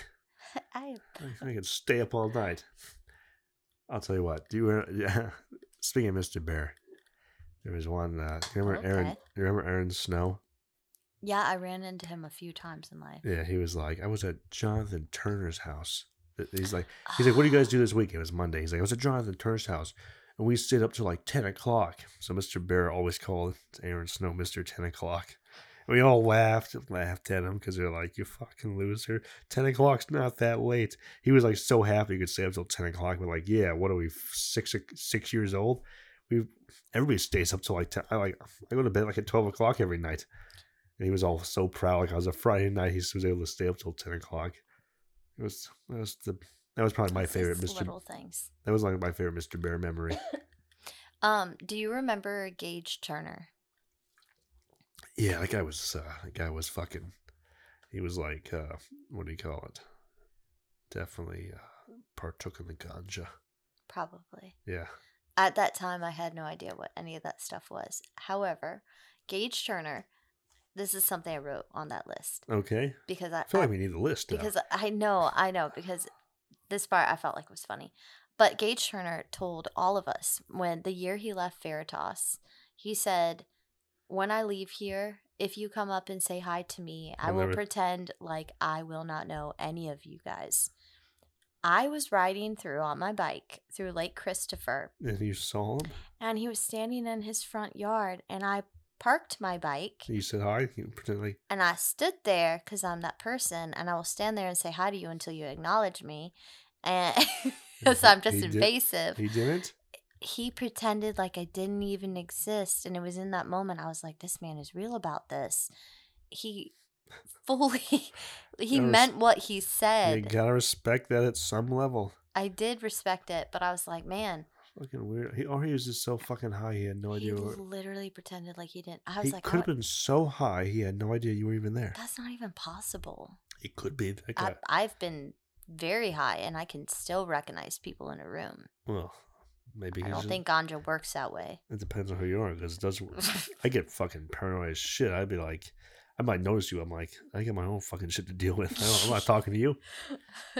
[SPEAKER 3] I
[SPEAKER 1] I, I can stay up all night. I'll tell you what. Do you [LAUGHS] remember, speaking of Mr. Bear? There was one. Uh, do you remember Aaron?
[SPEAKER 3] Okay.
[SPEAKER 1] You remember Aaron Snow?
[SPEAKER 3] yeah, I ran into him a few times in life.
[SPEAKER 1] Yeah, he was like, I was at Jonathan Turner's house. Th- He's like, he's like, what do
[SPEAKER 3] [GASPS] [SIGHS]
[SPEAKER 1] you guys do this week? It was Monday. He's like, I was at Jonathan Turner's house, and we stayed up till like ten o'clock. So Mr. Bear always called [LAUGHS] Aaron Snow Mr. Ten o'clock. And we all laughed, and laughed at him because they're like, you fucking loser. Ten o'clock's not that late. He was like so happy he could stay up till ten o'clock. We're like, yeah, what are we f- six o- six years old? We everybody stays up till like ten. I like I go to bed like at twelve o'clock every night. And he was all so proud. Like I was a Friday night, he was able to stay up till ten o'clock. It was that was the that was probably my
[SPEAKER 3] It's
[SPEAKER 1] favorite
[SPEAKER 3] just
[SPEAKER 1] Mr.
[SPEAKER 3] Little things.
[SPEAKER 1] That was like my favorite Mr. Bear memory. [LAUGHS]
[SPEAKER 3] Um, do you remember Gage Turner?
[SPEAKER 1] yeah, that guy was uh, that guy was fucking. He was like, uh, what do you call it? Definitely uh, partook in the ganja.
[SPEAKER 3] Probably.
[SPEAKER 1] Yeah,
[SPEAKER 3] At that time, I had no idea what any of that stuff was. However, Gage Turner, this is something I wrote on that list
[SPEAKER 1] okay.
[SPEAKER 3] because I,
[SPEAKER 1] I feel
[SPEAKER 3] I-
[SPEAKER 1] like we need a list now.
[SPEAKER 3] because I know I know because this part I felt like was funny, but Gage Turner told all of us when the year he left Veritas, he said, "When I leave here." If you come up and say hi to me, I
[SPEAKER 1] I'll
[SPEAKER 3] will
[SPEAKER 1] never-
[SPEAKER 3] pretend like I will not know any of you guys. I was riding through on my bike through Lake Christopher
[SPEAKER 1] and you saw him.
[SPEAKER 3] and he was standing in his front yard and i parked my bike
[SPEAKER 1] You said hi. You pretend like
[SPEAKER 3] and i stood there because i'm that person and i will stand there and say hi to you until you acknowledge me and [LAUGHS] so i'm just
[SPEAKER 1] He did-
[SPEAKER 3] invasive
[SPEAKER 1] he didn't.
[SPEAKER 3] he pretended like i didn't even exist and it was in that moment i was like this man is real about this
[SPEAKER 1] [LAUGHS]
[SPEAKER 3] he fully he
[SPEAKER 1] That was-
[SPEAKER 3] meant what he
[SPEAKER 1] You
[SPEAKER 3] said
[SPEAKER 1] gotta respect that at some level.
[SPEAKER 3] i did respect it but i was like man
[SPEAKER 1] Fucking weird. He, or he was just so fucking high. He had no
[SPEAKER 3] he
[SPEAKER 1] idea. Where,
[SPEAKER 3] literally pretended like he didn't i was
[SPEAKER 1] he
[SPEAKER 3] like I
[SPEAKER 1] could have
[SPEAKER 3] don't-
[SPEAKER 1] been so high. He had no idea you were even there.
[SPEAKER 3] that's not even possible
[SPEAKER 1] It could be. That guy.
[SPEAKER 3] I, I've been very high, and I can still recognize people in a room.
[SPEAKER 1] well, maybe.
[SPEAKER 3] I
[SPEAKER 1] he's
[SPEAKER 3] don't
[SPEAKER 1] just-
[SPEAKER 3] think ganja works that way. [LAUGHS]
[SPEAKER 1] It depends on who you are, because it does. I get fucking paranoid as shit. I'd be like, I might notice you. I'm like, I got my own fucking shit to
[SPEAKER 3] [LAUGHS]
[SPEAKER 1] deal with. I don't, I'm not talking to you.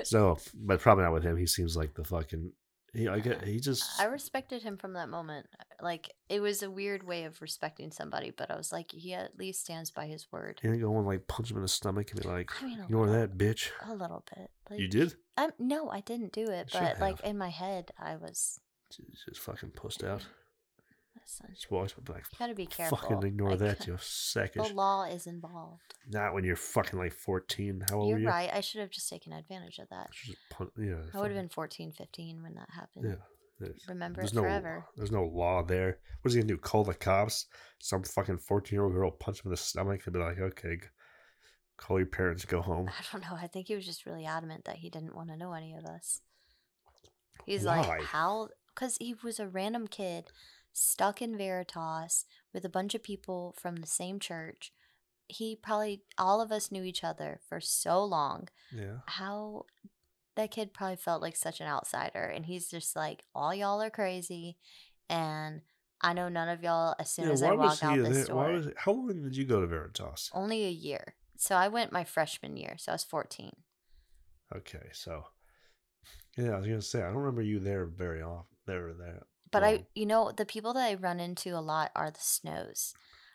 [SPEAKER 1] So, but probably not with him. He seems like the fucking He, I get. He just.
[SPEAKER 3] I respected him from that moment. Like it was a weird way of respecting somebody, but I was like, he at least stands by his word.
[SPEAKER 1] You didn't go and like punch him in the stomach and be like,
[SPEAKER 3] I mean, a
[SPEAKER 1] "Ignore
[SPEAKER 3] little-
[SPEAKER 1] that, bitch."
[SPEAKER 3] A little bit. Like,
[SPEAKER 1] You did.
[SPEAKER 3] Um, no, I didn't do it,
[SPEAKER 1] should
[SPEAKER 3] but like
[SPEAKER 1] have.
[SPEAKER 3] in my head, I was.
[SPEAKER 1] She's just fucking pushed out.
[SPEAKER 3] Mm. Listen,
[SPEAKER 1] Just walks up like,
[SPEAKER 3] gotta be careful.
[SPEAKER 1] fucking ignore
[SPEAKER 3] Like, [LAUGHS]
[SPEAKER 1] that, you
[SPEAKER 3] The
[SPEAKER 1] sackish.
[SPEAKER 3] law is involved.
[SPEAKER 1] Not when you're fucking like 14. How old
[SPEAKER 3] You're
[SPEAKER 1] were you?
[SPEAKER 3] right. I should have just taken advantage of that.
[SPEAKER 1] Just pun- yeah,
[SPEAKER 3] I would
[SPEAKER 1] fucking-
[SPEAKER 3] have been 14, 15 when that happened.
[SPEAKER 1] Yeah. there's-
[SPEAKER 3] Remember
[SPEAKER 1] there's
[SPEAKER 3] it
[SPEAKER 1] no,
[SPEAKER 3] forever.
[SPEAKER 1] There's no law there. What's he gonna do? Call the cops? Some fucking 14 year old girl punch him in the stomach and be like, okay, g- call your parents, go
[SPEAKER 3] [SIGHS]
[SPEAKER 1] home.
[SPEAKER 3] I don't know. I think he was just really adamant that he didn't want to know any of us. He's
[SPEAKER 1] Why?
[SPEAKER 3] like, how? Because he was a random kid stuck in Veritas with a bunch of people from the same church. He probably, all of us knew each other for so long.
[SPEAKER 1] Yeah.
[SPEAKER 3] How that kid probably felt like such an outsider. And he's just like, all y'all are crazy. And I know none of y'all as soon
[SPEAKER 1] yeah
[SPEAKER 3] as I walk out Oh.
[SPEAKER 1] there?
[SPEAKER 3] this door.
[SPEAKER 1] Why was, how long did you go to Veritas?
[SPEAKER 3] Only a year. So I went my freshman year. So I was 14.
[SPEAKER 1] Okay, so. Yeah, I was gonna say I don't remember you there very often. There, there.
[SPEAKER 3] But I,
[SPEAKER 1] long.
[SPEAKER 3] you know, the people that I run into a lot are the Snows.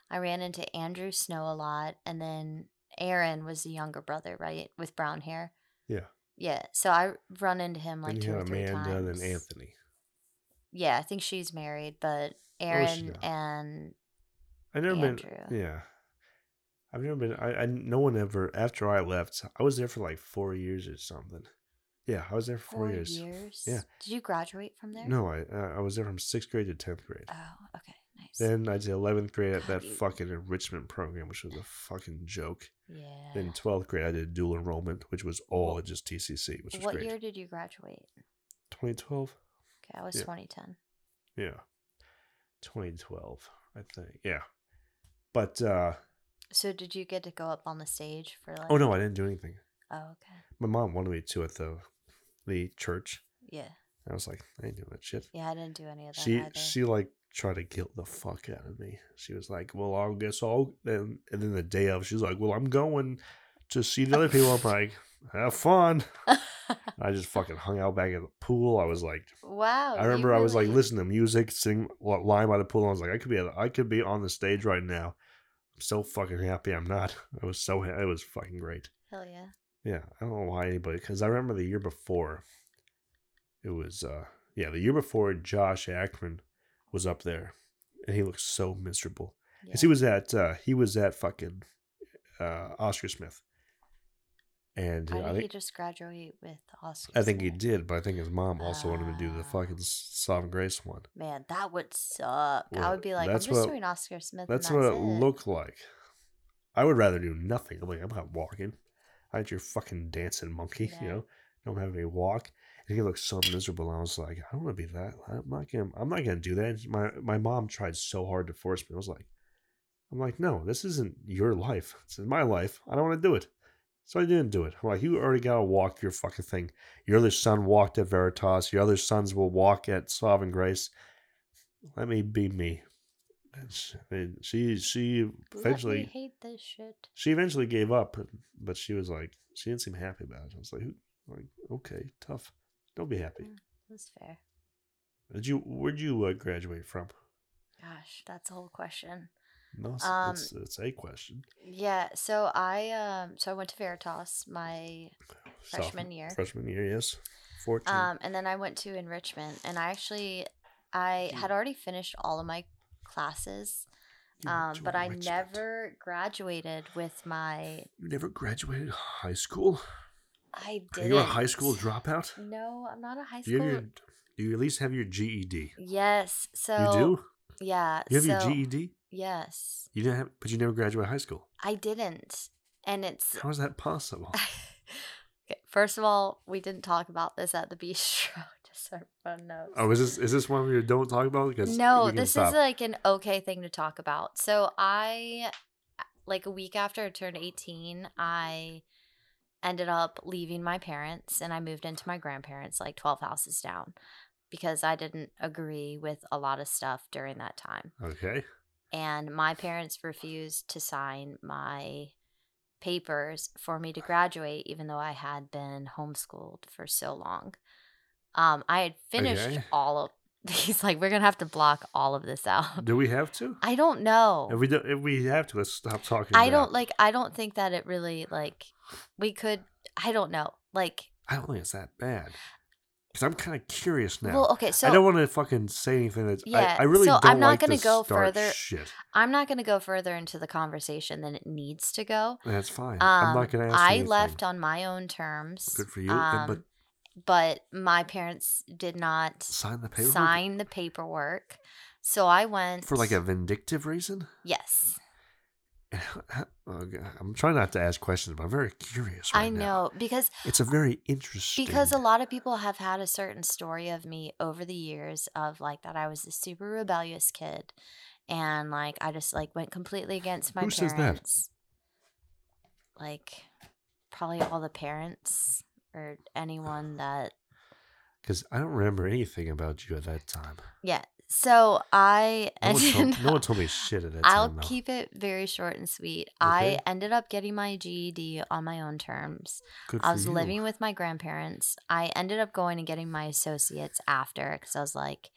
[SPEAKER 3] I ran into Andrew Snow a lot, and then Aaron was the younger brother, right, with brown hair.
[SPEAKER 1] Yeah.
[SPEAKER 3] Yeah. So I run into him like
[SPEAKER 1] then
[SPEAKER 3] two
[SPEAKER 1] you
[SPEAKER 3] or
[SPEAKER 1] had
[SPEAKER 3] three
[SPEAKER 1] Amanda
[SPEAKER 3] times.
[SPEAKER 1] and then Anthony.
[SPEAKER 3] Yeah, I think she's married, but Aaron
[SPEAKER 1] not.
[SPEAKER 3] and
[SPEAKER 1] I never been.
[SPEAKER 3] Andrew.
[SPEAKER 1] Yeah, I've never been. I, I no one ever after I left. I was there for like four years or something. Yeah, I was there for four, years. Yeah.
[SPEAKER 3] Did you graduate from there?
[SPEAKER 1] No, I uh, I was there from sixth grade to tenth grade.
[SPEAKER 3] Oh, okay. Nice.
[SPEAKER 1] Then I did eleventh grade at
[SPEAKER 3] God,
[SPEAKER 1] that
[SPEAKER 3] you-
[SPEAKER 1] fucking enrichment program, which was a fucking joke.
[SPEAKER 3] yeah.
[SPEAKER 1] Then twelfth grade, I did dual enrollment, which was all
[SPEAKER 3] What-
[SPEAKER 1] just TCC, which was
[SPEAKER 3] what
[SPEAKER 1] great.
[SPEAKER 3] year did you graduate?
[SPEAKER 1] Twenty twelve.
[SPEAKER 3] Okay, I was
[SPEAKER 1] Yeah.
[SPEAKER 3] 2010.
[SPEAKER 1] Yeah, twenty twelve. I think. Yeah, but uh
[SPEAKER 3] So did you get to go up on the stage for like?
[SPEAKER 1] oh no, I didn't do anything.
[SPEAKER 3] Oh, okay.
[SPEAKER 1] My mom wanted me to at the the church.
[SPEAKER 3] Yeah,
[SPEAKER 1] I was like, I ain't doing that shit.
[SPEAKER 3] yeah. I didn't do any of that
[SPEAKER 1] she
[SPEAKER 3] either.
[SPEAKER 1] she like tried to guilt the fuck out of me. She was like, Well, I'll guess I'll and, and then the day of she's like, Well, I'm going to see the other people. I'm like, have fun. I just fucking hung out back at the pool. I was like
[SPEAKER 3] [LAUGHS] wow.
[SPEAKER 1] I
[SPEAKER 3] Oh, you
[SPEAKER 1] remember I was like
[SPEAKER 3] really-
[SPEAKER 1] listening to music, sitting li- lying by the pool. I was like, I could be at, I could be on the stage right now. I'm so fucking happy I'm not. [LAUGHS] I was so ha- it was fucking great.
[SPEAKER 3] Hell yeah.
[SPEAKER 1] Yeah, I don't know why anybody. Because I remember the year before, it was uh yeah the year before Josh Ackman was up there, and he looked so miserable.
[SPEAKER 3] yeah.
[SPEAKER 1] 'Cause he was at uh he was at fucking uh Oscar Smith, and
[SPEAKER 3] Why
[SPEAKER 1] uh, I
[SPEAKER 3] did he
[SPEAKER 1] think
[SPEAKER 3] just graduate with Oscar?
[SPEAKER 1] I think he
[SPEAKER 3] Smith?
[SPEAKER 1] did, but I think his mom also wanted him to do the
[SPEAKER 3] Ah.
[SPEAKER 1] fucking S- Sovereign Grace one.
[SPEAKER 3] Man, that would suck. I
[SPEAKER 1] Well,
[SPEAKER 3] would be like, I'm
[SPEAKER 1] that's
[SPEAKER 3] just
[SPEAKER 1] what-
[SPEAKER 3] doing Oscar Smith. and
[SPEAKER 1] That's what it
[SPEAKER 3] it.
[SPEAKER 1] looked like. I would rather do nothing. I'm like, I'm not walking. I ain't your fucking dancing monkey, you
[SPEAKER 3] Yeah.
[SPEAKER 1] know. Don't have any walk. And he looked so miserable. I was like, I don't want to be that. I'm not gonna. I'm not gonna do that. And My my mom tried so hard to force me. I was like, I'm like, no, this isn't your life. This is my life. I don't want to do it. So I didn't do it. I'm like, you already gotta walk your fucking thing. Your other son walked at Veritas. Your other sons will walk at Sovereign Grace. Let me be me. And she- and she she
[SPEAKER 3] Eventually,
[SPEAKER 1] eventually
[SPEAKER 3] hate this shit.
[SPEAKER 1] she eventually gave up, but she was like, she didn't seem happy about it. I was like, "Who- like okay, tough. Don't be happy.
[SPEAKER 3] Mm. That's fair.
[SPEAKER 1] Did you? Where'd you uh, graduate from?
[SPEAKER 3] Gosh, that's a whole question.
[SPEAKER 1] No, it's,
[SPEAKER 3] Um,
[SPEAKER 1] it's, it's a question.
[SPEAKER 3] Yeah. So I um so I went to Veritas. My
[SPEAKER 1] Sophomore-
[SPEAKER 3] freshman year.
[SPEAKER 1] Freshman year, yes. Fourteen.
[SPEAKER 3] Um, and then I went to enrichment, and I actually, I
[SPEAKER 1] Dude.
[SPEAKER 3] had already finished all of my classes,
[SPEAKER 1] You went
[SPEAKER 3] um,
[SPEAKER 1] to
[SPEAKER 3] but I
[SPEAKER 1] enrichment.
[SPEAKER 3] never graduated with my.
[SPEAKER 1] You never graduated high school.
[SPEAKER 3] I
[SPEAKER 1] Are
[SPEAKER 3] did.
[SPEAKER 1] you a high school dropout?
[SPEAKER 3] No, I'm not a high
[SPEAKER 1] Do you,
[SPEAKER 3] school.
[SPEAKER 1] have your, do you at least have your GED?
[SPEAKER 3] Yes. So
[SPEAKER 1] you do.
[SPEAKER 3] Yeah.
[SPEAKER 1] You have
[SPEAKER 3] so
[SPEAKER 1] your E? GED.
[SPEAKER 3] yes,
[SPEAKER 1] You didn't have, but you never graduated high school.
[SPEAKER 3] I didn't, and it's. [LAUGHS]
[SPEAKER 1] How is that possible?
[SPEAKER 3] okay, first of all, we didn't talk about this at the [LAUGHS] bistro. Just so everyone knows.
[SPEAKER 1] oh, is this is this one we don't talk about? Because
[SPEAKER 3] no
[SPEAKER 1] we can
[SPEAKER 3] this
[SPEAKER 1] stop.
[SPEAKER 3] is like an okay thing to talk about so i uh, like a week after i turned 18 i ended up leaving my parents and i moved into my grandparents like 12 houses down because i didn't agree with a lot of stuff during that time
[SPEAKER 1] okay.
[SPEAKER 3] and my parents refused to sign my papers for me to graduate even though i had been homeschooled for so long Um, I had finished
[SPEAKER 1] Okay.
[SPEAKER 3] all of. [LAUGHS] He's like, we're gonna have to block all of this out.
[SPEAKER 1] Do we have to?
[SPEAKER 3] I don't know.
[SPEAKER 1] If we do, if we have to, let's stop talking.
[SPEAKER 3] I
[SPEAKER 1] about
[SPEAKER 3] don't
[SPEAKER 1] it.
[SPEAKER 3] like. I don't think that it really like. We could. I don't know. Like.
[SPEAKER 1] I don't think it's that bad. Because I'm kind of curious now.
[SPEAKER 3] Well, okay. So
[SPEAKER 1] I don't want to fucking say anything that's.
[SPEAKER 3] Yeah,
[SPEAKER 1] I, I really
[SPEAKER 3] so
[SPEAKER 1] don't
[SPEAKER 3] I'm
[SPEAKER 1] like
[SPEAKER 3] not
[SPEAKER 1] to
[SPEAKER 3] gonna go
[SPEAKER 1] start
[SPEAKER 3] further.
[SPEAKER 1] Shit,
[SPEAKER 3] I'm not going to go further into the conversation than it needs to go.
[SPEAKER 1] that's fine.
[SPEAKER 3] Um,
[SPEAKER 1] I'm not gonna ask. you
[SPEAKER 3] I
[SPEAKER 1] anything.
[SPEAKER 3] left um, on my own terms.
[SPEAKER 1] Good for you, and- but-
[SPEAKER 3] but my parents did not
[SPEAKER 1] sign the paperwork
[SPEAKER 3] sign the paperwork, so I went
[SPEAKER 1] for like a vindictive reason. [LAUGHS]
[SPEAKER 3] yes.
[SPEAKER 1] Oh, God. I'm trying not to ask questions, but I'm very curious. Right
[SPEAKER 3] I
[SPEAKER 1] now.
[SPEAKER 3] know because
[SPEAKER 1] it's a very interesting
[SPEAKER 3] because a lot of people have had a certain story of me over the years of like that I was a super rebellious kid, and like I just like went completely against my
[SPEAKER 1] Who says
[SPEAKER 3] parents.
[SPEAKER 1] that?
[SPEAKER 3] Like probably all the parents or anyone that
[SPEAKER 1] because I don't remember anything about you at that time.
[SPEAKER 3] Yeah. So I
[SPEAKER 1] No,
[SPEAKER 3] [LAUGHS]
[SPEAKER 1] one
[SPEAKER 3] ended
[SPEAKER 1] told, no one told me shit at that
[SPEAKER 3] I'll
[SPEAKER 1] time. though.
[SPEAKER 3] keep it very short and sweet.
[SPEAKER 1] Okay.
[SPEAKER 3] I ended up getting my GED on my own terms.
[SPEAKER 1] Good
[SPEAKER 3] I
[SPEAKER 1] for
[SPEAKER 3] was
[SPEAKER 1] you.
[SPEAKER 3] living with my grandparents. I ended up going and getting my associates after because I was like,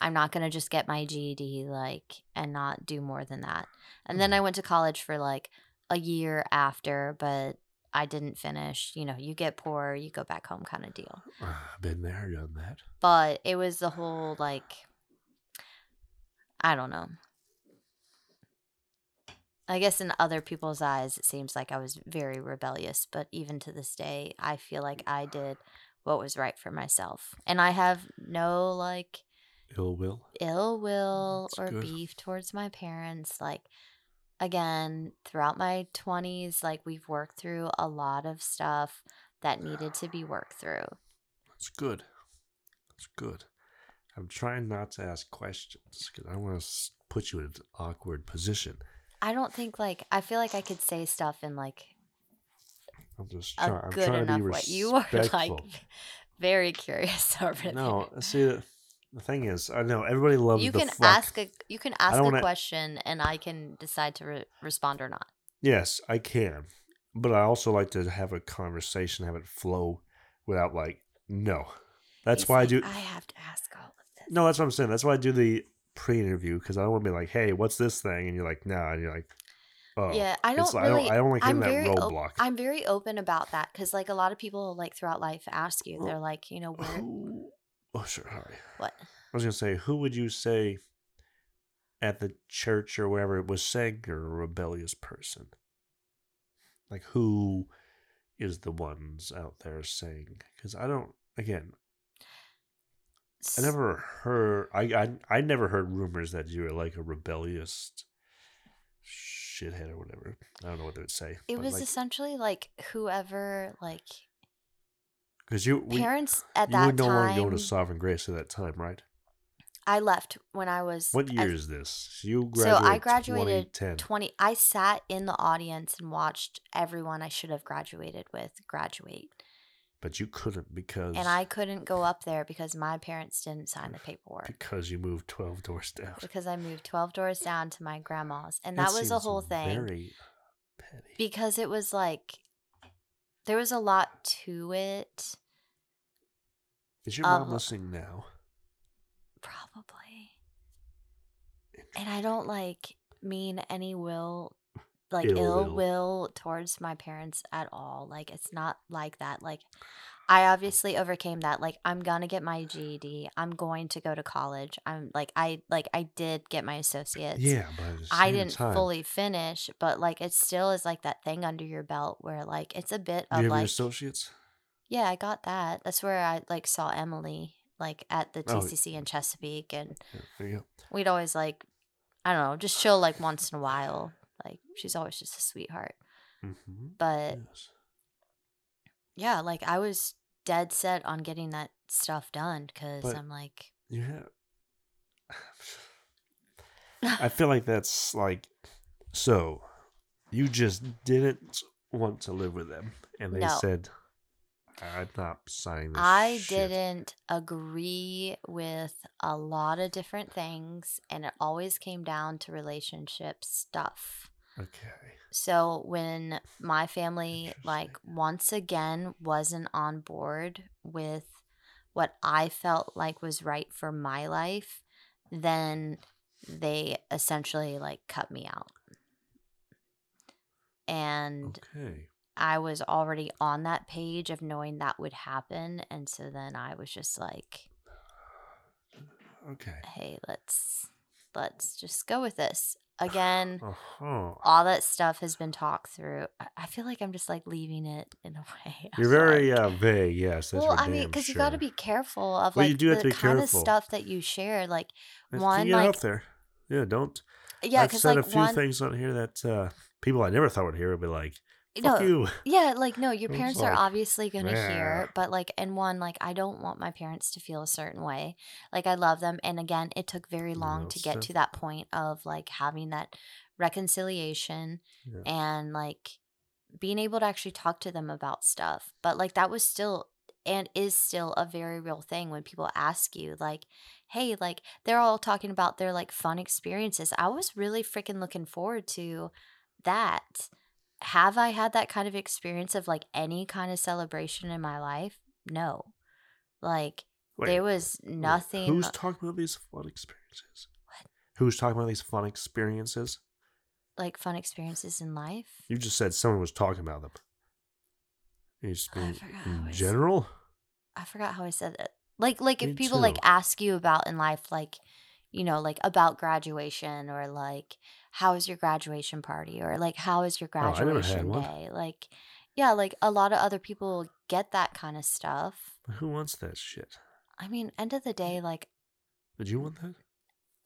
[SPEAKER 3] I'm not gonna just get my GED like and not do more than that. And then
[SPEAKER 1] Hmm.
[SPEAKER 3] I went to college for like a year after, but I didn't finish. You know, you get poor, you go back home kind of deal
[SPEAKER 1] Ah, been there, done that.
[SPEAKER 3] but it was the whole like i don't know i guess in other people's eyes it seems like i was very rebellious but even to this day i feel like i did what was right for myself and i have no like
[SPEAKER 1] Ill will.
[SPEAKER 3] ill will
[SPEAKER 1] That's
[SPEAKER 3] or
[SPEAKER 1] good.
[SPEAKER 3] beef towards my parents like again throughout my 20s like we've worked through a lot of stuff that needed to be worked through
[SPEAKER 1] That's good. That's good. I'm trying not to ask questions because I don't want to put you in an awkward position.
[SPEAKER 3] I don't think like I feel like I could say stuff in like
[SPEAKER 1] I'm just
[SPEAKER 3] a
[SPEAKER 1] trying. I'm
[SPEAKER 3] good
[SPEAKER 1] trying to
[SPEAKER 3] enough
[SPEAKER 1] be
[SPEAKER 3] way.
[SPEAKER 1] respectful.
[SPEAKER 3] You are [LAUGHS] like very curious [LAUGHS] over there.
[SPEAKER 1] no. See, the- the thing is, I know everybody loves.
[SPEAKER 3] You
[SPEAKER 1] the
[SPEAKER 3] can
[SPEAKER 1] fuck.
[SPEAKER 3] ask a you can ask a
[SPEAKER 1] don't wanna-
[SPEAKER 3] question and I can decide to re- respond or not.
[SPEAKER 1] Yes, I can, but I also like to have a conversation, have it flow, without like no. That's
[SPEAKER 3] He's
[SPEAKER 1] why I
[SPEAKER 3] like,
[SPEAKER 1] do.
[SPEAKER 3] I have to ask all of this.
[SPEAKER 1] No, that's what I'm saying. That's why I do the pre-interview because I don't want to be like, "Hey, what's this thing?" And you're like, "No," and you're like, "Oh,
[SPEAKER 3] yeah, I
[SPEAKER 1] It's
[SPEAKER 3] don't
[SPEAKER 1] like-
[SPEAKER 3] really.
[SPEAKER 1] I don't like hitting
[SPEAKER 3] I'm
[SPEAKER 1] that
[SPEAKER 3] very op-
[SPEAKER 1] roadblock.
[SPEAKER 3] I'm very open about that because like a lot of people like throughout life ask you, they're
[SPEAKER 1] [LAUGHS]
[SPEAKER 3] like, you know, where
[SPEAKER 1] Who- oh, sure. Sorry.
[SPEAKER 3] what?
[SPEAKER 1] I was gonna say, who would you say at the church or wherever it was saying you're a rebellious person? Like, who is the ones out there saying? Because I don't. Again, I never heard. I, I I never heard rumors that you were like a rebellious shithead or whatever. I don't know what they would say.
[SPEAKER 3] It
[SPEAKER 1] but,
[SPEAKER 3] was
[SPEAKER 1] like,
[SPEAKER 3] essentially like whoever like
[SPEAKER 1] because you we,
[SPEAKER 3] parents at
[SPEAKER 1] you
[SPEAKER 3] that
[SPEAKER 1] were no
[SPEAKER 3] time.
[SPEAKER 1] longer going to Sovereign Grace at that time, right?
[SPEAKER 3] I left when I was
[SPEAKER 1] What
[SPEAKER 3] as-
[SPEAKER 1] year is this? You
[SPEAKER 3] So
[SPEAKER 1] graduated.
[SPEAKER 3] I graduated
[SPEAKER 1] 2010.
[SPEAKER 3] 20. I sat in the audience and watched everyone I should have graduated with graduate.
[SPEAKER 1] but you couldn't because
[SPEAKER 3] And I couldn't go up there because my parents didn't sign the paperwork
[SPEAKER 1] because you moved twelve doors down.
[SPEAKER 3] because I moved 12 doors down to my grandma's. And that, was the
[SPEAKER 1] seems
[SPEAKER 3] whole thing
[SPEAKER 1] Very petty.
[SPEAKER 3] because it was like there was a lot to it,
[SPEAKER 1] Is your
[SPEAKER 3] of-
[SPEAKER 1] mom listening now?
[SPEAKER 3] probably. And I don't like mean any will like
[SPEAKER 1] Ill
[SPEAKER 3] ill,
[SPEAKER 1] will.
[SPEAKER 3] will. towards my parents at all. Like it's not like that. Like I obviously overcame that. Like I'm gonna get my GED. I'm going to go to college. I'm like I like I did get my associates.
[SPEAKER 1] yeah, but at the
[SPEAKER 3] I
[SPEAKER 1] same
[SPEAKER 3] didn't
[SPEAKER 1] time,
[SPEAKER 3] fully finish, but like it still is like that thing under your belt where like it's a bit
[SPEAKER 1] You
[SPEAKER 3] of
[SPEAKER 1] have your
[SPEAKER 3] like
[SPEAKER 1] associates.
[SPEAKER 3] yeah, I got that. That's where I like saw Emily like at the
[SPEAKER 1] Oh.
[SPEAKER 3] TCC in Chesapeake and
[SPEAKER 1] Yeah, there you go.
[SPEAKER 3] we'd always like i don't know just chill like once in a while like she's always just a sweetheart
[SPEAKER 1] Mm-hmm.
[SPEAKER 3] but
[SPEAKER 1] Yes.
[SPEAKER 3] yeah like i was dead set on getting that stuff done because
[SPEAKER 1] But-
[SPEAKER 3] i'm like
[SPEAKER 1] You
[SPEAKER 3] [LAUGHS]
[SPEAKER 1] have. I feel like that's like so. You just didn't want to live with them, and they
[SPEAKER 3] No.
[SPEAKER 1] said, "I'm not signing this."
[SPEAKER 3] i
[SPEAKER 1] Oh, shit."
[SPEAKER 3] didn't agree with a lot of different things and it always came down to relationship stuff
[SPEAKER 1] Okay.
[SPEAKER 3] So when my family
[SPEAKER 1] Interesting.
[SPEAKER 3] like once again wasn't on board with what I felt like was right for my life, then they essentially like cut me out. And
[SPEAKER 1] Okay.
[SPEAKER 3] I was already on that page of knowing that would happen. And so then I was just like,
[SPEAKER 1] Okay.
[SPEAKER 3] hey, let's let's just go with this. Again,
[SPEAKER 1] Uh huh.
[SPEAKER 3] all that stuff has been talked through. I- I feel like I'm just like leaving it in a [LAUGHS] way.
[SPEAKER 1] You're
[SPEAKER 3] of,
[SPEAKER 1] very
[SPEAKER 3] like-
[SPEAKER 1] uh, vague. Yes. That's
[SPEAKER 3] well,
[SPEAKER 1] for
[SPEAKER 3] I mean,
[SPEAKER 1] damn
[SPEAKER 3] because you got to
[SPEAKER 1] sure.
[SPEAKER 3] be careful of
[SPEAKER 1] Well,
[SPEAKER 3] like
[SPEAKER 1] you do have
[SPEAKER 3] the
[SPEAKER 1] to be
[SPEAKER 3] kind
[SPEAKER 1] careful.
[SPEAKER 3] of stuff that you share. Like
[SPEAKER 1] Let's
[SPEAKER 3] one,
[SPEAKER 1] get it
[SPEAKER 3] like
[SPEAKER 1] out there. Yeah. Don't.
[SPEAKER 3] yeah,
[SPEAKER 1] I've
[SPEAKER 3] because
[SPEAKER 1] said
[SPEAKER 3] like
[SPEAKER 1] a few
[SPEAKER 3] one,
[SPEAKER 1] things on here that uh, people I never thought would hear would be like,
[SPEAKER 3] no,
[SPEAKER 1] "Fuck you." [LAUGHS]
[SPEAKER 3] yeah, like no, your
[SPEAKER 1] It's
[SPEAKER 3] parents are
[SPEAKER 1] like,
[SPEAKER 3] obviously gonna
[SPEAKER 1] "Meh."
[SPEAKER 3] hear, but like, and one, like I don't want my parents to feel a certain way. Like I love them, and again, it took very
[SPEAKER 1] No,
[SPEAKER 3] long to get
[SPEAKER 1] stuff.
[SPEAKER 3] to that point of like having that reconciliation
[SPEAKER 1] Yeah.
[SPEAKER 3] and like being able to actually talk to them about stuff. But like that was still and is still a very real thing when people ask you like hey like they're all talking about their like fun experiences i was really freaking looking forward to that have i had that kind of experience of like any kind of celebration in my life no like
[SPEAKER 1] Wait,
[SPEAKER 3] there was
[SPEAKER 1] wait,
[SPEAKER 3] nothing
[SPEAKER 1] Who's talking about these fun experiences? Who's talking about these fun experiences?
[SPEAKER 3] like fun experiences in life
[SPEAKER 1] You just said someone was talking about them. You just
[SPEAKER 3] Oh, I
[SPEAKER 1] mean
[SPEAKER 3] forgot
[SPEAKER 1] in
[SPEAKER 3] how I said-
[SPEAKER 1] general?
[SPEAKER 3] I forgot how I said that. Like like
[SPEAKER 1] Me
[SPEAKER 3] if people like
[SPEAKER 1] too.
[SPEAKER 3] ask you about in life like you know like about graduation or like how is your graduation party or like how is your
[SPEAKER 1] Oh, I never had
[SPEAKER 3] graduation
[SPEAKER 1] one.
[SPEAKER 3] day like yeah like a lot of other people get that kind of stuff.
[SPEAKER 1] Who wants that shit?
[SPEAKER 3] I mean end of the
[SPEAKER 1] Mm.
[SPEAKER 3] day like
[SPEAKER 1] Did you want that?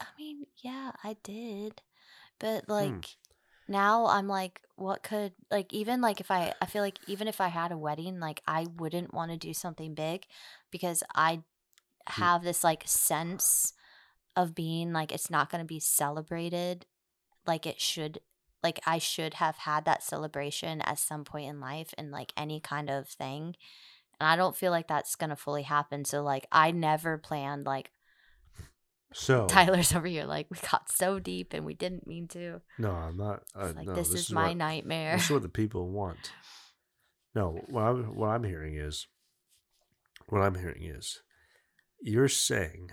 [SPEAKER 3] I mean yeah I did but like now I'm like what could like even like if I I feel like even if I had a wedding like I wouldn't want to do something big because I have this like sense of being like it's not going to be celebrated like it should like I should have had that celebration at some point in life and like any kind of thing and I don't feel like that's going to fully happen so like I never planned like
[SPEAKER 1] So
[SPEAKER 3] Tyler's [LAUGHS] over here like we got so deep and we didn't mean to
[SPEAKER 1] no, I'm not. Uh,
[SPEAKER 3] it's like
[SPEAKER 1] no,
[SPEAKER 3] this, is, my
[SPEAKER 1] what,
[SPEAKER 3] nightmare
[SPEAKER 1] This is
[SPEAKER 3] [LAUGHS]
[SPEAKER 1] what the people want. No, what I'm what I'm hearing is, what I'm hearing is, you're saying,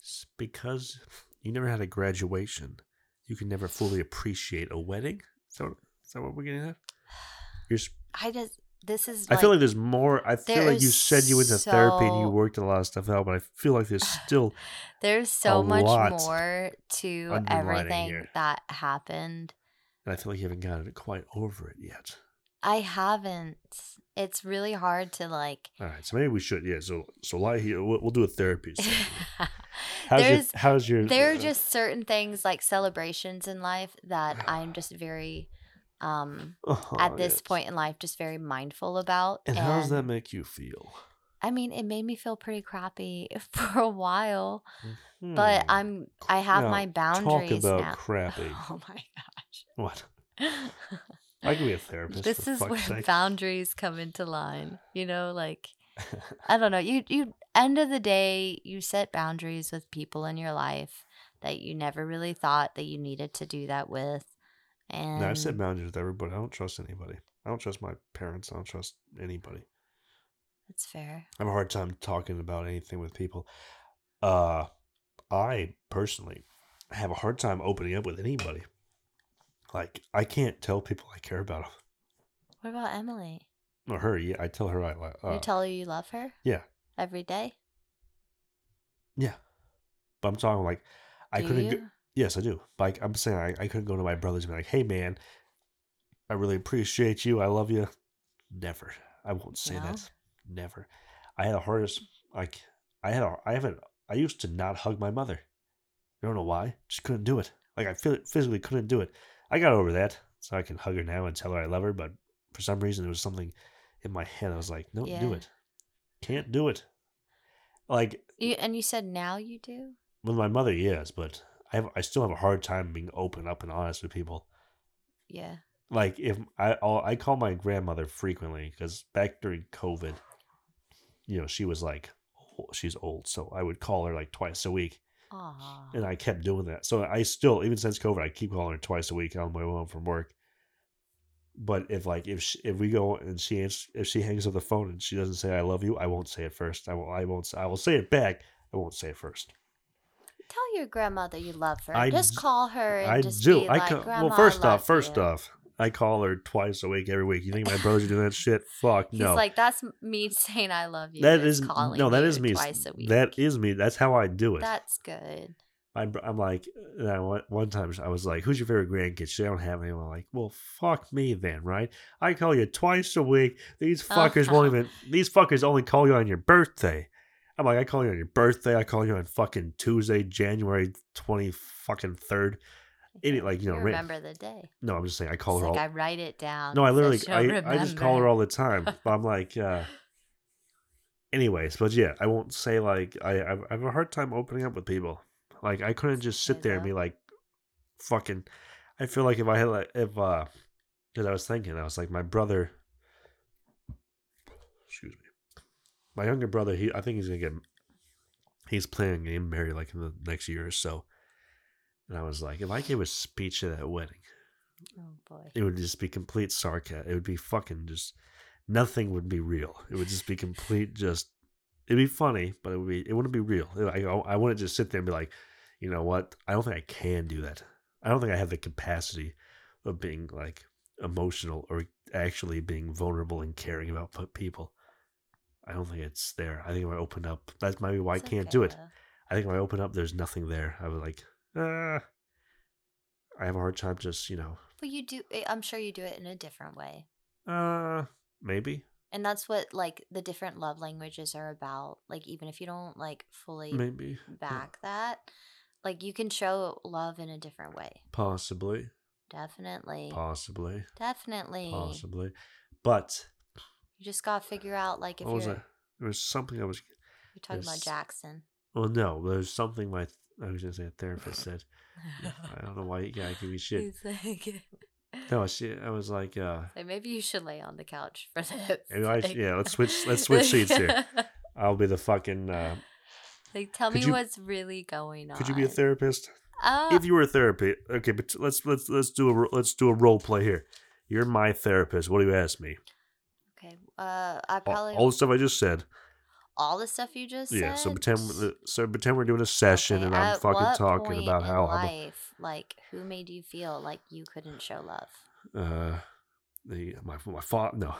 [SPEAKER 1] s- because you never had a graduation, you can never fully appreciate a wedding. Is that, what- is that what we're getting at? You're, s-
[SPEAKER 3] I just this is.
[SPEAKER 1] I feel like there's more. I feel
[SPEAKER 3] there
[SPEAKER 1] like you
[SPEAKER 3] is
[SPEAKER 1] said you went to therapy and you
[SPEAKER 3] so-
[SPEAKER 1] worked a lot of stuff out, but I feel like
[SPEAKER 3] [SIGHS]
[SPEAKER 1] there's still
[SPEAKER 3] there's
[SPEAKER 1] a
[SPEAKER 3] so much
[SPEAKER 1] lot
[SPEAKER 3] more to
[SPEAKER 1] underlining
[SPEAKER 3] everything
[SPEAKER 1] here.
[SPEAKER 3] that happened.
[SPEAKER 1] And I feel like you haven't gotten quite over it yet.
[SPEAKER 3] I haven't. It's really hard to like. [LAUGHS]
[SPEAKER 1] All right, so maybe we should. Yeah, so so lie here. We'll, we'll do a therapy. session. How's
[SPEAKER 3] there's
[SPEAKER 1] your How's your?
[SPEAKER 3] there are
[SPEAKER 1] uh,
[SPEAKER 3] just certain things like celebrations in life
[SPEAKER 1] [SIGHS]
[SPEAKER 3] that I'm just very, um,
[SPEAKER 1] uh-huh,
[SPEAKER 3] at this
[SPEAKER 1] yes.
[SPEAKER 3] point in life, just very mindful about.
[SPEAKER 1] And how does that make you feel?
[SPEAKER 3] I mean, it made me feel pretty crappy [LAUGHS] for a while, but
[SPEAKER 1] Hmm.
[SPEAKER 3] I'm I have
[SPEAKER 1] Now,
[SPEAKER 3] my
[SPEAKER 1] talk
[SPEAKER 3] boundaries
[SPEAKER 1] about
[SPEAKER 3] now. [SIGHS]
[SPEAKER 1] crappy.
[SPEAKER 3] [LAUGHS] Oh my
[SPEAKER 1] What?
[SPEAKER 3] gosh.
[SPEAKER 1] I can be
[SPEAKER 3] [LAUGHS]
[SPEAKER 1] a therapist.
[SPEAKER 3] this
[SPEAKER 1] for
[SPEAKER 3] is
[SPEAKER 1] fuck's
[SPEAKER 3] where
[SPEAKER 1] sake.
[SPEAKER 3] boundaries come into line you know like i don't know you you end of the day you set boundaries with people in your life that you never really thought that you needed to do that with
[SPEAKER 1] [LAUGHS]
[SPEAKER 3] and
[SPEAKER 1] no, I've set boundaries with everybody. I don't trust anybody. I don't trust my parents. I don't trust anybody.
[SPEAKER 3] that's fair
[SPEAKER 1] I have a hard time talking about anything with people. Uh, I personally have a hard time opening up with anybody. Like I can't tell people I care about them.
[SPEAKER 3] what about emily
[SPEAKER 1] Or her. Yeah, I tell her I like. Uh,
[SPEAKER 3] you tell her you love her
[SPEAKER 1] yeah.
[SPEAKER 3] every day
[SPEAKER 1] yeah. But I'm talking like I
[SPEAKER 3] Do
[SPEAKER 1] couldn't. go-
[SPEAKER 3] you?
[SPEAKER 1] Yes, I do. But I, I'm saying I, I couldn't go to my brothers and be like, "Hey, man, I really appreciate you. I love you." Never. I won't say
[SPEAKER 3] No?
[SPEAKER 1] that. Never. I had a hardest like I had a I haven't I used to not hug my mother. I don't know why. Just couldn't do it. Like I feel physically couldn't do it. I got over that, so I can hug her now and tell her I love her. But for some reason, there was something in my head. I was like, "Don't do
[SPEAKER 3] Yeah.
[SPEAKER 1] it. Can't do it." Like
[SPEAKER 3] you and you said now you do
[SPEAKER 1] with my mother, yes, but I have, I still have a hard time being open up and honest with people.
[SPEAKER 3] yeah
[SPEAKER 1] Like if I I'll, I call my grandmother frequently because back during COVID, you know, she was like o- she's old, so I would call her like twice a week,
[SPEAKER 3] Aww.
[SPEAKER 1] and I kept doing that. So I still, even since COVID, I keep calling her twice a week on my way home from work. But if like if she, if we go and she ans- if she hangs up the phone and she doesn't say I love you, I won't say it first. I will I won't s- I will say it back. I won't say it first.
[SPEAKER 3] Tell your grandmother you love her.
[SPEAKER 1] I
[SPEAKER 3] just
[SPEAKER 1] d-
[SPEAKER 3] call her and
[SPEAKER 1] I
[SPEAKER 3] just
[SPEAKER 1] do.
[SPEAKER 3] be
[SPEAKER 1] I
[SPEAKER 3] like,
[SPEAKER 1] ca-
[SPEAKER 3] Grandma,
[SPEAKER 1] well first
[SPEAKER 3] I
[SPEAKER 1] off, first
[SPEAKER 3] you."
[SPEAKER 1] off, I call her twice a week every week. You think my brother's doing that shit? Fuck
[SPEAKER 3] He's
[SPEAKER 1] no.
[SPEAKER 3] like, that's me [LAUGHS] saying I love you.
[SPEAKER 1] that
[SPEAKER 3] is
[SPEAKER 1] is
[SPEAKER 3] calling
[SPEAKER 1] no. That
[SPEAKER 3] you
[SPEAKER 1] is me.
[SPEAKER 3] twice a week.
[SPEAKER 1] That is me. That's how I do it.
[SPEAKER 3] That's good.
[SPEAKER 1] my br- I'm like, and I went, one time I was like, "Who's your favorite grandkid?" She, I don't have anyone. I'm like, well, fuck me then, right? I call you twice a week. These fuckers won't
[SPEAKER 3] Uh-huh.
[SPEAKER 1] even. These fuckers only call you on your birthday. I'm like, I call you on your birthday. I call you on fucking Tuesday, January twenty fucking third. Idiot, like you know.
[SPEAKER 3] You
[SPEAKER 1] ra-
[SPEAKER 3] remember the day.
[SPEAKER 1] no, I'm just saying. I call
[SPEAKER 3] It's
[SPEAKER 1] her
[SPEAKER 3] like
[SPEAKER 1] all.
[SPEAKER 3] I write it down.
[SPEAKER 1] no, I
[SPEAKER 3] so
[SPEAKER 1] literally,
[SPEAKER 3] she'll
[SPEAKER 1] I, I just call her
[SPEAKER 3] remember.
[SPEAKER 1] all the time. But I'm like, uh, anyways, but yeah, I won't say like I I I have a hard time opening up with people. Like I couldn't just sit there and be like, fucking. I feel like if I had like if uh, because I was thinking I was like my brother. Excuse me, my younger brother. He I think he's gonna get. He's planning to get married like in the next year or so, and I was like, if I gave a speech at that wedding
[SPEAKER 3] Oh
[SPEAKER 1] [LAUGHS]
[SPEAKER 3] boy.
[SPEAKER 1] it would just be complete sarcasm. It would be fucking just nothing would be real. It would just be complete just. It'd be funny, but it would be it wouldn't be real. I I wouldn't just sit there and be like, you know what? I don't think I can do that. I don't think I have the capacity of being like emotional or actually being vulnerable and caring about p- people. I don't think it's there. I think if I open up, that's maybe why
[SPEAKER 3] It's
[SPEAKER 1] I can't do
[SPEAKER 3] okay,
[SPEAKER 1] it.
[SPEAKER 3] though.
[SPEAKER 1] I think when I open up, there's nothing there. I was like, ah, I have a hard time just you know,
[SPEAKER 3] But you do. I- I'm sure you do it in a different way,
[SPEAKER 1] uh, maybe
[SPEAKER 3] and that's what like the different love languages are about. Like even if you don't like fully
[SPEAKER 1] Maybe.
[SPEAKER 3] back that, like you can show love in a different way.
[SPEAKER 1] Possibly.
[SPEAKER 3] Definitely.
[SPEAKER 1] Possibly.
[SPEAKER 3] Definitely.
[SPEAKER 1] Possibly. But
[SPEAKER 3] You just gotta figure out like if
[SPEAKER 1] what was
[SPEAKER 3] you're
[SPEAKER 1] I? There was something I was.
[SPEAKER 3] you're talking about
[SPEAKER 1] There's-
[SPEAKER 3] Jackson.
[SPEAKER 1] Well, no, there was something my. I was gonna say a
[SPEAKER 3] [LAUGHS]
[SPEAKER 1] therapist said. I don't know why you gotta give me shit.
[SPEAKER 3] He's like, [LAUGHS]
[SPEAKER 1] No, she. I was like, uh,
[SPEAKER 3] Like, maybe you should lay on the couch for this.
[SPEAKER 1] Maybe I sh-
[SPEAKER 3] Like-
[SPEAKER 1] yeah, let's switch-
[SPEAKER 3] [LAUGHS]
[SPEAKER 1] let's switch seats here. I'll be the fucking. Uh,
[SPEAKER 3] like, tell
[SPEAKER 1] Could
[SPEAKER 3] me
[SPEAKER 1] you-
[SPEAKER 3] what's really going on.
[SPEAKER 1] could you be a therapist?
[SPEAKER 3] Uh,
[SPEAKER 1] If you were a therapist, okay, but let's let's let's do a ro- let's do a role play here. You're my therapist. What do you ask me?
[SPEAKER 3] okay. Uh, I
[SPEAKER 1] All,
[SPEAKER 3] probably
[SPEAKER 1] all
[SPEAKER 3] all,
[SPEAKER 1] the stuff I just said.
[SPEAKER 3] the stuff you just
[SPEAKER 1] Yeah.
[SPEAKER 3] said.
[SPEAKER 1] So pretend we're- so pretend we're doing a session
[SPEAKER 3] Okay,
[SPEAKER 1] and I'm
[SPEAKER 3] at
[SPEAKER 1] fucking
[SPEAKER 3] what
[SPEAKER 1] talking
[SPEAKER 3] point
[SPEAKER 1] about
[SPEAKER 3] in
[SPEAKER 1] how I'm a-
[SPEAKER 3] life, like, who made you feel like you couldn't show love?
[SPEAKER 1] uh the my my father no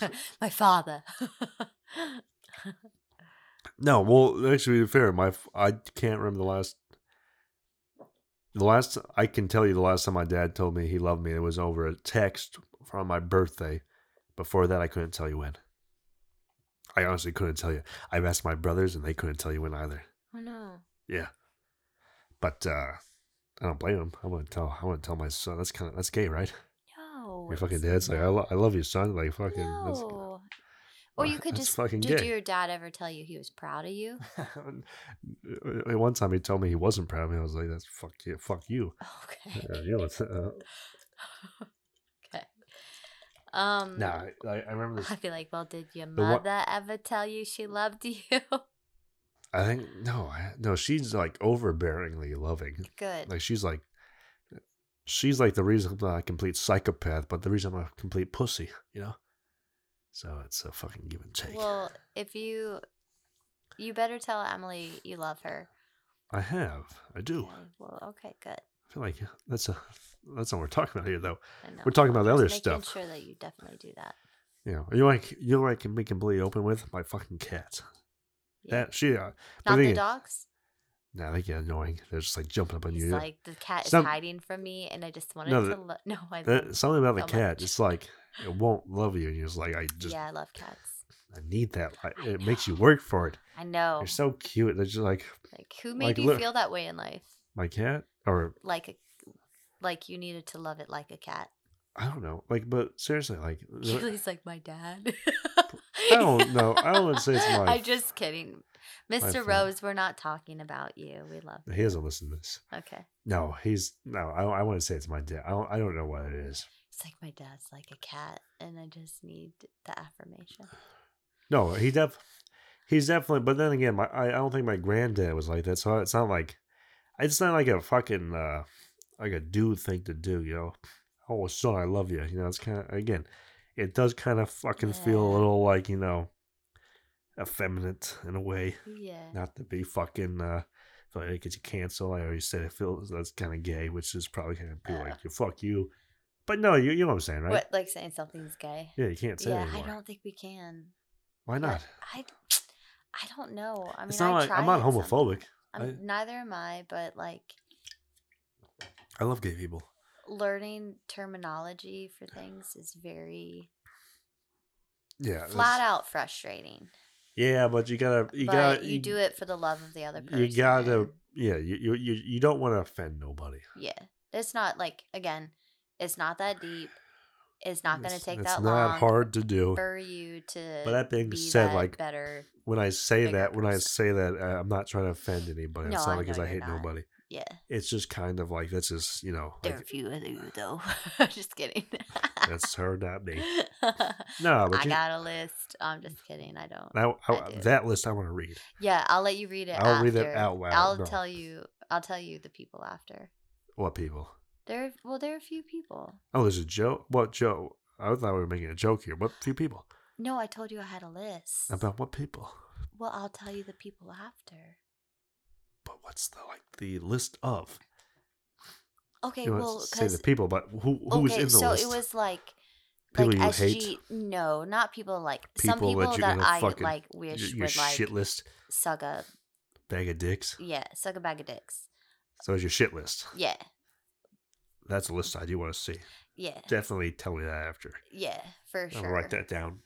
[SPEAKER 1] [LAUGHS]
[SPEAKER 3] [LAUGHS] My father.
[SPEAKER 1] no well actually to be fair my f- I can't remember the last the last I can tell you the last time my dad told me he loved me it was over a text from my birthday before that I couldn't tell you when I honestly couldn't tell you I've asked my brothers and they couldn't tell you when either
[SPEAKER 3] oh no.
[SPEAKER 1] yeah but uh I don't blame him I wouldn't tell I wouldn't tell my son that's kind of that's gay right
[SPEAKER 3] No.
[SPEAKER 1] your fucking
[SPEAKER 3] it's
[SPEAKER 1] dad's like I,
[SPEAKER 3] not.
[SPEAKER 1] lo- I love you son like fucking that's- [LAUGHS]
[SPEAKER 3] No. Or you could
[SPEAKER 1] That's
[SPEAKER 3] just
[SPEAKER 1] fucking
[SPEAKER 3] did
[SPEAKER 1] gay.
[SPEAKER 3] your dad ever tell you he was proud
[SPEAKER 1] [LAUGHS]
[SPEAKER 3] of you?
[SPEAKER 1] Uh,
[SPEAKER 3] [LAUGHS]
[SPEAKER 1] One time he told me he wasn't proud of me. I was like, "That's fuck you, fuck [LAUGHS] you."
[SPEAKER 3] Okay.
[SPEAKER 1] Uh, you know, it's,
[SPEAKER 3] [LAUGHS]
[SPEAKER 1] uh,
[SPEAKER 3] okay. Um
[SPEAKER 1] nah, I, I remember this.
[SPEAKER 3] I feel like, well, did your
[SPEAKER 1] The one-
[SPEAKER 3] mother ever tell you she loved you? [LAUGHS]
[SPEAKER 1] I think no, I, no. She's like overbearingly loving.
[SPEAKER 3] Good.
[SPEAKER 1] Like she's like, she's like the reason I'm not a complete psychopath, but the reason I'm a complete pussy. You know. So it's a fucking give and take. [LAUGHS]
[SPEAKER 3] well, if you you better tell Emily you love her.
[SPEAKER 1] I have, I do.
[SPEAKER 3] Okay, Well, okay, good.
[SPEAKER 1] I feel like that's a that's not what we're talking about here, though.
[SPEAKER 3] I know.
[SPEAKER 1] We're talking about the other
[SPEAKER 3] Just
[SPEAKER 1] stuff.
[SPEAKER 3] Making sure that you definitely do that.
[SPEAKER 1] You know, you like you know, what I can be completely open with my fucking cat.
[SPEAKER 3] Yeah.
[SPEAKER 1] That she. Uh, but
[SPEAKER 3] Not the
[SPEAKER 1] again-
[SPEAKER 3] dogs.
[SPEAKER 1] Nah, they get annoying. They're just like jumping up on
[SPEAKER 3] He's
[SPEAKER 1] you.
[SPEAKER 3] like the cat is
[SPEAKER 1] Some-
[SPEAKER 3] hiding from me, and I just wanted
[SPEAKER 1] No, the-
[SPEAKER 3] to. Lo- [LAUGHS] no, I
[SPEAKER 1] That-
[SPEAKER 3] love.
[SPEAKER 1] something about the
[SPEAKER 3] so
[SPEAKER 1] cat,
[SPEAKER 3] much.
[SPEAKER 1] it's like it won't love you, and you're just like, I just
[SPEAKER 3] yeah, I love cats.
[SPEAKER 1] I need that. I,
[SPEAKER 3] I
[SPEAKER 1] it makes you
[SPEAKER 3] know. Oh.
[SPEAKER 1] work for it.
[SPEAKER 3] I know.
[SPEAKER 1] They're so cute. They're just like
[SPEAKER 3] Like who made
[SPEAKER 1] Like,
[SPEAKER 3] you
[SPEAKER 1] look-
[SPEAKER 3] feel that way in life?
[SPEAKER 1] my cat, or
[SPEAKER 3] Like a like you needed to love it like a cat.
[SPEAKER 1] I don't know. Like, but seriously,
[SPEAKER 3] [LAUGHS]
[SPEAKER 1] like
[SPEAKER 3] Julie's like my [LAUGHS] dad.
[SPEAKER 1] I don't know. I wouldn't say it's my
[SPEAKER 3] I'm
[SPEAKER 1] f-
[SPEAKER 3] just kidding.
[SPEAKER 1] fault.
[SPEAKER 3] Mr. Rose, we're not talking about you. We love
[SPEAKER 1] he doesn't listen to this.
[SPEAKER 3] you. Okay.
[SPEAKER 1] No, he's no. I, I want to say it's my dad. I don't, I don't know what it is.
[SPEAKER 3] It's like my dad's like a cat and I just need the affirmation.
[SPEAKER 1] No, he def he's definitely. But then again, my I, I don't think my granddad was like that. So it's not like it's not like a fucking uh like a dude thing to do. You know, oh son, I love you. You know, it's kind of again, it does kind of fucking feel a
[SPEAKER 3] Yeah.
[SPEAKER 1] little like you know, effeminate in a way.
[SPEAKER 3] Yeah.
[SPEAKER 1] Not to be fucking. uh feel like it gets you canceled. I already said it feels that's kind of gay, which is probably kind of be
[SPEAKER 3] Uh.
[SPEAKER 1] like you fuck you, but no, you you know what I'm saying, right?
[SPEAKER 3] What like saying something's gay?
[SPEAKER 1] Yeah, you can't say
[SPEAKER 3] Yeah,
[SPEAKER 1] it anymore.
[SPEAKER 3] I don't think we can.
[SPEAKER 1] Why
[SPEAKER 3] Yeah,
[SPEAKER 1] not?
[SPEAKER 3] I I don't know. I mean,
[SPEAKER 1] it's not
[SPEAKER 3] I
[SPEAKER 1] like I'm
[SPEAKER 3] tried
[SPEAKER 1] not
[SPEAKER 3] it some-
[SPEAKER 1] homophobic.
[SPEAKER 3] I'm,
[SPEAKER 1] I-
[SPEAKER 3] neither am I, but like
[SPEAKER 1] I love gay people.
[SPEAKER 3] learning terminology for things is very
[SPEAKER 1] Yeah,
[SPEAKER 3] flat
[SPEAKER 1] that's-
[SPEAKER 3] out frustrating.
[SPEAKER 1] Yeah, but you gotta you
[SPEAKER 3] but
[SPEAKER 1] gotta
[SPEAKER 3] you do it for the love of the other person.
[SPEAKER 1] You gotta
[SPEAKER 3] and-
[SPEAKER 1] yeah. You you you, you don't want to offend nobody.
[SPEAKER 3] Yeah. It's not like again, it's not that deep. It's not going to
[SPEAKER 1] It's-
[SPEAKER 3] take
[SPEAKER 1] it's
[SPEAKER 3] that
[SPEAKER 1] not
[SPEAKER 3] long
[SPEAKER 1] hard to do.
[SPEAKER 3] for you to
[SPEAKER 1] But that being
[SPEAKER 3] be
[SPEAKER 1] said,
[SPEAKER 3] that
[SPEAKER 1] like
[SPEAKER 3] better.
[SPEAKER 1] when I say
[SPEAKER 3] bigger
[SPEAKER 1] that, when I
[SPEAKER 3] person.
[SPEAKER 1] say that, uh, I'm not trying to offend anybody.
[SPEAKER 3] No,
[SPEAKER 1] it's not
[SPEAKER 3] I
[SPEAKER 1] like because
[SPEAKER 3] know
[SPEAKER 1] I
[SPEAKER 3] you're
[SPEAKER 1] hate
[SPEAKER 3] not.
[SPEAKER 1] nobody.
[SPEAKER 3] Yeah.
[SPEAKER 1] It's just kind of like that's just you know
[SPEAKER 3] There are a
[SPEAKER 1] like,
[SPEAKER 3] [LAUGHS] few of you though. just kidding.
[SPEAKER 1] that's her, not
[SPEAKER 3] [LAUGHS]
[SPEAKER 1] me.
[SPEAKER 3] I
[SPEAKER 1] No, but you,
[SPEAKER 3] got a list. I'm just kidding. I don't.
[SPEAKER 1] I, I-
[SPEAKER 3] I do.
[SPEAKER 1] that list I want to read.
[SPEAKER 3] Yeah, I'll let you read it.
[SPEAKER 1] I'll read it
[SPEAKER 3] after.
[SPEAKER 1] out loud,
[SPEAKER 3] I'll
[SPEAKER 1] no.
[SPEAKER 3] tell you. I'll tell you the people after.
[SPEAKER 1] What people?
[SPEAKER 3] There, well, there are a few people.
[SPEAKER 1] Oh, there's a joke. What joke? I thought we were making a joke here. What few people?
[SPEAKER 3] No, I told you I had a list.
[SPEAKER 1] About what people?
[SPEAKER 3] Well, I'll tell you the people after.
[SPEAKER 1] But what's the like the list of?
[SPEAKER 3] Okay,
[SPEAKER 1] you want
[SPEAKER 3] well,
[SPEAKER 1] to say the
[SPEAKER 3] because
[SPEAKER 1] people, but who who was
[SPEAKER 3] okay,
[SPEAKER 1] in the
[SPEAKER 3] so
[SPEAKER 1] list?
[SPEAKER 3] it was like
[SPEAKER 1] people
[SPEAKER 3] like
[SPEAKER 1] you
[SPEAKER 3] SG.
[SPEAKER 1] hate.
[SPEAKER 3] No, not people like some
[SPEAKER 1] People that
[SPEAKER 3] people
[SPEAKER 1] you're
[SPEAKER 3] that,
[SPEAKER 1] gonna
[SPEAKER 3] I
[SPEAKER 1] fucking-
[SPEAKER 3] like
[SPEAKER 1] Your,
[SPEAKER 3] wish
[SPEAKER 1] your
[SPEAKER 3] would like
[SPEAKER 1] shit list
[SPEAKER 3] suck a
[SPEAKER 1] bag of dicks.
[SPEAKER 3] yeah suck a bag of dicks.
[SPEAKER 1] So it's your shit list.
[SPEAKER 3] Yeah,
[SPEAKER 1] That's a list I do want to see.
[SPEAKER 3] yeah,
[SPEAKER 1] Definitely tell me that after.
[SPEAKER 3] yeah, for
[SPEAKER 1] I'll
[SPEAKER 3] sure.
[SPEAKER 1] write that down.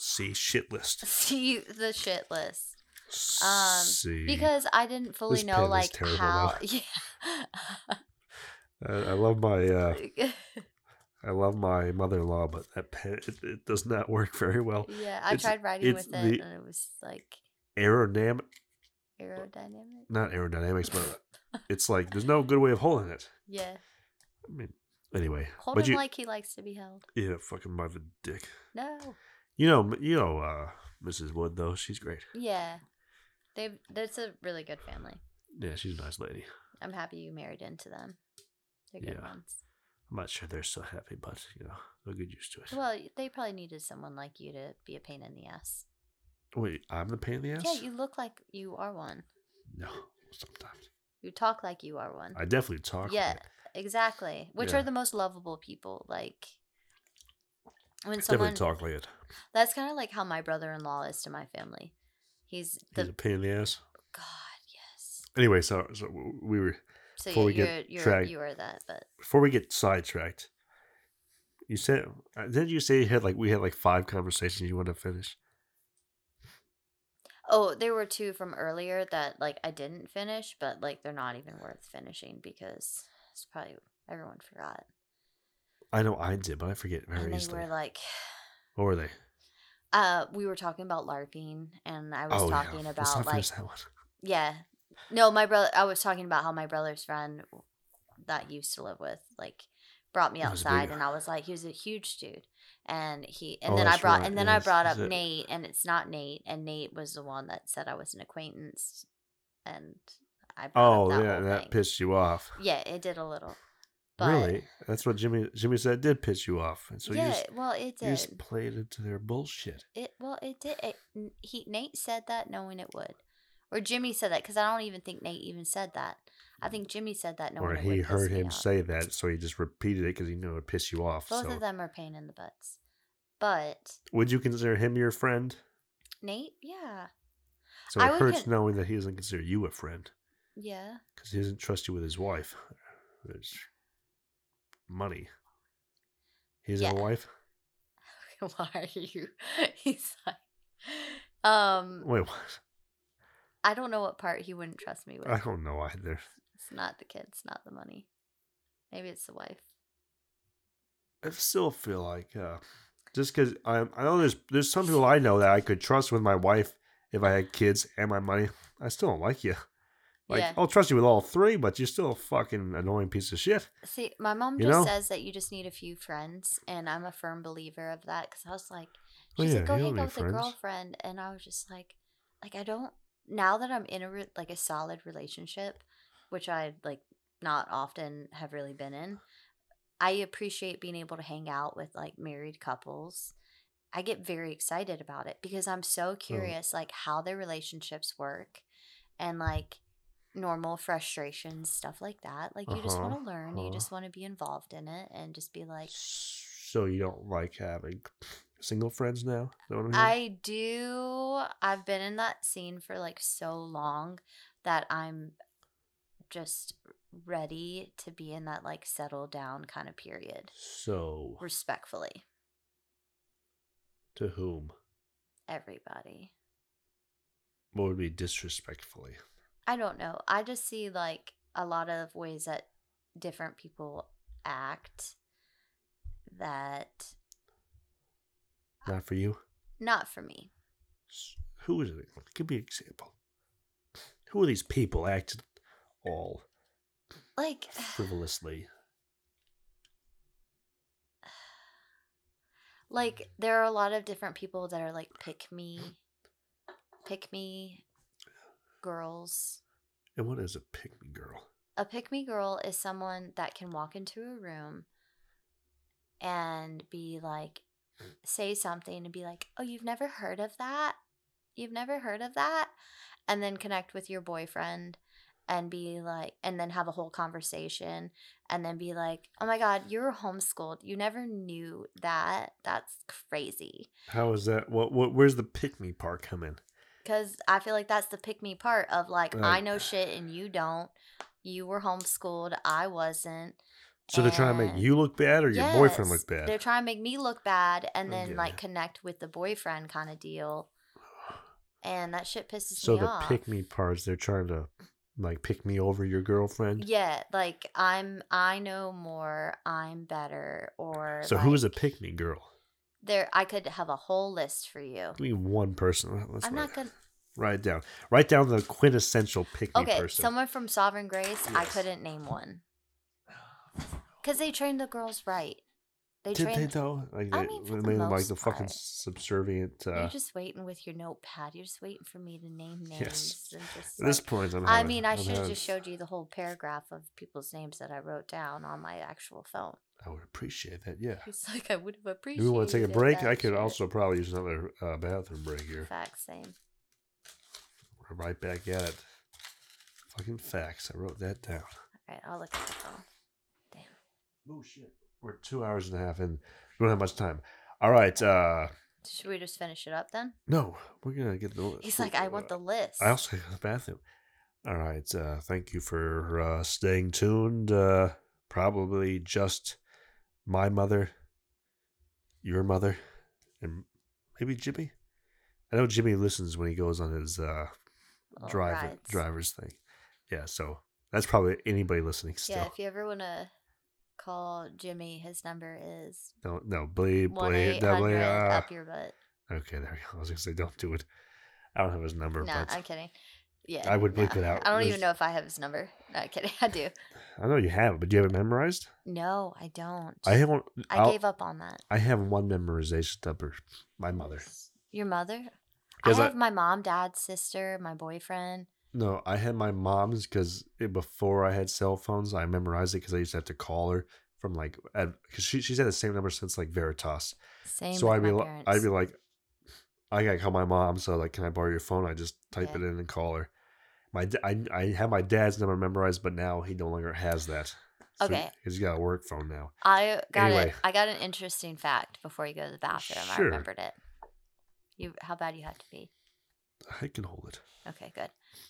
[SPEAKER 1] See shit list.
[SPEAKER 3] [LAUGHS] See the shit list. Um,
[SPEAKER 1] See.
[SPEAKER 3] because I didn't fully
[SPEAKER 1] This pen
[SPEAKER 3] know
[SPEAKER 1] is
[SPEAKER 3] like
[SPEAKER 1] terrible, [LAUGHS]
[SPEAKER 3] how.
[SPEAKER 1] though.
[SPEAKER 3] Yeah.
[SPEAKER 1] I, I love my
[SPEAKER 3] [LAUGHS]
[SPEAKER 1] uh, I love my mother in law, but that pen it, it does not work [LAUGHS] very well.
[SPEAKER 3] yeah, I
[SPEAKER 1] It's-
[SPEAKER 3] tried writing
[SPEAKER 1] it's
[SPEAKER 3] with it,
[SPEAKER 1] the-
[SPEAKER 3] and it was like
[SPEAKER 1] Aerodynamic,
[SPEAKER 3] aerodynamic.
[SPEAKER 1] not aerodynamics, but it's like there's no good way of holding it.
[SPEAKER 3] Yeah,
[SPEAKER 1] I mean, anyway,
[SPEAKER 3] hold
[SPEAKER 1] but
[SPEAKER 3] him
[SPEAKER 1] you
[SPEAKER 3] like he likes to be held.
[SPEAKER 1] yeah, fucking mother dick.
[SPEAKER 3] No,
[SPEAKER 1] You know, you know, uh, Mrs. Wood though, she's great.
[SPEAKER 3] yeah, they. That's a really good family.
[SPEAKER 1] Yeah, she's a nice lady.
[SPEAKER 3] I'm happy you married into them. They're good
[SPEAKER 1] Yeah.
[SPEAKER 3] ones.
[SPEAKER 1] I'm not sure they're so happy, but you know, they'll get used to it.
[SPEAKER 3] Well, they probably needed someone like you to be a pain in the ass.
[SPEAKER 1] Wait, I'm the pain in the ass.
[SPEAKER 3] Yeah, you look like you are one.
[SPEAKER 1] No, sometimes
[SPEAKER 3] You talk like you are one.
[SPEAKER 1] I definitely talk. like
[SPEAKER 3] Yeah,
[SPEAKER 1] it.
[SPEAKER 3] exactly. Which
[SPEAKER 1] Yeah.
[SPEAKER 3] are the most lovable people? Like when
[SPEAKER 1] definitely
[SPEAKER 3] someone
[SPEAKER 1] talk like it.
[SPEAKER 3] that's kind of like how my brother-in-law is to my family. He's the
[SPEAKER 1] He's a pain in the ass.
[SPEAKER 3] god, yes.
[SPEAKER 1] Anyway, so so we were
[SPEAKER 3] So
[SPEAKER 1] Before we
[SPEAKER 3] yeah,
[SPEAKER 1] get
[SPEAKER 3] you're you're
[SPEAKER 1] tracked-
[SPEAKER 3] you are that, but
[SPEAKER 1] before we get sidetracked. You said uh, didn't you say you had like we had like five conversations you wanted to finish?
[SPEAKER 3] oh, there were two from earlier that like I didn't finish, but like they're not even worth finishing because it's probably everyone forgot.
[SPEAKER 1] I know I did, but I forget very
[SPEAKER 3] and they
[SPEAKER 1] easily.
[SPEAKER 3] were like
[SPEAKER 1] what were they?
[SPEAKER 3] uh we were talking about larping and I
[SPEAKER 1] Oh,
[SPEAKER 3] was talking
[SPEAKER 1] Let's
[SPEAKER 3] about
[SPEAKER 1] not
[SPEAKER 3] like
[SPEAKER 1] finish that one.
[SPEAKER 3] Yeah. No, my brother. I was talking about how my brother's friend that he used to live with, like, brought me
[SPEAKER 1] That was a big
[SPEAKER 3] outside,
[SPEAKER 1] guy.
[SPEAKER 3] and I was like, he was a huge dude, and he, and
[SPEAKER 1] Oh,
[SPEAKER 3] then I
[SPEAKER 1] that's
[SPEAKER 3] brought,
[SPEAKER 1] right.
[SPEAKER 3] and then
[SPEAKER 1] Yes,
[SPEAKER 3] I brought
[SPEAKER 1] is
[SPEAKER 3] up
[SPEAKER 1] it-
[SPEAKER 3] Nate, and it's not Nate, and Nate was the one that said I was an acquaintance, and I brought
[SPEAKER 1] Oh
[SPEAKER 3] up that
[SPEAKER 1] yeah,
[SPEAKER 3] whole
[SPEAKER 1] that
[SPEAKER 3] thing.
[SPEAKER 1] pissed you off.
[SPEAKER 3] yeah, it did a little, but
[SPEAKER 1] really, that's what Jimmy Jimmy said did piss you off, and so you
[SPEAKER 3] yeah,
[SPEAKER 1] just,
[SPEAKER 3] well, it
[SPEAKER 1] you
[SPEAKER 3] did.
[SPEAKER 1] just played into their bullshit.
[SPEAKER 3] It well, it did. It, n- he Nate said that knowing it would, or Jimmy said that because I don't even think Nate even said that. I think Jimmy said that knowing
[SPEAKER 1] or
[SPEAKER 3] it
[SPEAKER 1] he
[SPEAKER 3] would
[SPEAKER 1] heard
[SPEAKER 3] piss me
[SPEAKER 1] him
[SPEAKER 3] off.
[SPEAKER 1] say that, so he just repeated it because he knew it would piss you off.
[SPEAKER 3] Both
[SPEAKER 1] so,
[SPEAKER 3] of them are pain in the butts, but
[SPEAKER 1] would you consider him your friend?
[SPEAKER 3] Nate, yeah,
[SPEAKER 1] So
[SPEAKER 3] I
[SPEAKER 1] it
[SPEAKER 3] would
[SPEAKER 1] hurts
[SPEAKER 3] con-
[SPEAKER 1] knowing that he doesn't consider you a friend
[SPEAKER 3] yeah. [LAUGHS]
[SPEAKER 1] because he doesn't trust you with his wife. There's money. He doesn't have a
[SPEAKER 3] Yeah.
[SPEAKER 1] wife.
[SPEAKER 3] Why are you? [LAUGHS] He's like, um,
[SPEAKER 1] Wait, what? [LAUGHS]
[SPEAKER 3] I don't know what part he wouldn't trust me with.
[SPEAKER 1] I don't know either.
[SPEAKER 3] It's not the kids, not the money. Maybe it's the wife.
[SPEAKER 1] I still feel like uh, just because I I know there's there's some people I know that I could trust with my wife if I had kids and my money. I still don't like you. Like
[SPEAKER 3] yeah.
[SPEAKER 1] I'll trust you with all three, but you're still a fucking annoying piece of shit.
[SPEAKER 3] See, my mom
[SPEAKER 1] You
[SPEAKER 3] just
[SPEAKER 1] know?
[SPEAKER 3] says that you just need a few friends, and I'm a firm believer of that because I was like,
[SPEAKER 1] Oh,
[SPEAKER 3] she
[SPEAKER 1] yeah,
[SPEAKER 3] said, go
[SPEAKER 1] you
[SPEAKER 3] hang
[SPEAKER 1] don't
[SPEAKER 3] out
[SPEAKER 1] need
[SPEAKER 3] with a
[SPEAKER 1] friends."
[SPEAKER 3] girlfriend, and I was just like, like I don't. Now that I'm in a re- like a solid relationship, which I like not often have really been in, I appreciate being able to hang out with like married couples. I get very excited about it because I'm
[SPEAKER 1] Oh.
[SPEAKER 3] so curious like how their relationships work and like normal frustrations, stuff like that. Like you just
[SPEAKER 1] Uh-huh,
[SPEAKER 3] want to learn, you
[SPEAKER 1] uh-huh.
[SPEAKER 3] just want to be involved in it and just be like
[SPEAKER 1] So you don't like having single friends now? Is that what I'm hearing?
[SPEAKER 3] I do. I've been in that scene for like so long that I'm just ready to be in that like settle down kind of period,
[SPEAKER 1] so
[SPEAKER 3] respectfully.
[SPEAKER 1] to whom?
[SPEAKER 3] Everybody.
[SPEAKER 1] What would be disrespectfully?
[SPEAKER 3] I don't know. I just see like a lot of ways that different people act that
[SPEAKER 1] Not for you.
[SPEAKER 3] not for me.
[SPEAKER 1] S- Who is it? Give me an example. Who are these people acting all
[SPEAKER 3] Like
[SPEAKER 1] frivolously?
[SPEAKER 3] like there are a lot of different people that are like pick me pick me girls
[SPEAKER 1] And what is a pick me girl?
[SPEAKER 3] a pick me girl is someone that can walk into a room and be like say something and be like oh you've never heard of that you've never heard of that and then connect with your boyfriend and be like and then have a whole conversation and then be like oh my god you're homeschooled you never knew that that's crazy
[SPEAKER 1] How is that? What? What? Where's the pick me part come in?
[SPEAKER 3] Because I feel like that's the pick me part of like, I
[SPEAKER 1] Right.
[SPEAKER 3] know shit and you don't. You were homeschooled. I wasn't.
[SPEAKER 1] So they're trying to make
[SPEAKER 3] And-
[SPEAKER 1] you look bad or your boyfriend
[SPEAKER 3] Uh, Yes,
[SPEAKER 1] look bad. Oh,
[SPEAKER 3] They're trying to make me look bad and then
[SPEAKER 1] Okay.
[SPEAKER 3] like connect with the boyfriend kind of deal. And that shit pisses
[SPEAKER 1] so
[SPEAKER 3] me
[SPEAKER 1] the
[SPEAKER 3] off.
[SPEAKER 1] pick me parts, they're trying to like pick me over your girlfriend.
[SPEAKER 3] yeah, like I'm, I know more, I'm better, or
[SPEAKER 1] so who is a
[SPEAKER 3] like,
[SPEAKER 1] pick me girl?
[SPEAKER 3] There, I could have a whole list for you.
[SPEAKER 1] Give me one person. Let's
[SPEAKER 3] I'm
[SPEAKER 1] write,
[SPEAKER 3] not gonna.
[SPEAKER 1] write it down. Write down the quintessential pick me
[SPEAKER 3] Okay,
[SPEAKER 1] person.
[SPEAKER 3] someone from Sovereign Grace, I
[SPEAKER 1] Yes.
[SPEAKER 3] couldn't
[SPEAKER 1] [SIGHS]
[SPEAKER 3] name one. Because they trained the girls right. They
[SPEAKER 1] Did they
[SPEAKER 3] trained.
[SPEAKER 1] though? Like,
[SPEAKER 3] I
[SPEAKER 1] they
[SPEAKER 3] mean, for
[SPEAKER 1] they
[SPEAKER 3] the
[SPEAKER 1] made them like
[SPEAKER 3] most
[SPEAKER 1] the fucking
[SPEAKER 3] part.
[SPEAKER 1] subservient. Uh,
[SPEAKER 3] You're just waiting with your notepad. You're just waiting for me to name names.
[SPEAKER 1] Yes.
[SPEAKER 3] And just
[SPEAKER 1] at this
[SPEAKER 3] like-
[SPEAKER 1] point, [LAUGHS] I'm
[SPEAKER 3] I
[SPEAKER 1] having-
[SPEAKER 3] mean, I
[SPEAKER 1] I'm
[SPEAKER 3] should have
[SPEAKER 1] having-
[SPEAKER 3] just showed you the whole paragraph of people's names that I wrote down on my actual
[SPEAKER 1] [SIGHS]
[SPEAKER 3] phone. [LAUGHS]
[SPEAKER 1] I would appreciate that. Yeah.
[SPEAKER 3] It's like I would have appreciated.
[SPEAKER 1] Do we want to take a break? I could
[SPEAKER 3] shit.
[SPEAKER 1] also probably use another uh, bathroom break here.
[SPEAKER 3] Fact same.
[SPEAKER 1] We're right back at it. Fucking facts. I wrote that down.
[SPEAKER 3] All right, I'll look at the phone. Damn.
[SPEAKER 1] Oh shit. We're two hours and a half in. We don't have much time. All right. Uh,
[SPEAKER 3] Should we just finish it up then?
[SPEAKER 1] no, we're gonna get the.
[SPEAKER 3] He's like, I want the list.
[SPEAKER 1] I also go to the bathroom. All right. Uh, thank you for uh, staying tuned. Uh, probably just my mother, your mother, and maybe Jimmy. I know Jimmy listens when he goes on his uh,
[SPEAKER 3] Little
[SPEAKER 1] driver
[SPEAKER 3] rides.
[SPEAKER 1] driver's thing. Yeah, so that's probably anybody listening still.
[SPEAKER 3] Yeah, if you ever want to call Jimmy, his number is
[SPEAKER 1] no, no, bleed,
[SPEAKER 3] one
[SPEAKER 1] bleed,
[SPEAKER 3] eight
[SPEAKER 1] double.
[SPEAKER 3] hundred
[SPEAKER 1] Uh,
[SPEAKER 3] up your butt.
[SPEAKER 1] okay, there we go. I was gonna say, don't do it. I don't have his number,
[SPEAKER 3] No,
[SPEAKER 1] but
[SPEAKER 3] I'm kidding. Yeah,
[SPEAKER 1] I would
[SPEAKER 3] no.
[SPEAKER 1] bleep it out.
[SPEAKER 3] I don't
[SPEAKER 1] There's-
[SPEAKER 3] even know if I have his number. No [LAUGHS] kidding, I do.
[SPEAKER 1] I know you have, it, but do you have it memorized?
[SPEAKER 3] No, I don't.
[SPEAKER 1] I have one.
[SPEAKER 3] I
[SPEAKER 1] I'll-
[SPEAKER 3] gave up on that.
[SPEAKER 1] I have one memorization number. My mother.
[SPEAKER 3] Your mother? I
[SPEAKER 1] Because I,
[SPEAKER 3] have my mom, dad, sister, my boyfriend.
[SPEAKER 1] no, I had my mom's because before I had cell phones, I memorized it because I used to have to call her from like because she, she's had the same number since like Veritas.
[SPEAKER 3] Same.
[SPEAKER 1] so
[SPEAKER 3] with
[SPEAKER 1] I'd be
[SPEAKER 3] my
[SPEAKER 1] li-
[SPEAKER 3] parents.
[SPEAKER 1] I'd be like, I gotta call my mom. So like, can I borrow your phone? I just type
[SPEAKER 3] Yeah.
[SPEAKER 1] it in and call her. My da- I I have my dad's number memorized, but now he no longer has that. So
[SPEAKER 3] Okay.
[SPEAKER 1] he's got a work phone now.
[SPEAKER 3] I got
[SPEAKER 1] Anyway.
[SPEAKER 3] it. I got an interesting fact before you go to the bathroom. I
[SPEAKER 1] Sure.
[SPEAKER 3] remembered it. You, how bad you have to be.
[SPEAKER 1] I can hold it.
[SPEAKER 3] Okay, good.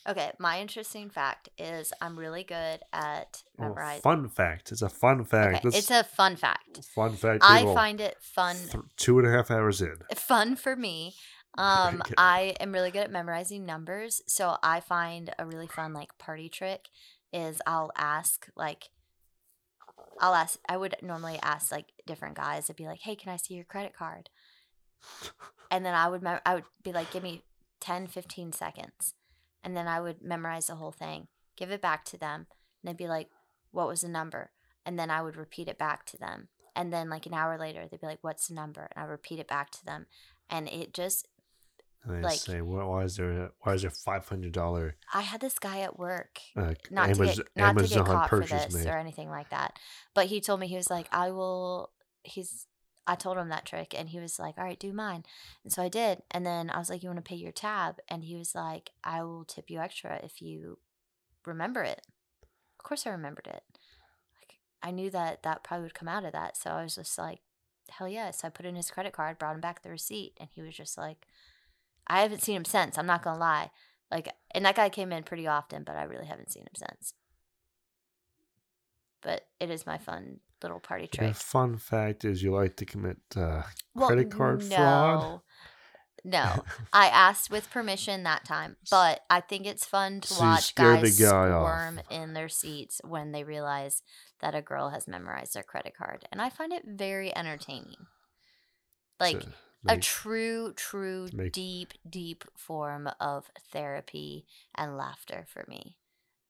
[SPEAKER 3] Okay, my interesting fact is I'm really good at
[SPEAKER 1] Well,
[SPEAKER 3] memorizing.
[SPEAKER 1] Oh, fun fact. It's a fun fact.
[SPEAKER 3] Okay, it's a fun fact.
[SPEAKER 1] fun fact.
[SPEAKER 3] I
[SPEAKER 1] people.
[SPEAKER 3] find it fun
[SPEAKER 1] Th- two and a half hours in.
[SPEAKER 3] fun for me. Um,
[SPEAKER 1] Okay.
[SPEAKER 3] I am really good at memorizing numbers, so I find a really fun like party trick is I'll ask like I'll ask I would normally ask like different guys I'd be like, "Hey, can I see your credit card?" And then I would mem- I would be like, "Give me 10, 15 seconds." And then I would memorize the whole thing, give it back to them, and they'd be like, "What was the number?" And then I would repeat it back to them. And then like an hour later, they'd be like, "What's the number?" And I repeat it back to them, and it just
[SPEAKER 1] And I
[SPEAKER 3] Like-
[SPEAKER 1] say, why, why is there a, why is there five hundred dollar
[SPEAKER 3] I had this guy at work
[SPEAKER 1] uh,
[SPEAKER 3] not
[SPEAKER 1] Amaz-
[SPEAKER 3] to get not
[SPEAKER 1] Amazon
[SPEAKER 3] to get caught for
[SPEAKER 1] purchase
[SPEAKER 3] this
[SPEAKER 1] made?
[SPEAKER 3] or anything like that. But he told me he was like, I will. He's. I told him that trick, and he was like, "All right, do mine." And so I did. And then I was like, "You want to pay your tab?" And he was like, "I will tip you extra if you remember it." Of course, I remembered it. Like I knew that that probably would come out of that, so I was just like, "Hell yeah!" So I put in his credit card, brought him back the receipt, and he was just like, "I haven't seen him since. I'm not gonna lie." Like, and that guy came in pretty often, but I really haven't seen him since. But it is my fun little party
[SPEAKER 1] The
[SPEAKER 3] trick.
[SPEAKER 1] fun fact is, you like to commit uh, credit card fraud. [LAUGHS]
[SPEAKER 3] No, no. I asked with permission that time, but I think it's fun to
[SPEAKER 1] So you
[SPEAKER 3] watch
[SPEAKER 1] scare the
[SPEAKER 3] guys
[SPEAKER 1] guy off.
[SPEAKER 3] squirm in their seats when they realize that a girl has memorized their credit card, and I find it very entertaining. Like
[SPEAKER 1] to
[SPEAKER 3] a
[SPEAKER 1] make-
[SPEAKER 3] true, true,
[SPEAKER 1] to make-
[SPEAKER 3] deep, deep form of therapy and laughter for me.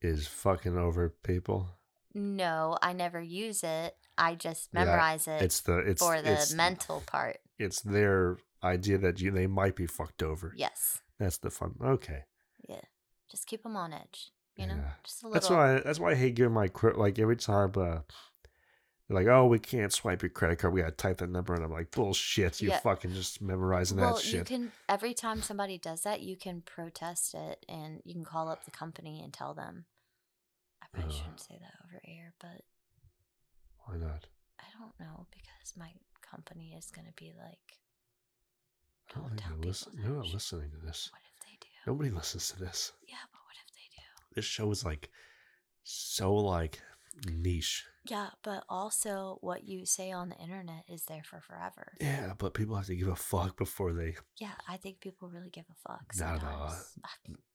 [SPEAKER 1] is fucking over people.
[SPEAKER 3] No, I never use it. I just
[SPEAKER 1] Yeah,
[SPEAKER 3] memorize it
[SPEAKER 1] It's the it's
[SPEAKER 3] Uh, for the
[SPEAKER 1] it's,
[SPEAKER 3] mental part.
[SPEAKER 1] It's their idea that you they might be fucked over.
[SPEAKER 3] Yes.
[SPEAKER 1] That's the fun. Okay,
[SPEAKER 3] Yeah. Just keep them on edge. You know,
[SPEAKER 1] Yeah.
[SPEAKER 3] just a little.
[SPEAKER 1] that's why that's why I hate giving my cre- like every time. Uh, they're like, oh, we can't swipe your credit card. We gotta type that number, and I'm like, bullshit. You
[SPEAKER 3] Yeah.
[SPEAKER 1] fucking just memorizing
[SPEAKER 3] well,
[SPEAKER 1] that
[SPEAKER 3] you
[SPEAKER 1] shit.
[SPEAKER 3] can every time somebody does that, you can protest it, and you can call up the company and tell them. I probably
[SPEAKER 1] Uh.
[SPEAKER 3] shouldn't say that over air, but
[SPEAKER 1] Why not?
[SPEAKER 3] I don't know because my company is going to be like,
[SPEAKER 1] I don't
[SPEAKER 3] Don't
[SPEAKER 1] think they're
[SPEAKER 3] tell people
[SPEAKER 1] Oh, listen-
[SPEAKER 3] that
[SPEAKER 1] they're not
[SPEAKER 3] shit.
[SPEAKER 1] listening to this.
[SPEAKER 3] what if they do?
[SPEAKER 1] Nobody listens to this.
[SPEAKER 3] Yeah, but what if they do?
[SPEAKER 1] This show is like so like niche.
[SPEAKER 3] Yeah, but also what you say on the internet is there for forever.
[SPEAKER 1] Yeah, but people have to give a fuck before they
[SPEAKER 3] Yeah, I think people really give a fuck.
[SPEAKER 1] Nah, nah.
[SPEAKER 3] Sometimes.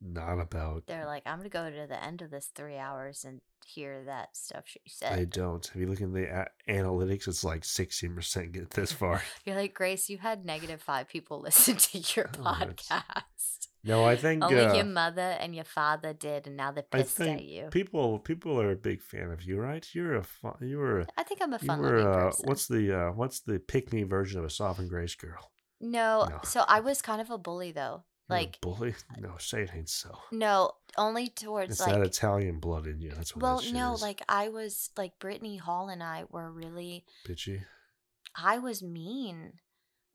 [SPEAKER 1] not about.
[SPEAKER 3] They're like, I'm gonna go to the end of this three hours and hear that stuff she
[SPEAKER 1] I
[SPEAKER 3] said.
[SPEAKER 1] don't. If you look at the a- analytics, it's like sixteen percent get
[SPEAKER 3] [LAUGHS]
[SPEAKER 1] this far.
[SPEAKER 3] You're like, Grace, you had negative five people [LAUGHS] listen to your
[SPEAKER 1] Oh, it's-
[SPEAKER 3] podcast.
[SPEAKER 1] No, I think
[SPEAKER 3] Only your
[SPEAKER 1] uh,
[SPEAKER 3] mother and your father did, and now they're
[SPEAKER 1] I
[SPEAKER 3] pissed at
[SPEAKER 1] think
[SPEAKER 3] you.
[SPEAKER 1] people people are a big fan of you, right? You're a fun, you were a-
[SPEAKER 3] I think I'm a
[SPEAKER 1] you
[SPEAKER 3] fun
[SPEAKER 1] were
[SPEAKER 3] loving
[SPEAKER 1] uh,
[SPEAKER 3] person.
[SPEAKER 1] what's the uh, what's the pick me version of a sovereign grace girl?
[SPEAKER 3] no,
[SPEAKER 1] No.
[SPEAKER 3] so I was kind of a bully though.
[SPEAKER 1] You're a
[SPEAKER 3] Like, [LAUGHS]
[SPEAKER 1] bully? No, say it ain't so.
[SPEAKER 3] no, only towards
[SPEAKER 1] It's
[SPEAKER 3] like
[SPEAKER 1] that Italian blood in you. That's what.
[SPEAKER 3] Well,
[SPEAKER 1] that shit
[SPEAKER 3] no,
[SPEAKER 1] is.
[SPEAKER 3] like I was like Brittany Hall and I were really
[SPEAKER 1] bitchy.
[SPEAKER 3] I was mean.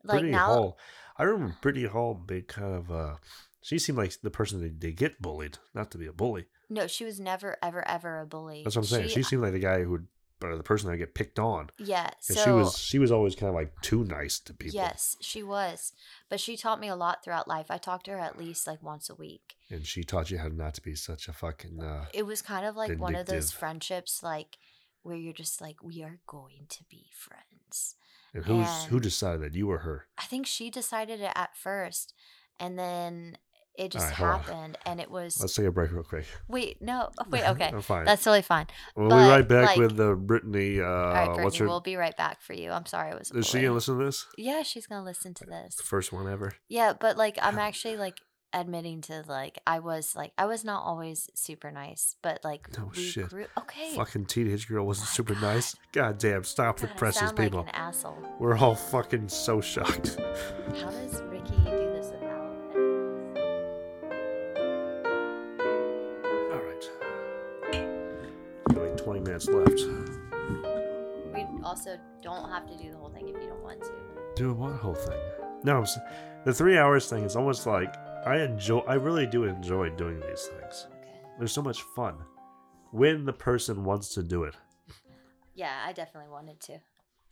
[SPEAKER 3] Like
[SPEAKER 1] Brittany
[SPEAKER 3] now
[SPEAKER 1] Hall. I remember Brittany Hall being kind of uh she seemed like the person that they get bullied, not to be a bully.
[SPEAKER 3] no, she was never ever ever a bully.
[SPEAKER 1] That's what I'm saying. She,
[SPEAKER 3] She,
[SPEAKER 1] seemed like the guy who would or the person that would get picked on.
[SPEAKER 3] yeah,
[SPEAKER 1] 'Cause
[SPEAKER 3] so
[SPEAKER 1] she was she was always kind of like too nice to people.
[SPEAKER 3] yes, she was. But she taught me a lot throughout life. I talked to her at least like once a week.
[SPEAKER 1] And she taught you how not to be such a fucking uh
[SPEAKER 3] It was kind of like one of those
[SPEAKER 1] Vindictive.
[SPEAKER 3] friendships like where you're just like we are going to be friends.
[SPEAKER 1] and who's who
[SPEAKER 3] And-
[SPEAKER 1] decided that you were her?
[SPEAKER 3] I think she decided it at first and then it just
[SPEAKER 1] right, hold on.
[SPEAKER 3] happened and it was
[SPEAKER 1] Let's take a break real quick.
[SPEAKER 3] [LAUGHS]
[SPEAKER 1] [LAUGHS]
[SPEAKER 3] wait, no. Wait, okay.
[SPEAKER 1] I'm fine.
[SPEAKER 3] That's totally fine.
[SPEAKER 1] we'll be right
[SPEAKER 3] but,
[SPEAKER 1] back
[SPEAKER 3] like-
[SPEAKER 1] with the Brittany uh
[SPEAKER 3] All right, Brittany,
[SPEAKER 1] what's her
[SPEAKER 3] we'll be right back for you. I'm sorry, I was. a
[SPEAKER 1] Is she
[SPEAKER 3] bully.
[SPEAKER 1] gonna listen to this?
[SPEAKER 3] Yeah, she's gonna listen to
[SPEAKER 1] The
[SPEAKER 3] this.
[SPEAKER 1] first one ever.
[SPEAKER 3] Yeah, but like, I'm
[SPEAKER 1] Ow.
[SPEAKER 3] actually like admitting to like I was like I was not always super nice, but like
[SPEAKER 1] No
[SPEAKER 3] we
[SPEAKER 1] shit.
[SPEAKER 3] grew. Okay,
[SPEAKER 1] Fucking teenage girl wasn't
[SPEAKER 3] Oh My
[SPEAKER 1] super
[SPEAKER 3] God.
[SPEAKER 1] nice. God damn, stop
[SPEAKER 3] God, I
[SPEAKER 1] repressing
[SPEAKER 3] sound
[SPEAKER 1] people.
[SPEAKER 3] Like an asshole.
[SPEAKER 1] We're all fucking so shocked.
[SPEAKER 3] How does Ricky do this without?
[SPEAKER 1] All right. Got like 20 minutes left.
[SPEAKER 3] We also don't have to do the whole thing if you don't want to.
[SPEAKER 1] Doing what whole thing? No, I'm s- the three hours thing is almost like I enjoy. I really do enjoy doing these things.
[SPEAKER 3] Okay.
[SPEAKER 1] They're so much fun when the person wants to do it.
[SPEAKER 3] Yeah, I definitely wanted to.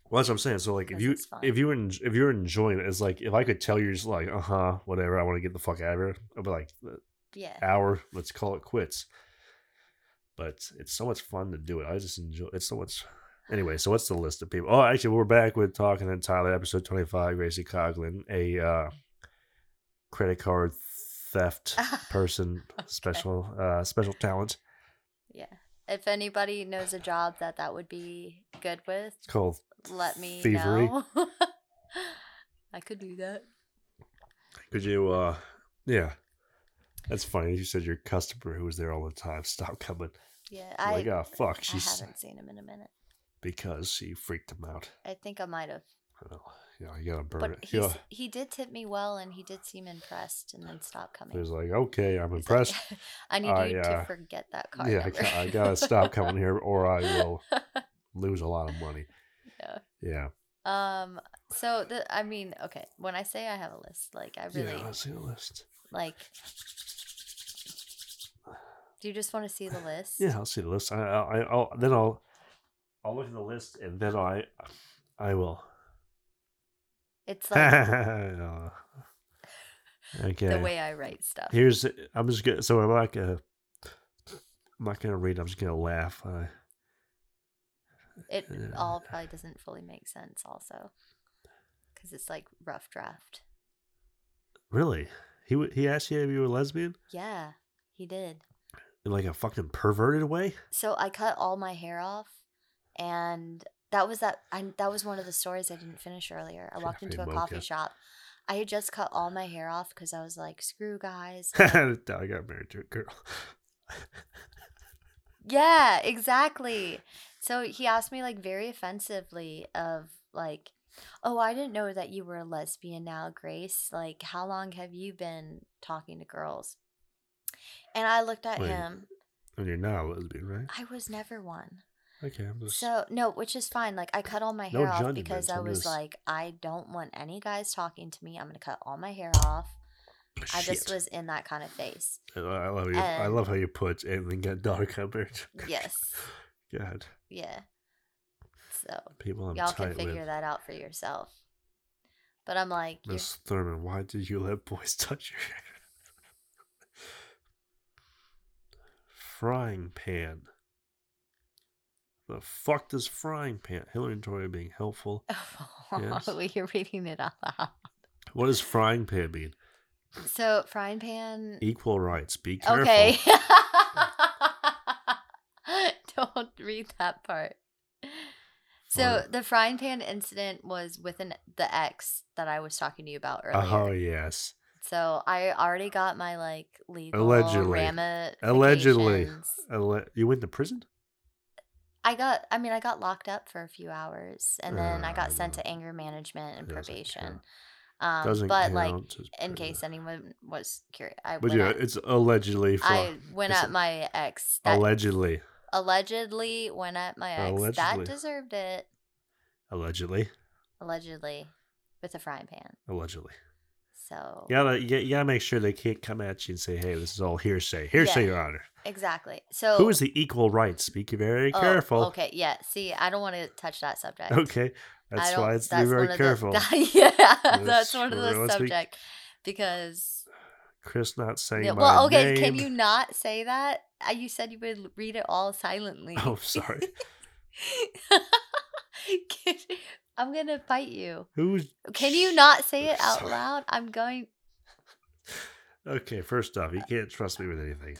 [SPEAKER 1] Well, that's what I'm saying. So like, if
[SPEAKER 3] Because
[SPEAKER 1] you
[SPEAKER 3] it's fun.
[SPEAKER 1] if you en- if you're enjoying it, it's like if I could tell you're just like, uh huh, whatever. I want to get the fuck out of here. I'd be like,
[SPEAKER 3] Yeah.
[SPEAKER 1] hour. Let's call it quits. But it's so much fun to do it. I just enjoy. It's so much. Anyway, so what's the list of people? Oh, actually, we're back with talking and Tyler, episode twenty-five. Gracie Coglin, a uh, credit card theft
[SPEAKER 3] [LAUGHS]
[SPEAKER 1] person, special uh, special talent.
[SPEAKER 3] Yeah. If anybody knows a job that that would be good with,
[SPEAKER 1] It's called
[SPEAKER 3] let me
[SPEAKER 1] Thievery.
[SPEAKER 3] know. [LAUGHS] I could do that.
[SPEAKER 1] Could you? uh Yeah, that's funny. You said your customer who was there all the time stopped coming.
[SPEAKER 3] Yeah,
[SPEAKER 1] You're
[SPEAKER 3] I,
[SPEAKER 1] like, oh fuck,
[SPEAKER 3] I
[SPEAKER 1] she's
[SPEAKER 3] haven't seen him in a minute.
[SPEAKER 1] because she freaked him out.
[SPEAKER 3] I think I might have.
[SPEAKER 1] I know. You know, you gotta burn
[SPEAKER 3] But
[SPEAKER 1] it.
[SPEAKER 3] he's,
[SPEAKER 1] Yeah.
[SPEAKER 3] he did tip me well, and he did seem impressed, and then stopped coming.
[SPEAKER 1] He's like, okay, I'm
[SPEAKER 3] He's like, "Oh,
[SPEAKER 1] impressed.
[SPEAKER 3] [LAUGHS] I need
[SPEAKER 1] I,
[SPEAKER 3] you
[SPEAKER 1] uh,
[SPEAKER 3] to forget that card.
[SPEAKER 1] yeah, I,
[SPEAKER 3] number."
[SPEAKER 1] ca- I gotta stop coming here, or I will lose a lot of money.
[SPEAKER 3] yeah.
[SPEAKER 1] Yeah.
[SPEAKER 3] [LAUGHS] Um. So the, I mean, okay. When I say I have a list, like I really
[SPEAKER 1] Yeah. Let's see the list.
[SPEAKER 3] like. Do you just want to see the list?
[SPEAKER 1] Yeah, I'll see the list. I, I, I- I'll then I'll, I'll look at the list, and then I, I will. [LAUGHS]
[SPEAKER 3] It's like
[SPEAKER 1] Uh, okay.
[SPEAKER 3] the way I write stuff.
[SPEAKER 1] Here's I'm just gonna so I'm not gonna I'm not gonna read. I'm just gonna laugh. Uh,
[SPEAKER 3] It
[SPEAKER 1] Yeah.
[SPEAKER 3] all probably doesn't fully make sense, also, because it's like rough draft.
[SPEAKER 1] really? He w- he asked you if you were lesbian
[SPEAKER 3] Yeah, he did.
[SPEAKER 1] in like a fucking perverted way. [LAUGHS]
[SPEAKER 3] So I cut all my hair off, and that was that. I that was one of the stories I didn't finish earlier. I walked
[SPEAKER 1] Cafe
[SPEAKER 3] into a
[SPEAKER 1] Mocha.
[SPEAKER 3] coffee shop. I had just cut all my hair off because I was like, "Screw guys."
[SPEAKER 1] I got married to a girl.
[SPEAKER 3] yeah, exactly. So he asked me like very offensively of like, "Oh, I didn't know that you were a lesbian now, Grace. Like, how long have you been talking to girls?" And I looked at
[SPEAKER 1] Wait.
[SPEAKER 3] him.
[SPEAKER 1] And you're not a lesbian, right?
[SPEAKER 3] I was never one.
[SPEAKER 1] Okay, I'm just
[SPEAKER 3] So no, which is fine. Like I cut all my
[SPEAKER 1] No
[SPEAKER 3] hair off
[SPEAKER 1] judgment,
[SPEAKER 3] because I
[SPEAKER 1] I'm
[SPEAKER 3] was
[SPEAKER 1] just-
[SPEAKER 3] like, I don't want any guys talking to me. I'm gonna cut all my hair off. I just
[SPEAKER 1] Shit.
[SPEAKER 3] was in that kind of face.
[SPEAKER 1] I lo- I love you. I
[SPEAKER 3] and-
[SPEAKER 1] love how you put and then got daughter got [LAUGHS] married. to a girl.
[SPEAKER 3] Yes.
[SPEAKER 1] God,
[SPEAKER 3] Yeah. So
[SPEAKER 1] people I'm
[SPEAKER 3] y'all can
[SPEAKER 1] tight
[SPEAKER 3] figure
[SPEAKER 1] with.
[SPEAKER 3] that out for yourself. But I'm like, you're- [LAUGHS]
[SPEAKER 1] Miss Thurman, why did you let boys [LAUGHS] touch your hair? frying pan. The fuck does frying pan? Hillary and Tory being helpful. Yes.
[SPEAKER 3] you're reading it out loud.
[SPEAKER 1] What does frying pan mean?
[SPEAKER 3] So frying pan.
[SPEAKER 1] Equal rights. Be careful.
[SPEAKER 3] Okay. [LAUGHS] Don't read that part. So
[SPEAKER 1] Fine.
[SPEAKER 3] the frying pan incident was with an the ex that I was talking to you about earlier.
[SPEAKER 1] Oh yes.
[SPEAKER 3] So I already got my like legal
[SPEAKER 1] Allegedly. Allegedly.
[SPEAKER 3] ramifications.
[SPEAKER 1] Ele- You went to prison.
[SPEAKER 3] I got I mean I got locked up for a few hours and then I
[SPEAKER 1] Ah,
[SPEAKER 3] got sent
[SPEAKER 1] no.
[SPEAKER 3] to anger management and
[SPEAKER 1] Doesn't
[SPEAKER 3] probation.
[SPEAKER 1] count.
[SPEAKER 3] Um
[SPEAKER 1] Doesn't
[SPEAKER 3] but
[SPEAKER 1] count.
[SPEAKER 3] like
[SPEAKER 1] It's
[SPEAKER 3] in
[SPEAKER 1] prison.
[SPEAKER 3] case anyone was curious I
[SPEAKER 1] But
[SPEAKER 3] went
[SPEAKER 1] yeah,
[SPEAKER 3] at,
[SPEAKER 1] it's allegedly. For,
[SPEAKER 3] I went
[SPEAKER 1] it's
[SPEAKER 3] at my ex that
[SPEAKER 1] allegedly.
[SPEAKER 3] allegedly went at my ex.
[SPEAKER 1] Allegedly.
[SPEAKER 3] That deserved it.
[SPEAKER 1] Allegedly.
[SPEAKER 3] Allegedly. With a frying pan.
[SPEAKER 1] Allegedly.
[SPEAKER 3] So
[SPEAKER 1] You gotta, you gotta make sure they can't come at you and say, "Hey, this is all hearsay." Hearsay,
[SPEAKER 3] Yeah.
[SPEAKER 1] Your Honor.
[SPEAKER 3] exactly. So
[SPEAKER 1] Who is the equal rights? Be very
[SPEAKER 3] oh,
[SPEAKER 1] careful. [LAUGHS] Okay.
[SPEAKER 3] Okay, yeah. See, I don't want to touch that subject. I
[SPEAKER 1] That's
[SPEAKER 3] don't-
[SPEAKER 1] why it's
[SPEAKER 3] that's
[SPEAKER 1] be
[SPEAKER 3] one
[SPEAKER 1] very
[SPEAKER 3] of the-
[SPEAKER 1] careful.
[SPEAKER 3] [LAUGHS] yeah, that's,
[SPEAKER 1] That's
[SPEAKER 3] one of
[SPEAKER 1] where-
[SPEAKER 3] the
[SPEAKER 1] let's be-
[SPEAKER 3] subject because
[SPEAKER 1] [LAUGHS] Chris not saying
[SPEAKER 3] yeah,
[SPEAKER 1] my
[SPEAKER 3] well, okay,
[SPEAKER 1] name.
[SPEAKER 3] can you not say that? Uh, You said you would read it all silently.
[SPEAKER 1] [LAUGHS]
[SPEAKER 3] [LAUGHS]
[SPEAKER 1] Oh, sorry.
[SPEAKER 3] I'm gonna bite you.
[SPEAKER 1] Who's
[SPEAKER 3] Can you not say it out
[SPEAKER 1] Sorry.
[SPEAKER 3] loud? I'm going.
[SPEAKER 1] okay? First off, you can't trust me with anything,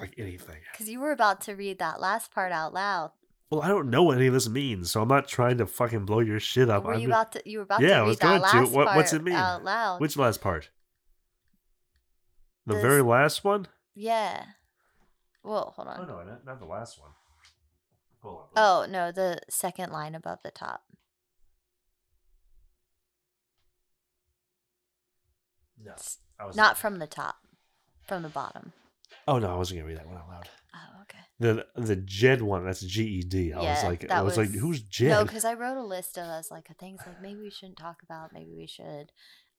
[SPEAKER 1] like anything.
[SPEAKER 3] Because you were about to read that last part out loud.
[SPEAKER 1] Well, I don't know what any of this means, so I'm not trying to fucking blow your shit up.
[SPEAKER 3] were
[SPEAKER 1] I'm
[SPEAKER 3] you
[SPEAKER 1] just-
[SPEAKER 3] about to? You were about
[SPEAKER 1] Yeah, I
[SPEAKER 3] to
[SPEAKER 1] was
[SPEAKER 3] read that
[SPEAKER 1] going to.
[SPEAKER 3] last
[SPEAKER 1] What-
[SPEAKER 3] part
[SPEAKER 1] what's it mean?
[SPEAKER 3] out loud.
[SPEAKER 1] Which last part? The
[SPEAKER 3] This-
[SPEAKER 1] very last one?
[SPEAKER 3] yeah. Well, hold on.
[SPEAKER 1] Oh, no, not, not the last one. Hold on.
[SPEAKER 3] Oh no, the second line above the top.
[SPEAKER 1] no,
[SPEAKER 3] It's
[SPEAKER 1] I was
[SPEAKER 3] Not from the top, from the bottom.
[SPEAKER 1] Oh no, I wasn't gonna read that one out loud.
[SPEAKER 3] Oh, okay.
[SPEAKER 1] The the Jed one, that's GED. I was
[SPEAKER 3] Yeah,
[SPEAKER 1] like, I
[SPEAKER 3] that
[SPEAKER 1] was, like,
[SPEAKER 3] was-
[SPEAKER 1] who's
[SPEAKER 3] No,
[SPEAKER 1] Jed?
[SPEAKER 3] because I wrote a list of us like things like maybe we shouldn't talk about, maybe we should.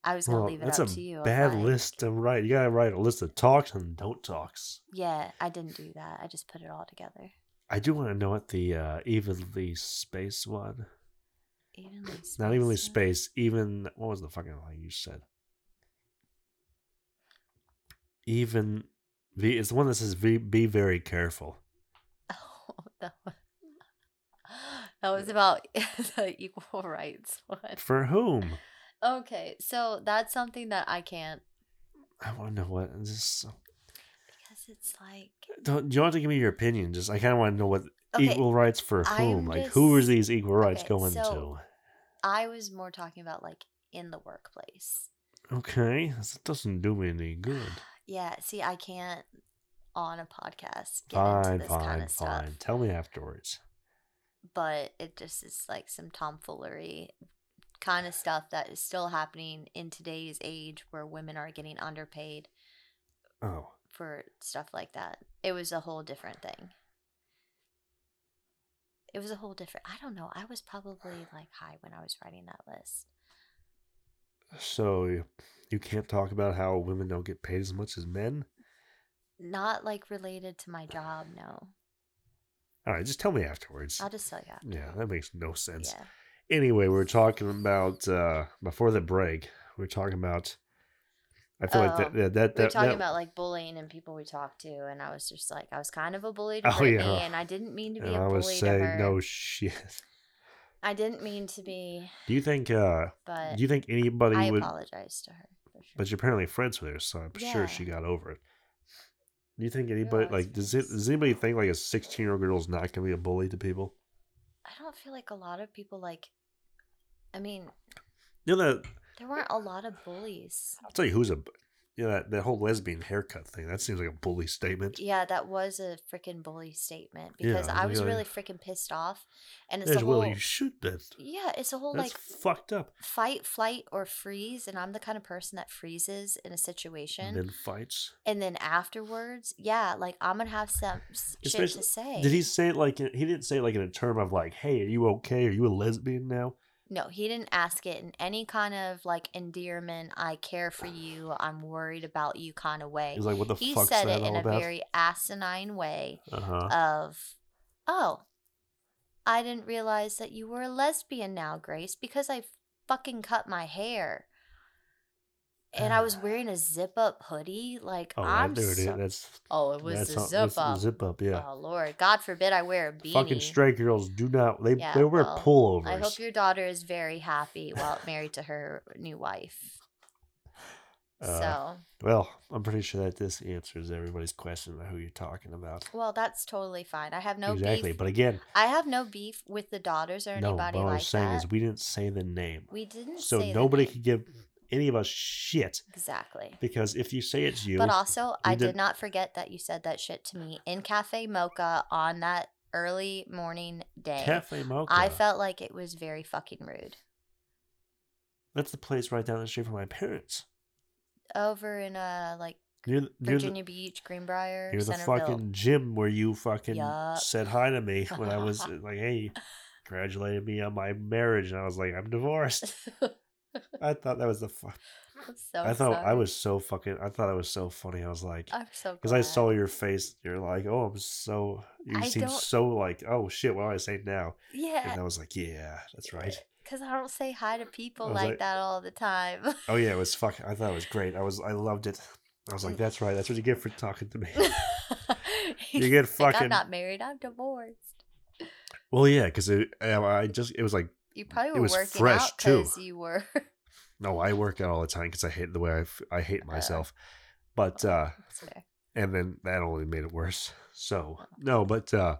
[SPEAKER 3] I was gonna
[SPEAKER 1] Well,
[SPEAKER 3] leave it
[SPEAKER 1] that's
[SPEAKER 3] up
[SPEAKER 1] a
[SPEAKER 3] to you. of,
[SPEAKER 1] bad
[SPEAKER 3] like-
[SPEAKER 1] list to write. You gotta write a list of talks and don't talks.
[SPEAKER 3] Yeah, I didn't do that. I just put it all together.
[SPEAKER 1] I do want to know what the uh, evenly space one,
[SPEAKER 3] Evenly
[SPEAKER 1] [LAUGHS] not evenly
[SPEAKER 3] spaced.
[SPEAKER 1] space, even what was the fucking line you said? Even the it's the one that says be, be very careful.
[SPEAKER 3] Oh, [LAUGHS] that was, that was about [LAUGHS] the equal rights one.
[SPEAKER 1] For whom?
[SPEAKER 3] Okay, so that's something that I can't
[SPEAKER 1] I want to know what this.
[SPEAKER 3] because it's like
[SPEAKER 1] Don't you don't have to give me your opinion? Just I kind of want to know what
[SPEAKER 3] okay.
[SPEAKER 1] equal rights for whom?
[SPEAKER 3] I'm
[SPEAKER 1] Like who are
[SPEAKER 3] just-
[SPEAKER 1] these equal rights
[SPEAKER 3] okay,
[SPEAKER 1] going
[SPEAKER 3] so- I was more talking about like in the workplace.
[SPEAKER 1] to? Okay, that doesn't do me any good.
[SPEAKER 3] Yeah, see, I can't on a podcast [SIGHS] get
[SPEAKER 1] Fine,
[SPEAKER 3] into this
[SPEAKER 1] fine,
[SPEAKER 3] kind
[SPEAKER 1] fine.
[SPEAKER 3] of stuff,
[SPEAKER 1] Tell me afterwards.
[SPEAKER 3] but it just is like some tomfoolery kind of stuff that is still happening in today's age where women are getting underpaid
[SPEAKER 1] Oh,
[SPEAKER 3] for stuff like that. It was a whole different thing. It was a whole different. I don't know. I was probably like high when I was writing that list.
[SPEAKER 1] so you- you can't talk about how women don't get paid as much as men?
[SPEAKER 3] Not like related to my job. No,
[SPEAKER 1] All right, just tell me afterwards.
[SPEAKER 3] I'll just tell you. after.
[SPEAKER 1] Yeah, that makes no sense.
[SPEAKER 3] Yeah.
[SPEAKER 1] Anyway, we were talking about uh before the break. We were talking about. I feel like
[SPEAKER 3] Oh,
[SPEAKER 1] that that that,
[SPEAKER 3] we were
[SPEAKER 1] that,
[SPEAKER 3] talking
[SPEAKER 1] that-
[SPEAKER 3] about like bullying and people we talked to, and I was just like, I was kind of a bully to
[SPEAKER 1] Oh, yeah.
[SPEAKER 3] Brittany, and I didn't mean to be
[SPEAKER 1] and
[SPEAKER 3] a
[SPEAKER 1] I
[SPEAKER 3] bully
[SPEAKER 1] was
[SPEAKER 3] to
[SPEAKER 1] saying
[SPEAKER 3] her.
[SPEAKER 1] no shit.
[SPEAKER 3] I didn't mean to be,
[SPEAKER 1] Do you think? uh
[SPEAKER 3] but
[SPEAKER 1] Do you think anybody
[SPEAKER 3] I
[SPEAKER 1] would?
[SPEAKER 3] apologize to her. For sure.
[SPEAKER 1] But you're apparently friends with her, so I'm
[SPEAKER 3] Yeah.
[SPEAKER 1] sure she got over it. Do you think anybody
[SPEAKER 3] always
[SPEAKER 1] like does it?
[SPEAKER 3] friends.
[SPEAKER 1] Does anybody think like a 16 year old girl is not gonna be a bully to people?
[SPEAKER 3] I don't feel like a lot of people like. I mean,
[SPEAKER 1] You know that
[SPEAKER 3] there weren't a lot of bullies.
[SPEAKER 1] I'll tell you who's a. You know that, that whole lesbian haircut thing. That seems like a bully statement.
[SPEAKER 3] Yeah, that was a freaking bully statement because
[SPEAKER 1] Yeah,
[SPEAKER 3] I was
[SPEAKER 1] really.
[SPEAKER 3] really freaking pissed off, and it's
[SPEAKER 1] As
[SPEAKER 3] a
[SPEAKER 1] well,
[SPEAKER 3] whole.
[SPEAKER 1] you should then.
[SPEAKER 3] yeah, it's a whole
[SPEAKER 1] That's
[SPEAKER 3] like
[SPEAKER 1] fucked up.
[SPEAKER 3] fight, flight, or freeze, and I'm the kind of person that freezes in a situation.
[SPEAKER 1] And then fights.
[SPEAKER 3] and then afterwards, yeah, like I'm gonna have some s- shit
[SPEAKER 1] Especially-
[SPEAKER 3] to say.
[SPEAKER 1] Did he say it like in- he didn't say it like in a term of like, "Hey, are you okay? Are you a lesbian now?"
[SPEAKER 3] No, he didn't ask it in any kind of like endearment. I care for you. I'm worried about you kind of way.
[SPEAKER 1] He's like, "What the
[SPEAKER 3] He
[SPEAKER 1] fuck's
[SPEAKER 3] said
[SPEAKER 1] that
[SPEAKER 3] it in
[SPEAKER 1] all
[SPEAKER 3] a
[SPEAKER 1] about?"
[SPEAKER 3] very asinine way
[SPEAKER 1] uh huh.
[SPEAKER 3] of, "Oh, I didn't realize that you were a lesbian now, Grace, because I fucking cut my hair." And I was
[SPEAKER 1] [SIGHS]
[SPEAKER 3] wearing a zip up hoodie. Like
[SPEAKER 1] Oh, that-
[SPEAKER 3] I'm
[SPEAKER 1] there it is.
[SPEAKER 3] so-
[SPEAKER 1] That's
[SPEAKER 3] Oh, it was
[SPEAKER 1] that's
[SPEAKER 3] a
[SPEAKER 1] on-
[SPEAKER 3] zip
[SPEAKER 1] that's the
[SPEAKER 3] up.
[SPEAKER 1] Zip up, yeah.
[SPEAKER 3] Oh Lord, God forbid I wear a beanie.
[SPEAKER 1] Fucking straight girls do not. They
[SPEAKER 3] Yeah,
[SPEAKER 1] they wear
[SPEAKER 3] well,
[SPEAKER 1] pullovers.
[SPEAKER 3] I hope your daughter is very happy while married to her new wife.
[SPEAKER 1] Uh,
[SPEAKER 3] so,
[SPEAKER 1] Well, I'm pretty sure that this answers everybody's question about who you're talking about.
[SPEAKER 3] well, that's totally fine. I have no
[SPEAKER 1] exactly,
[SPEAKER 3] beef.
[SPEAKER 1] but again,
[SPEAKER 3] I have no beef with the daughters or
[SPEAKER 1] no. But
[SPEAKER 3] anybody
[SPEAKER 1] what I'm
[SPEAKER 3] like
[SPEAKER 1] saying
[SPEAKER 3] that.
[SPEAKER 1] is we didn't say the name,
[SPEAKER 3] we didn't.
[SPEAKER 1] so
[SPEAKER 3] say the
[SPEAKER 1] nobody
[SPEAKER 3] name.
[SPEAKER 1] could give any of us shit
[SPEAKER 3] exactly.
[SPEAKER 1] because if you say it's you,
[SPEAKER 3] But also, I did
[SPEAKER 1] did-
[SPEAKER 3] not forget that you said that shit to me in Cafe Mocha on that early morning day.
[SPEAKER 1] Cafe Mocha.
[SPEAKER 3] I felt like it was very fucking rude.
[SPEAKER 1] that's the place right down the street from my parents.
[SPEAKER 3] Over in uh like
[SPEAKER 1] Near, the- near the,
[SPEAKER 3] Virginia Beach, Greenbrier,
[SPEAKER 1] near the
[SPEAKER 3] Centerville.
[SPEAKER 1] fucking gym where you fucking
[SPEAKER 3] Yup.
[SPEAKER 1] said hi to me when I
[SPEAKER 3] [LAUGHS]
[SPEAKER 1] was like, hey, congratulated me on my marriage. And I was like, I'm
[SPEAKER 3] [LAUGHS]
[SPEAKER 1] divorced. I thought that was the fu-
[SPEAKER 3] I'm [LAUGHS] so
[SPEAKER 1] I thought I
[SPEAKER 3] sorry.
[SPEAKER 1] was so fucking. I thought I was so funny. I was like,
[SPEAKER 3] I'm so
[SPEAKER 1] because I
[SPEAKER 3] glad.
[SPEAKER 1] saw your face. You're like, oh, I'm so. You
[SPEAKER 3] I
[SPEAKER 1] seem
[SPEAKER 3] don't-
[SPEAKER 1] so like, oh shit, what do I say now? And
[SPEAKER 3] Yeah,
[SPEAKER 1] I was like, yeah, that's right.
[SPEAKER 3] because I don't say hi to people
[SPEAKER 1] I was
[SPEAKER 3] like,
[SPEAKER 1] like-
[SPEAKER 3] that all the time. [LAUGHS]
[SPEAKER 1] Oh yeah, it was fucking. I thought it was great.
[SPEAKER 3] [SIGHS]
[SPEAKER 1] I was, I loved it. I was
[SPEAKER 3] Mm.
[SPEAKER 1] like, that's right. That's what you get for talking
[SPEAKER 3] [LAUGHS]
[SPEAKER 1] to me. You get
[SPEAKER 3] Like,
[SPEAKER 1] fucking.
[SPEAKER 3] I'm not married. I'm divorced.
[SPEAKER 1] well, yeah, because I just it was like,
[SPEAKER 3] You probably
[SPEAKER 1] It
[SPEAKER 3] were
[SPEAKER 1] was
[SPEAKER 3] working
[SPEAKER 1] fresh,
[SPEAKER 3] out
[SPEAKER 1] too.
[SPEAKER 3] because you were. [LAUGHS]
[SPEAKER 1] no, I work out all the time because I hate the way I, f- I hate
[SPEAKER 3] Uh.
[SPEAKER 1] myself. But uh
[SPEAKER 3] That's fair.
[SPEAKER 1] and then that only made it worse. So no, but uh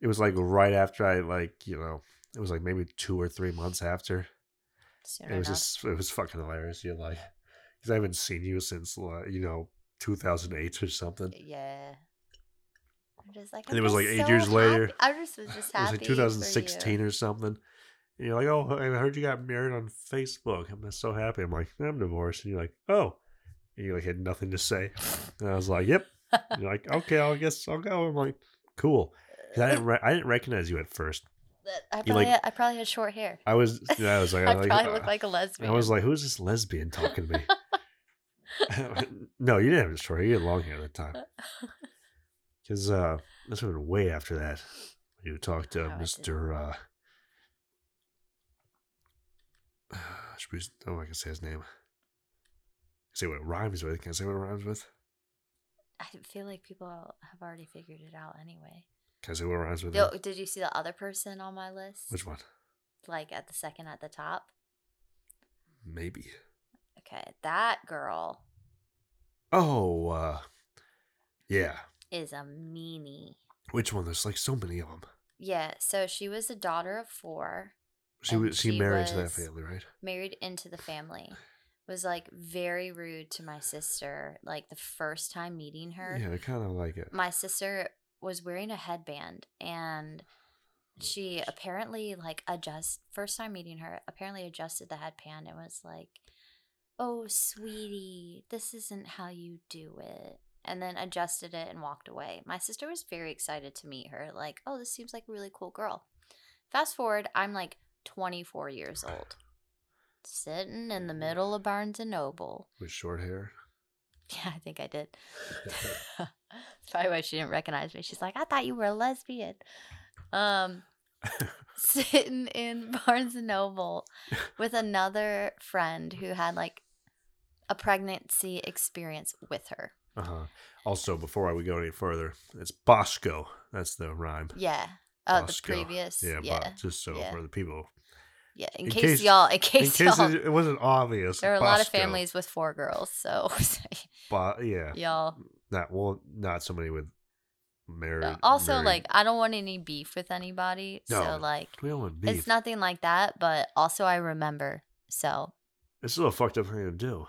[SPEAKER 1] it was like right after I like you know it was like maybe two or three months after
[SPEAKER 3] Soon
[SPEAKER 1] it was
[SPEAKER 3] enough.
[SPEAKER 1] just it was fucking hilarious. You're like because I haven't seen you since uh, you know 2008 or something.
[SPEAKER 3] yeah. I'm just like,
[SPEAKER 1] And it
[SPEAKER 3] I'm
[SPEAKER 1] was,
[SPEAKER 3] just
[SPEAKER 1] like, eight
[SPEAKER 3] so
[SPEAKER 1] years later.
[SPEAKER 3] happy- I just was just
[SPEAKER 1] it was
[SPEAKER 3] happy.
[SPEAKER 1] like
[SPEAKER 3] for you. [LAUGHS]
[SPEAKER 1] 2016 or something. And you're like, oh, I heard you got married on Facebook. I'm so happy. I'm like, I'm divorced. And you're like, oh. And you like had nothing to say. And I was like, yep. And you're like, okay, I guess I'll go. I'm like, cool. 'Cause I
[SPEAKER 3] [LAUGHS]
[SPEAKER 1] didn't, re- I didn't recognize you at first.
[SPEAKER 3] That- I
[SPEAKER 1] You,
[SPEAKER 3] probably,
[SPEAKER 1] like-
[SPEAKER 3] had, I probably had short hair.
[SPEAKER 1] I
[SPEAKER 3] [LAUGHS]
[SPEAKER 1] was, you know, I was like,
[SPEAKER 3] I
[SPEAKER 1] I, like,
[SPEAKER 3] probably look
[SPEAKER 1] uh,
[SPEAKER 3] like a lesbian.
[SPEAKER 1] I was like, who's this lesbian talking
[SPEAKER 3] [LAUGHS]
[SPEAKER 1] to me? [LAUGHS] no, you didn't have a short hair. You had long hair at the time.
[SPEAKER 3] [LAUGHS]
[SPEAKER 1] Because uh, this went way after that. You talked to
[SPEAKER 3] Oh, I
[SPEAKER 1] Mr. Uh, [SIGHS] I should be- oh, I can say his name. Say what it rhymes with. Can I say what it rhymes with?
[SPEAKER 3] I feel like people have already figured it out anyway.
[SPEAKER 1] Can I say what it rhymes with?
[SPEAKER 3] Yo, did you see the other person on my list?
[SPEAKER 1] Which one?
[SPEAKER 3] Like at the second at the top.
[SPEAKER 1] Maybe.
[SPEAKER 3] Okay, that girl
[SPEAKER 1] Oh, uh, yeah.
[SPEAKER 3] is a meanie.
[SPEAKER 1] Which one? There's like so many of them.
[SPEAKER 3] Yeah, so she was a daughter of four,
[SPEAKER 1] She
[SPEAKER 3] And
[SPEAKER 1] was she
[SPEAKER 3] she
[SPEAKER 1] married to that
[SPEAKER 3] was-
[SPEAKER 1] family, right?
[SPEAKER 3] married into the family. Was like very rude to my sister, like the first time meeting her.
[SPEAKER 1] Yeah, they're kind of like it.
[SPEAKER 3] My sister was wearing a headband and she apparently like adjust first time meeting her apparently adjusted the headband and was like oh sweetie this isn't how you do it and then adjusted it and walked away my sister was very excited to meet her like oh this seems like a really cool girl fast forward i'm like 24 years old sitting in the middle of barnes and noble [LAUGHS]
[SPEAKER 1] with short hair.
[SPEAKER 3] yeah i think i did [LAUGHS] That's probably why she didn't recognize me. She's like, I thought you were a lesbian.
[SPEAKER 1] [LAUGHS]
[SPEAKER 3] Um, sitting in [LAUGHS] Barnes and Noble with another friend who had like a pregnancy experience with her.
[SPEAKER 1] Uh huh. Also, before I would go any further, it's Bosco. That's the rhyme.
[SPEAKER 3] Yeah. Oh, the
[SPEAKER 1] Bosco.
[SPEAKER 3] previous.
[SPEAKER 1] Yeah,
[SPEAKER 3] Yeah.
[SPEAKER 1] Bo-
[SPEAKER 3] Yeah.
[SPEAKER 1] just so
[SPEAKER 3] yeah.
[SPEAKER 1] for the people,
[SPEAKER 3] [LAUGHS] In,
[SPEAKER 1] in
[SPEAKER 3] case,
[SPEAKER 1] case-
[SPEAKER 3] y'all, in
[SPEAKER 1] in
[SPEAKER 3] case,
[SPEAKER 1] case
[SPEAKER 3] y'all,
[SPEAKER 1] it, it wasn't obvious,
[SPEAKER 3] there are a lot of
[SPEAKER 1] Bosco.
[SPEAKER 3] families with four girls. So, [LAUGHS]
[SPEAKER 1] Bo- yeah,
[SPEAKER 3] y'all.
[SPEAKER 1] not well, not somebody with married.
[SPEAKER 3] Uh, Also,
[SPEAKER 1] married-
[SPEAKER 3] like, I don't want any beef with anybody.
[SPEAKER 1] No,
[SPEAKER 3] so, like,
[SPEAKER 1] we don't want beef.
[SPEAKER 3] it's
[SPEAKER 1] It's, not,
[SPEAKER 3] nothing like that. But also, I remember. So,
[SPEAKER 1] it's still a fucked up thing to do.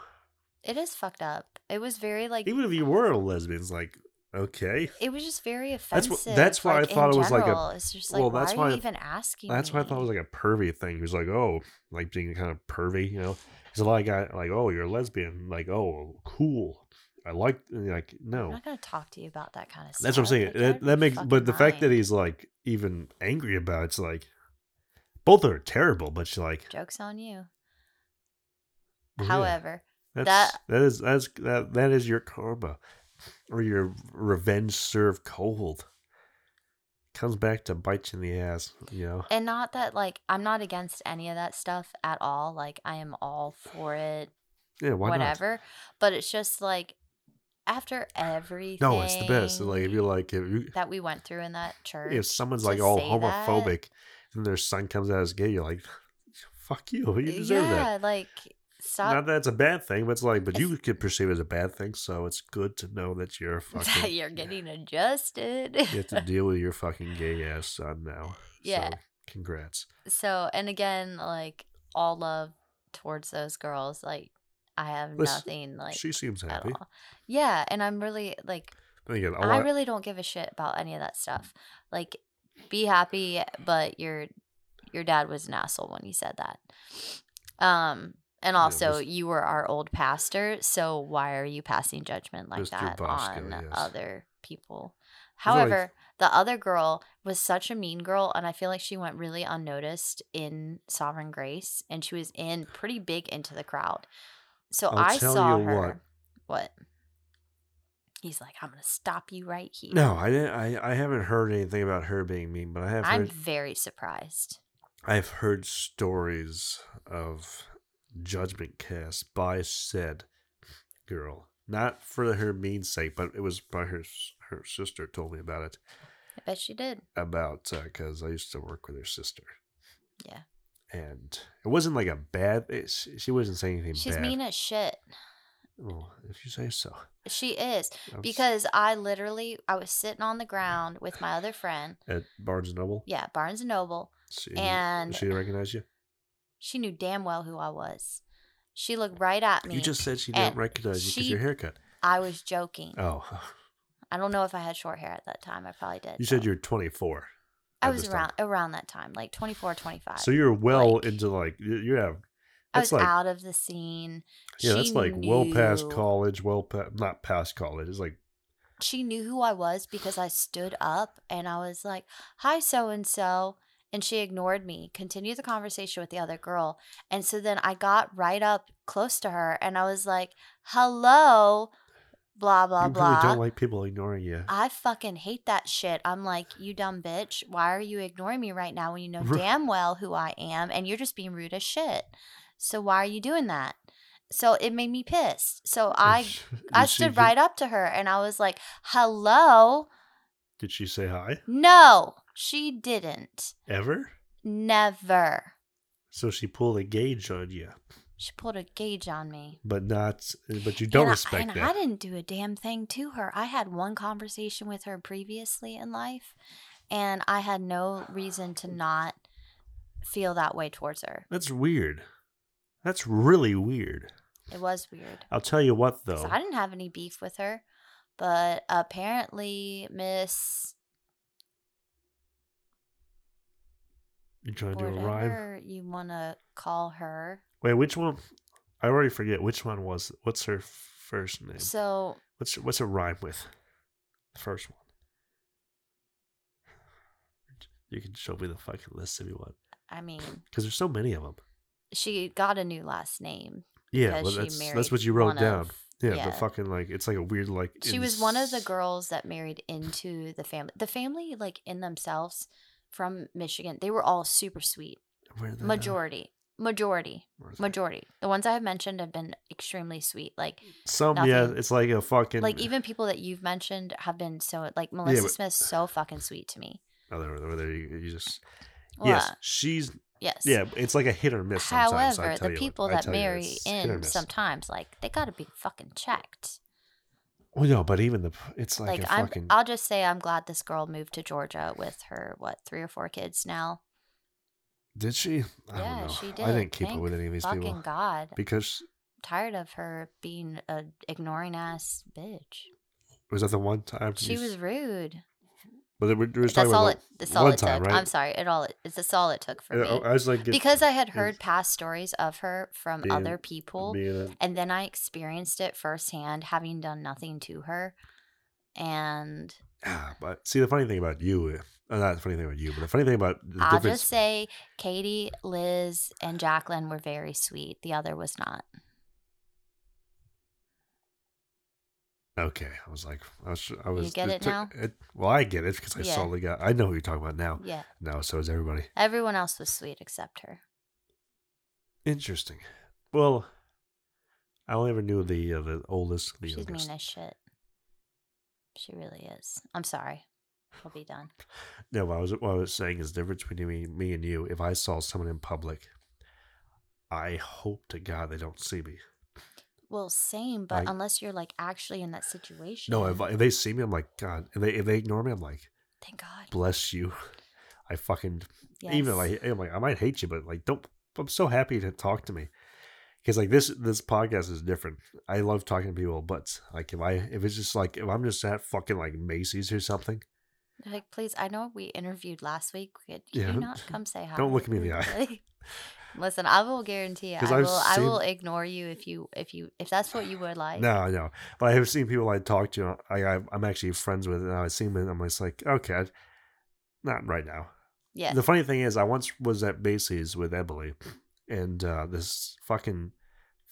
[SPEAKER 3] It is fucked up. It was very like
[SPEAKER 1] Even if you were a lesbian, it's like okay.
[SPEAKER 3] it was just very
[SPEAKER 1] That's
[SPEAKER 3] offensive.
[SPEAKER 1] wh- that's why I
[SPEAKER 3] like, in
[SPEAKER 1] thought it was like a-
[SPEAKER 3] general. It's just like
[SPEAKER 1] well,
[SPEAKER 3] why
[SPEAKER 1] that's
[SPEAKER 3] are
[SPEAKER 1] why-
[SPEAKER 3] you even asking?
[SPEAKER 1] That's why I thought it was like a pervy thing. He was like, oh, like being kind of pervy, you know? Because a lot of guys like, oh, you're a lesbian. Like, oh, cool. I like, and you're like,
[SPEAKER 3] I'm
[SPEAKER 1] no.
[SPEAKER 3] not gonna talk to you about that kind of stuff.
[SPEAKER 1] That's what I'm saying.
[SPEAKER 3] Like, out
[SPEAKER 1] That,
[SPEAKER 3] of
[SPEAKER 1] that
[SPEAKER 3] your
[SPEAKER 1] makes, but
[SPEAKER 3] fucking
[SPEAKER 1] the fact that
[SPEAKER 3] mind.
[SPEAKER 1] he's like even angry about it, it's like, both are terrible, but you're like,
[SPEAKER 3] jokes on you.
[SPEAKER 1] Oh, yeah,
[SPEAKER 3] However,
[SPEAKER 1] that's,
[SPEAKER 3] that-
[SPEAKER 1] that is, that's, that, that is your karma or your revenge served cold. Comes back to bite you in the ass, you know?
[SPEAKER 3] and not that like I'm not against any of that stuff at all. Like I am all for it,
[SPEAKER 1] Yeah, why not?
[SPEAKER 3] whatever. But it's just like after everything.
[SPEAKER 1] No, it's the best. Like, if you're like, if you,
[SPEAKER 3] that we went through in that church.
[SPEAKER 1] if someone's
[SPEAKER 3] to
[SPEAKER 1] like all
[SPEAKER 3] say that.
[SPEAKER 1] homophobic and their son comes out as gay, you're like, [LAUGHS] fuck you. You deserve
[SPEAKER 3] yeah,
[SPEAKER 1] that.
[SPEAKER 3] like stop.
[SPEAKER 1] Not that it's a bad thing, but it's like, but you could perceive it as a bad thing. So it's good to know that you're a fucking.
[SPEAKER 3] [LAUGHS] [LAUGHS]
[SPEAKER 1] [LAUGHS]
[SPEAKER 3] that you're getting adjusted.
[SPEAKER 1] You
[SPEAKER 3] [LAUGHS]
[SPEAKER 1] have to deal with your fucking gay ass son now.
[SPEAKER 3] Yeah.
[SPEAKER 1] So congrats.
[SPEAKER 3] so, and again, like all love towards those girls. Like I have
[SPEAKER 1] Listen,
[SPEAKER 3] nothing like
[SPEAKER 1] she seems
[SPEAKER 3] at
[SPEAKER 1] happy.
[SPEAKER 3] all. Yeah, and I'm really like
[SPEAKER 1] Then again, a
[SPEAKER 3] I
[SPEAKER 1] lot-
[SPEAKER 3] really don't give a shit about any of that stuff. Like, be happy, but your your dad was an asshole when he said that. Um. And
[SPEAKER 1] Yeah,
[SPEAKER 3] also,
[SPEAKER 1] Mis-
[SPEAKER 3] you were our old pastor, so why are you passing judgment like
[SPEAKER 1] Mr.
[SPEAKER 3] that
[SPEAKER 1] Bosco,
[SPEAKER 3] on
[SPEAKER 1] yes.
[SPEAKER 3] other people?
[SPEAKER 1] There's always-
[SPEAKER 3] However, the other girl was such a mean girl, and I feel like she went really unnoticed in Sovereign Grace, and she was in pretty big into the crowd. So
[SPEAKER 1] I'll
[SPEAKER 3] i
[SPEAKER 1] tell
[SPEAKER 3] saw
[SPEAKER 1] you what.
[SPEAKER 3] her. What? He's like, I'm gonna stop you right here.
[SPEAKER 1] no, I, didn't, I I haven't heard anything about her being mean, but I have
[SPEAKER 3] I'm
[SPEAKER 1] heard
[SPEAKER 3] very surprised.
[SPEAKER 1] I've heard stories of judgment cast by said girl. Not for her mean sake, but it was by her her sister told me about it.
[SPEAKER 3] I bet she did.
[SPEAKER 1] About because I used to work with her sister.
[SPEAKER 3] Yeah.
[SPEAKER 1] And it wasn't like a bad. It, she she wasn't saying anything
[SPEAKER 3] She's
[SPEAKER 1] bad.
[SPEAKER 3] mean as shit.
[SPEAKER 1] Well, if you say so.
[SPEAKER 3] She is
[SPEAKER 1] I was
[SPEAKER 3] because I literally I was sitting on the ground with my other friend.
[SPEAKER 1] at Barnes and Noble,
[SPEAKER 3] Yeah, Barnes and Noble.
[SPEAKER 1] she,
[SPEAKER 3] and-
[SPEAKER 1] she recognized you.
[SPEAKER 3] She knew damn well who I was. She looked right at me.
[SPEAKER 1] You just said she
[SPEAKER 3] and
[SPEAKER 1] didn't recognize you because
[SPEAKER 3] she-
[SPEAKER 1] your haircut.
[SPEAKER 3] I was joking.
[SPEAKER 1] Oh, [LAUGHS]
[SPEAKER 3] I don't know if I had short hair at that time. I probably did.
[SPEAKER 1] you said
[SPEAKER 3] though.
[SPEAKER 1] you were 24.
[SPEAKER 3] I
[SPEAKER 1] at
[SPEAKER 3] was
[SPEAKER 1] this time.
[SPEAKER 3] around around that time, like 24, 25.
[SPEAKER 1] So you're well
[SPEAKER 3] like-
[SPEAKER 1] into like you you have.
[SPEAKER 3] I
[SPEAKER 1] That's
[SPEAKER 3] was
[SPEAKER 1] like
[SPEAKER 3] out of the scene.
[SPEAKER 1] yeah, that's
[SPEAKER 3] She
[SPEAKER 1] like well past
[SPEAKER 3] knew-
[SPEAKER 1] college, well pa- not past college. It's like
[SPEAKER 3] She knew who I was because I stood up and I was like, "Hi, so and so," and she ignored me. Continued the conversation with the other girl, and so then I got right up close to her and I was like, "Hello," blah blah
[SPEAKER 1] you
[SPEAKER 3] blah.
[SPEAKER 1] really don't like people ignoring you.
[SPEAKER 3] I fucking hate that shit. I'm like, you dumb bitch. Why are you ignoring me right now when you know
[SPEAKER 1] Right.
[SPEAKER 3] damn well who I am and you're just being rude as shit? So why are you doing that? So it made me pissed. So
[SPEAKER 1] [LAUGHS]
[SPEAKER 3] I I stood right up to her and I was like, "Hello."
[SPEAKER 1] Did she say hi
[SPEAKER 3] No, she didn't.
[SPEAKER 1] ever?
[SPEAKER 3] Never.
[SPEAKER 1] So she pulled a gauge on you,
[SPEAKER 3] She pulled a gauge on me.
[SPEAKER 1] but not. But you don't
[SPEAKER 3] and I,
[SPEAKER 1] respect
[SPEAKER 3] and
[SPEAKER 1] that.
[SPEAKER 3] I didn't do a damn thing to her. I had one conversation with her previously in life, and I had no reason to not feel that way towards her.
[SPEAKER 1] That's weird. That's really weird.
[SPEAKER 3] It was weird.
[SPEAKER 1] I'll tell you what though.
[SPEAKER 3] So I didn't have any beef with her, but apparently Miss
[SPEAKER 1] You trying to do a rhyme?
[SPEAKER 3] Whatever you want to call her.
[SPEAKER 1] Wait, which one? I already forget which one was. What's her first name?
[SPEAKER 3] So
[SPEAKER 1] What's what's it rhyme with? The first one. You can show me the fucking list if you want,
[SPEAKER 3] I mean,
[SPEAKER 1] because there's so many of them.
[SPEAKER 3] she got a new last name.
[SPEAKER 1] Yeah,
[SPEAKER 3] because
[SPEAKER 1] well,
[SPEAKER 3] she
[SPEAKER 1] that's that's
[SPEAKER 3] married
[SPEAKER 1] what you wrote
[SPEAKER 3] one of-
[SPEAKER 1] down. yeah, the
[SPEAKER 3] yeah.
[SPEAKER 1] fucking like it's like a weird like.
[SPEAKER 3] She was one of the
[SPEAKER 1] ins-
[SPEAKER 3] girls that married into the family. The family, like in themselves, from Michigan, they were all super sweet.
[SPEAKER 1] Where the-
[SPEAKER 3] Majority, majority,
[SPEAKER 1] where the-
[SPEAKER 3] majority. The ones I have mentioned have been extremely sweet. Like,
[SPEAKER 1] Some yeah,
[SPEAKER 3] nothing.
[SPEAKER 1] it's like a fucking
[SPEAKER 3] like even people that you've mentioned have been so like Melissa
[SPEAKER 1] but-
[SPEAKER 3] Smith's so fucking sweet to me.
[SPEAKER 1] Oh, there, there, there, you, you just
[SPEAKER 3] Well,
[SPEAKER 1] yes,
[SPEAKER 3] uh,
[SPEAKER 1] she's
[SPEAKER 3] yes.
[SPEAKER 1] yeah, it's like a hit or miss. sometimes, I
[SPEAKER 3] However,
[SPEAKER 1] tell
[SPEAKER 3] the
[SPEAKER 1] you what.
[SPEAKER 3] people
[SPEAKER 1] I
[SPEAKER 3] that
[SPEAKER 1] tell you,
[SPEAKER 3] marry
[SPEAKER 1] it's hit or
[SPEAKER 3] in
[SPEAKER 1] miss.
[SPEAKER 3] sometimes, like they got to be fucking checked.
[SPEAKER 1] Well, no, but even the it's like,
[SPEAKER 3] Like
[SPEAKER 1] a
[SPEAKER 3] I'm,
[SPEAKER 1] fucking
[SPEAKER 3] I'll just say I'm glad this girl moved to Georgia with her what three or four kids now.
[SPEAKER 1] did she? I
[SPEAKER 3] Yeah,
[SPEAKER 1] don't know.
[SPEAKER 3] she
[SPEAKER 1] I
[SPEAKER 3] did.
[SPEAKER 1] didn't keep up
[SPEAKER 3] Thank
[SPEAKER 1] with any of these
[SPEAKER 3] Fucking
[SPEAKER 1] people
[SPEAKER 3] God, I'm
[SPEAKER 1] because
[SPEAKER 3] tired of her being a ignoring ass bitch.
[SPEAKER 1] was that the one time
[SPEAKER 3] She
[SPEAKER 1] you-
[SPEAKER 3] was rude.
[SPEAKER 1] But they were, they were just
[SPEAKER 3] That's
[SPEAKER 1] talking
[SPEAKER 3] all
[SPEAKER 1] about
[SPEAKER 3] it. That's all
[SPEAKER 1] one
[SPEAKER 3] it
[SPEAKER 1] time,
[SPEAKER 3] took.
[SPEAKER 1] right?
[SPEAKER 3] I'm sorry. It all. It's that's all it took for
[SPEAKER 1] the-
[SPEAKER 3] me.
[SPEAKER 1] I was like, get-
[SPEAKER 3] because I had
[SPEAKER 1] is-
[SPEAKER 3] heard past stories of her from
[SPEAKER 1] Being-
[SPEAKER 3] other people,
[SPEAKER 1] being a-
[SPEAKER 3] and then I experienced it firsthand, having done nothing to her. And
[SPEAKER 1] ah, but see, the funny thing about you, uh, not the funny thing about you, but the funny thing about the
[SPEAKER 3] I'll
[SPEAKER 1] difference.
[SPEAKER 3] just say Katie, Liz, and Jacqueline were very sweet. The other was not.
[SPEAKER 1] okay, I was like, I was, I was.
[SPEAKER 3] get it
[SPEAKER 1] took-
[SPEAKER 3] now?
[SPEAKER 1] well, I get it because I
[SPEAKER 3] Yeah.
[SPEAKER 1] saw the guy. I know who you're talking about now.
[SPEAKER 3] Yeah.
[SPEAKER 1] No, so is everybody.
[SPEAKER 3] Everyone else was sweet except her.
[SPEAKER 1] Interesting. Well, I only ever knew the uh, the oldest, the
[SPEAKER 3] She's
[SPEAKER 1] youngest.
[SPEAKER 3] mean as shit. She really is. I'm sorry. We'll be done.
[SPEAKER 1] No, what I was what I was saying is the difference between me, me and you. If I saw someone in public, I hope to God they don't see me.
[SPEAKER 3] Well, same, but
[SPEAKER 1] Like-
[SPEAKER 3] unless you're like actually in that situation.
[SPEAKER 1] No, if, if they see me, I'm like God. If they if they ignore me, I'm like
[SPEAKER 3] thank God.
[SPEAKER 1] bless you. [LAUGHS] I fucking
[SPEAKER 3] Yes.
[SPEAKER 1] even like I'm like I might hate you, but like don't. I'm so happy to talk to me because like this this podcast is different. I love talking to people, but like if I if it's just like if I'm just at fucking like Macy's or something,
[SPEAKER 3] Like, please, I know we interviewed last week. Could
[SPEAKER 1] Yeah.
[SPEAKER 3] you not come say
[SPEAKER 1] [LAUGHS]
[SPEAKER 3] hi?
[SPEAKER 1] Don't look me in the eye.
[SPEAKER 3] [LAUGHS] Like, Listen, I will guarantee I
[SPEAKER 1] 'Cause
[SPEAKER 3] will
[SPEAKER 1] I've
[SPEAKER 3] I
[SPEAKER 1] seen-
[SPEAKER 3] will ignore you if you if you if that's what you would like.
[SPEAKER 1] No, no. But I have seen people I talk to. I, I I'm actually friends with, and I see them, and I'm just like, okay, I- not right now.
[SPEAKER 3] Yeah. [LAUGHS]
[SPEAKER 1] The funny thing is, I once was at Macy's with Emily, and uh, this fucking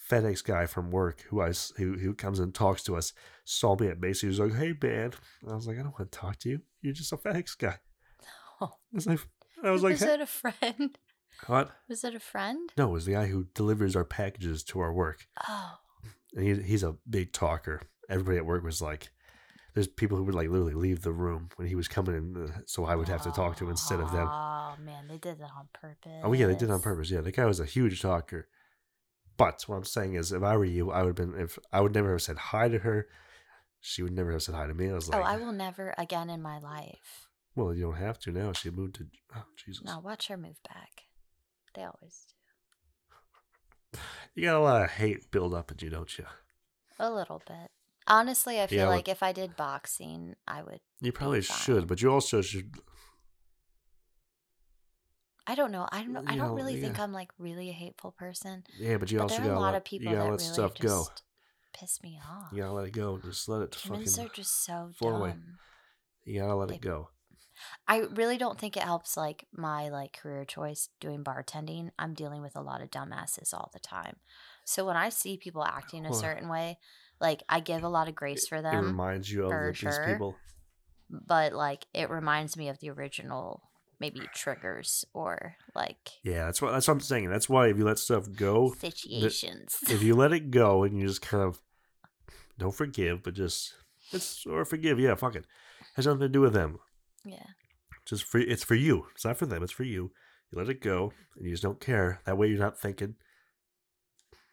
[SPEAKER 1] FedEx guy from work who I s- who who comes and talks to us saw me at Macy's. He was like, hey man, and I was like, I don't want to talk to you. You're just a FedEx guy. [LAUGHS] I was like, I was like,
[SPEAKER 3] was
[SPEAKER 1] hey,
[SPEAKER 3] it a friend? [LAUGHS]
[SPEAKER 1] what?
[SPEAKER 3] Was it a friend?
[SPEAKER 1] No, it was the guy who delivers our packages to our work.
[SPEAKER 3] Oh,
[SPEAKER 1] and he's he's a big talker. Everybody at work was like, there's people who would like literally leave the room when he was coming in, uh, so I would have to talk to him instead of them.
[SPEAKER 3] Oh man, they did that on purpose.
[SPEAKER 1] Oh yeah, they did it on purpose. Yeah, the guy was a huge talker. But what I'm saying is, if I were you, I would have been. If I would never have said hi to her, she would never have said hi to me. I was like,
[SPEAKER 3] oh, I will never again in my life.
[SPEAKER 1] well, you don't have to now. She moved to. Oh Jesus,
[SPEAKER 3] Now watch her move back. They always
[SPEAKER 1] you got a lot of hate build up in you, don't you?
[SPEAKER 3] do. A little bit. Honestly, I feel
[SPEAKER 1] Yeah, well-
[SPEAKER 3] like if I did boxing, I would
[SPEAKER 1] You probably
[SPEAKER 3] fine.
[SPEAKER 1] should, but you also should.
[SPEAKER 3] I don't know. I don't know. I
[SPEAKER 1] You
[SPEAKER 3] don't
[SPEAKER 1] know,
[SPEAKER 3] really think
[SPEAKER 1] yeah.
[SPEAKER 3] I'm like really a hateful person.
[SPEAKER 1] Yeah, but you
[SPEAKER 3] but
[SPEAKER 1] also
[SPEAKER 3] there are
[SPEAKER 1] got
[SPEAKER 3] a lot
[SPEAKER 1] let,
[SPEAKER 3] of people
[SPEAKER 1] you
[SPEAKER 3] that
[SPEAKER 1] gotta
[SPEAKER 3] really
[SPEAKER 1] let stuff
[SPEAKER 3] just
[SPEAKER 1] go.
[SPEAKER 3] piss me off.
[SPEAKER 1] You gotta let it go. Just let it
[SPEAKER 3] Humans
[SPEAKER 1] fucking.
[SPEAKER 3] are just so
[SPEAKER 1] flow away.
[SPEAKER 3] dumb.
[SPEAKER 1] You gotta let
[SPEAKER 3] They-
[SPEAKER 1] it go.
[SPEAKER 3] I really don't think it helps like my like career choice doing bartending. I'm dealing with a lot of dumbasses all the time. So when I see people acting a
[SPEAKER 1] Well,
[SPEAKER 3] certain way, like I give a lot of grace for
[SPEAKER 1] It
[SPEAKER 3] them,
[SPEAKER 1] reminds you of
[SPEAKER 3] for
[SPEAKER 1] the,
[SPEAKER 3] sure.
[SPEAKER 1] these people.
[SPEAKER 3] but like it reminds me of the original maybe triggers or like
[SPEAKER 1] Yeah, that's what that's what I'm saying. That's why if you let stuff go,
[SPEAKER 3] situations.
[SPEAKER 1] if you let it go and you just kind of don't forgive, but just it's or forgive, yeah, fuck it. Has nothing to do with them.
[SPEAKER 3] yeah.
[SPEAKER 1] Just for it's for you. It's not for them, it's for you. You let it go and you just don't care. That way you're not thinking.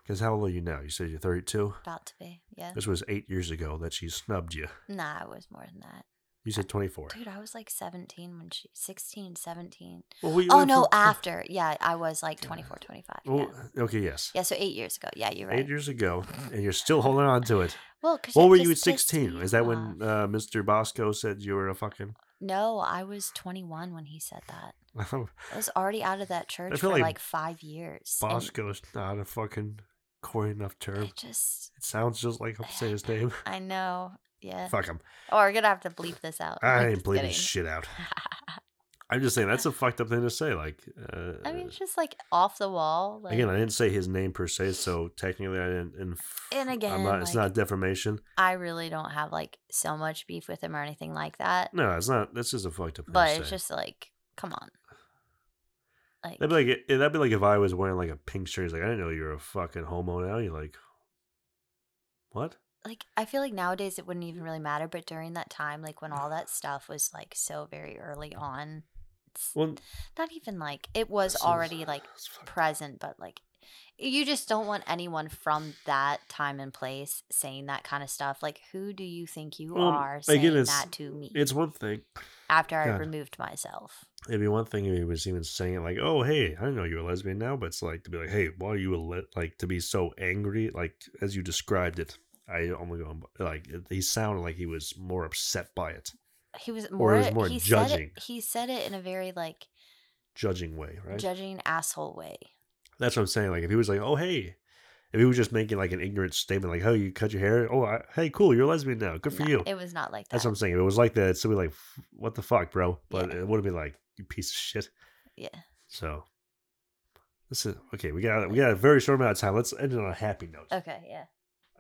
[SPEAKER 1] Because how old are you now? You said you're 32.
[SPEAKER 3] About to be. Yeah.
[SPEAKER 1] This was eight years ago that she snubbed you.
[SPEAKER 3] Nah, it was more than that.
[SPEAKER 1] You said 24.
[SPEAKER 3] Dude, I was like 17 when she 16, 17.
[SPEAKER 1] Well, we
[SPEAKER 3] Oh
[SPEAKER 1] went
[SPEAKER 3] no,
[SPEAKER 1] from-
[SPEAKER 3] after. Yeah, I was like 24, 25.
[SPEAKER 1] Well,
[SPEAKER 3] yeah.
[SPEAKER 1] okay, yes.
[SPEAKER 3] yeah, so 8 years ago. Yeah, you're right.
[SPEAKER 1] Oh, Eight years
[SPEAKER 3] [CLEARS THROAT]
[SPEAKER 1] ago, and you're still holding on to it.
[SPEAKER 3] Well, 'cause
[SPEAKER 1] What
[SPEAKER 3] it
[SPEAKER 1] were you at
[SPEAKER 3] just pissed
[SPEAKER 1] 16?
[SPEAKER 3] me
[SPEAKER 1] Is that when
[SPEAKER 3] off.
[SPEAKER 1] uh, Mr. Bosco said you were a fucking. [LAUGHS]
[SPEAKER 3] No, I was 21 when he said that. I was already out of that church
[SPEAKER 1] feel
[SPEAKER 3] for
[SPEAKER 1] like
[SPEAKER 3] like, five years. and
[SPEAKER 1] Bosco's not a fucking coy enough term.
[SPEAKER 3] I just,
[SPEAKER 1] It sounds just like I'm saying his
[SPEAKER 3] [LAUGHS]
[SPEAKER 1] name.
[SPEAKER 3] I know. Yeah.
[SPEAKER 1] Fuck him.
[SPEAKER 3] Oh, we're going to have to bleep this out. I'm
[SPEAKER 1] I ain't
[SPEAKER 3] just
[SPEAKER 1] bleeping
[SPEAKER 3] kidding.
[SPEAKER 1] shit
[SPEAKER 3] [LAUGHS]
[SPEAKER 1] out. I'm just saying that's a fucked up thing to say. Like, uh,
[SPEAKER 3] I mean, it's just like off the wall. Like,
[SPEAKER 1] again, I didn't say his name per se, so technically I didn't. Inf-
[SPEAKER 3] And
[SPEAKER 1] I'm
[SPEAKER 3] again,
[SPEAKER 1] not, it's
[SPEAKER 3] like-
[SPEAKER 1] not defamation.
[SPEAKER 3] I really don't have like so much beef with him or anything like that.
[SPEAKER 1] No, it's not. That's just a fucked up. thing to
[SPEAKER 3] but it's
[SPEAKER 1] say.
[SPEAKER 3] just like, come on. Like,
[SPEAKER 1] That'd be like it- that'd be like if I was wearing like a pink shirt. He's like, I didn't know you were a fucking homo. Now you're like, what?
[SPEAKER 3] like I feel like nowadays it wouldn't even really matter, but during that time, like when all that stuff was like so very early on, it's
[SPEAKER 1] Well,
[SPEAKER 3] not even like it was
[SPEAKER 1] this is-
[SPEAKER 3] already like
[SPEAKER 1] it's fucked
[SPEAKER 3] present, but like you just don't want anyone from that time and place saying that kind of stuff. Like, who do you think you
[SPEAKER 1] Well,
[SPEAKER 3] are
[SPEAKER 1] again,
[SPEAKER 3] saying
[SPEAKER 1] it's-
[SPEAKER 3] that to me
[SPEAKER 1] It's one thing.
[SPEAKER 3] after I
[SPEAKER 1] God.
[SPEAKER 3] removed myself?
[SPEAKER 1] It'd be one thing if he was even saying it like, "Oh, hey, I didn't know you were a lesbian." Now, but it's like to be like, "Hey, why are you a le-? like to be so angry?" Like as you described it, I only go like it- he sounded like he was more upset by it,
[SPEAKER 3] He was
[SPEAKER 1] Or
[SPEAKER 3] more,
[SPEAKER 1] it was more
[SPEAKER 3] he
[SPEAKER 1] judging.
[SPEAKER 3] Said it, he said it in a very like
[SPEAKER 1] judging way, right?
[SPEAKER 3] judging asshole way.
[SPEAKER 1] That's what I'm saying. Like if he was like, "Oh, hey," if he was just making like an ignorant statement, like, "Oh, you cut your hair? Oh, I, hey, cool, you're a lesbian now. Good for
[SPEAKER 3] No,
[SPEAKER 1] you."
[SPEAKER 3] It was not like that.
[SPEAKER 1] That's what I'm saying. If it was like that, somebody like, "What the fuck, bro?" But
[SPEAKER 3] Yeah.
[SPEAKER 1] it would have been like, "You piece of shit."
[SPEAKER 3] yeah.
[SPEAKER 1] So this is okay. We got we got a very short amount of time. Let's end it on a happy note.
[SPEAKER 3] Okay. Yeah.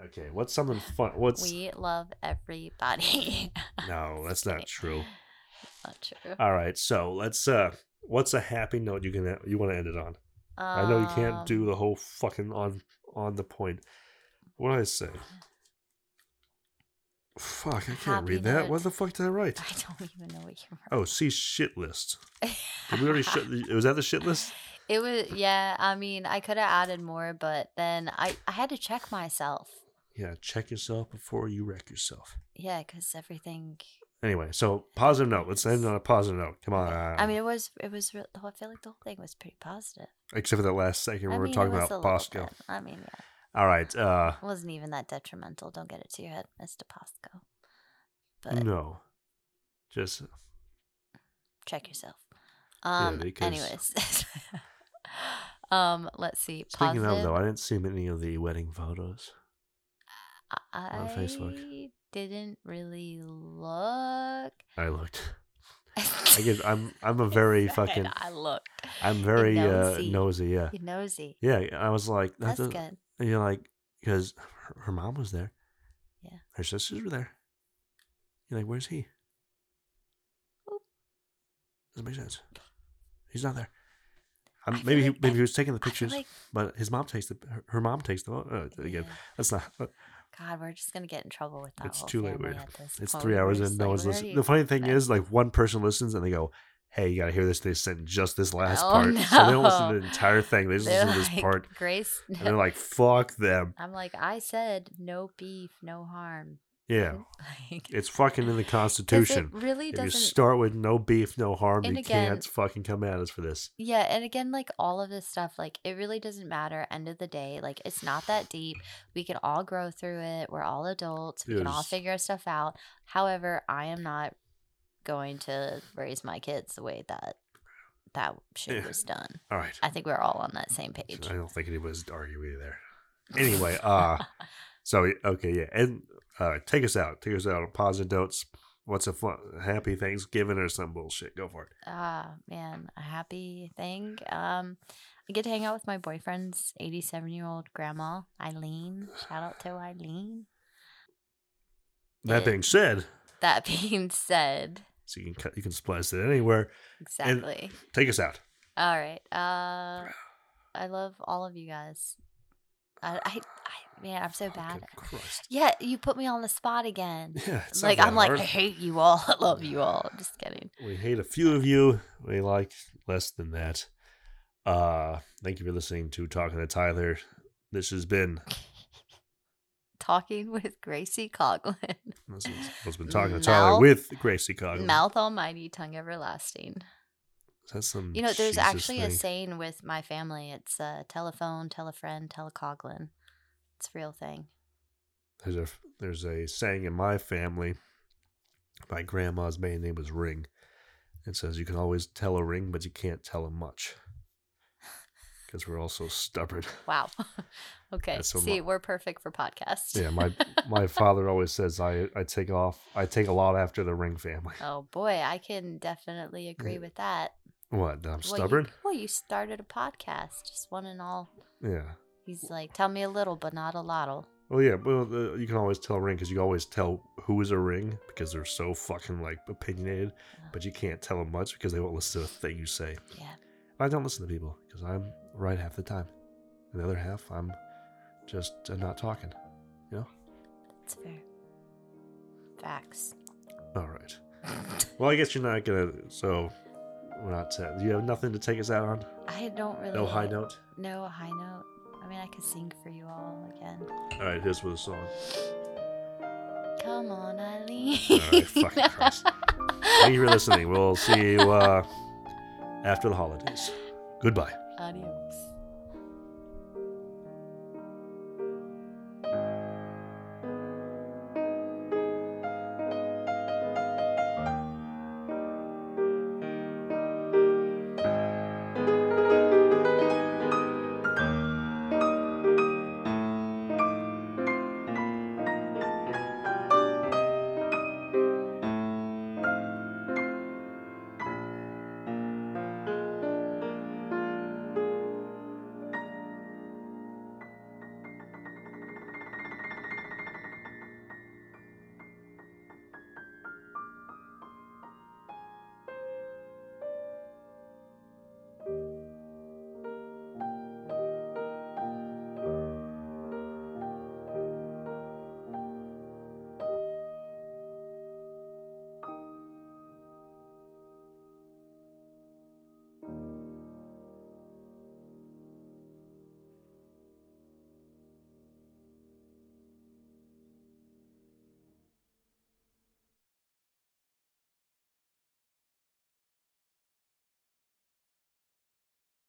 [SPEAKER 1] Okay, what's something fun? What's
[SPEAKER 3] We love everybody.
[SPEAKER 1] [LAUGHS]
[SPEAKER 3] [LAUGHS]
[SPEAKER 1] no? That's not true.
[SPEAKER 3] Not true.
[SPEAKER 1] All right, so let's. uh What's a happy note you can you want to end it on? I know you can't do
[SPEAKER 3] Um,
[SPEAKER 1] the whole fucking on on the point. What did I say? Fuck, I can't
[SPEAKER 3] Happy
[SPEAKER 1] read that. What
[SPEAKER 3] note.
[SPEAKER 1] the fuck did I
[SPEAKER 3] [LAUGHS]
[SPEAKER 1] write?
[SPEAKER 3] I don't even know what you're.
[SPEAKER 1] Oh, see shit list. Did we already shit?
[SPEAKER 3] [LAUGHS]
[SPEAKER 1] Was that the shit list?
[SPEAKER 3] It was yeah. I mean, I could have added more, but then I I had to check myself.
[SPEAKER 1] Yeah, check yourself before you wreck yourself.
[SPEAKER 3] Yeah, because everything.
[SPEAKER 1] Anyway, so positive note. Let's end on a positive note. Come on.
[SPEAKER 3] I mean, it was it was. Re- the whole- I feel like the whole thing was pretty positive.
[SPEAKER 1] except for that last second
[SPEAKER 3] I
[SPEAKER 1] where
[SPEAKER 3] mean,
[SPEAKER 1] we we're
[SPEAKER 3] it
[SPEAKER 1] talking
[SPEAKER 3] was a
[SPEAKER 1] about
[SPEAKER 3] little
[SPEAKER 1] Bosco.
[SPEAKER 3] bit. I mean, yeah,
[SPEAKER 1] All right. Uh,
[SPEAKER 3] it wasn't even that detrimental. Don't get it to your head, Mister Bosco. But
[SPEAKER 1] no, just
[SPEAKER 3] check yourself. Um.
[SPEAKER 1] because-
[SPEAKER 3] Anyways. [LAUGHS] um. Let's see.
[SPEAKER 1] speaking
[SPEAKER 3] Positive.
[SPEAKER 1] of though, I didn't see many of the wedding photos. on Facebook.
[SPEAKER 3] I didn't really look.
[SPEAKER 1] I looked. I get.
[SPEAKER 3] [LAUGHS]
[SPEAKER 1] I'm. I'm a very
[SPEAKER 3] Said
[SPEAKER 1] fucking.
[SPEAKER 3] I looked.
[SPEAKER 1] I'm very
[SPEAKER 3] nosy.
[SPEAKER 1] Uh, nosy. Yeah.
[SPEAKER 3] You nosy.
[SPEAKER 1] Yeah. I was like,
[SPEAKER 3] That's
[SPEAKER 1] a-
[SPEAKER 3] good.
[SPEAKER 1] And you're like, because her, her mom was there.
[SPEAKER 3] Yeah.
[SPEAKER 1] Her sisters were there. You're like, where's he?
[SPEAKER 3] Oop.
[SPEAKER 1] Doesn't make sense. He's not there. Um,
[SPEAKER 3] I feel
[SPEAKER 1] maybe he,
[SPEAKER 3] like
[SPEAKER 1] maybe
[SPEAKER 3] I-
[SPEAKER 1] he was taking the
[SPEAKER 3] I feel
[SPEAKER 1] pictures,
[SPEAKER 3] like-
[SPEAKER 1] but his mom takes the her, her mom takes the uh, again.
[SPEAKER 3] Yeah.
[SPEAKER 1] That's not. uh,
[SPEAKER 3] God, we're just gonna get in trouble with that.
[SPEAKER 1] it's
[SPEAKER 3] whole
[SPEAKER 1] too late.
[SPEAKER 3] family
[SPEAKER 1] We're,
[SPEAKER 3] at this
[SPEAKER 1] it's
[SPEAKER 3] point.
[SPEAKER 1] three
[SPEAKER 3] We're
[SPEAKER 1] hours
[SPEAKER 3] just
[SPEAKER 1] and
[SPEAKER 3] like,
[SPEAKER 1] no one's
[SPEAKER 3] we're
[SPEAKER 1] listening.
[SPEAKER 3] already-
[SPEAKER 1] The
[SPEAKER 3] [LAUGHS]
[SPEAKER 1] funny thing
[SPEAKER 3] back.
[SPEAKER 1] is, like one person listens and they go, "Hey, you gotta hear this." They sent just this last
[SPEAKER 3] Oh,
[SPEAKER 1] part, so they don't listen to
[SPEAKER 3] no.
[SPEAKER 1] the entire thing.
[SPEAKER 3] [LAUGHS]
[SPEAKER 1] They just
[SPEAKER 3] They're
[SPEAKER 1] listen to this
[SPEAKER 3] like,
[SPEAKER 1] part,
[SPEAKER 3] Grace. [LAUGHS]
[SPEAKER 1] and they're like, "Fuck them."
[SPEAKER 3] I'm like, I said no beef, no harm.
[SPEAKER 1] Yeah,
[SPEAKER 3] [LAUGHS] Like,
[SPEAKER 1] it's fucking in the
[SPEAKER 3] 'cause
[SPEAKER 1] Constitution.
[SPEAKER 3] It really
[SPEAKER 1] If you
[SPEAKER 3] doesn't
[SPEAKER 1] start with no beef, no harm,
[SPEAKER 3] And
[SPEAKER 1] you
[SPEAKER 3] again-
[SPEAKER 1] can't fucking come at us for this.
[SPEAKER 3] Yeah, and again, like all of this stuff, like it really doesn't matter. End of the day, like it's not that deep. We can all grow through it. We're all adults. We can all
[SPEAKER 1] Yes.
[SPEAKER 3] figure stuff out. However, I am not going to raise my kids the way that that shit
[SPEAKER 1] Yeah.
[SPEAKER 3] was done.
[SPEAKER 1] All right.
[SPEAKER 3] I think we're all on that same page. [LAUGHS]
[SPEAKER 1] I don't think anybody's arguing there. Anyway, uh so okay, yeah. And uh take us out. Take us out on positive notes. What's a fun happy Thanksgiving or some bullshit? Go for it.
[SPEAKER 3] Ah, man, a happy thing. Um, I get to hang out with my boyfriend's 87 year old grandma, Eileen. Shout out to Eileen.
[SPEAKER 1] That
[SPEAKER 3] Yeah.
[SPEAKER 1] being said,
[SPEAKER 3] That [LAUGHS] being said,
[SPEAKER 1] so you can cut you can splice it anywhere.
[SPEAKER 3] exactly.
[SPEAKER 1] Take us out.
[SPEAKER 3] All right. Uh, I love all of you guys. I, I, I man, I'm so bad.
[SPEAKER 1] Fucking Christ.
[SPEAKER 3] Yeah, you put me on the spot again.
[SPEAKER 1] Yeah, [LAUGHS] it's not
[SPEAKER 3] like
[SPEAKER 1] that
[SPEAKER 3] I'm like I
[SPEAKER 1] hard.
[SPEAKER 3] hate you all. [LAUGHS] I love you all. I'm just kidding.
[SPEAKER 1] we hate a few of you. We like less than that. Uh thank you for listening to Talking to Tyler. This has been
[SPEAKER 3] Talking with Gracie [LAUGHS] Coglin,
[SPEAKER 1] This is what's been talking to Tyler
[SPEAKER 3] Mouth-
[SPEAKER 1] with Gracie Coglin.
[SPEAKER 3] mouth almighty, tongue everlasting.
[SPEAKER 1] That's some
[SPEAKER 3] You know, there's
[SPEAKER 1] Mm, Jesus
[SPEAKER 3] actually a
[SPEAKER 1] thing.
[SPEAKER 3] saying with my family. It's uh, telephone, telefriend, telecoglin. It's a real thing.
[SPEAKER 1] there's a there's a saying in my family My grandma's maiden name was Ring. It says you can always tell a ring, but you can't tell him
[SPEAKER 3] [LAUGHS]
[SPEAKER 1] much. Because we're all so stubborn.
[SPEAKER 3] Wow. [LAUGHS] okay.
[SPEAKER 1] That's what
[SPEAKER 3] See,
[SPEAKER 1] my-
[SPEAKER 3] we're perfect for podcasts.
[SPEAKER 1] Yeah, my my father always says I, I take off I take a lot after the Ring family.
[SPEAKER 3] oh boy, I can definitely agree
[SPEAKER 1] Yeah.
[SPEAKER 3] with that.
[SPEAKER 1] What? that I'm
[SPEAKER 3] Well, you-
[SPEAKER 1] stubborn?
[SPEAKER 3] Well, you started a podcast, just one and all.
[SPEAKER 1] yeah.
[SPEAKER 3] He's like, tell me a little, but not a lottle.
[SPEAKER 1] Well, yeah. Well, the, you can always tell a ring because you always tell who is a ring because they're so fucking like opinionated, but you can't tell them much because they won't listen to a thing you say.
[SPEAKER 3] Yeah.
[SPEAKER 1] I don't listen to people because I'm right half the time. And the other half, I'm just uh, not talking.
[SPEAKER 3] That's fair. Facts.
[SPEAKER 1] All right. Well, I guess you're not gonna. So we're not. Uh, you have nothing to take us out on.
[SPEAKER 3] I don't really.
[SPEAKER 1] No high note.
[SPEAKER 3] No high note. I mean, I could sing for you all again.
[SPEAKER 1] All right. Here's with a song.
[SPEAKER 3] Come on, Eileen.
[SPEAKER 1] Alright,
[SPEAKER 3] [LAUGHS]
[SPEAKER 1] fucking Christ. Thank you for listening. We'll see you uh, after the holidays. Goodbye.
[SPEAKER 3] Adios.